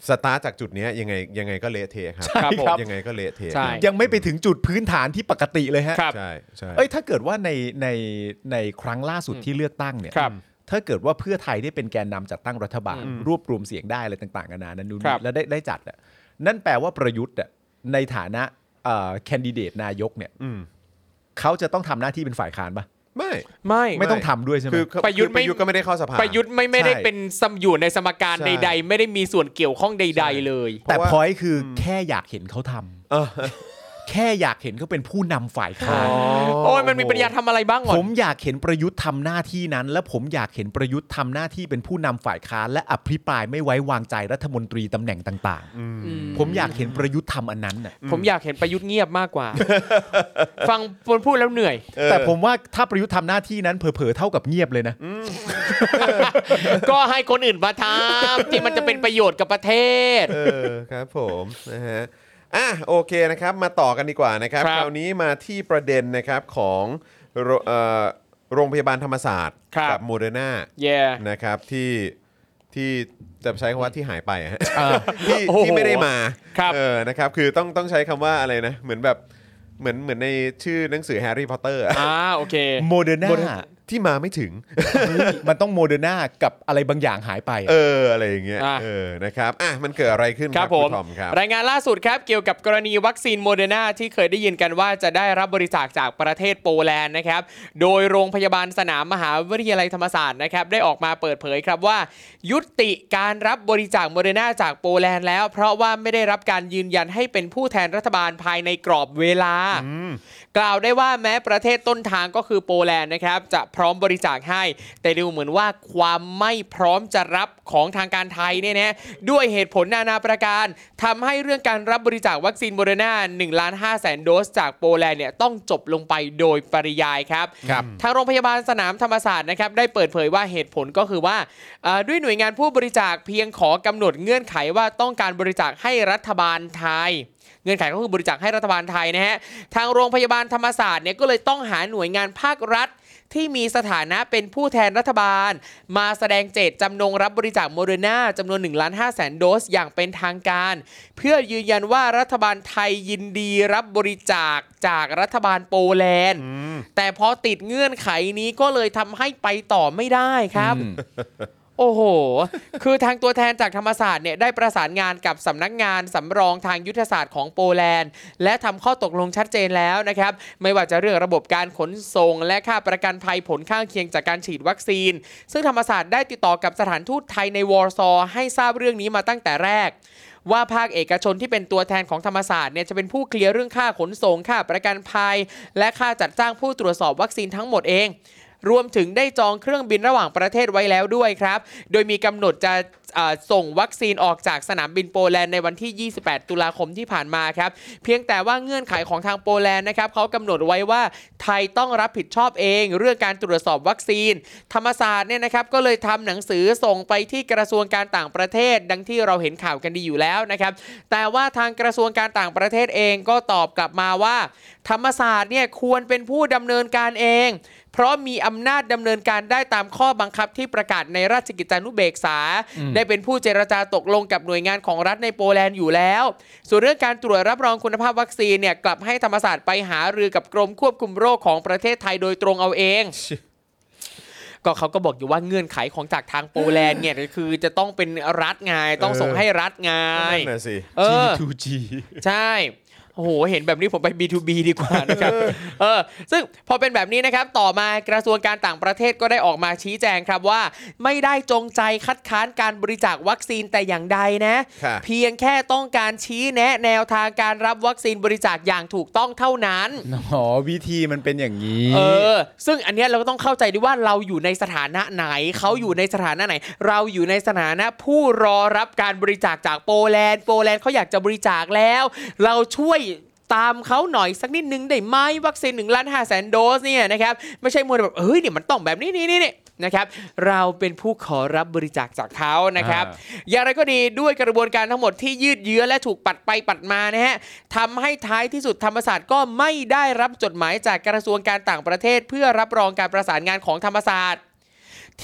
สตาร์ทจากจุดเนี้ยยังไงยังไงก็เละเทะครับ ใช่ครับ ยังไงก็เละเทะ ใช่ ยังไม่ไปถึงจุดพื้นฐานที่ปกติเลยฮะ ครับ ใช่ใช่ เอ้ยถ้าเกิดว่าในในในครั้งล่าสุดที่เลือกตั้งเนี่ย ครับ ถ้าเกิดว่าเพื่อไทยได้เป็นแกนนำจัดตั้งรัฐบาล รวบรวมเสียงได้อะไรต่างๆนานานั้นนู่น ครั นี่ บ แล้วได้ได้จัดอะนั่นแปลว่าประยุทธ์อะในฐานะแคนดิเดตนายกเนี่ย อืม เขาจะต้องทำหน้าที่เป็นฝ่ายค้านปะ ไม่ ไม่ ไม่ต้องทำด้วยใช่ไหม คือ ประยุทธ์ไม่ คือก็ไม่ได้เข้าสภา ประยุทธ์ไม่ไม่ได้ ใช่ เป็นสมอยู่ในสมการ ใช่ ใด ๆ ไม่ได้มีส่วนเกี่ยวข้องใด ๆ เลย แต่ เพราะว่า พอยคืออแค่อยากเห็นเขาทำ เออ แค่อยากเห็นเขาเป็นผู้นำฝ่ายค้าน โอ้ยมันมีปัญญาทำอะไรบ้างก่อ ผ น มอยากเห็นประยุทธ์ทำหน้าที่นั้น และผมอยากเห็นประยุทธ์ทำหน้าที่เป็นผู้นำฝ่ายค้านและอภิปรายไม่ไว้วางใจรัฐมนตรีตำแหน่งต่างๆ ผมอยากเห็นประยุทธ์ทำอันนั้นน่ะ ผมอยากเห็นประยุทธ์เงียบมากกว่า ฟังคนพูดแล้วเหนื่อย แต่ผมว่าถ้าประยุทธ์ทำหน้าที่นั้นเผลอๆเท่ากับเงียบเลยนะ ก็ให้คนอื่นมาทำที่มันจะเป็นประโยชน์กับประเทศ เออครับผมนะฮะอ่ะโอเคนะครับมาต่อกันดีกว่านะครับ ครับ คราวนี้มาที่ประเด็นนะครับของโรเอ่อโรงพยาบาลธรรมศาสตร์ ครับ กัโมเดอร์นา แย่ นะครับที่ที่จะใช้คำว่าที่หายไปอะฮะ เออ ที่ โอ้โห ที่ไม่ได้มา ครับ เออนะครับคือต้องต้องใช้คำว่าอะไรนะเหมือนแบบ เหมือนเหมือนในชื่อหนังสือแฮร์รี่พอตเตอร์ อ่าโอเค โมเดอร์นา ที่มาไม่ถึง มันต้องโมเดอร์นากับอะไรบางอย่างหายไป เอออะไรอย่างเงี้ย อ่ะ เออนะครับอ่ะมันเกิดอะไรขึ้น ค ค รั รั บบ ผม ณทอมครับ รายงานล่าสุดครับเกี่ยวกับกรณีวัคซีนโมเดอร์นาที่เคยได้ยินกันว่าจะได้รับบริจาคจากประเทศโปแลนด์นะครับ โดยโรงพยาบาลสนามมหาวิทยาลัยธรรมศาสตร์นะครับได้ออกมาเปิดเผยครับว่า ยุติการรับบริจาคโมเดอร์นาจากโปแลนด์แล้ว เพราะว่าไม่ได้รับการยืนยันให้เป็นผู้แทนรัฐบาลภายในกรอบเวลา กล่าวได้ว่าแม้ประเทศต้นทางก็คือโปแลนด์นะครับจะพร้อมบริจาคให้ แต่ดูเหมือนว่าความไม่พร้อมจะรับของทางการไทยเนี่ยนะด้วยเหตุผลนานาประการทำให้เรื่องการรับบริจาควัคซีนโมเดอร์นา1ล้าน5แสนโดสจากโปแลนด์เนี่ยต้องจบลงไปโดยปริยายครับ ครับ ทางโรงพยาบาลสนามธรรมศาสตร์นะครับได้เปิดเผยว่าเหตุผลก็คือว่าเอ่อด้วยหน่วยงานผู้บริจาคเพียงขอกำหนดเงื่อนไขว่าต้องการบริจาคให้รัฐบาลไทย เงื่อนไขก็คือบริจาคให้รัฐบาลไทยนะฮะทางโรงพยาบาลธรรมศาสตร์เนี่ยก็เลยต้องหาหน่วยงานภาครัฐ ที่มีสถานะเป็นผู้แทนรัฐบาล มาแสดงเจตจำนงรับบริจาคโมเดอร์นาจำนวน1ล้าน5แสนโดสอย่างเป็นทางการ เพื่อยืนยันว่ารัฐบาลไทยยินดีรับบริจาคจากรัฐบาลโปแลนด์ แต่พอติดเงื่อนไขนี้ก็เลยทำให้ไปต่อไม่ได้ครับ โอ้โห คือทางตัวแทนจากธรรมศาสตร์เนี่ยได้ประสานงานกับสำนักงานสำรองทางยุทธศาสตร์ของโปแลนด์ และทำข้อตกลงชัดเจนแล้วนะครับ ไม่ว่าจะเรื่องระบบการขนส่ง และค่าประกันภัยผลข้างเคียงจากการฉีดวัคซีน ซึ่งธรรมศาสตร์ได้ติดต่อกับสถานทูตไทยในวอร์ซอให้ทราบเรื่องนี้มาตั้งแต่แรก ว่าภาคเอกชนที่เป็นตัวแทนของธรรมศาสตร์เนี่ยจะเป็นผู้เคลียร์เรื่องค่าขนส่งค่าประกันภัย และค่าจัดจ้างผู้ตรวจสอบวัคซีนทั้งหมดเอง รวมถึงได้จองเครื่องบินระหว่างประเทศไว้แล้วด้วยครับ โดยมีกำหนดจะเอ่อส่งวัคซีนออกจากสนามบินโปแลนด์ในวันที่ 28 ตุลาคมที่ผ่านมาครับ เพียงแต่ว่าเงื่อนไขของทางโปแลนด์นะครับเขากำหนดไว้ว่าไทยต้องรับผิดชอบเอง เรื่องการตรวจสอบวัคซีน ธรรมศาสตร์เนี่ยนะครับก็เลยทำหนังสือส่งไปที่กระทรวงการต่างประเทศ ดังที่เราเห็นข่าวกันดีอยู่แล้วนะครับ แต่ว่าทางกระทรวงการต่างประเทศเองก็ตอบกลับมาว่า ธรรมศาสตร์เนี่ยควรเป็นผู้ดำเนินการเอง เพราะมีอำนาจดำเนินการได้ตามข้อบังคับที่ประกาศในราชกิจจานุเบกษา ได้เป็นผู้เจรจาตกลงกับหน่วยงานของรัฐในโปแลนด์อยู่แล้ว ส่วนเรื่องการตรวจรับรองคุณภาพวัคซีนเนี่ยกลับให้ธรรมศาสตร์ไปหารือกับกรมควบคุมโรคของประเทศไทยโดยตรงเอาเอง ก็เขาก็บอกอยู่ว่าเงื่อนไขของจากทางโปแลนด์เนี่ยคือจะต้องเป็นรัฐไงต้องส่งให้รัฐไง นั่นน่ะสิ เออ G2G ใช่ โอ้โห เห็นแบบนี้ผมไป B2B ดีกว่านะครับ เออ ซึ่งพอเป็นแบบนี้นะครับ ต่อมากระทรวงการต่างประเทศก็ได้ออกมาชี้แจงครับว่า ไม่ได้จงใจคัดค้านการบริจาควัคซีนแต่อย่างใดนะ ค่ะ เพียงแค่ต้องการชี้แนะแนวทางการรับวัคซีนบริจาคอย่างถูกต้องเท่านั้น อ๋อวิธีมันเป็นอย่างนี้ เออ ซึ่งอันเนี้ยเราก็ต้องเข้าใจด้วยว่าเราอยู่ในสถานะไหน เขาอยู่ในสถานะไหน เราอยู่ในสถานะผู้รอรับการบริจาคจากโปแลนด์ โปแลนด์เขาอยากจะบริจาคแล้ว เราช่วยตามเขาหน่อยสักนิดนึงได้ไหมวัคซีน1ล้าน5แสนโดสเนี่ยนะครับ ไม่ใช่มวลแบบเฮ้ยเนี่ยมันต้องแบบนี้นี่นี่นี่นะครับ เราเป็นผู้ขอรับบริจาคจากเขานะครับ อ่า อย่างไรก็ดีด้วยกระบวนการทั้งหมดที่ยืดเยื้อและถูกปัดไปปัดมานะฮะทำให้ท้ายที่สุดธรรมศาสตร์ก็ไม่ได้รับจดหมายจากกระทรวงการต่างประเทศ เพื่อรับรองการประสานงานของธรรมศาสตร์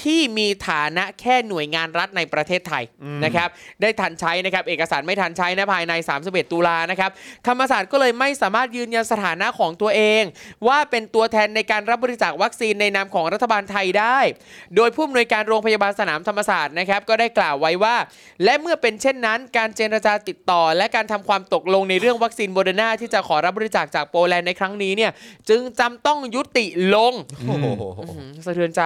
ที่มีฐานะแค่หน่วยงานรัฐในประเทศไทยนะครับได้ทันใช้นะครับเอกสารไม่ทันใช้นะภายใน 31 ตุลานะครับธรรมศาสตร์ก็เลยไม่สามารถยืนยันสถานะของตัวเอง ว่าเป็นตัวแทนในการรับบริจาควัคซีนในนามของรัฐบาลไทยได้ โดยผู้อำนวยการโรงพยาบาลสนามธรรมศาสตร์นะครับก็ได้กล่าวไว้ว่า และเมื่อเป็นเช่นนั้น การเจรจาติดต่อ และการทำความตกลงในเรื่องวัคซีนโมเดอร์นาที่จะขอรับบริจาคจากโปแลนด์ในครั้งนี้เนี่ยจึงจำต้องยุติลง โอ้โห อืมสะเทือนใจ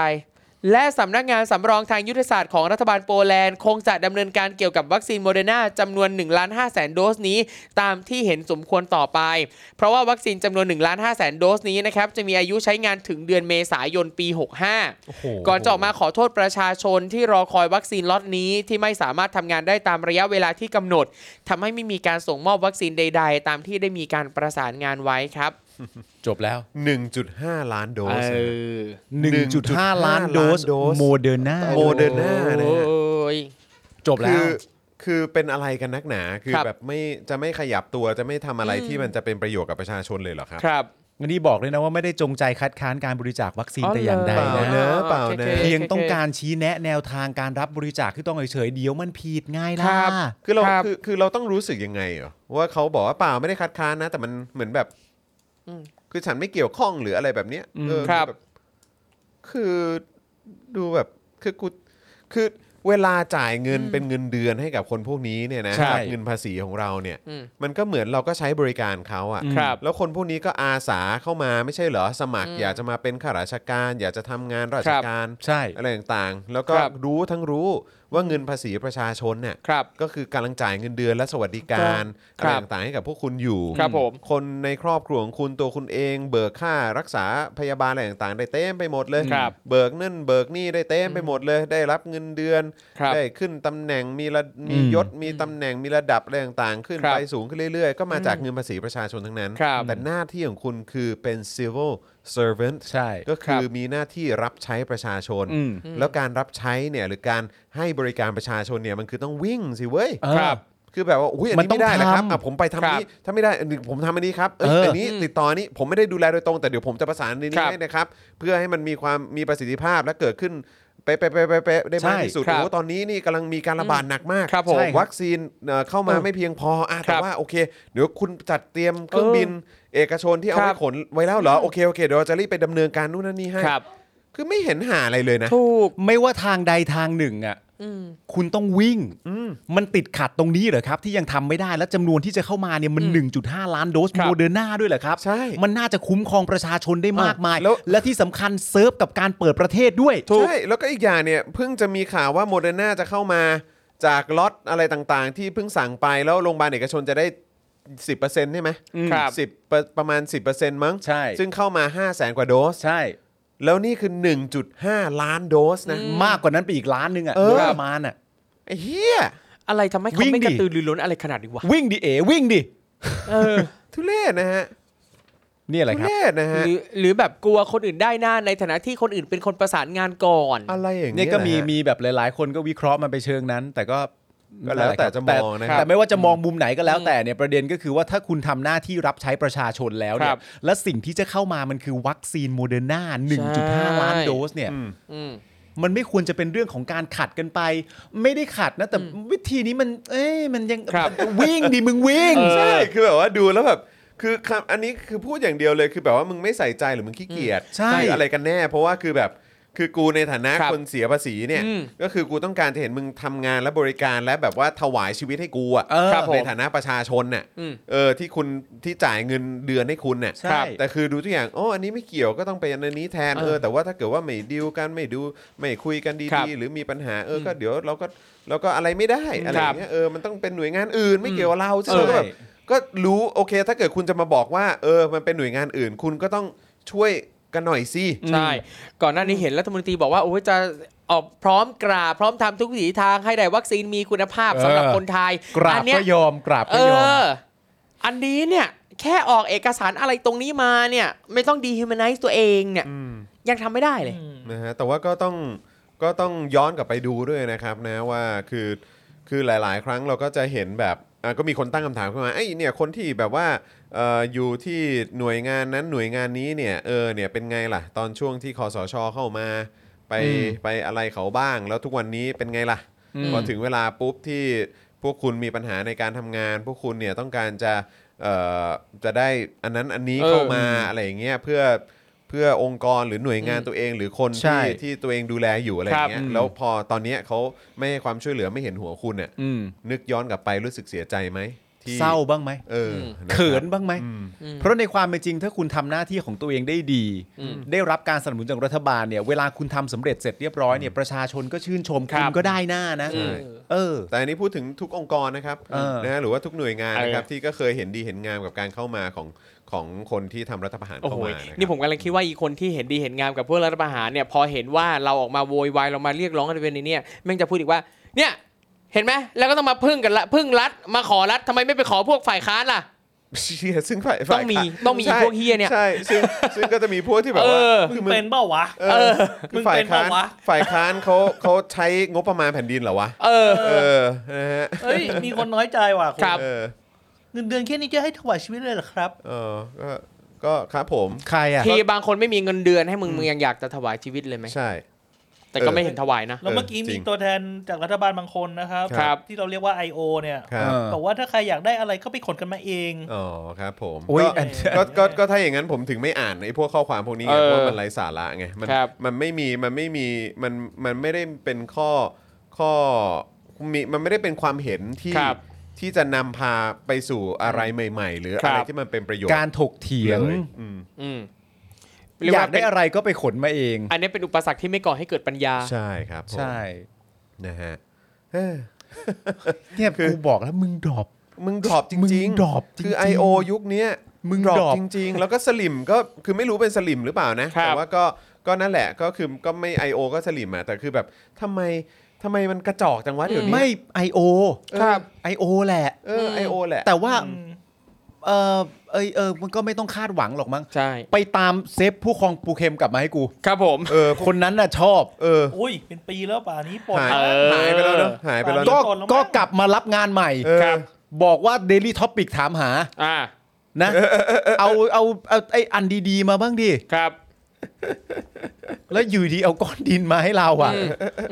และสำนักงานสำรองทางยุทธศาสตร์ของรัฐบาลโปแลนด์ คงจะดำเนินการเกี่ยวกับวัคซีนโมเดอร์นาจำนวน1ล้าน5แสนโดสนี้ ตามที่เห็นสมควรต่อไป เพราะว่าวัคซีนจำนวน1ล้าน5แสนโดสนี้นะครับ จะมีอายุใช้งานถึงเดือนเมษายนปี 65 โโห ก่อนจะออกมาขอโทษประชาชนที่รอคอยวัคซีนล็อตนี้ที่ไม่สามารถทำงานได้ตามระยะเวลาที่กำหนดทำให้ไม่มีการส่งมอบวัคซีนใด ๆ ตามที่ได้มีการประสานงานไว้ครับ จบแล้ว 1.5 ล้านโดส เออ 1.5 ล้านโดส โดส โมเดอร์นา โมเดอร์นานะฮะ โอ้ย จบแล้ คื ว อคือเป็นอะไรกันนักหนาคือ ครับ แบบไม่จะไม่ขยับตัวจะไม่ทำอะไรที่มันจะเป็นประโยชน์กับประชาชนเลยเหรอครับ ครับ นี่บอกเลยนะว่าไม่ได้จงใจคัดค้านการบริจาควัคซีน อ๋อ แต่อย่างใด เหรอ นะ เนอะเปล่านะ โอค เพียงต้องการชี้แนะแนวทางการรับบริจาคที่ต้องเฉยๆเดี๋ยวมันผิดง่ายล่ะ ครับ คือเรา ครับ คือคือเราต้องรู้สึกยังไงเหรอว่าเขาบอกว่าเปล่าไม่ได้คัดค้านนะ แต่มันเหมือนแบบ คือฉันไม่เกี่ยวข้องหรืออะไรแบบเนี้ย อืม เออ ครับ แคือดูแบบคือกูคือเวลาจ่ายเงินเป็นเงินเดือนให้กับคนพวกนี้เนี่ยนะ ใช่ เงินภาษีของเราเนี่ย อืม มันก็เหมือนเราก็ใช้บริการเขาอะ ครับ แล้วคนพวกนี้ก็อาสาเข้ามาไม่ใช่เหรอสมัคร อยากจะมาเป็นข้าราชการ อยากจะทำงานราชการ ใช่ อะไรต่างๆ แล้วก็ ครับ รู้ทั้งรู้ว่าเงินภาษีประชาชนเนี่ย ครับ ก็คือกำลังจ่ายเงินเดือนและสวัสดิการ ค อะ รับ ไรต่างๆให้กับพวกคุณอยู่ ครับผม คนในครอบครัวของคุณตัวคุณเอง เบิกค่ารักษาพยาบาลอะไรต่างๆ ได้เต็มไปหมดเลย ครับ เบิกเงินเบิกหนี้ได้เต็มไปหมดเลย ได้รับเงินเดือน ครับ ได้ขึ้นตำแหน่งมีระมี อืม ยศมีตำแหน่งมีระดับอะไรต่างๆ ขึ้น ครับ ไปสูงขึ้นเรื่อยๆ ก็มาจากเงินภาษีประชาชนทั้งนั้น ครับ แต่หน้าที่ของคุณคือเป็น civil servant ใช่ ก็คือ ครับ มีหน้าที่รับใช้ประชาชน อืม แล้วการรับใช้เนี่ยหรือการให้บริการประชาชนเนี่ยมันคือต้องวิ่งสิเว้ย เออ ครับ คือแบบว่าอุ้ยอัน มัน นี้ ต้อง ไม่ได้นะครับ ทำ อ่ะผมไปทำนี้ถ้าไม่ได้อันนี้ผมทำอันนี้ครับเอย เอออั อันนี้ติดต่ออันนี้ผมไม่ได้ดูแลโดยตรง แต่เดี๋ยวผมจะประสานใน ค นี้ รับ ให้นะครับ เพื่อให้มันมีความมีประสิทธิภาพและเกิดขึ้นไปไปไปไปได้มาก ใช่ ที่สุด ครับ โอ้ตอนนี้นี่กำลังมีการระบาดหนักมาก ครับผม ใช่วัคซีนเอ่อเข้ามา เออ ไม่เพียงพออ่ะ ครั แต่ บ ว่าโอเค เดี๋ยวคุณจัดเตรียมเครื่อง เออ บินเอกชนที่เอา ค ไป รับ ขนไว้แล้วเหรอโอเคโอเคเดี๋ยวเราจะรีบไปดำเนินการนู่นนั่นนี่ให้ ครับ คือไม่เห็นหาอะไรเลยนะ ถูก ไม่ว่าทางใดทางหนึ่งอ่ะคุณต้องวิ่ง มันติดขัดตรงนี้เหรอครับ ที่ยังทำไม่ได้และจำนวนที่จะเข้ามาเนี่ยมัน 1.5 ล้านโดส ครับ โมเดอร์นาด้วยเหรอครับ ใช่ มันน่าจะคุ้มครองประชาชนได้มากมาย แล้ว และที่สำคัญเซิร์ฟกับการเปิดประเทศด้วย ใช่ แล้วก็อีกอย่างเนี่ยเพิ่งจะมีข่าวว่าโมเดอร์นาจะเข้ามาจากล็อตอะไรต่างๆ ที่เพิ่งสั่งไปแล้วโรงพยาบาลเอกชนจะได้ 10%ใช่ไหม อืมครับ สิบประประมาณ 10%มั้ง ใช่ ซึ่งเข้ามา 5 0 0แสนกว่าโดส ใช่ แล้วนี่คือ 1.5 ล้านโดสนะ มากกว่านั้นไปอีกล้านหนึงอ่ะ เออ โดยประมาณอ่ะ ไอ้เฮีย อะไรทำให้เขา วิ่ ไม่ งดิ กระตือรือร้นอะไรขนาดนี้วะ วิ่งดิเอวิ่งดิ เออ ทุเรศนะฮะ นี่อะไร ทุ ครับ เรศนะ ห ฮะ รือหรือแบบกลัวคนอื่นได้หน้าในฐานะที่คนอื่นเป็นคนประสานงานก่อน อะไรอย่าง เนี่ เงี้ ย ย ก็มี นะฮะ มีแบบหลาย ๆ คนก็วิเคราะห์มันไปเชิงนั้น แต่ก็ ก็แล้วแต่จะมองนะครับ แต่ไม่ว่าจะมองมุมไหนก็แล้วแต่เนี่ยประเด็นก็คือว่าถ้าคุณทำหน้าที่รับใช้ประชาชนแล้วเนี่ ครั ย บ และสิ่งที่จะเข้ามามันคือวัคซีนโมเดอร์นา ใช่ 1.5 ล้านโดสเนี่ย อืม มันไม่ควรจะเป็นเรื่องของการขัดกันไป ไม่ได้ขัดนะ แต่วิธีนี้มัน เอ้ยมันยัง ครับ วิ่งดิมึงวิ่ง เออ ใช่ คือแบบว่าดูแล้วแบบ คือคำอันนี้คือพูดอย่างเดียวเลยคือแบบว่ามึงไม่ใส่ใจหรือมึงขี้เกียจ ใช่ คืออะไรกันแน่ เพราะว่าคือแบบ คือกูในฐานะครับ คนเสียภาษีเนี่ย อืม ก็คือกูต้องการจะเห็นมึงทำงานและบริการและแบบว่าถวายชีวิตให้กูอะ เออ ครับผม ในฐานะประชาชนน่ะ อืม เออที่คุณที่จ่ายเงินเดือนให้คุณน่ะ ใช่ แต่คือดูตัวอย่างโอ้อันนี้ไม่เกี่ยวก็ต้องไปอันนี้แทน เออ เออแต่ว่าถ้าเกิดว่าไม่ดีลกันไม่ดูไม่คุยกัน ครั ดี บ ๆ หรือมีปัญหาเออก็เดี๋ยวเราก็เราก็อะไรไม่ได้อะไรอย่างเงี้ยเออมันต้องเป็นหน่วยงานอื่นไม่เกี่ยวกับเราซึ่ง เออ เราก็แบบก็รู้โอเค ถ้าเกิดคุณจะมาบอกว่าเออมันเป็นหน่วยงานอื่น คุณก็ต้องช่วยกันหน่อยสิ ใช่ ก่อนหน้านี้เห็นรัฐมนตรีบอกว่าโอ้ยจะออกพร้อมกราบพร้อมทำทุกวิถีทางให้ได้วัคซีนมีคุณภาพสำหรับ เออ คนไทย กรา อั บ เนี้ย ก็ยอมกราบ เอ ก็ยอม อ อันนี้เนี่ย แค่ออกเอกสารอะไรตรงนี้มาเนี่ย ไม่ต้องดีฮิวแมนไนซ์ตัวเองเนี่ย ยังทำไม่ได้เลย นะฮะแต่ว่าก็ต้องก็ต้องย้อนกลับไปดูด้วยนะครับนะว่าคือคือหลาย ๆ ครั้งเราก็จะเห็นแบบอ่ะก็มีคนตั้งคำถามขึ้นมาไอ้ยเนี่ยคนที่แบบว่าเอออยู่ที่หน่วยงานนั้นหน่วยงานนี้เนี่ยเออเนี่ยเป็นไงล่ะ ตอนช่วงที่คอสชเข้ามา ไป อืม ไปอะไรเขาบ้าง แล้วทุกวันนี้เป็นไงล่ะ อืม พอถึงเวลาปุ๊บที่พวกคุณมีปัญหาในการทำงาน พวกคุณเนี่ยต้องการจะเอ่อจะได้อันนั้นอันนี้ เออ เข้ามาอะไรอย่างเงี้ยเพื่อเพื่อองค์กรหรือหน่วยงานตัวเองหรือคน ใช่ ที่ที่ตัวเองดูแลอยู่อะไรอย่างเงี้ย ครับ แล้วพอตอนเนี้ยเขาไม่ให้ความช่วยเหลือไม่เห็นหัวคุณเนี่ย อืม นึกย้อนกลับไปรู้สึกเสียใจไหมที่ เศร้าบ้างไหม เออ ม ะครับ เขินบ้างไหม อืม เพราะในความเป็นจริงถ้าคุณทำหน้าที่ของตัวเองได้ดี อืม ได้รับการสนับสนุนจากรัฐบาลเนี่ย เวลาคุณทำสำเร็จเสร็จเรียบร้อยเนี่ยประชาชนก็ชื่นชม ครับ คุณก็ได้หน้านะ ใช่ เออ แต่อันนี้พูดถึงทุกองค์กรนะครับ เออ นะฮะหรือว่าทุกหน่วยงานนะครับ เออ ที่ก็เคยเห็นดีเห็นงามกับการเข้ามาของของคนที่ทำรัฐประหาร โอ้ เข้า โห มานะครับ นี่ผมกำลังคิดว่าอีกคนที่เห็นดีเห็นงามกับพวกรัฐประหารเนี่ย พอเห็นว่าเราออกมาโวยวายเรามาเรียกร้องกันเป็นเนี่ยแม่งจะพูดอีกว่า เนี่ย เห็นไหมแล้วก็ต้องมาพึ่งกันละพึ่งรัฐมาขอรัฐทำไมไม่ไปขอพวกฝ่ายค้านล่ะ เชี่ยซึ่งฝ่าย ต้องมี ฝ่ายค้าน ต้องมี ใช่ พวกเหี้ยเนี่ย ใช่ซึ่งซึ่งก็จะมีพวกที่แบบว่า เออ มึ มึ ง ง มึง เป็นเปล่าวะ เออ มึง ฝ่าย เป็น ค้า เป น ล่าวะ ฝ่ายค้านเขาเขาใช้งบประมาณแผ่นดินเหรอวะ เออ เออนะฮะ เอ้ย มีคนน้อยใจว่ะณ ครับ เออ เงินเดือนแค่นี้จะให้ถวายชีวิตเลยเหรอครับ เออก็ก็ครับผม ใครอ่ะ ทีบางคนไม่มีเงินเดือนให้มึงมึงยังอยากจะถวายชีวิตเลยไหม ใช่ แต่ก็ไม่เห็นถวายนะ แล้วเมื่อกี้ จริ มี ง ตัวแทนจากรัฐบาลบางคนนะครับ ครับ ที่เราเรียกว่า I.O. เนี่ย ครับ เออ บอกว่าถ้าใครอยากได้อะไรก็ไปขนกันมาเอง อ๋อครับผม โอ้ย ก็ อัน ก็ก็ก็ถ้าอย่างนั้นผมถึงไม่อ่านไอ้พวกข้อความพวกนี้ไง เออ เพราะมันไร้สาระไงมัน ครับ มันไม่มีมันไม่มีมันมันไม่ได้เป็นข้อข้อมีมันไม่ได้เป็นความเห็นที่ ครับ ที่จะนำพาไปสู่อะไรใหม่ ๆ หรือ ครั อะ บ ไรที่มันเป็นประโยชน์ การถกเถียง เลยอืม อืม อยากได้อะไรก็ไปขนมาเอง อันนี้เป็นอุปสรรคที่ไม่ก่อให้เกิดปัญญา ใช่ครับผม ใช่ นะฮะเอ้อ เนี่ย คือ กูบอกแล้วมึงดรอป มึงดรอปจ มึ ริง ง drop จริงๆ คือ I.O. ยุคเนี้ย มึง ดรอป drop จริง ๆ แล้วก็สลิมก็คือไม่รู้เป็นสลิมหรือเปล่านะ ครับ แต่ว่าก็ก็นั่นแหละก็คือก็ไม่ I.O. ก็สลิมอ่ะแต่คือแบบทำไมทำไมมันกระจอกจังวะเดี๋ยวนี้ ไม่ I.O. ครับ I.O. แหละ เออ I.O. แหละ แต่ว่า อืม เออเอยเออมันก็ไม่ต้องคาดหวังหรอกมั้ง ใช่ ไปตามเซฟผู้ครองปูเข็มกลับมาให้กู ครับผม เออ คนนั้นน่ะชอบ เออ อุ้ย เป็นปีแล้วป่านี้ปลด หาย เออนะหายไปแล้วเนอะหายไปแล้ว เอ เน ก็ อะ ตอนแล้วมั้ง ก็กลับมารับงานใหม่ เออครับ บอกว่า Daily Topic ถามหา อ่า นะ เอาเอาเอาไอ้อันดีๆมาบ้างดิ ครับ แล้วอยู่ดีเอาก้อนดินมาให้เราอ่ะ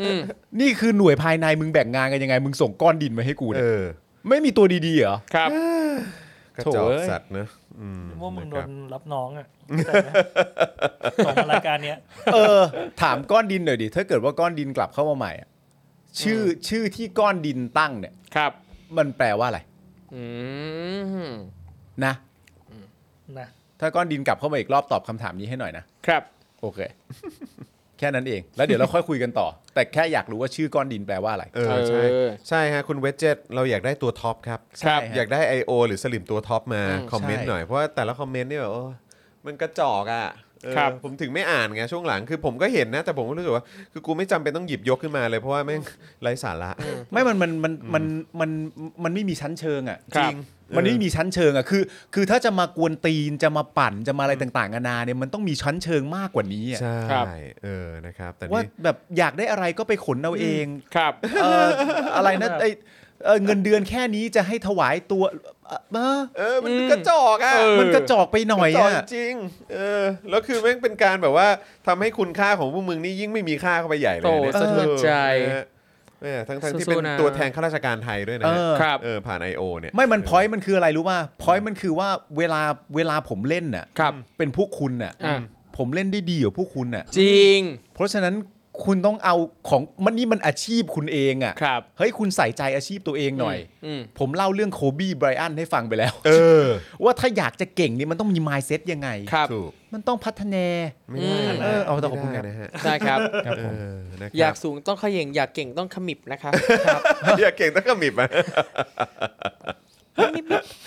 อืม นี่คือหน่วยภายในมึงแบ่งงานกันยังไง มึงส่งก้อนดินมาให้กู เอ เนี่ย อ ไม่มีตัวดีๆเหรอ ครับ กระ โถ่ จอก เอ้ย สัตว์เนอะอืม ว่ามึงโด นะครับ นรับน้อง อ่ะแต่นะส่งมารายการเนี้ย เออ ถามก้อนดินหน่อยดิถ้าเกิดว่าก้อนดินกลับเข้ามาใหม่อะชื่อชื่อที่ก้อนดินตั้งเนี่ย ครับ มันแปลว่าอะไร อืม นะ นะ ถ้าก้อนดินกลับเข้ามาอีกรอบตอบคำถามนี้ให้หน่อยนะ ครับ โอเค แค่นั้นเอง แล้วเดี๋ยวเราค่อยคุยกันต่อ แต่แค่อยากรู้ว่าชื่อก้อนดินแปลว่าอะไร เออใช่ เออ ใช่ฮะคุณเวจเจตเราอยากได้ตัวท็อปครับ ครับ อยากได้ I.O. หรือสลิมตัวท็อปมา อืม คอมเมนต์ ใช่ หน่อย เพราะว่าแต่ละคอมเมนต์เนี่ยแบบโอ้ยมันกระจอกอะ่ะเออ ครับ ผมถึงไม่อ่านไงช่วงหลังคือผมก็เห็นนะ แต่ผมก็รู้สึกว่า คือกูไม่จำเป็นต้องหยิบยกขึ้นมาเลย เพราะว่าแม่งไร้สาระ ไม่มันมันมันมันมันมันไม่มีชั้นเชิงอ่ะ ครับ มันไม่มีชั้นเชิงอ่ะคือ คือถ้าจะมากวนตีนจะมาปั่นจะมาอะไรต่างๆนานาเนี่ยมันต้องมีชั้นเชิงมากกว่านี้อะ ใช่ ครับ เออนะครับ แต่ ว่า นี่ แบบอยากได้อะไรก็ไปขนเอาเอง ครับ เอ่ออะไรนะ แบบ ไอเอ่อเงินเดือนแค่นี้จะให้ถวายตัวเออ เออมัน อืม กระจอกอะ่ะ เอ มันกระจอกไปหน่อย กระจอก อ่ะ จริงๆเออแล้วคือแม่งเป็นการแบบว่าทำให้คุณค่าของพวกมึงนี่ยิ่งไม่มีค่าเข้าไปใหญ่เลย โต เนี่ย สะเทือนใจ เออเออทั้งทั้งๆที่เป็ สู้ น ๆนะ ตัวแทนข้าราชการไทยด้วยนะ เอ ฮะ อ ครับ เออผ่าน I.O. เนี่ย ไม่มันพอยต์มันคืออะไรรู้ป่ะพอยต์มันคือว่าเวลาเวลาผมเล่นน่ะ ครับ เป็นพวกคุณน่ะ อ่า ผมเล่นได้ดีกว่าพวกคุณน่ะ จริง เพราะฉะนั้นคุณต้องเอาของมันนี่มันอาชีพคุณเองอ่ะ ครับ เฮ้ยคุณใส่ใจอาชีพตัวเองหน่อย อืม ผมเล่าเรื่องโคบี้ไบรอันให้ฟังไปแล้ว เออ ว่าถ้าอยากจะเก่งนี่มันต้องมีมายเซ็ตยังไง ครับ ถูก มันต้องพัฒนา ไม่ได้นะ เออเอาแต่ขอบคุณ ไม่ ครับ ได้นะฮะ ได้ครับ ครับผม เออนะ อ ค ยา รั ก บ สูงต้องเขย่งอยากเก่งต้องขมิบนะครับ อยากเก่งต้องกระมิบอ่ะ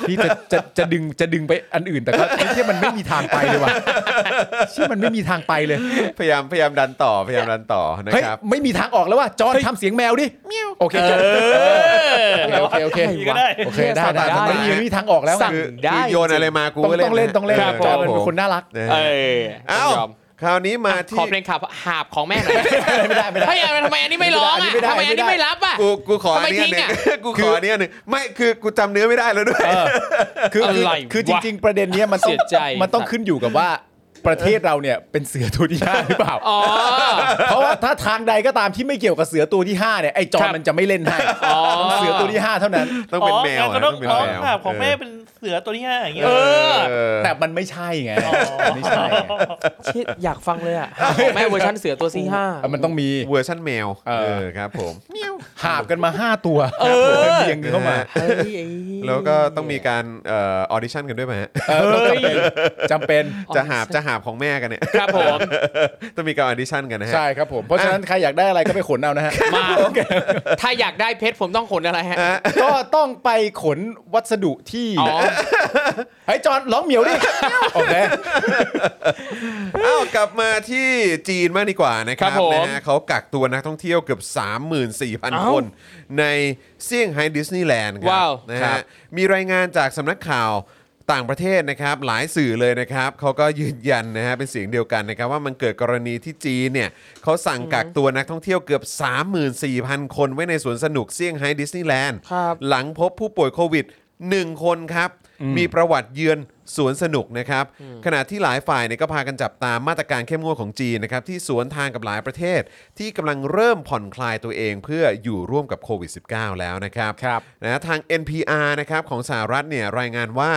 พี่จะจะจะดึงจะดึงไปอันอื่น แต่ก็ไอ้ที่มันไม่มีทางไปเลยว่ะเชี่ยมันไม่มีทางไปเลย พยายามพยายามดันต่อพยายามดันต่อนะ เฮ้ย ครับ ไม่มีทางออกแล้วว่ะจอห์นทำเสียงแมวดิโอเคจอห์นโอเคโอเค อีกก็ได้ โอเคได้ได้ สั่งได้ ได้ไม่มีทางออกแล้วไง สั่ง คือ ได้ คือโยนอะไรมากู ต้อง ก็ ต้องเล่นต้องเล่น ครับ จอห์น ผม เป็นคนน่ารัก นะ เอ ฮะ อ เอ้าย อม คราวนี้มาที่ ขอเพลงขับหาบของแม่หน่อยไม่ได้ไม่ได้ทำไมอันนี้ไม่ร้อง อันนี้ อ่ะ ไม่ได้ ทำไมอันนี้ ไม่ ไม่ ได้ รับอ่ะ กูกูขออันนี้ ทำไม อันหนึ่ง ทิ้งอะ กูขออันนี้อันหนึ่งไม่คือกูจำเนื้อไม่ได้แล้วด้วย เออคือคือ อะไร คือจ วะ ริง ๆ ประเด็นเนี้ยมันต้ เสี อง ยใจ มันต้องขึ้นอยู่กับว่าประเทศเราเนี่ยเป็นเสือตัวที่ห้าหรือเปล่า อ๋อ เพราะว่าถ้าทางใดก็ตามที่ไม่เกี่ยวกับเสือตัวที่ห้าเนี่ยไอ้จอ ค ม รับ มันจะไม่เล่นให้ อ๋อ ต้องเสือตัวที่ห้าเท่านั้น ต้องเป็นแมว อ๋องั้ อะ นก็ต้ ต้ององเป็น ร้อง แมว ภาพของแม่เป็นเสือตัวนี้ห้าอย่างเงี้ย เอ เออ อ เออ แต่มันไม่ใช่ไงไม่ใช่ไง เชี่ยอยากฟังเลยอ่ะหาบของแม่เวอร์ชันเสือตัวที่ห้า เออมันต้องมี เวอร์ชันแมว เออ เออครับผม หาบกันมาห้าตัว เออ เรียงเข้ามา เฮ้ยไอ้ แล้วก็ต้องมีการเออดิชั่นกันด้วยไหมฮะ เออต้องจำเป็นจำเป็น จะหาบจะหาบของแม่กันเนี่ย ครับผม ต้องมีการออดิชั่นกันนะฮะ ใช่ครับผมเพราะฉะนั้นใครอยากได้อะไรก็ไปขนเอานะฮะ มา ถ้าอยากได้เพชรผมต้องขนอะไรฮะ ก็ต้องไปขนวัสดุที่ อ๋อ เฮ้ยจอนร้องเหมียวดิ โอเค อ้าวกลับมาที่จีนมากดีกว่านะครั ครับ บผม นะฮะเขากักตัวนักท่องเที่ยวเกือบ เอ้า 34,000 คน ในเซี่ยงไฮ้ดิสนีย์แลนด์ครั ว้าว นะ ครั ฮะ บ มีรายงานจากสำนักข่าวต่างประเทศนะครับ หลายสื่อเลยนะครับเขาก็ยืนยันนะฮะเป็นเสียงเดียวกันนะครับ ว่ามันเกิดกรณีที่จีนเนี่ยเขาสั่งกักตัวนักท่องเที่ยวเกือบ 34,000 คนไว้ในสวนสนุกเซี่ยงไฮ้ดิสนีย์แลนด์ ครับ หลังพบผู้ป่วยโควิด 1 คนครับ มีประวัติเยือน สวนสนุกนะครับ ขณะที่หลายฝ่ายเนี่ยก็พากันจับตามมาตรการเข้มงวดของจีนนะครับที่สวนทางกับหลายประเทศ ที่กำลังเริ่มผ่อนคลายตัวเองเพื่ออยู่ร่วมกับโควิด -19 แล้วนะครับ ครับ นะทาง NPR นะครับของสหรัฐเนี่ยรายงานว่า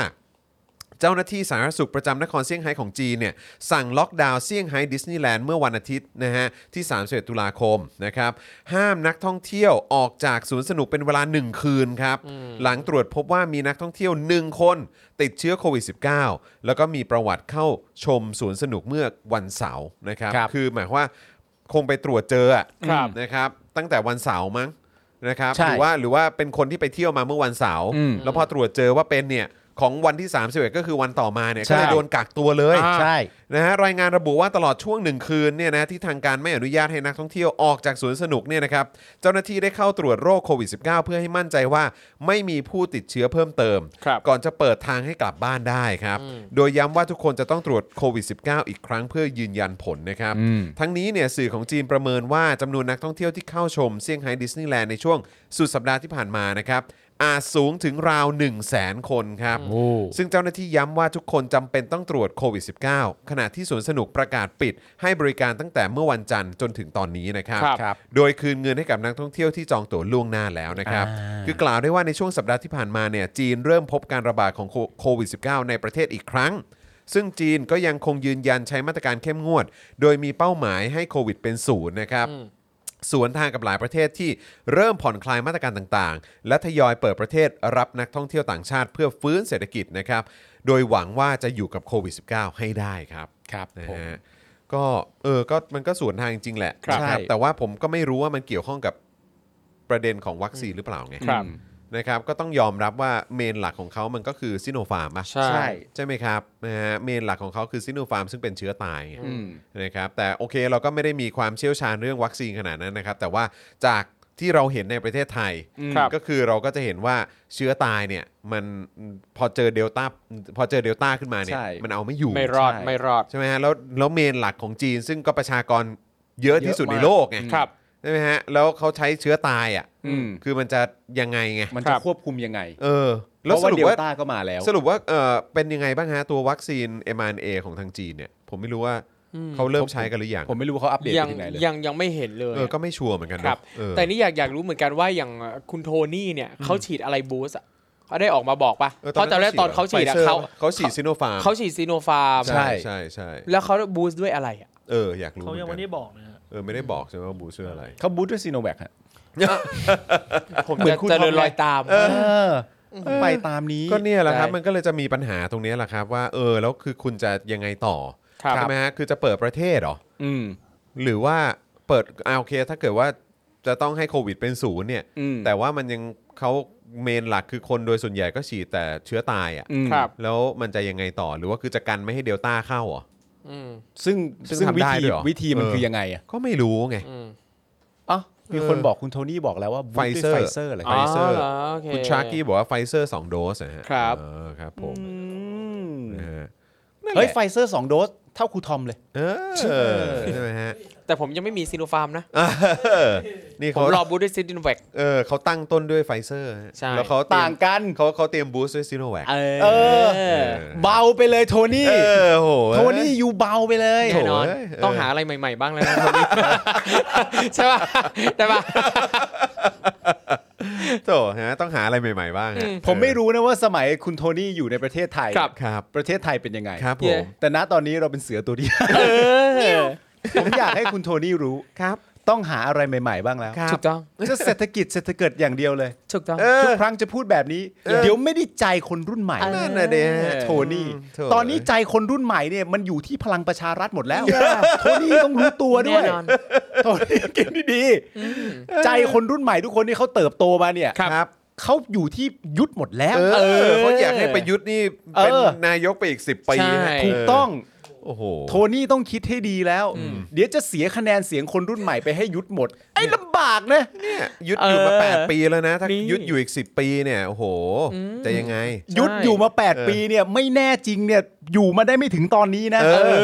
เจ้าหน้าที่สาธารณสุขประจำนครเซี่ยงไฮ้ของจีนเนี่ยสั่งล็อกดาวน์เซี่ยงไฮ้ดิสนีย์แลนด์เมื่อวันอาทิตย์นะฮะที่ 31 ตุลาคมนะครับห้ามนักท่องเที่ยวออกจากสวนสนุกเป็นเวลา 1 คืนครับ หลังตรวจพบว่ามีนักท่องเที่ยว 1 คน ติดเชื้อโควิด -19 แล้วก็มีประวัติเข้าชมสวนสนุกเมื่อวันเสาร์นะครับ ครับ อหมายความว่าคงไปตรวจเจออะ ครับ นะครับตั้งแต่วันเสาร์มั้งนะครับ ใช่ หรือว่าหรือว่าเป็นคนที่ไปเที่ยวมาเมื่อวันเสาร์ อืม แล้วพอตรวจเจอว่าเป็นเนี่ยของวันที่3 1ก็คือวันต่อมาเนี่ย ใช่ ก็เลยโดนกักตัวเลย อ่า ใช่ นะฮะรายงานระบุว่าตลอดช่วงหนึ่งคืนเนี่ยนะที่ทางการไม่อนุญาตให้นักท่องเที่ยวออกจากสวนสนุกเนี่ยนะครับเจ้าหน้าที่ได้เข้าตรวจโรคโควิด -19 เพื่อให้มั่นใจว่าไม่มีผู้ติดเชื้อเพิ่มเติม ครับ ก่อนจะเปิดทางให้กลับบ้านได้ครับ โดยย้ำว่าทุกคนจะต้องตรวจโควิด -19 อีกครั้งเพื่อยืนยันผลนะครับ อืม ทั้งนี้เนี่ยสื่อของจีนประเมินว่าจำนวนนักท่องเที่ยวที่เข้าชมเซี่ยงไฮ้ดิสนีย์แลนด์ในช่วงสุดสัปดาห์ที่ผ่านมานะครับ อาจสูงถึงราว 1 0 0 0 0แสนคนครับ โอ้ ซึ่งเจ้าหน้าที่ย้ำว่าทุกคนจำเป็นต้องตรวจโควิด -19 ขณะที่สวนสนุกประกาศปิด ให้บริการตั้งแต่เมื่อวันจันทร์จนถึงตอนนี้นะครับ ครับ ครับ โดยคืนเงินให้กับนักท่องเที่ยวที่จองตั๋วล่วงหน้าแล้วนะครับ อ่า คือกล่าวได้ว่าในช่วงสัปดาห์ที่ผ่านมาเนี่ยจีนเริ่มพบการระบาดของโคโควิด -19 ในประเทศอีกครั้ง ซึ่งจีนก็ยังคงยืนยันใช้มาตรการเข้มงวด โดยมีเป้าหมายให้โควิดเป็นศูนย์นะครับ สวนทางกับหลายประเทศที่เริ่มผ่อนคลายมาตรการต่างๆ และทยอยเปิดประเทศรับนักท่องเที่ยวต่างชาติเพื่อฟื้นเศรษฐกิจนะครับ โดยหวังว่าจะอยู่กับโควิด -19 ให้ได้ครับ ครับ นะ ผม ฮะก็เออก็มันก็สวนทางจริงๆแหละ ครับ นะ ใช่ แต่ว่าผมก็ไม่รู้ว่ามันเกี่ยวข้องกับประเด็นของวัคซีนหรือเปล่าไง ครับ นะครับ ก็ต้องยอมรับว่าเมนหลักของเขามันก็คือซิโนฟาร์มป่ะ ใช่ ใช่ ใช่ไหมครับนะฮะเมนหลักของเขาคือซิโนฟาร์มซึ่งเป็นเชื้อตายไง อืม นะครับแต่โอเคเราก็ไม่ได้มีความเชี่ยวชาญเรื่องวัคซีนขนาดนั้นนะครับ แต่ว่าจากที่เราเห็นในประเทศไทย ครับ ก็คือเราก็จะเห็นว่าเชื้อตายเนี่ยมันพอเจอเดลต้าพอเจอเดลต้าขึ้นมาเนี่ย ใช่ มันเอาไม่อยู่ ไม่รอด ใช่ ไม่รอด ใช่ไหมฮะแล้วแล้วเมนหลักของจีนซึ่งก็ประชากรเยอะที่สุด เยอะ ใน มาก โลกไง ครับ ใช่ไหมฮะแล้วเขาใช้เชื้อตายอ่ะ อืม คือมันจะยังไงไง มัน ค จะ รับ ควบคุมยังไง เออ แล้วสเพระ รุป เดล ว่า ต้าก็มาแล้ว สรุปว่าเออเป็นยังไงบ้างฮะตัววัคซีน m r n a ของทางจีนเนี่ย ผมไม่รู้ว่าเขาเริ่มใช้กันหรือยัง ผมไม่รู้ว่าเขาอัปเดต ยั ไป ง ถึงไหนเลย ยังยังไม่เห็นเลย เออก็ไม่ชัวร์เหมือนกัน ค เน รับ อะเออ แต่นี่อยากอยากรู้เหมือนกันว่าอย่างคุณโทนี่เนี่ยเขาฉีดอะไรบูสต์อะเขาได้ออกมาบอกปะ เออ เพราะจำได้ตอนเขาฉีดอะ เขา เขา เขาฉีดซิโนฟาร์ม เขาฉีดซีโนฟาร์ม ใช่ใช่ใช่ แล้วเขาบูสต์ด้วยอะไรอะ เอออยากรู้ เขายัง เหมือไม่น ได้ กัน บอกนะฮะ เออไม่ได้บอกใช่ไหมว่าบูสเตอร์อะไร เขาบูทด้วยซีโนแวคฮะ ผม เหมือ จะ นครู เจริญ ทอมไง รอยตาม เออไปตามนี้ ก็เนี่ยแหละครับ ใช่ มันก็เลยจะมีปัญหาตรงเนี้ยแหละครับว่าเออแล้วคือคุณจะยังไงต่อ ครับ ใช่ไหมฮะคือจะเปิดประเทศเหรอ อืม หรือว่าเปิดอ่าโอเค ถ้าเกิดว่าจะต้องให้โควิดเป็นศูนย์เนี่ย อืม แต่ว่ามันยังเขาเมนหลักคือคนโดยส่วนใหญ่ก็ฉีดแต่เชื้อตายอะ อืม ครับ แล้วมันจะยังไงต่อหรือว่าคือจะกันไม่ให้เดลต้าเข้าเหรอ อืม ซึ่ง ซึ่ง ซึ่ง ทำ วิ ได้ ธี ด้วยเหรอ วิธีมัน เออ คือยังไงอ่ะ ก็ไม่รู้ไง อืม อ๋อมีคนบอกคุณโทนี่บอกแล้วว่าบูทด้วย Pfizer ไฟเซอร์อะไร ไฟเซอร์ หโอเ คุณชาร์กี้บอกว่าไฟเซอร์2โดสนะฮะ ครับ เออครับผม อืม นะฮะ เฮ้ยไฟเซอร์สองโดสเท่าครูทอมเลย เออใช่ไหมฮะ แต่ผมยังไม่มีซีโนฟาร์มนะ เออนี่ ผม เขา รอบูธด้วยซิดินแวก เออเขาตั้งต้นด้วยไฟเซอร์ฮะ ใช่ แล้วเขาเตรียม ต่างกัน เขาเขาเตรียมบูสต์ด้วยซีโนแวค เอ เออ อ เบาไปเลยโทนี่ เออโหเอ้ย โทนี่อยู่เบาไปเลย แน่นอน โถ่เอ้ยเออ ต้องหาอะไรใหม่ๆบ้างแล้วนะ คนนี้ ใช่ป่ะ ใช่ป่ะ โถฮะต้องหาอะไรใหม่ ๆ บ้างฮะ ผมไม่รู้นะว่าสมัยคุณโทนี่อยู่ในประเทศไทย ครับ ครับ ประเทศไทยเป็นยังไง ครับผ เย้ ม แต่ณตอนนี้เราเป็นเสือตัวเดียว เออ ผมอยากให้คุณโทนี่รู้ ครับ ต้องหาอะไรใหม่ ๆ บ้างแล้ว ถูกต้อง จะเศรษฐกิจเศรษฐกิจอย่างเดียวเลย ถูกต้อง เออ ทุกครั้งจะพูดแบบนี้ เดี๋ยวไม่ได้ใจคนรุ่นใหม่ เออ นั่นน่ะเด้ฮะ โทนี่ โถ่ ตอนนี้ใจคนรุ่นใหม่เนี่ยมันอยู่ที่พลังประชารัฐหมดแล้ว โทนี่ต้องรู้ตัวด้ แน่ วย นอน โทนี่กินดีๆใจคนรุ่นใหม่ทุกคนที่เขาเติบโตมาเนี่ย ครับ เขาอยู่ที่ยุทธหมดแล้ว เออเขาอยากให้ประยุทธ์นี่เป็น เออ นายกไปอีก 10 ปี ใช่ ฮะ ถูกต้อง โอ้โห โทนี่ต้องคิดให้ดีแล้ว เดี๋ยวจะเสียคะแนนเสียงคนรุ่นใหม่ไปให้ยุดหมด ไอ้ลำบากนะ ยุดอยู่มา เออ 8 ปีแล้วนะ ถ้า นี่ ยุดอยู่อีก 10 ปีเนี่ย โอ้โห จะยังไง ยุดอยู่มา เออ 8 ปีเนี่ยไม่แน่จริงเนี่ยอยู่มาได้ไม่ถึงตอนนี้นะ เออ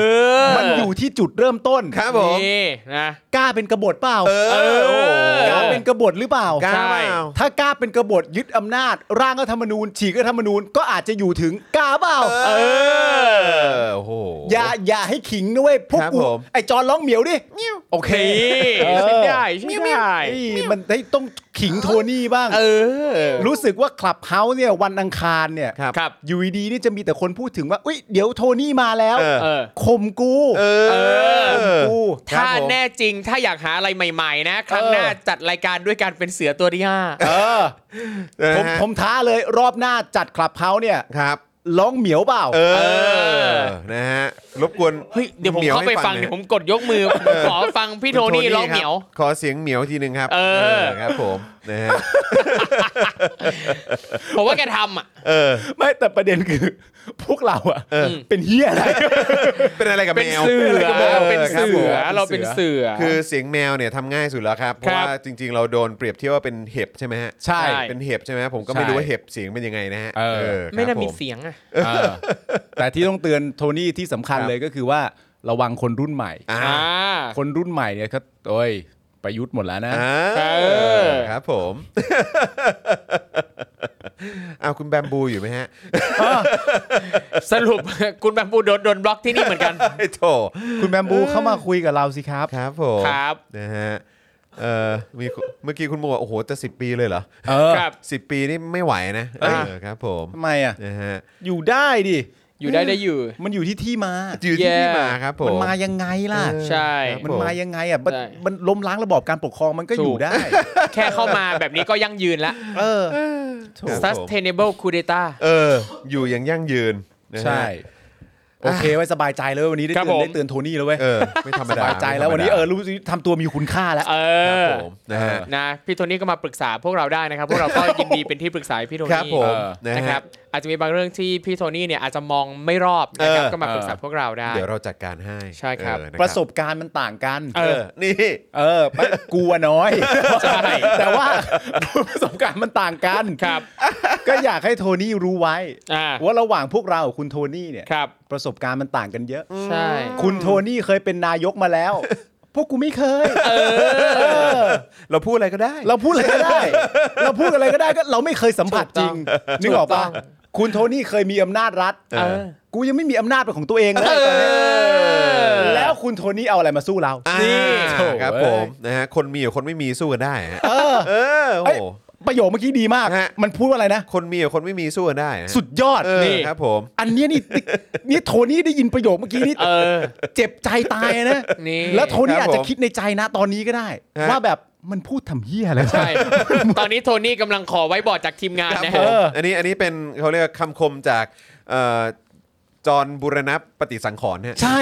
อ มันอยู่ที่จุดเริ่มต้น ครับผม นี่นะ กล้าเป็นกบฏเปล่า เออ โอ้โห กล้าเป็นกบฏหรือเปล่า กล้า ใช่ เปล่า ถ้ากล้าเป็นกบฏยึดอำนาจ ร่างรัฐธรรมนูญ ฉีกรัฐธรรมนูญก็อาจจะอยู่ถึงกล้าเปล่า เออ โอ้โห อย่าอย่าให้ขิงนะเว้ยพวก ครับ กู ผม ไอ้จอนร้องเหมียวดิ โอเค นี่ เออ ใช่ได้ใช่ได้ นี่มันได้ต้องขิงโทนี่บ้าง เออ รู้สึกว่าคลับเฮาส์เนี่ยวันอังคารเนี่ย ครับ ครับ อยู่ดีๆนี่จะมีแต่คนพูดถึงว่าอุ้ยเดี๋ยวโทนี่มาแล้ว เออ เออ ข่มกู เออ ข่มกู ถ้า ครับผม แน่จริงถ้าอยากหาอะไรใหม่ๆนะ ครั้งหน้าจัดรายการด้วยการเป็นเสือตัวที่ห้า เออ นะ ผม ฮะ ผมท้าเลยรอบหน้าจัดคลับเฮาส์เนี่ย ครับ ร้องเหมียวเปล่า เอ อ อ นะฮะ รบกวน เฮ้ย เดี๋ยวผม หยว เข้าไป ให้ ฟัง ห เดี๋ น่ ย อ วผมกดยกมือ เออ ขอฟังพี่โทนี่ร้องเหมียว คบขอเสียงเหมียวทีนึงครับ เออ ครับผมนะฮะ ผมว่าแกทำอ่ะ เออ ไม่แต่ประเด็นคือ พวกเราอะ เออ เป็นเฮียอะไร เป็นอะไรกับ เป็น แมว เสือ ป็ะไรกับแมว เป็น ครับผเสืม อเราเป็นเสือ คือเสียงแมวเนี่ยทำง่ายสุดแล้วครับ เพ ค ราะ รับ ว่าจริงๆ เราโดนเปรียบเทียบว่าเป็นเห็บใช่ไหมฮะ ใช่ เป็นเห็บใช่ไหมฮะผมก็ไม่ ใช่ รู้ว่าเห็บเสียงเป็นยังไงนะฮะ เออ ครับ ไม่น่ามี ผ เสียงอ่ะ เออแต่ที่ต้องเตือนโทนี่ที่สำคัญ ครับ เลยก็คือว่าระวังคนรุ่นใหม่ อ่า อ่า คนรุ่นใหม่เนี่ยเขาโอ้ยประยุทธ์หมดแล้วนะ อ่า เออ ครับผม อ้าวคุณแบมบูอยู่ไหมฮะ สรุป คุณแบมบูโดนโดนบล็อกที่นี่เหมือนกัน ไอ้โถ คุณแบมบูเข้ามาคุยกับเราสิครับ ครับผม ครับ นะฮะเออมีเมื่อกี้คุณโมบอกโอ้โหจะสิปีเลยเหรอ เออ ครับ สิปีนี่ไม่ไหวนะเอ อ่า อครับผม ทำไมอ่ะ นะฮะ อยู่ได้ดิ อยู่ได้ได้อยู่ มันอยู่ที่ที่มา อยู่ที่ที่ แย่ มาครับผม มันมายังไงล่ะ เออ ใช่ ครับ มันมายังไงอ่ะมัน ได้ มันล้มล้างระบอบการปกครองมันก็อยู่ได้ แค่เข้ามาแบบนี้ก็ยั่งยืนละ เออ ครับผม sustainable coup d'etat เออ อยู่อย่างยั่งยืนนะฮะ ใช่ โอเคไว้สบายใจเลยวันนี้ได้ ครับ เตือน ผม ได้เตือนโทนี่แล้วเว้ย เออ ไม่ธรรม ส ดา บายใจแล้ววันนี้เออรู้สึกทำตัวมีคุณค่าแล้ว เอ ครับ อ ผมนะฮะ นะพี่โทนี่ก็มาปรึกษาพวกเราได้นะครับ พวกเราก็ยินดีเป็นที่ปรึกษาให้พี่โท ครับ นี่ ผม เออ นะ นะค ฮะ รับอาจจะมีบางเรื่องที่พี่โทนี่เนี่ยอาจจะมองไม่รอบนะครับ เออ ก็มาปรึกษาพวกเราได้ เดี๋ยวเราจัดการให้ ใช่ครับ เออน ประสบการณ์มันต่างกัน เออนี่ เออไม่กลัวน้อย ใช่ แต่ว่า ประสบการณ์มันต่างกัน ครับ ก็อยากให้โทนี่รู้ไว้ อ่า ว่าระหว่างพวกเรากับคุณโทนี่เนี่ย ครับ ประสบการณ์มันต่างกันเยอะ ใช่ คุณโทนี่เคยเป็นนายกมาแล้ว พวกกูไม่เคย เออ เราพูดอะไรก็ได้ เราพูดอะไรก็ได้ เราพูดอะไรก็ได้ก็เราไม่เคยสัมผัสจริง นึกออก ถูกต้ ปะ อง คุณโทนี่เคยมีอำนาจรัฐ เออ เออ กูยังไม่มีอำนาจเป็นของตัวเองเลยตอนนี้ อ แล้วคุณโทนี่เอาอะไรมาสู้เรา อ่า นี่โถ่ ครับผมนะฮะคนมีกับคนไม่มีสู้กันได้ฮะ เออ เออโอ้ เอ้ย โห ประโยคเมื่อกี้ดีมาก ฮะ มันพูดว่าอะไรนะ คนมีกับคนไม่มีสู้กันได้ฮะ สุดยอด เออครับผม อันเนี้ยนี่ ติ๊กนี่โทนี่ได้ยินประโยคเมื่อกี้นี่ เออ เจ็บใจตายนะ นี่ แล้วโทนี่อาจจะคิดในใจนะตอนนี้ก็ได้ ว่าแบบมันพูดทำเหี้ยอะไรวะ ใช่ตอนนี้โทนี่กำลังขอไว้บอร์ดจากทีมงาน ครับ นะ ผ ฮะ ม เอออั อันนี้อันนี้เป็นเขาเรียกว่าคำคมจากเอ่อจอห์นบุรณะปฏิสังขรณ์ฮะ ใช่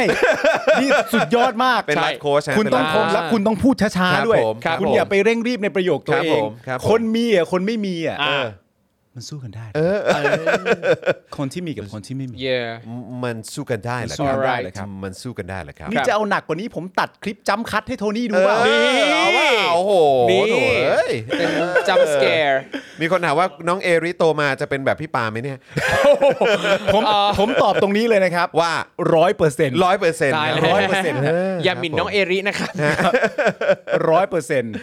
นี่สุดยอดมาก เป็น ใช่ ไลฟ์โค้ชฮะ คุณต้อง เป็นไลคม ฟ์ และ โค้ช คุณต้องพูดช้า ครับ ๆด้วย ผมครับ คุณ ผม อย่าไปเร่งรีบในประโยคตัว ครับ เอ ผ ง มครับผม คนมีอ่ะคนไม่มีอ่ะ อ่า มันสู้กันได้คนที่มีกับคนที่ไม่มี เย่ มันสู้กันได้เหรอ สู้ ค กั รับ นได้เหรอครับ มันสู้กันได้เหรอครับ นี่จะเอาหนักกว่านี้ผมตัดคลิปจ้ำคัดให้โทนี่ดูเปล่า เออเอาเปล่าโอ้โห นี่ โถ่เอ้ย เป็นจัมสแกร์ มีคนถามว่าน้องเอริโตมาจะเป็นแบบพี่ปาไหมเนี่ย ผมผมตอบตรงนี้เลยนะครับ ว่า ร้อยเปอร์เซ็นต์ ร้อยเปอร์เซ็นต์ ตายแล้ว ร้อยเปอร์เซ็นต์ อย่าหมิ่นน้องเอรินะครับ ร้อยเปอร์เซ็นต์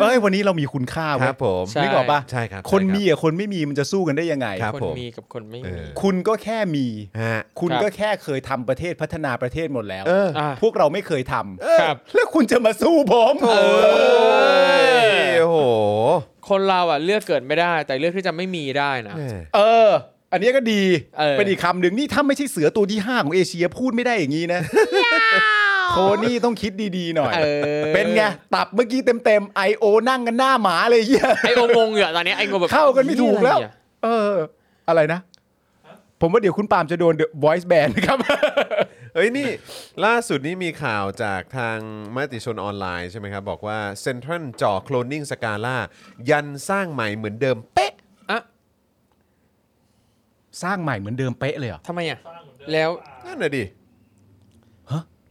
เอ้ยวันนี้เรามีคุณค่า ค เว้ รั ย บผม ใช่ นึกออกปะ ใช่ครับ คนมี ใช่ อ่ะคนไม่มีมันจะสู้กันได้ยังไง ครับ คน ผม มีกับคนไม่ เอ มี อ คุณก็แค่มี ฮะ คุณก็แค่เคยทำประเทศพัฒนาประเทศหมดแล้ว เออ อ่ะ พวกเราไม่เคยท ครับ ำแล้วคุณจะมาสู้ผม ยโอ้โห คนเราอ่ะเลือกเกิดไม่ได้ แต่เลือกที่จะไม่มีได้นะ แม่ เออ อันนี้ก็ดี เออ นอีกคำหนึ่งนี่ถ้าไม่ใช่เสือตัวที่ห้าของเอเชียพูดไม่ได้อย่างนี้นะโทนี่ต้องคิดดีๆหน่อย เออ เป็นไง ตับเมื่อกี้เต็มๆไอโอนั่งกันหน้าหมาเลยเหี้ย ไอโองงเหงื่อะตอนนี้ไองงแบบ เข้ากันไม่ถูกแล้ว อะไรอะ เออ อะไรนะ ผมว่าเดี๋ยวคุณปาล์มจะโดน The Voice Band นะครับ เอ้ยนี่ ล่าสุดนี้มีข่าวจากทางมติชนออนไลน์ใช่ไหมครับ บอกว่าเซ็นทรัลจ่อโคลนนิ่งสกาล่ายันสร้างใหม่เหมือนเดิมเป๊ะ สร้างใหม่เหมือนเดิมเป๊ะเลยเหรอ ทำไมอ่ะ แล้ว นั่นน่ะดิ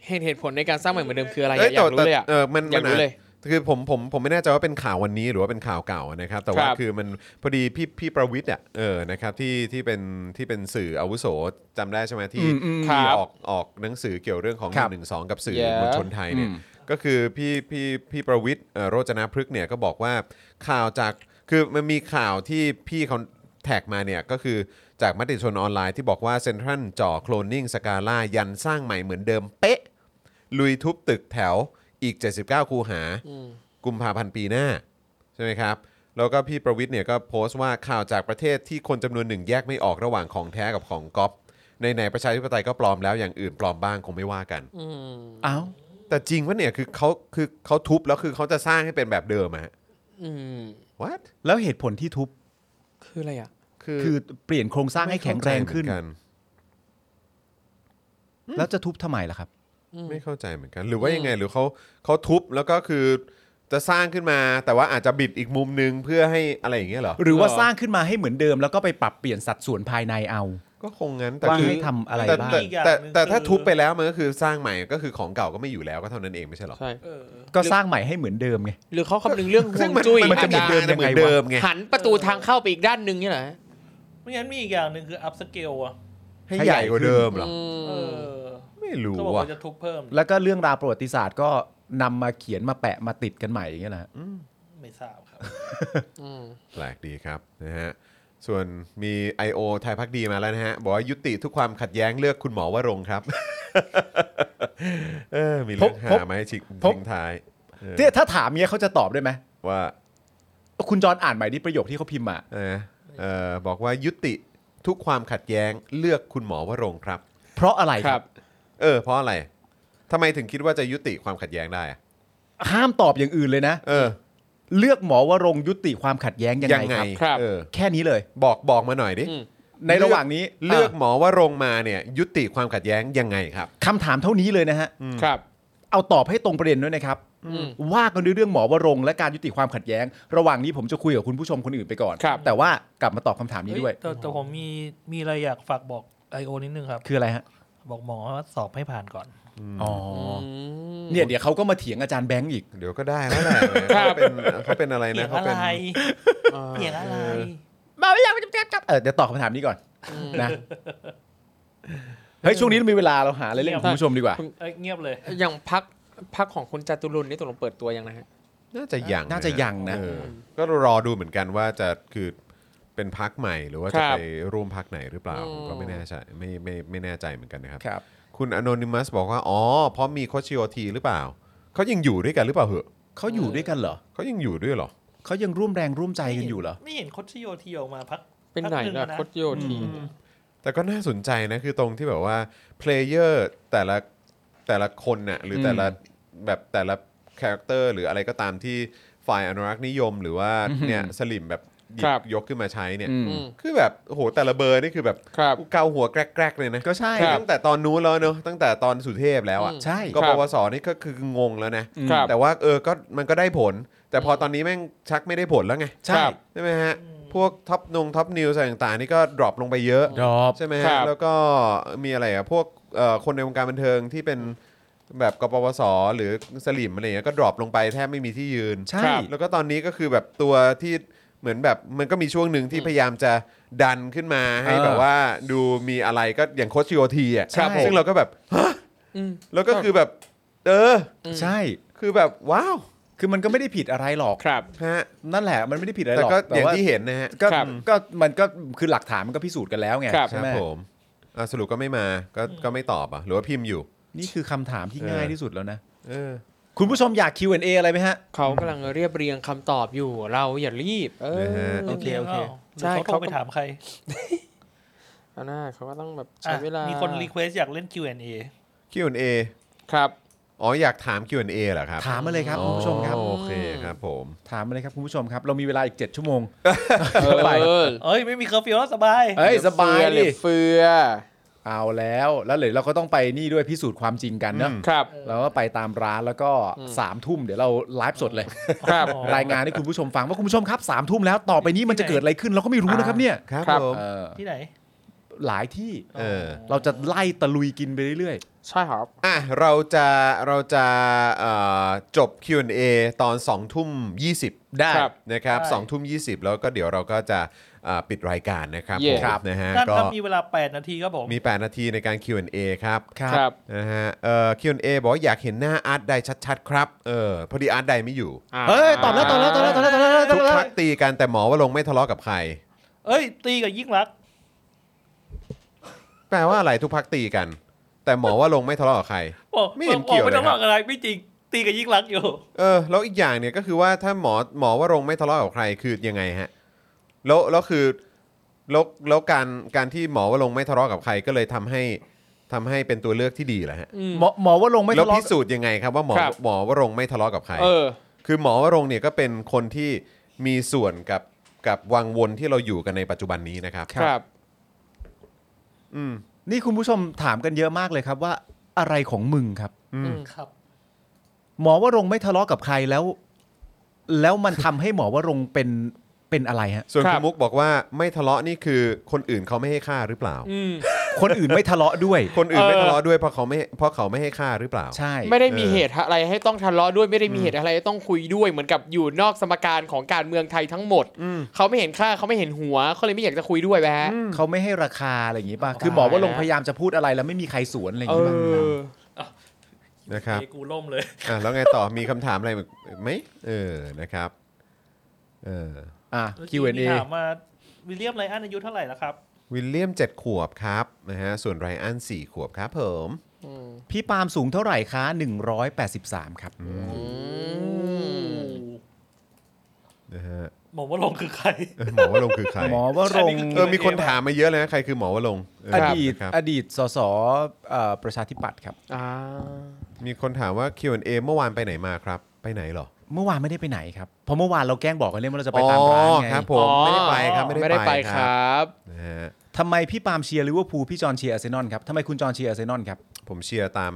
เหตุเหตุผลในการสร้างใหม่เหมือนเดิมคืออะไร เอ้ อะ ย อยากรู้ แต่ เลยอ่ะ เออมัน อยากรู้ มัน เลย คือผมผมผมไม่แน่ใจว่าเป็นข่าววันนี้หรือว่าเป็นข่าวเก่านะครับ แต่ว่า ครับ คือมันพอดีพี่พี่ประวิทย์อ่ะเออนะครับที่ที่เป็นที่เป็นสื่ออาวุโสจำได้ใช่ไหมที่ อืมอืม ครั ที่ บ ออกออกหนังสือเกี่ยวเรื่องของ ครับ หนึ่งสองกับสื่อ Yeah มวลชนไทยเนี่ย อืม ก็คือพี่พี่พี่ประวิทย์เอ่อโรจนพฤกษ์เนี่ยก็บอกว่าข่าวจากคือมันมีข่าวที่พี่เขาแท็กมาเนี่ยก็คือจากมติชนออนไลน์ที่บอกว่าเซ็นทรัลจ่อโคลนนิ่งสกาล่ายันสร้างใหม่เหมือนเดิมเป๊ะ ลุยทุบตึกแถวอีก 79 คูหา กุมภาพันธ์ปีหน้า ใช่ไหมครับ แล้วก็พี่ประวิทย์เนี่ยก็โพสต์ว่าข่าวจากประเทศที่คนจำนวนหนึ่งแยกไม่ออกระหว่างของแท้กับของก๊อปในไหนๆประชาธิปไตยก็ปลอมแล้วอย่างอื่นปลอมบ้างคงไม่ว่ากัน เอ้าว แต่จริงว่าเนี่ยคือเขาคือเขาทุบแล้วคือเขาจะสร้างให้เป็นแบบเดิมอะฮะ อืม what แล้วเหตุผลที่ทุบ คืออะไรอ่ะ คือ คือเปลี่ยนโครงสร้างให้แข็งแรงขึ้น ไม่เข้าใจเหมือกั แล้วจะทุบทำไมล่ะครับ ไม่เข้าใจเหมือนกัน หรือว่ายังไงหรือเขาเขาทุบแล้วก็คือจะสร้างขึ้นมา แต่ว่าอาจจะบิดอีกมุมนึงเพื่อให้อะไรอย่างเงี้ยเหรอ หรือว่า หรอ สร้างขึ้นมาให้เหมือนเดิม แล้วก็ไปปรับเปลี่ยนสัดส่วนภายในเอา ก็คงงั้นแต่ ว่า คือ ให้ทำอะไร แต่ บ้าง แต่ อีกอย่าง แต่ หนึ่ง แต่ถ้า คือ ทุบไปแล้วมันก็คือสร้างใหม่ก็คือของเก่าก็ไม่อยู่แล้วก็เท่านั้นเองไม่ใช่หรอ ใช่ เออ ก็สร้างใหม่ให้เหมือนเดิมไง หรือเขาคำนึงเรื่องห่ ซึ่ ว ง ง มัน จุ้ย มันจะเหมือนเดิม ยั ยัง ง เหมืไงวะอนเดิมไง หันประตูทางเข้าไปอีกด้านหนึ่งนี่แหละ ไม่งั้นมีอีกอย่างหนึ่งคืออัพสเกลอ่ะ ให้ใหญ่กว่าเดิมเหรอ เออ ไม่รู้ ก็บอก ว่ะ ว่าจะทุบเพิ่ม แล้วก็เรื่องราวประวัติศาสตร์ก็นำมาเขียนมาแปะมาติดกันใหม่อย่างเงี้ยนะฮะ ไม่ทราบครับ แปลกดีครับนะฮะส่วนมี I.O. ไทยพักดีมาแล้วนะฮะ บอกว่ายุติทุกความขัดแย้งเลือกคุณหมอวรงค์ครับ เออมีเรื่อง พบ หา พบ ไหมชิก พบ ทิ้งท้ายเออ เนี่ยถ้าถามเงี้ยเขาจะตอบได้ไหม ว่า คุณจอนอ่านใหม่ที่ประโยคที่เขาพิมพ์มา เออเออบอกว่ายุติทุกความขัดแย้งเลือกคุณหมอวรงค์ครับ เพราะอะไร ค ค รั รั บบ เออเพราะอะไรทำไมถึงคิดว่าจะยุติความขัดแย้งได้อะ ห้ามตอบอย่างอื่นเลยนะ เออ เลือกหมอวรงค์ยุติความขัดแย้งยังไงครับ ครับเออ แค่นี้เลย บอกบอกมาหน่อยดิ อืม ในระหว่างนี้ เลือก อ่ะ หมอว่าโรงมาเนี่ยยุติความขัดแย้งยังไงครับ คำถามเท่านี้เลยนะฮะ ครับ เอาตอบให้ตรงประเด็นด้วยนะครับ อืม ว่ากันด้วยเรื่องหมอวรงค์และการยุติความขัดแย้ง ระหว่างนี้ผมจะคุยกับคุณผู้ชมคนอื่นไปก่อน ครับ แต่ว่ากลับมาตอบคำถามนี้ด้วย เฮ้แต่แต่ผมมีมีอะไรอยากฝากบอกไอโอนิดนึงครับ คืออะไรฮะ บอกหมอว่าสอบให้ผ่านก่อน อ๋ออ ม เนี่ยเดี๋ยวเขาก็มาเถียงอาจารย์แบงค์อีก เดี๋ยวก็ได้แล้วแหละ ครัเขาบเป็นเขาเป็นอะไร เปี นะ ยก เขา อะ เป็น ไรเปียกอะไร มาไม่อยากไปจับจับเออเดี๋ยวตอบคำถามนี้ก่อนนะ เฮ้ยช่วงนี้เรามีเวลาเราหาอะไรเล่นกับคุณผู้ชมดีกว่า เอ้ยเงียบเลย อย่างพักพักของคุณจาตุรุนนี่ตกลงเปิดตัวยังนะฮะ น่าจะยัง น่าจะยังนะ เออก็รอดูเหมือนกันว่าจะคือเป็นพักใหม่หรือว่า ค จะ รับ ไปร่วมพักไหนหรือเปล่า อืม ผมก็ไม่แน่ใจไม่ไม่ไม่แน่ใจเหมือนกันนะครับ ครับ คุณอนอนิมัสบอกว่าอ๋อเพราะมีโคชโยทีหรือเปล่าเขายังอยู่ด้วยกันหรือเปล่าเหอะ เขาอยู่ด้วยกันเหรอ เขายังอยู่ด้วยเหรอ เขายังร่วมแรงร่วมใจกันอยู่เหรอ ไม่เห็นคดชโยทีออกมาพัก เป็นไหน พักง นะ แล้ว โคตรโยที แต่ก็น่าสนใจนะคือตรงที่แบบว่าเพลเยอร์แต่ละแต่ละคนน่ะหรือแต่ละ แบบแต่ละคาแรคเตอร์หรืออะไรก็ตามที่ฝ่ายอนุรักษ์นิยม หรือว่า อือหือ เนี่ยสลิมแบบหยิ ครับ บ ยกขึ้นมาใช้เนี่ย อืม อืม คือแบบโอ้โหแต่ละเบอร์นี่คือแบบ ครับ กูเกาหัวแกรกๆเลยนะ ก็ใช่ ครับ ตั้งแต่ตอนนู้นแล้วเนอะตั้งแต่ตอนสุเทพแล้วอ่ะ ใช่ ก็ คปรับ วสนี่ก็คืองงแล้วนะครับ แต่ว่าเออก็มันก็ได้ผล แต่พอตอนนี้แม่งชักไม่ได้ผลแล้วไง ใช่ ครับ ใช่ไหมฮะพวกท็อปนงท็อปนิวส์อะไรต่างๆนี่ก็ดรอปลงไปเยอะ ดรอป ใช่ไหม ครั ฮะ บ แล้วก็มีอะไรอ่ะพวกเอ่อคนในวงการบันเทิงที่เป็นแบบกปปสหรือสลิมอะไรอย่างเงี้ยก็ดรอปลงไปแทบไม่มีที่ยืน ใช่ ครับ แล้วก็ตอนนี้ก็คือแบบตัวที่เหมือนแบบมันก็มีช่วงหนึ่งที่พยายามจะดันขึ้นมาให้ เออ แบบว่าดูมีอะไรก็อย่างโคชโยทีอ่ะ ครับผม ซึ่งเราก็แบบฮะ อืม แล้วก็คือแบบ เออ ใช่ คือแบบว้าว คือมันก็ไม่ได้ผิดอะไรหรอก ครับ ฮะ นั่นแหละมันไม่ได้ผิดอะไรห แต่ รอก ก็อย่าง ว่า ที่เห็นนะฮะ ก็ ครับ ก็มันก็คือหลักฐานมันก็พิสูจน์กันแล้วไง ครับ ค ใช่ รับ ไหม ผมอ่ะสรุปก็ไม่มาก็ก็ไม่ตอบอ่ะหรือว่าพิมพ์อยู่ นี่คือคำถามที่ เออ ง่ายที่สุดแล้วนะ เออ คุณผู้ชมอยาก Q&A อะไรไหมฮะ เขากำลังเรียบเรียงคำตอบอยู่ เราอย่ารีบ เออ นะฮะ โอเคโอเค ใช่ ใช่ เขาโท เขา รไปถามใคร เอาหน้าเขาก็ต้องแบบใช้ อ่ะ เวลามี คนรีเควสอยากเล่น Q&A Q&A ครับ อ๋ออยากถาม Q&A เหรอครับ ถามมาเลยครับคุณผู้ชมครับ อ๋อโอเคครับผม ถามมาเลยครับคุณผู้ชมครับ เรามีเวลาอีก 7 ชั่วโมง เออ ไป เอ้ยไม่มีเคอร์ฟิวแล้วสบาย เอ้ยสบาย เหลื ดิ อเฟือ เอาแล้วแล้วเลยเราก็ต้องไปนี่ด้วยพิสูจน์ความจริงกันเนอะ อืม ครับ เราก็ไปตามร้านแล้วก็3ามทุ่มเดี๋ยวเราไลฟ์สดเลย ครับ อ๋อ รายงานให้คุณผู้ชมฟังว่าคุณผู้ชมครับ3ามทุ่มแล้วต่อไปนี้มันจะเกิดอะไรขึ้นเราก็ไม่รู้นะครับเนี่ย ครับ ครับ ผม เออ ที่ไหน หลายที่ เออ เราจะไล่ตะลุยกินไปเรื่อย ใช่ครับ อ่ะเราจะเราจะเอ่อจบ Q&A ตอน2ทุ่ม20 ได้ ครับ นะครับ ได้ 2ทุ่ม20 แล้วก็เดี๋ยวเราก็จะเอ่อปิดรายการนะครับ เย่ ผม ครับ นะฮะ นั่น ก็ ถ้ามีเวลา 8 นาทีครับผม มี 8 นาทีในการ Q&A ครับ ๆ ครับ ครับ นะฮะเอ่อ Q&A บอกว่าอยากเห็นหน้าอาร์ตใดชัดๆ ครับเออพอดีอาร์ตใดไม่อยู่ เอ้ยตอบแล้วตอบแล้วตอบแล้วตอบแล้วตอบแล้วต ทุ อบ ก แล้ว พักตีกันแต่หมอว่าลงค์ไม่ทะเลาะกับใคร เอ้ย ตีกับยิ่งรักษณ์ แปลว่าอะไรทุกพักตีกัน แต่หมอว่าลงค์ไม่ทะเลาะกับใคร บอก ไม่เห็นเกี่ยว บอกไม่ต้อง เลยครับ บอกอะไรไม่จริง ตีกับยิ่งรักษณ์อยู่ เออแล้วอีกอย่างเนี่ยก็คือว่าถ้าหมอหมอว่าลงค์ไม่ทะเลาะกับใครคือยังไงฮะแล้วแล้วคือแล้วแล้วการการที่หมอว่าลงค์ไม่ทะเลาะกับใครก็เลยทำให้ทำให้เป็นตัวเลือกที่ดีแหละฮะ หมอหมอว่าลงค์ไม่ แล้ว ทะเลาะ พิสูจน์ยังไงครับว่าหมอ ครับ หมอว่าลงค์ไม่ทะเลาะกับใคร เออ คือหมอวรงค์เนี่ยก็เป็นคนที่มีส่วนกับกับวังวนที่เราอยู่กันในปัจจุบันนี้นะครับ ครับ นี่คุณผู้ชมถามกันเยอะมากเลยครับว่าอะไรของมึงครับ อืม ครับ หมอว่าลงค์ไม่ทะเลาะกับใครแล้ว แล้วมันทำให้หมอว่าลงค์เป็นเป็นอะไรฮะ ส่วน ค คุ รั ณ บ มุกบอกว่าไม่ทะเลาะนี่คือคนอื่นเขาไม่ให้ค่าหรือเปล่า อืม คนอื่นไม่ทะเลาะด้วย คนอื่น เออ ไม่ทะเลาะด้วยเพราะเขาไม่เพราะเขาไม่ให้ค่าหรือเปล่า ใช่ ไม่ได้มี เออ เหตุอะไรให้ต้องทะเลาะด้วยไม่ได้มีเหตุอะไรให้ต้องคุยด้วยเหมือนกับอยู่นอกสมการของการเมืองไทยทั้งหมดเขาไม่เห็นค่าเขาไม่เห็นหัวเขาเลยไม่อยากจะคุยด้วยแหวะ เขาไม่ให้ราคาอะไรอย่างงี้ป่ะ คือหมอว่าลงค์พยายามจะพูดอะไรแล้วไม่มีใครสวนอะไรอย่า เอง งี้ป่ะ อ นะครับ เอกูล่มเลย อ่ะแล้วไงต่อมีคำถามอะไรไหมเออนะครับเออ อ่ะ Q&A มีถามมาวิลเลียมไรอันอายุเท่าไหร่แล้วครับ วิลเลียม 7 ขวบครับนะฮะส่วนไรอัน4ขวบครับผม พี่ปาล์มสูงเท่าไหร่คะ 183 ครับ นะฮะ หมอว่าลงค์คือใคร เออหมอวรงค์คือใคร หมอว่าลงค์ เออมีคนถามมาเยอะเลยนะใครคือหมอวรงค์เ อดีต นะครับ อดีตสสเอ่อประชาธิปัตย์ครับ อ่า มีคนถามว่า Q&A เมื่อวานไปไหนมาครับ ไปไหนเหรอ เมื่อวานไม่ได้ไปไหนครับ เพราะเมื่อวานเราแกล้งบอกกันเล่นว่าเราจะไป อ๋อ ตามร้านไง ครับผม อ๋อ ไม่ได้ไปครับ ไม่ได้ไปครับ นะฮะ ทำไมพี่ปาล์มเชียร์ลิเวอร์พูลพี่จอนเชียร์อาร์เซนอลครับทำไมคุณจอนเชียร์อาร์เซนอลครับ ผมเชียร์ตาม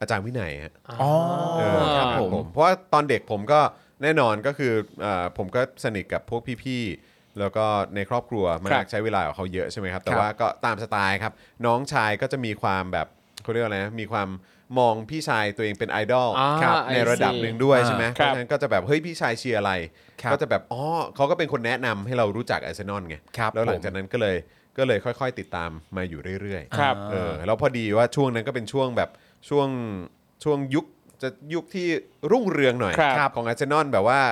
อาจารย์วินัยฮะ อ๋อ เออครับ ครับผม ผมเพราะว่าตอนเด็กผมก็แน่นอนก็คือเอ่อผมก็สนิทกับพวกพี่ๆ แล้วก็ในครอบครัวมา ครั ก บ ใช้เวลากับเขาเยอะใช่ไหมครับ แต่ ครับ ว่าก็ตามสไตล์ครับ น้องชายก็จะมีความแบบเขาเรียกว่าอะไรนะมีความมองพี่ชายตัวเองเป็นไอดอล อ่า ครับ I ในระดับ see หนึ่งด้วย อ่า ใช่ไหมเพ ครับ ราะฉะนั้นก็จะแบบเฮ้ยพี่ชายเชียร์อะไร ครับ ก็จะแบบอ๋อเขาก็เป็นคนแนะนำให้เรารู้จักอาร์เซนอลไง ครับ แล้วหลัง ผม จากนั้นก็เลยก็เลยค่อย ๆ ติดตามมาอยู่เรื่อย ครับ ๆเออแล้วพอดีว่าช่วงนั้นก็เป็นช่วงแบบช่วงช่วงยุคจะยุคที่รุ่งเรืองหน่อย ครับ ของอาร์เซนอลแบบว่า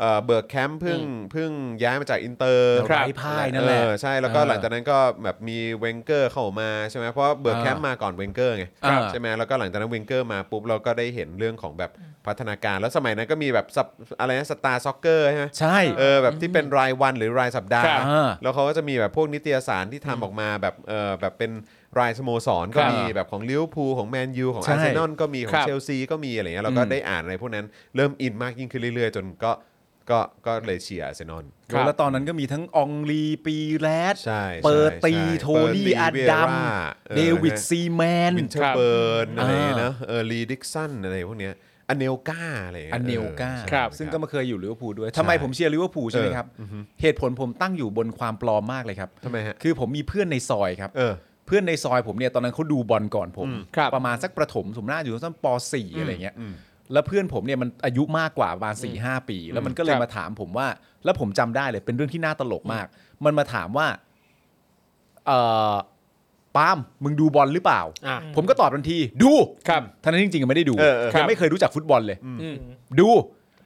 เอ่อเบิร์กแคมป์เพิ่งเพิ่งย้ายมาจากอินเตอร์ ไร้พ่ายนั่นแหละ เออใช่แล้วก็ เออ หลังจากนั้นก็แบบมีเวงเกอร์เข้ามาใช่ไหมเพราะเบิร์กแคมป์มาก่อนเวงเกอร์ไง ครับ ใช่ไหมแล้วก็หลังจากนั้นเวงเกอร์มาปุ๊บเราก็ได้เห็นเรื่องของแบบพัฒนาการแล้วสมัยนั้นก็มีแบบสับอะไรนะสตาร์ซ็อกเกอร์ใช่ไหม ใช่ เออแบบที่เป็นรายวันหรือรายสัปดาห์ ครับ เออ แล้วเขาก็จะมีแบบพวกนิตยสารที่ทำออกมาแบบเออแบบเป็นรายสโมสรก็ ครับ มีแบบของลิเวอร์พูลของแมนยูของ ใช่ อาร์เซนอลก็มีของครับ เชลซีก็มีอะไรเงี้ยเราก็ได้อ่านอะไรพวกนั้นเริ่มอินมากยิ่งขึ้นเรื่อยๆ จนก็ก็ก็เลยเชียร์อาร์เซนอล ครับ แล้วตอนนั้นก็มีทั้งอองลีปีแรด ใช่ เปิดตี ใช่ โท เปิ นี่ ตี อา เวีย ดัม ร่าออ เดวิด นะฮะ ซีแมน วินเทอ ครั ร์ บ เบิร์นอะไร อ่า เนะเออลีดิกสันอะไรพวกเนี้ยอเนลกาอะไรย่งงี้ย อันเนลกา ออใช่ ครับ ซึ่งก็มาเคยอยู่ลิเวอร์พูลด้วยทำไมผมเชียร์ลิเวอร์พูลใช่ไหมครับ เหตุผลผมตั้งอยู่บนความปลอมมากเลยครับ ทำไมฮะ คือผมมีเพื่อนในซอยครับ เออ เพื่อนในซอยผมเนี่ยตอนนั้นเขาดูบอลก่อนผม ครับ ประมาณสักประถมสมน่าอยู่สักป .4 อะไรเงี้ยแล้วเพื่อนผมเนี่ยมันอายุมากกว่าประมาณ4ี่หปี แล้วมันก็เลย ครับ มาถามผมว่า แล้วผมจำได้เลยเป็นเรื่องที่น่าตลกมาก มันมาถามว่าเออปาล์มมึงดูบอลหรือเปล่า อ่ะ ผมก็ตอบทันที ดู ครับ ทั้งนั้นจริงๆยังไม่ได้ดู เออเออ ยังไม่เคยรู้จักฟุตบอลเลย อืม ดู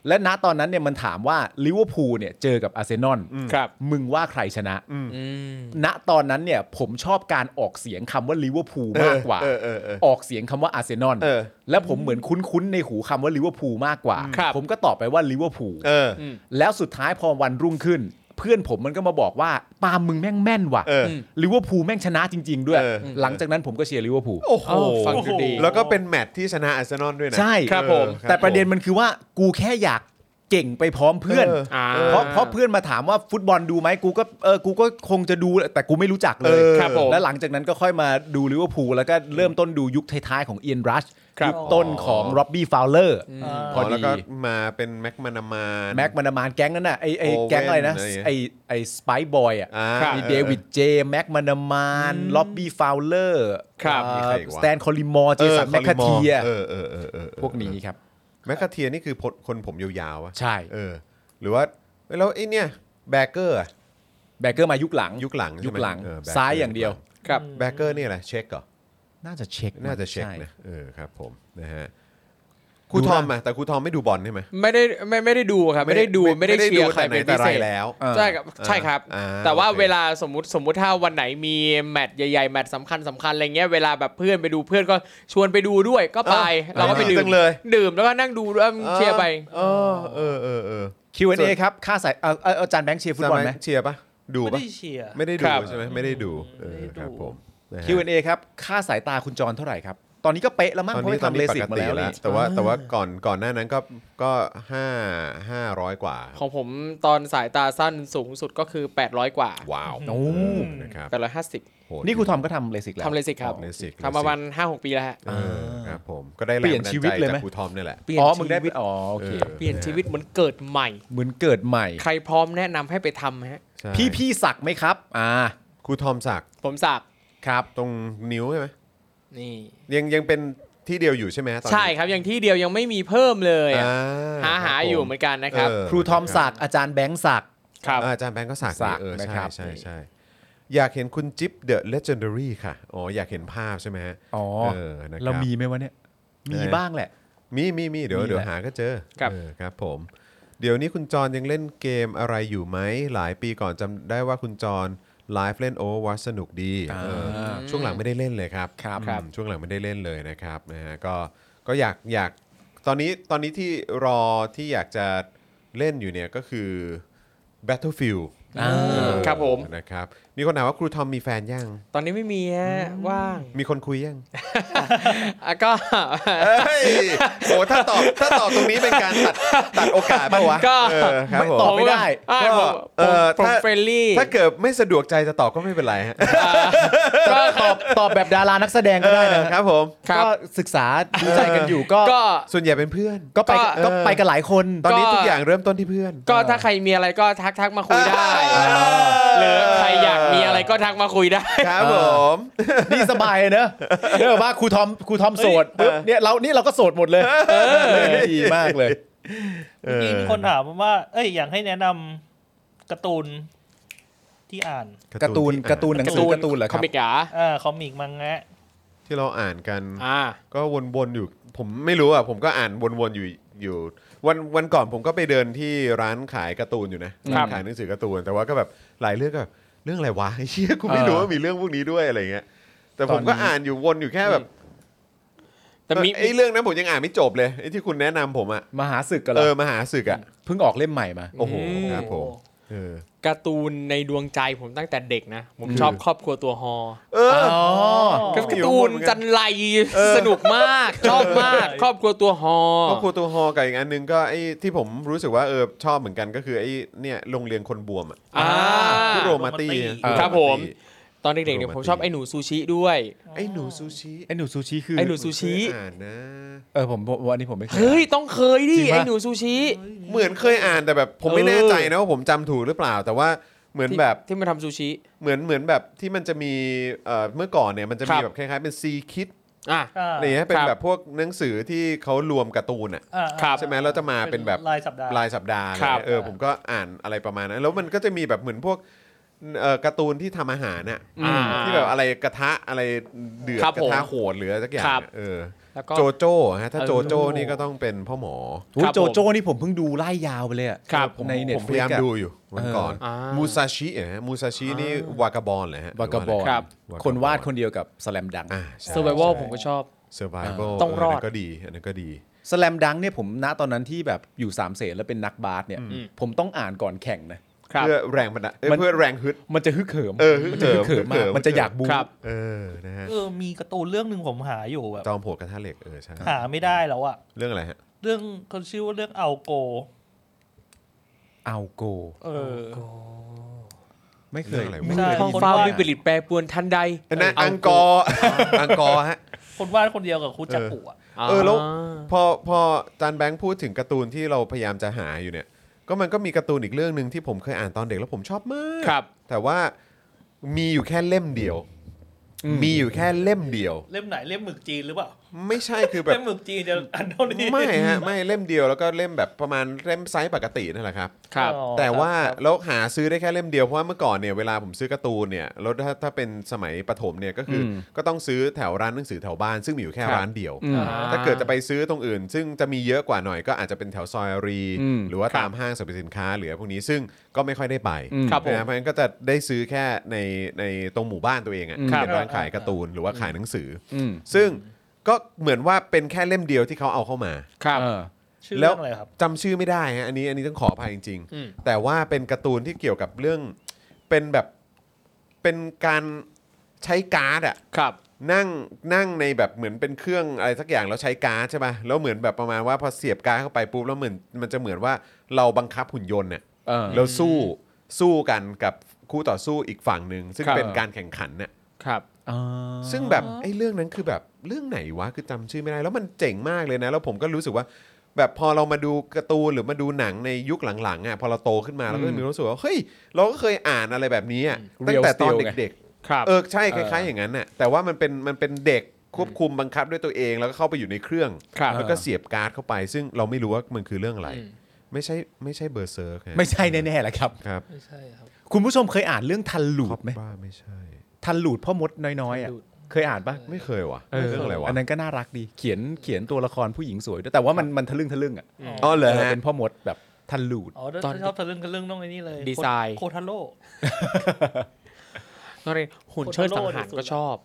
และณตอนนั้นเนี่ยมันถามว่าลิเวอร์พูลเนี่ยเจอกับอาร์เซนอล ครับ มึงว่าใครชนะ อืม ณตอนนั้นเนี่ยผมชอบการออกเสียงคำว่าลิเวอร์พูลมากกว่า เออเออเออ ออกเสียงคำว่าอาร์เซนอล เออ และผมเหมือนคุ้นๆในหูคำว่าลิเวอร์พูลมากกว่า ครับ ผมก็ตอบไปว่าลิเวอร์พูล เออ แล้วสุดท้ายพอวันรุ่งขึ้น เพื่อนผมมันก็มาบอกว่าปาล์มมึงแม่งแม่นว่ะ เออ ลิเวอร์พูลแม่งชนะจริง ๆ ด้วย เออ หลังจากนั้นผมก็เชียร์ลิเวอร์พูล โอ้โห เออฟังดูดี แล้วก็เป็นแมตช์ที่ชนะอาร์เซนอลด้วยนะ ใช่ ครับผม ออ แต่ประเด็นมันคือว่ากูแค่อยาก เก่งไปพร้อมเพื่อน เออ อ่า เพราะเพราะเพื่อนมาถามว่าฟุตบอลดูไหมกูก็เออกูก็คงจะดูแหละแต่กูไม่รู้จักเลย เออ ครับผม แล้วหลังจากนั้นก็ค่อยมาดูลิเวอร์พูลแล้วก็เริ่มต้นดูยุคท้ายๆของเอียนรัช ครับ ยุคต้นของร็อบบี้ฟาวเลอร์ อ่า พอ แล้วก็มาเป็นแม็กมานามา แม็กมันามานแก๊งนั้นน่ะไอไอ โอเว่น แก๊งอะไรนะ อะไรอย่างเงี้ย ไอไอสไปบอยอ่ะ อ่า ครับ มีเดวิดเจแม็กมันามานล็อบบี้ฟาวเลอร์ ครับ เอ่อ มีใครอีกวะ สแตนคอลลิมอร์เจ เออ สันแมคคาเทีย เออเออเออเออเออ พวกนี้ครับ แมคคาเทียนี่คือคนผมยาวๆวะ ใช่ เออ หรือว่าแล้วไอ้เนี่ยแบเกอร์อะ แบกเกอร์มายุคหลัง ยุคหลัง ยุคหลัง ใช่ไมเออแบกเกร์ ซ้ายอย่างเดียว ครับ แบเกอร์นี่อะไรเช็คเหรอ น่าจะเช็ค น่าจะเช็ค ใ นะเออครับผมนะฮะครูทอมอะแต่ครูทอมไม่ดูบอลใช่ไหม ไม่ได้ไม่ไม่ได้ดูครับไม่ได้ดูไม่ได้เชียร์ใครเป็นพิ แต่ไหนแต่ เศ ไร ษ แล้ว เออ ใช่ครับใช่ครับ อ่า แต่ว่า โอเค เวลาสมมติสมมุติถ้าวันไหนมีแมตช์ใหญ่ๆ แมตช์สำคัญสำคัญอะไรเงี้ยเวลาแบบเพื่อนไปดูเพื่อนก็ชวนไปดูด้วยก็ไป เราก็ไป ออ ดื่ จั ม งเลย ดื่มแล้วก็นั่งดูด้วยเชียร์ไป เออเออเออเออ ส่ Q&A วน ครับค่าสายเอ่อเอ่ออาจารย์แบงค์เชียร์ฟุตบอลไหม เชียร์ปะดู ไม่ ปะ ได้เชียร์ ไม่ได้ดูใช่ไหมไม่ได้ดูเออไม่ได้คดูรับผมนะฮะ Q&A ครับค่าสายตาคุณจรเท่าไหร่ครับ ตอนนี้ก็เป๊ะแล้วมั้ง ตอน เพราะ นี้ ว่า ตอน ทำเล นี้ป สิก ก มา ติ แล้ว แล้วนี่แต่ว่าแต่ว่าก่อนก่อนหน้านั้นก็ก็ห้าห้าร้อยกว่า ของผมตอนสายตาสั้นสูงสุดก็คือ 800 กว่า ว้าว โอ้ นะครับ 850 โหด นี่ครูทอมก็ทำเลสิกแล้ว ทำเลยสิครับ เลสิก ทำประมาณ 5-6 ปีแล้วฮะ เออครับผมก็ได้แรง เปลี่ยนชีวิตเลยไหม บันดาใจจากครูทอมเนี่ยแหละ อ๋อมึงได้ ชีวิต อ๋อโอเค เออ เปลี่ยนชีวิตเหมือนเกิดใหม่ เหมือนเกิดใหม่ ใครพร้อมแนะนำให้ไปทำฮะ ใช่ พี่พี่สักไหมครับ อ่า ครูทอมสัก ผมสัก ครับ ตรงนิ้วใช่ไหม นี่ ยังยังเป็นที่เดียวอยู่ใช่ไหมฮะตอนนี้ ใช่ครับอย่างที่เดียวยังไม่มีเพิ่มเลยอะ อ่ หาหา ครับ อยู่เหมือนกันนะครับ เค รูทอมสักอาจารย์แบงค์สัก ครับ อ่าอาจารย์แบงก์ก็สัก สัก เออ นะ ใช่ ครับ ใช่ใช่อยากเห็นคุณจิ๊บเดอะเลเจนดารี่ค่ะ อ๋อ อยากเห็นภาพใช่ไหมฮะ อ๋อ เออนะค เรา รับ มีไหมวะเนี่ย มี เออ บ้างแหละ มีมีมีเดี๋ยว มี เดี๋ยว แหละ หาก็เจอ ครับ เออครับผม เดี๋ยวนี้คุณจรยังเล่นเกมอะไรอยู่ไหม หลายปีก่อนจำได้ว่าคุณจรไลฟ์เล่นโอวัสนุกดีเออช่วงหลังไม่ได้เล่นเลยครับ ครับ อืมช่วงหลังไม่ได้เล่นเลยนะครับนะฮะก็ก็อยากอยากตอนนี้ตอนนี้ที่รอที่อยากจะเล่นอยู่เนี่ยก็คือ Battlefield อ่า เออ ครับผม นะครับมีคนถามว่าครูทอมมีแฟนยัง ตอนนี้ไม่มีฮะว่าง มีคนคุยยัง อ่ะก็ เอ้ยโอ้ถ้าตอบถ้าตอบตรงนี้เป็นการตัดตัดโอกาสป่าวะ ก็ เออครับผม ตอบไม่ได้ อ่ะ ก็ ผม เอ่อ ผม ถ้า เฟรนลี่ ถ้าเกิดไม่สะดวกใจจะตอบก็ไม่เป็นไรฮะ ก็ตอบตอบแบบดารานักแสดงก็ได้เอนะอ ค ครับ รับผม ครับ ก็ศึกษาดูใจกันอยู่ก็ ก็ ส่วนใหญ่เป็นเพื่อน ก็ไปกับ ก็ ก็ไปกันหลายคน ตอนนี้ ก็ ทุกอย่างเริ่มต้นที่เพื่อน ก็ถ้าใครมีอะไรก็ทักทักมาคุยได้ เออ หรือใครอยากมีอะไรก็ทักมาคุยได้ ครับผม นี่สบายเลยเนอะเนอะว่าครูทอมครูทอมโสดปุ๊บเนี่ยเรานี่เราก็โสดหมดเลยดีมากเลย เออ จริงๆมีคนถามว่า เอ้ยอยากให้แนะนำการ์ตูนที่อ่าน การ์ตูนการ์ตูนหนังสือการ์ตูนเหรอค คอ รับ มิกเหรอ อ่าคอมิกมังงะ ที่เราอ่านกัน อ่า ก็วนๆอยู่ ผมไม่รู้อ่ะ ผมก็อ่านวนๆอยู่อยู่ วันวันก่อนผมก็ไปเดินที่ร้านขายการ์ตูนอยู่นะครับ ร้านขายหนังสือการ์ตูน แต่ว่าก็แบบหลายเรื่องก็แบบเรื่องอะไรวะ ไอ้เชี่ยกูไม่รู้ว่ามีเรื่องพวกนี้ด้วยอะไรเงี้ย แต่ผมก็อ่านอยู่วนอยู่แค่แบบ แต่มี ไอ้เรื่องนั้นผมยังอ่านไม่จบเลยไอ้ที่คุณแนะนำผมอ่ะ มหาศึกกันเหร เอ อ อมหาศึกอ่ะ เพิ่งออกเล่มใหม่มา โอ้โหครับผมเออ การ์ตูนในดวงใจผมตั้งแต่เด็กนะ ผมชอบครอบครัวตัวฮอ เออ อ๋อ กา อ ร์ ยู่ ตูน ข้างบนเหมือนกัน จันไรสนุกมาก ชอบมาก ครอบครัวตัวฮอ ็ครูตัวฮอกับอีกอันหนึงก็ไอ้ที่ผมรู้สึกว่าเออชอบเหมือนกันก็คือไอ้เนี่ยโรงเรียนคนบวมอ่ะ อ่า ที่โรมาตี้ อ่า ครับผม โาตี้ ตอนเด็กๆเนี่ยผมชอบไอ้หนูซูชิด้วย ไอ้หนูซูชิ ไอ้หนูซูชิคือ ไอ้หนูซูผชิมเคยอ่านนะ เออผมผมวันนี้ผมไม่เคย เฮ้ย ต้องเคยดิ จริงปะ ไอ้หนูซูชิ เหมือนเคยอ่านแต่แบบผมไม่ เออ แน่ใจนะว่าผมจำถูกหรือเปล่า แต่ว่าเหมือน ที่ แบบ ที่มันทำซูชิ เหมือนเหมือนแบบที่มันจะมีเอ่อเมื่อก่อนเนี่ยมันจะ ครั มี บ แบบคล้ายๆเป็นซีคิด อ่ะ อ่า อะไรเงี้ยเป็น ครับ แบบพวกหนังสือที่เขารวมการ์ตูนอ่ะ อ่า ครับ ใช่ไหมแล้วจะมาเป็นแบบ รายสัปดาห์ รายสัปดาห์ ครับ เออผมก็อ่านอะไรประมาณนั้น แล้วมันก็จะมีแบบเหมือนพวกเอ่อการ์ตูนที่ทำอาหารน่ะ อ่า ที่แบบอะไรกระทะอะไรเดือด ครับ ก ผม ระทะโหดหรืออะไรสักอย่าง ครับ เนี่ยเออ แล้วก็ โจโจ้ฮะถ้า เออ โจโจ้นี่ก็ต้องเป็นพ่อหมอ โอ้ย ครับผม โจโจ้นี่ผมเพิ่งดูไล่ยาวไปเลยอะ ครับผม ในเน็ต ผม ฟ พ ลิ ยาก ยามดูอยู่วันก่อน อ่ามู มูซาชิเหรอฮะมูซาชินี่วากาบอลเหรอฮะ บากาบอล ครับ คนวาดคนเดียวกับสแลมดัง อ่าใช่ s u r v i v a l ผมก็ชอบ survival ต้องรอด นนั้นก็ดีอันนั้นก็ดี สแลมดังเนี่ยผมณตอนนั้นที่แบบอยู่สามเสนแล้วเป็นนักบาสเนี่ย อืม ผมต้องอ่านก่อนแข่งนะ ครับ เพื่อแรงบันดาลเอ้ย มัน เพื่อแรงฮึด มันจะฮึกเหิม เออฮึก มัน เหิ จะ ม ฮึกเหิมมา ฮึกเหิ ก ม มันจะอยากบู ครับ เออนะฮะ เออมีการ์ตูนเรื่องหนึ่งผมหาอยู่แบบ จอมโหดกระทะเหล็กเออใช่ หาไม่ได้แล้วอะ เรื่องอะไรฮะ เรื่องเขาชื่อว่าเรื่องเอาโก เอาโก เออ ไม่เคย เรื่องอะไรวะ ใช่ ท้องฟ้า คนวาด วิปริตแปรปรวนทันใด อันนั้นอังกอร์ อังกอร์ฮะ คนวาดคนเดียวกับคุจักกุอ่ะ า เออแล้ว พอพออาจานแบงค์พูดถึงการ์ตูนที่เราพยายามจะหาอยู่เนี่ย ก็มันก็มีการ์ตูนอีกเรื่องหนึ่งที่ผมเคยอ่านตอนเด็กแล้วผมชอบมาก ครับ แต่ว่ามีอยู่แค่เล่มเดียว มีอยู่แค่เล่มเดียว เล่มไหนเล่มหมึกจีนหรือเปล่า ไม่ใช่คือแบบ เล่มหมึกจีนจะอันเท่านี้ ไม่ฮะไม่เล่มเดียวแล้วก็เล่มแบบประมาณเล่มไซส์ปกตินั่นแหละครับ ครับ อ๋อ แต่ว่า ครับ แล้วหาซื้อได้แค่เล่มเดียวเพราะว่าเมื่อก่อนเนี่ยเวลาผมซื้อการ์ตูนเนี่ยแล้วถ้าถ้าเป็นสมัยประถมเนี่ยก็คืออ ม ก็ต้องซื้อแถวร้านหนังสือแถวบ้าน ซึ่งมีอยู่แค่ ครับ ร้านเดียว อืม อ่ ถ้าเกิดจะไปซื้อตรงอื่น ซึ่งจะมีเยอะกว่าหน่อยก็อาจจะเป็นแถวซอยอารี อืม หรือว่า ครับ ตามห้างสรรพสินค้าหรือพวกนี้ซึ่งก็ไม่ค่อยได้ไป อืม ครับ ผม นะฮะเพราะฉะนั้นก็จะได้ซื้อแค่ในในตรงหมู่บ้านตัวเองอะ อืม ที่เป็นร้านขายการ์ตูนหรือว่าขายหนังสืออ อืม ซึ่งก็เหมือนว่าเป็นแค่เล่มเดียวที่เขาเอาเข้ามา ครับ เออ ชื่อ แล้ เรื่ ว องอะไรครับ จำชื่อไม่ได้ฮะอันนี้อันนี้ต้องขออภัยจริง อืม ๆ แต่ว่าเป็นการ์ตูนที่เกี่ยวกับเรื่องเป็นแบบเป็นการใช้การ์ดอะ ครับ นั่งนั่งในแบบเหมือนเป็นเครื่องอะไรสักอย่างแล้วใช้การ์ดใช่ปะแล้วเหมือนแบบประมาณว่าพอเสียบการ์ดเข้าไปปุ๊บแล้วเหมือนมันจะเหมือนว่าเราบังคับหุ่นยนต์เนี่ย เออ แล้วสู้สู้กันกับคู่ต่อสู้อีกฝั่งหนึ่งซึ่ง ครับ เป็นการแข่งขันเนี่ย ครับ อ่า ซึ่งแบบไอ้เรื่องนั้นคือแบบเรื่องไหนวะคือจำชื่อไม่ได้แล้วมันเจ๋งมากเลยนะ แล้วผมก็รู้สึกว่า แบบพอเรามาดูการ์ตูนหรือมาดูหนังในยุคหลังๆอ่ะพอเราโตขึ้นมาเราก็จะมีความรู้สึกว่าเฮ้ยเราก็เคยอ่านอะไรแบบนี้อ่ะ อืม ตั้งแต่ Real ตอน Steel ไง เด็ก ครับ ๆเออใช่คล้ายๆอย่างนั้นน่ะแต่ว่ามันเป็นมันเป็นเด็กควบคุมบังคับด้วยตัวเองแล้วก็เข้าไปอยู่ในเครื่อง ครับ แล้วก็เสียบการ์ดเข้าไป ซึ่งเราไม่รู้ว่ามันคือเรื่องอะไร ไม่ใช่ไม่ใช่เบอร์เซอร์ ไม่ใช่แน่ๆแหละครับ ครับ ไม่ใช่ครับ คุณผู้ชมเคยอ่านเรื่องทันหลูดไหม บ้าไม่ใช่ ทันหลูดพ่อมดน้อยๆอ่ะ ทันหลูด เคยอ่านปะ ไม่เคยว่ะเรื่องอะไรวะ นนั้นก็น่ารักดีเขียนเขียนตัวละครผู้หญิงสวยด้วยแต่ว่ามันมันทะลึ่งทะลึ่งอ่ะ อ๋อเหรอฮะ เป็นพ่อมดแบบทันหลูด อ๋อถ้า ตอน ถ้าชอบทะลึ่งทะลึ่งต้องไอ้นี่เลย ดีไซน์ โคทาโร่ นอกจากหุ่นเชิดสังหารก็ชอบ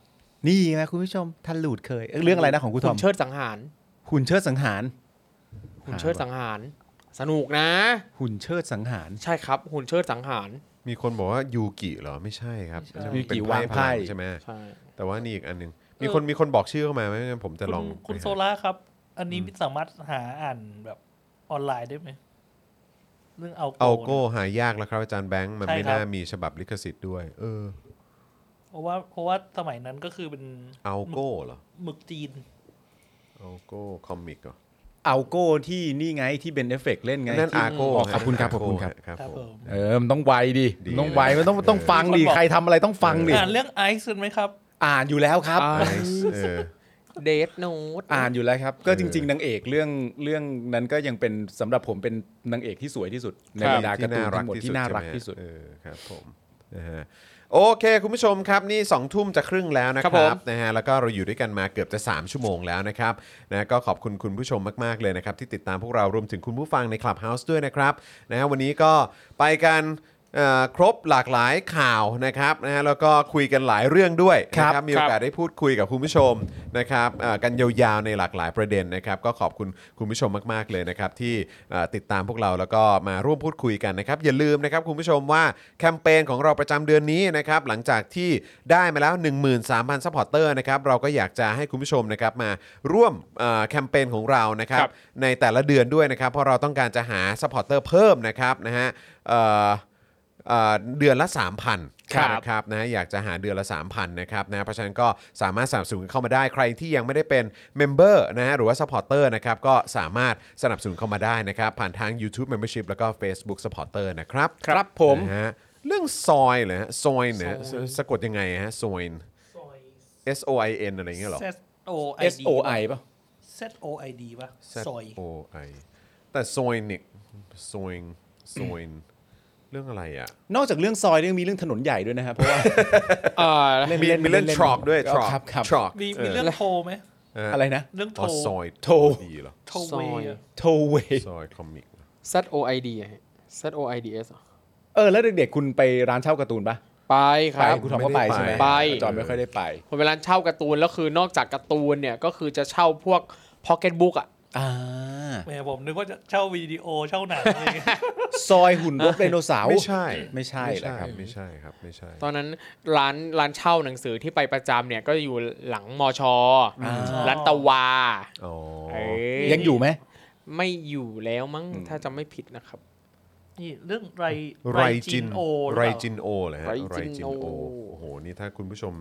นี่ไงคุณผู้ชมทันหลูดเคยเอ้ยเรื่องอะไรนะของคุณทอ หุ่ ม นเชิดสังหาร หุ่นเชิดสังหาร หุ่นเชิดสังหารสนุกนะ หุ่นเชิดสังหาร ใช่ครับหุ่นเชิดสังหาร มีคนบอกว่ายูกิเหรอไม่ใช่ครับอันนั้น ยูกิ เป็น วางไพ่ พลัใช่ไหม ใช่ แต่ว่านี่อีกอันหนึ่ง เออ มีคนมีคนบอกชื่อเข้ามาไหมงั้นผมจะ คุณ ลอง คุณ ไปหา โซล่าครับ อันนี้สามารถหาอ่านแบบออนไลน์ได้ไหมเรื่องเอาโก เอาโก้หายากแล้วครับอาจารย์แบงค์มัน ใช่ ไม่ ครับ น่ามีฉบับลิขสิทธิ์ด้วย เออ เพราะว่าเพราะว่าสมัยนั้นก็คือเป็น เอาโก้เหรอ หมึกจีน เอาโก้คอมิกเหรอ เอาโก้ที่นี่ไงที่เบนเอฟเฟกเล่นไง นั่นอาโก้ อ๋อขอบคุณครับขอบคุณครับ ครับ ครับ ผ ผม ม เออมันต้องไวดิ ดี มันต้องไวมันต้อง เออ ต้องฟังดิใครทำอะไรต้องฟังดิ อ่านเรื่องไอซ์กันไหมครับ อ่านอยู่แล้วครับ อ่า ไอซ์เออ เดทโน้ต อ่านอยู่แล้วครับ ก็จริง เออ ๆนางเอกเรื่องเรื่องนั้นก็ยังเป็นสำหรับผมเป็นนางเอกที่สวยที่สุดคในรับ บรรดาการ์ตูนทั้งหมดที่น่ารักที่สุด ใช่ไหมฮะเออครับผมนะฮะโอเค คุณผู้ชมครับนี่2ทุ่มจะครึ่งแล้วนะค ครั รับบ ผม นะฮะแล้วก็เราอยู่ด้วยกันมาเกือบจะ 3 ชั่วโมงแล้วนะครับนะก็ขอบคุณคุณผู้ชมมาก ๆ เลยนะครับ ที่ติดตามพวกเรารวมถึงคุณผู้ฟังใน Clubhouse ด้วยนะครับนะฮะวันนี้ก็ไปกันเอ่อครบหลากหลายข่าวนะครับนะฮะแล้วก็คุยกันหลายเรื่องด้วย ครับ นะมีโอการคั ส บ ได้พูดคุยกับคุณผู้ชมนะครับเอ่อกันยาวๆในหลากหลายประเด็นนะครับก็ขอบคุณคุณผู้ชมมากๆเลยนะครับที่เอ่อติดตามพวกเราแล้วก็มาร่วมพูดคุยกันนะครับอย่าลืมนะครับคุณผู้ชมว่าแคมเปญของเราประจำเดือนนี้นะครับหลังจากที่ได้มาแล้ว 13,000ซัพพอร์เตอร์นะครับเราก็อยากจะให้คุณผู้ชมนะครับมาร่วมเอ่อแคมเปญของเรานะครับ ครับ ในแต่ละเดือนด้วยนะครับเพราะเราต้องการจะหาซัพพอร์เตอร์เพิ่มนะครับนะฮะเอ่อ เอ่อเดือนละ 3,000 ครับ นะครับนะอยากจะหาเดือนละ 3,000นะครับนะเพราะฉะนั้นก็สามารถสนับสนุนเข้ามาได้ใครที่ยังไม่ได้เป็นเมมเบอร์นะฮะหรือว่า s u p p อร์เตอร์นะครับก็สามารถสนับสนุนเข้ามาได้นะครับ ผ่านทาง YouTube Membership แล้วก็ Facebook Supporter นะครับ ครับผม นะฮะเรื่องซอยเหรอฮะซอยเนี่ยสะกดยังไงฮะซอย S O I N อะไรอย่างเงี้ยเหรอ Z O I S D O I ป่ะ Z O I D ป่ะ Z ซอย O I แต่ซอยเนี่ยซอยซอยเรื่องอะไรอ่ะ นอกจากเรื่องซอยยังมีเรื่องถนนใหญ่ด้วยนะครับเพราะว่า เอ่อ เล่น มี เล่น มีเล่น เล่น ทรอกด้วยทรอก ครับครับ ทรอก มีมีเรื่องโทรไหม อะไรนะ เรื่องโท อ๋ ร อซอย โทร ดีเหรอ โทรเวย์อะ โทเว ซอยคอมิก Z O I D อะฮะ Z O I D S เออแล้วเด็กๆคุณไปร้านเช่าการ์ตูนปะ ไปค ไป รับ คุณทอมก็ไปใช่ไหม ไป จอนไม่ค่อยได้ไป ผมเวลาเช่าการ์ตูนแล้วคือนอกจากการ์ตูนเนี่ย ก็คือจะเช่าพวกพ็อกเก็ตบุ๊กอ่ะ อ่า แหมผมนึกว่าจะเช่าวิดีโอเช่าหนังอะไรอย่างเงี้ย ซอยหุ่นรบไดโนเสาร์ ไม่ใช่ ไม่ใช่ ไม่ แหละ ใช่ ครับ ไม่ใช่ครับไม่ใช่ ตอนนั้นร้านร้านเช่าหนังสือที่ไปประจำเนี่ย ก็อยู่หลังมอชอ อ่า ร้านตะวา อ๋อ เอ้ ยังอยู่ไหม ไม่อยู่แล้วมั้งถ้าจำไม่ผิดนะครับ นี่เรื่องไร ไรจิน โอหรือ ไร เปล่า จินโอเหรอฮะ ไร ไร จิ จินนโอ โอโอ้โหนี่ถ้าคุณผู้ชม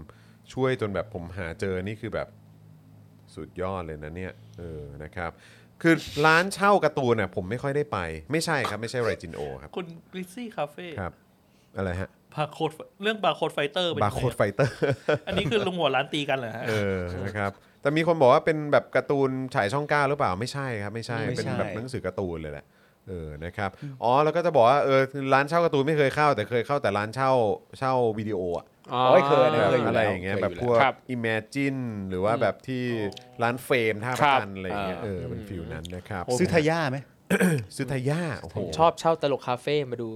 ช่วยจนแบบผมหาเจอนี่คือแบบสุดยอดเลยนะเนี่ยเออนะครับ คือร้านเช่าการ์ตูนเนี่ยผมไม่ค่อยได้ไป ไม่ใช่ครับไม่ใช่ไรจินโอครับ คุณกริซซี่คาเฟ่ ครับ อะไรฮะ บาร์โคดเรื่องบาร์โคดไฟเตอร์เป็น บาร์โคดไฟเตอร์ อันนี้คือลุงหัวร้านตีกันเหรอฮะ เอ อ นะครับ แต่มีคนบอกว่าเป็นแบบการ์ตูนฉายช่องเก้าหรือเปล่า ไม่ใช่ครับ ไม่ใช่ ไม่ใช่ เป็นแบบหนังสือการ์ตูนเลยแหละ เออ นะครับ อ๋อ แล้วก็จะบอกว่า เออ ร้านเช่าการ์ตูนไม่เคยเข้า แต่เคยเข้าแต่ร้านเช่า เช่าวิดีโออะ อ๋อ โอ้ยเคย แบ นะ บ ยู่ อะ แล้ ไร ว อย่างเงี้ย เคยอยู่ แบบพวก ครับ Imagine หรือว่าแบบที่ร้านเฟรมท่าประจันทร์อะไรอย่างเงี้ย ครับ เออ เป็นฟิลนั้นนะครับ ซื้อทาย่าไหม ซื้อทายาโอ้โห ชอบเช่าตลกคาเฟ่มาดู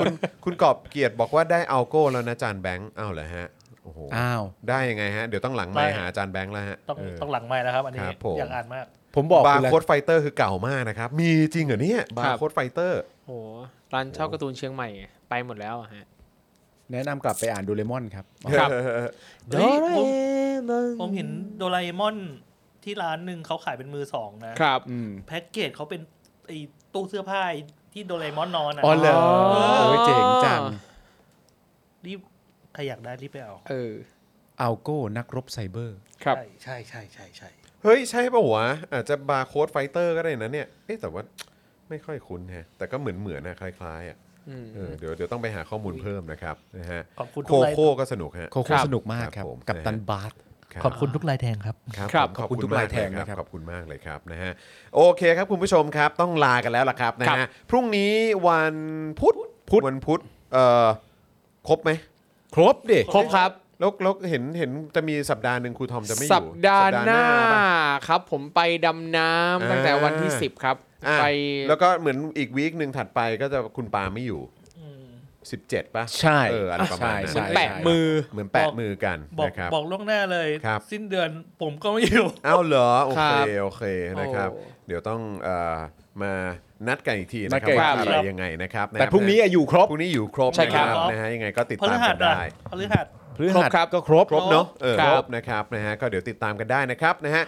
คุณคุณกอบเกียรติบอกว่าได้อัลโก้แล้วนะจานแบงค์ อ้าวเหรอฮะ โอ้โห อ้าว ได้ยังไงฮะ เดี๋ยวต้องหลังไมค์หาจานแบงค์แล้วฮะ ต้อง เออ ต้องหลังไม้นะครับ อันนี้ ครับผม อยากอ่านมาก ผมบอก บา คุณ ร์ แล้ว โค้ดไฟเตอร์คือเก่ามากนะครับ มีจริงเหรอเนี่ยบาร์โค้ดไฟเตอร์ โหร้านเช่าการ์ตูนเชียงใหม่ไงไปหมดแล้วอะฮะ แนะนำกลับไปอ่านดูเลมอนครับ ครับ เฮ้ยผม ผมเห็นโดราเอมอนที่ร้านหนึ่งเขาขายเป็นมือสองนะ ครับ อืม แพ็กเกจเขาเป็นไอ้ตู้เสื้อผ้าไอ้ที่โดราเอมอนนอนอ่ะ อ๋อเหรอ อ๋อ เออเจ๋งจัง รีบใครอยากได้รีบไปเอา เออ อัลโก้นักรบไซเบอร์ ครับ ใช่ใช่ใช่ใช่ใช่ เฮ้ย ใช่ป่ะวะอาจจะบาร์โค้ดไฟเตอร์ก็ได้นะเนี่ยเอ๊ะแต่ว่าไม่ค่อยคุ้นฮะแต่ก็เหมือนเหมือนๆนะคล้ายๆอ่ะ อืม เออเดี๋ยวเดี๋ยวต้องไปหาข้อมูลเพิ่มนะครับนะฮะ ขอบคุณ โค ทุกไลน์ โค่ก็สนุกฮะ โคโค่สนุกมากคครัรับบผม กับตัน นะฮะ บาร์ ครับ ขอบคุณทุกไลน์แทงครับ ครับ ครับ ผม ขอบคุณทุก ม ลายแทง เลย นะครับ ขอบคุณมากเลยครับนะฮะโอเคครับคุณผู้ชมครับต้องลากันแล้วล่ะครับนะครับ ฮะพรุ่งนี้วันพุธพุธวันพุธเอ่อครบไหม ครบดิ ครบครับ แล้วแล้วเห็นเห็นจะมีสัปดาห์หนึ่งครูทอมจะไม่อยู่ สัปดาห์หน้า ปะ ครับ ผมไปดำน้ำตั้งแต่วันที่ อ่า 10 ครับ อ่ะ ไป แล้วก็เหมือนอีกวีคหนึ่งถัดไปก็จะคุณปาไม่อยู่ 17 ป่ะ ใช่ เอออะไรประมาณนั้น ใช่ใช่ แปะมือ เหมือนแปะมือกัน บอก นะครับ บอกล่วงหน้าเลย ครับ สิ้นเดือนผมก็ไม่อยู่ เอ้าเหรอ โอ ครั เค บ โอเคนะครับ โอ้ เดี๋ยวต้องเอ่อมานัดกันอีกทีนะค นัด รับ กันอีก ว่า ที อะไรยังไงนะครับะ แต่ ฮะ พรุ่งนี้อะอยู่ครบ พรุ่งนี้อยู่ครบ ใช่ครับ นะนะฮะยังไงก็ติด พ ตา ฤ ม หั กั ส น อ่ะ ได้ พฤหัส พฤหัส ครับ ก็ครบ ครบเนาะเออ ครั ค บ รบนะครับนะฮะก็เดี๋ยวติดตามกันได้นะครับนะฮะ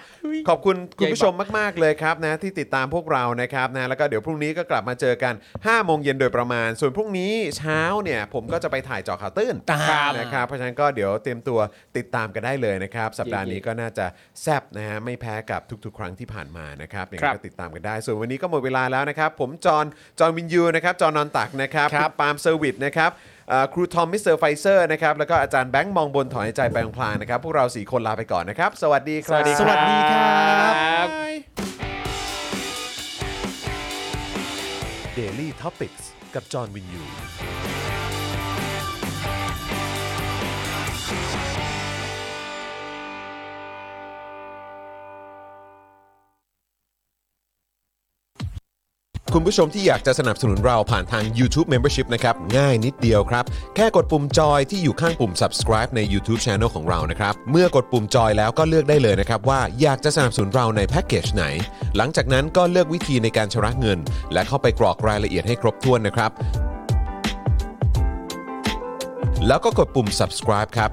ขอบคุณคุณผู้ชมมาก ๆ เลยครับนะที่ติดตามพวกเรานะครับนะแล้วก็เดี๋ยวพรุ่งนี้ก็กลับมาเจอกัน5โมงเย็นโดยประมาณ ส่วนพรุ่งนี้เช้าเนี่ยผมก็จะไปถ่ายเจอข่าวตื้น ครับ นะครับเพราะฉะนั้นก็เดี๋ยวเตรียมตัวติดตามกันได้เลยนะครับ สัปดาห์นี้ก็น่าจะแซบนะฮะไม่แพ้กับทุก ๆ ครั้งที่ผ่านมานะครับอย่าง ครั ไร บ ก็ติดตามกันได้ ส่วนวันนี้ก็หมดเวลาแล้วนะครับผมจอห์นจอห์นวินยูนะครับจอห์นนอนตักนะครับ ครับ ณปาล์มเซอร์วิสนะครับเอ่อครูทอมมิสเตอร์ไฟเซอร์นะครับแล้วก็อาจารย์แบงค์มองบนถอนหายใจไปพลางๆนะครับ พวกเราสี่คนลาไปก่อนนะครับ สวัสดีครับ สวัสดีครับ Daily Topics กับจอห์นวินยูคุณผู้ชมที่อยากจะสนับสนุนเราผ่านทาง YouTube Membership นะครับ ง่ายนิดเดียวครับ แค่กดปุ่มจอยที่อยู่ข้างปุ่ม subscribe ใน YouTube Channel ของเรานะครับ เมื่อกดปุ่มจอยแล้วก็เลือกได้เลยนะครับว่าอยากจะสนับสนุนเราในแพ็กเกจไหน หลังจากนั้นก็เลือกวิธีในการชำระเงิน และเข้าไปกรอกรายละเอียดให้ครบถ้วนนะครับ แล้วก็กดปุ่ม subscribe ครับ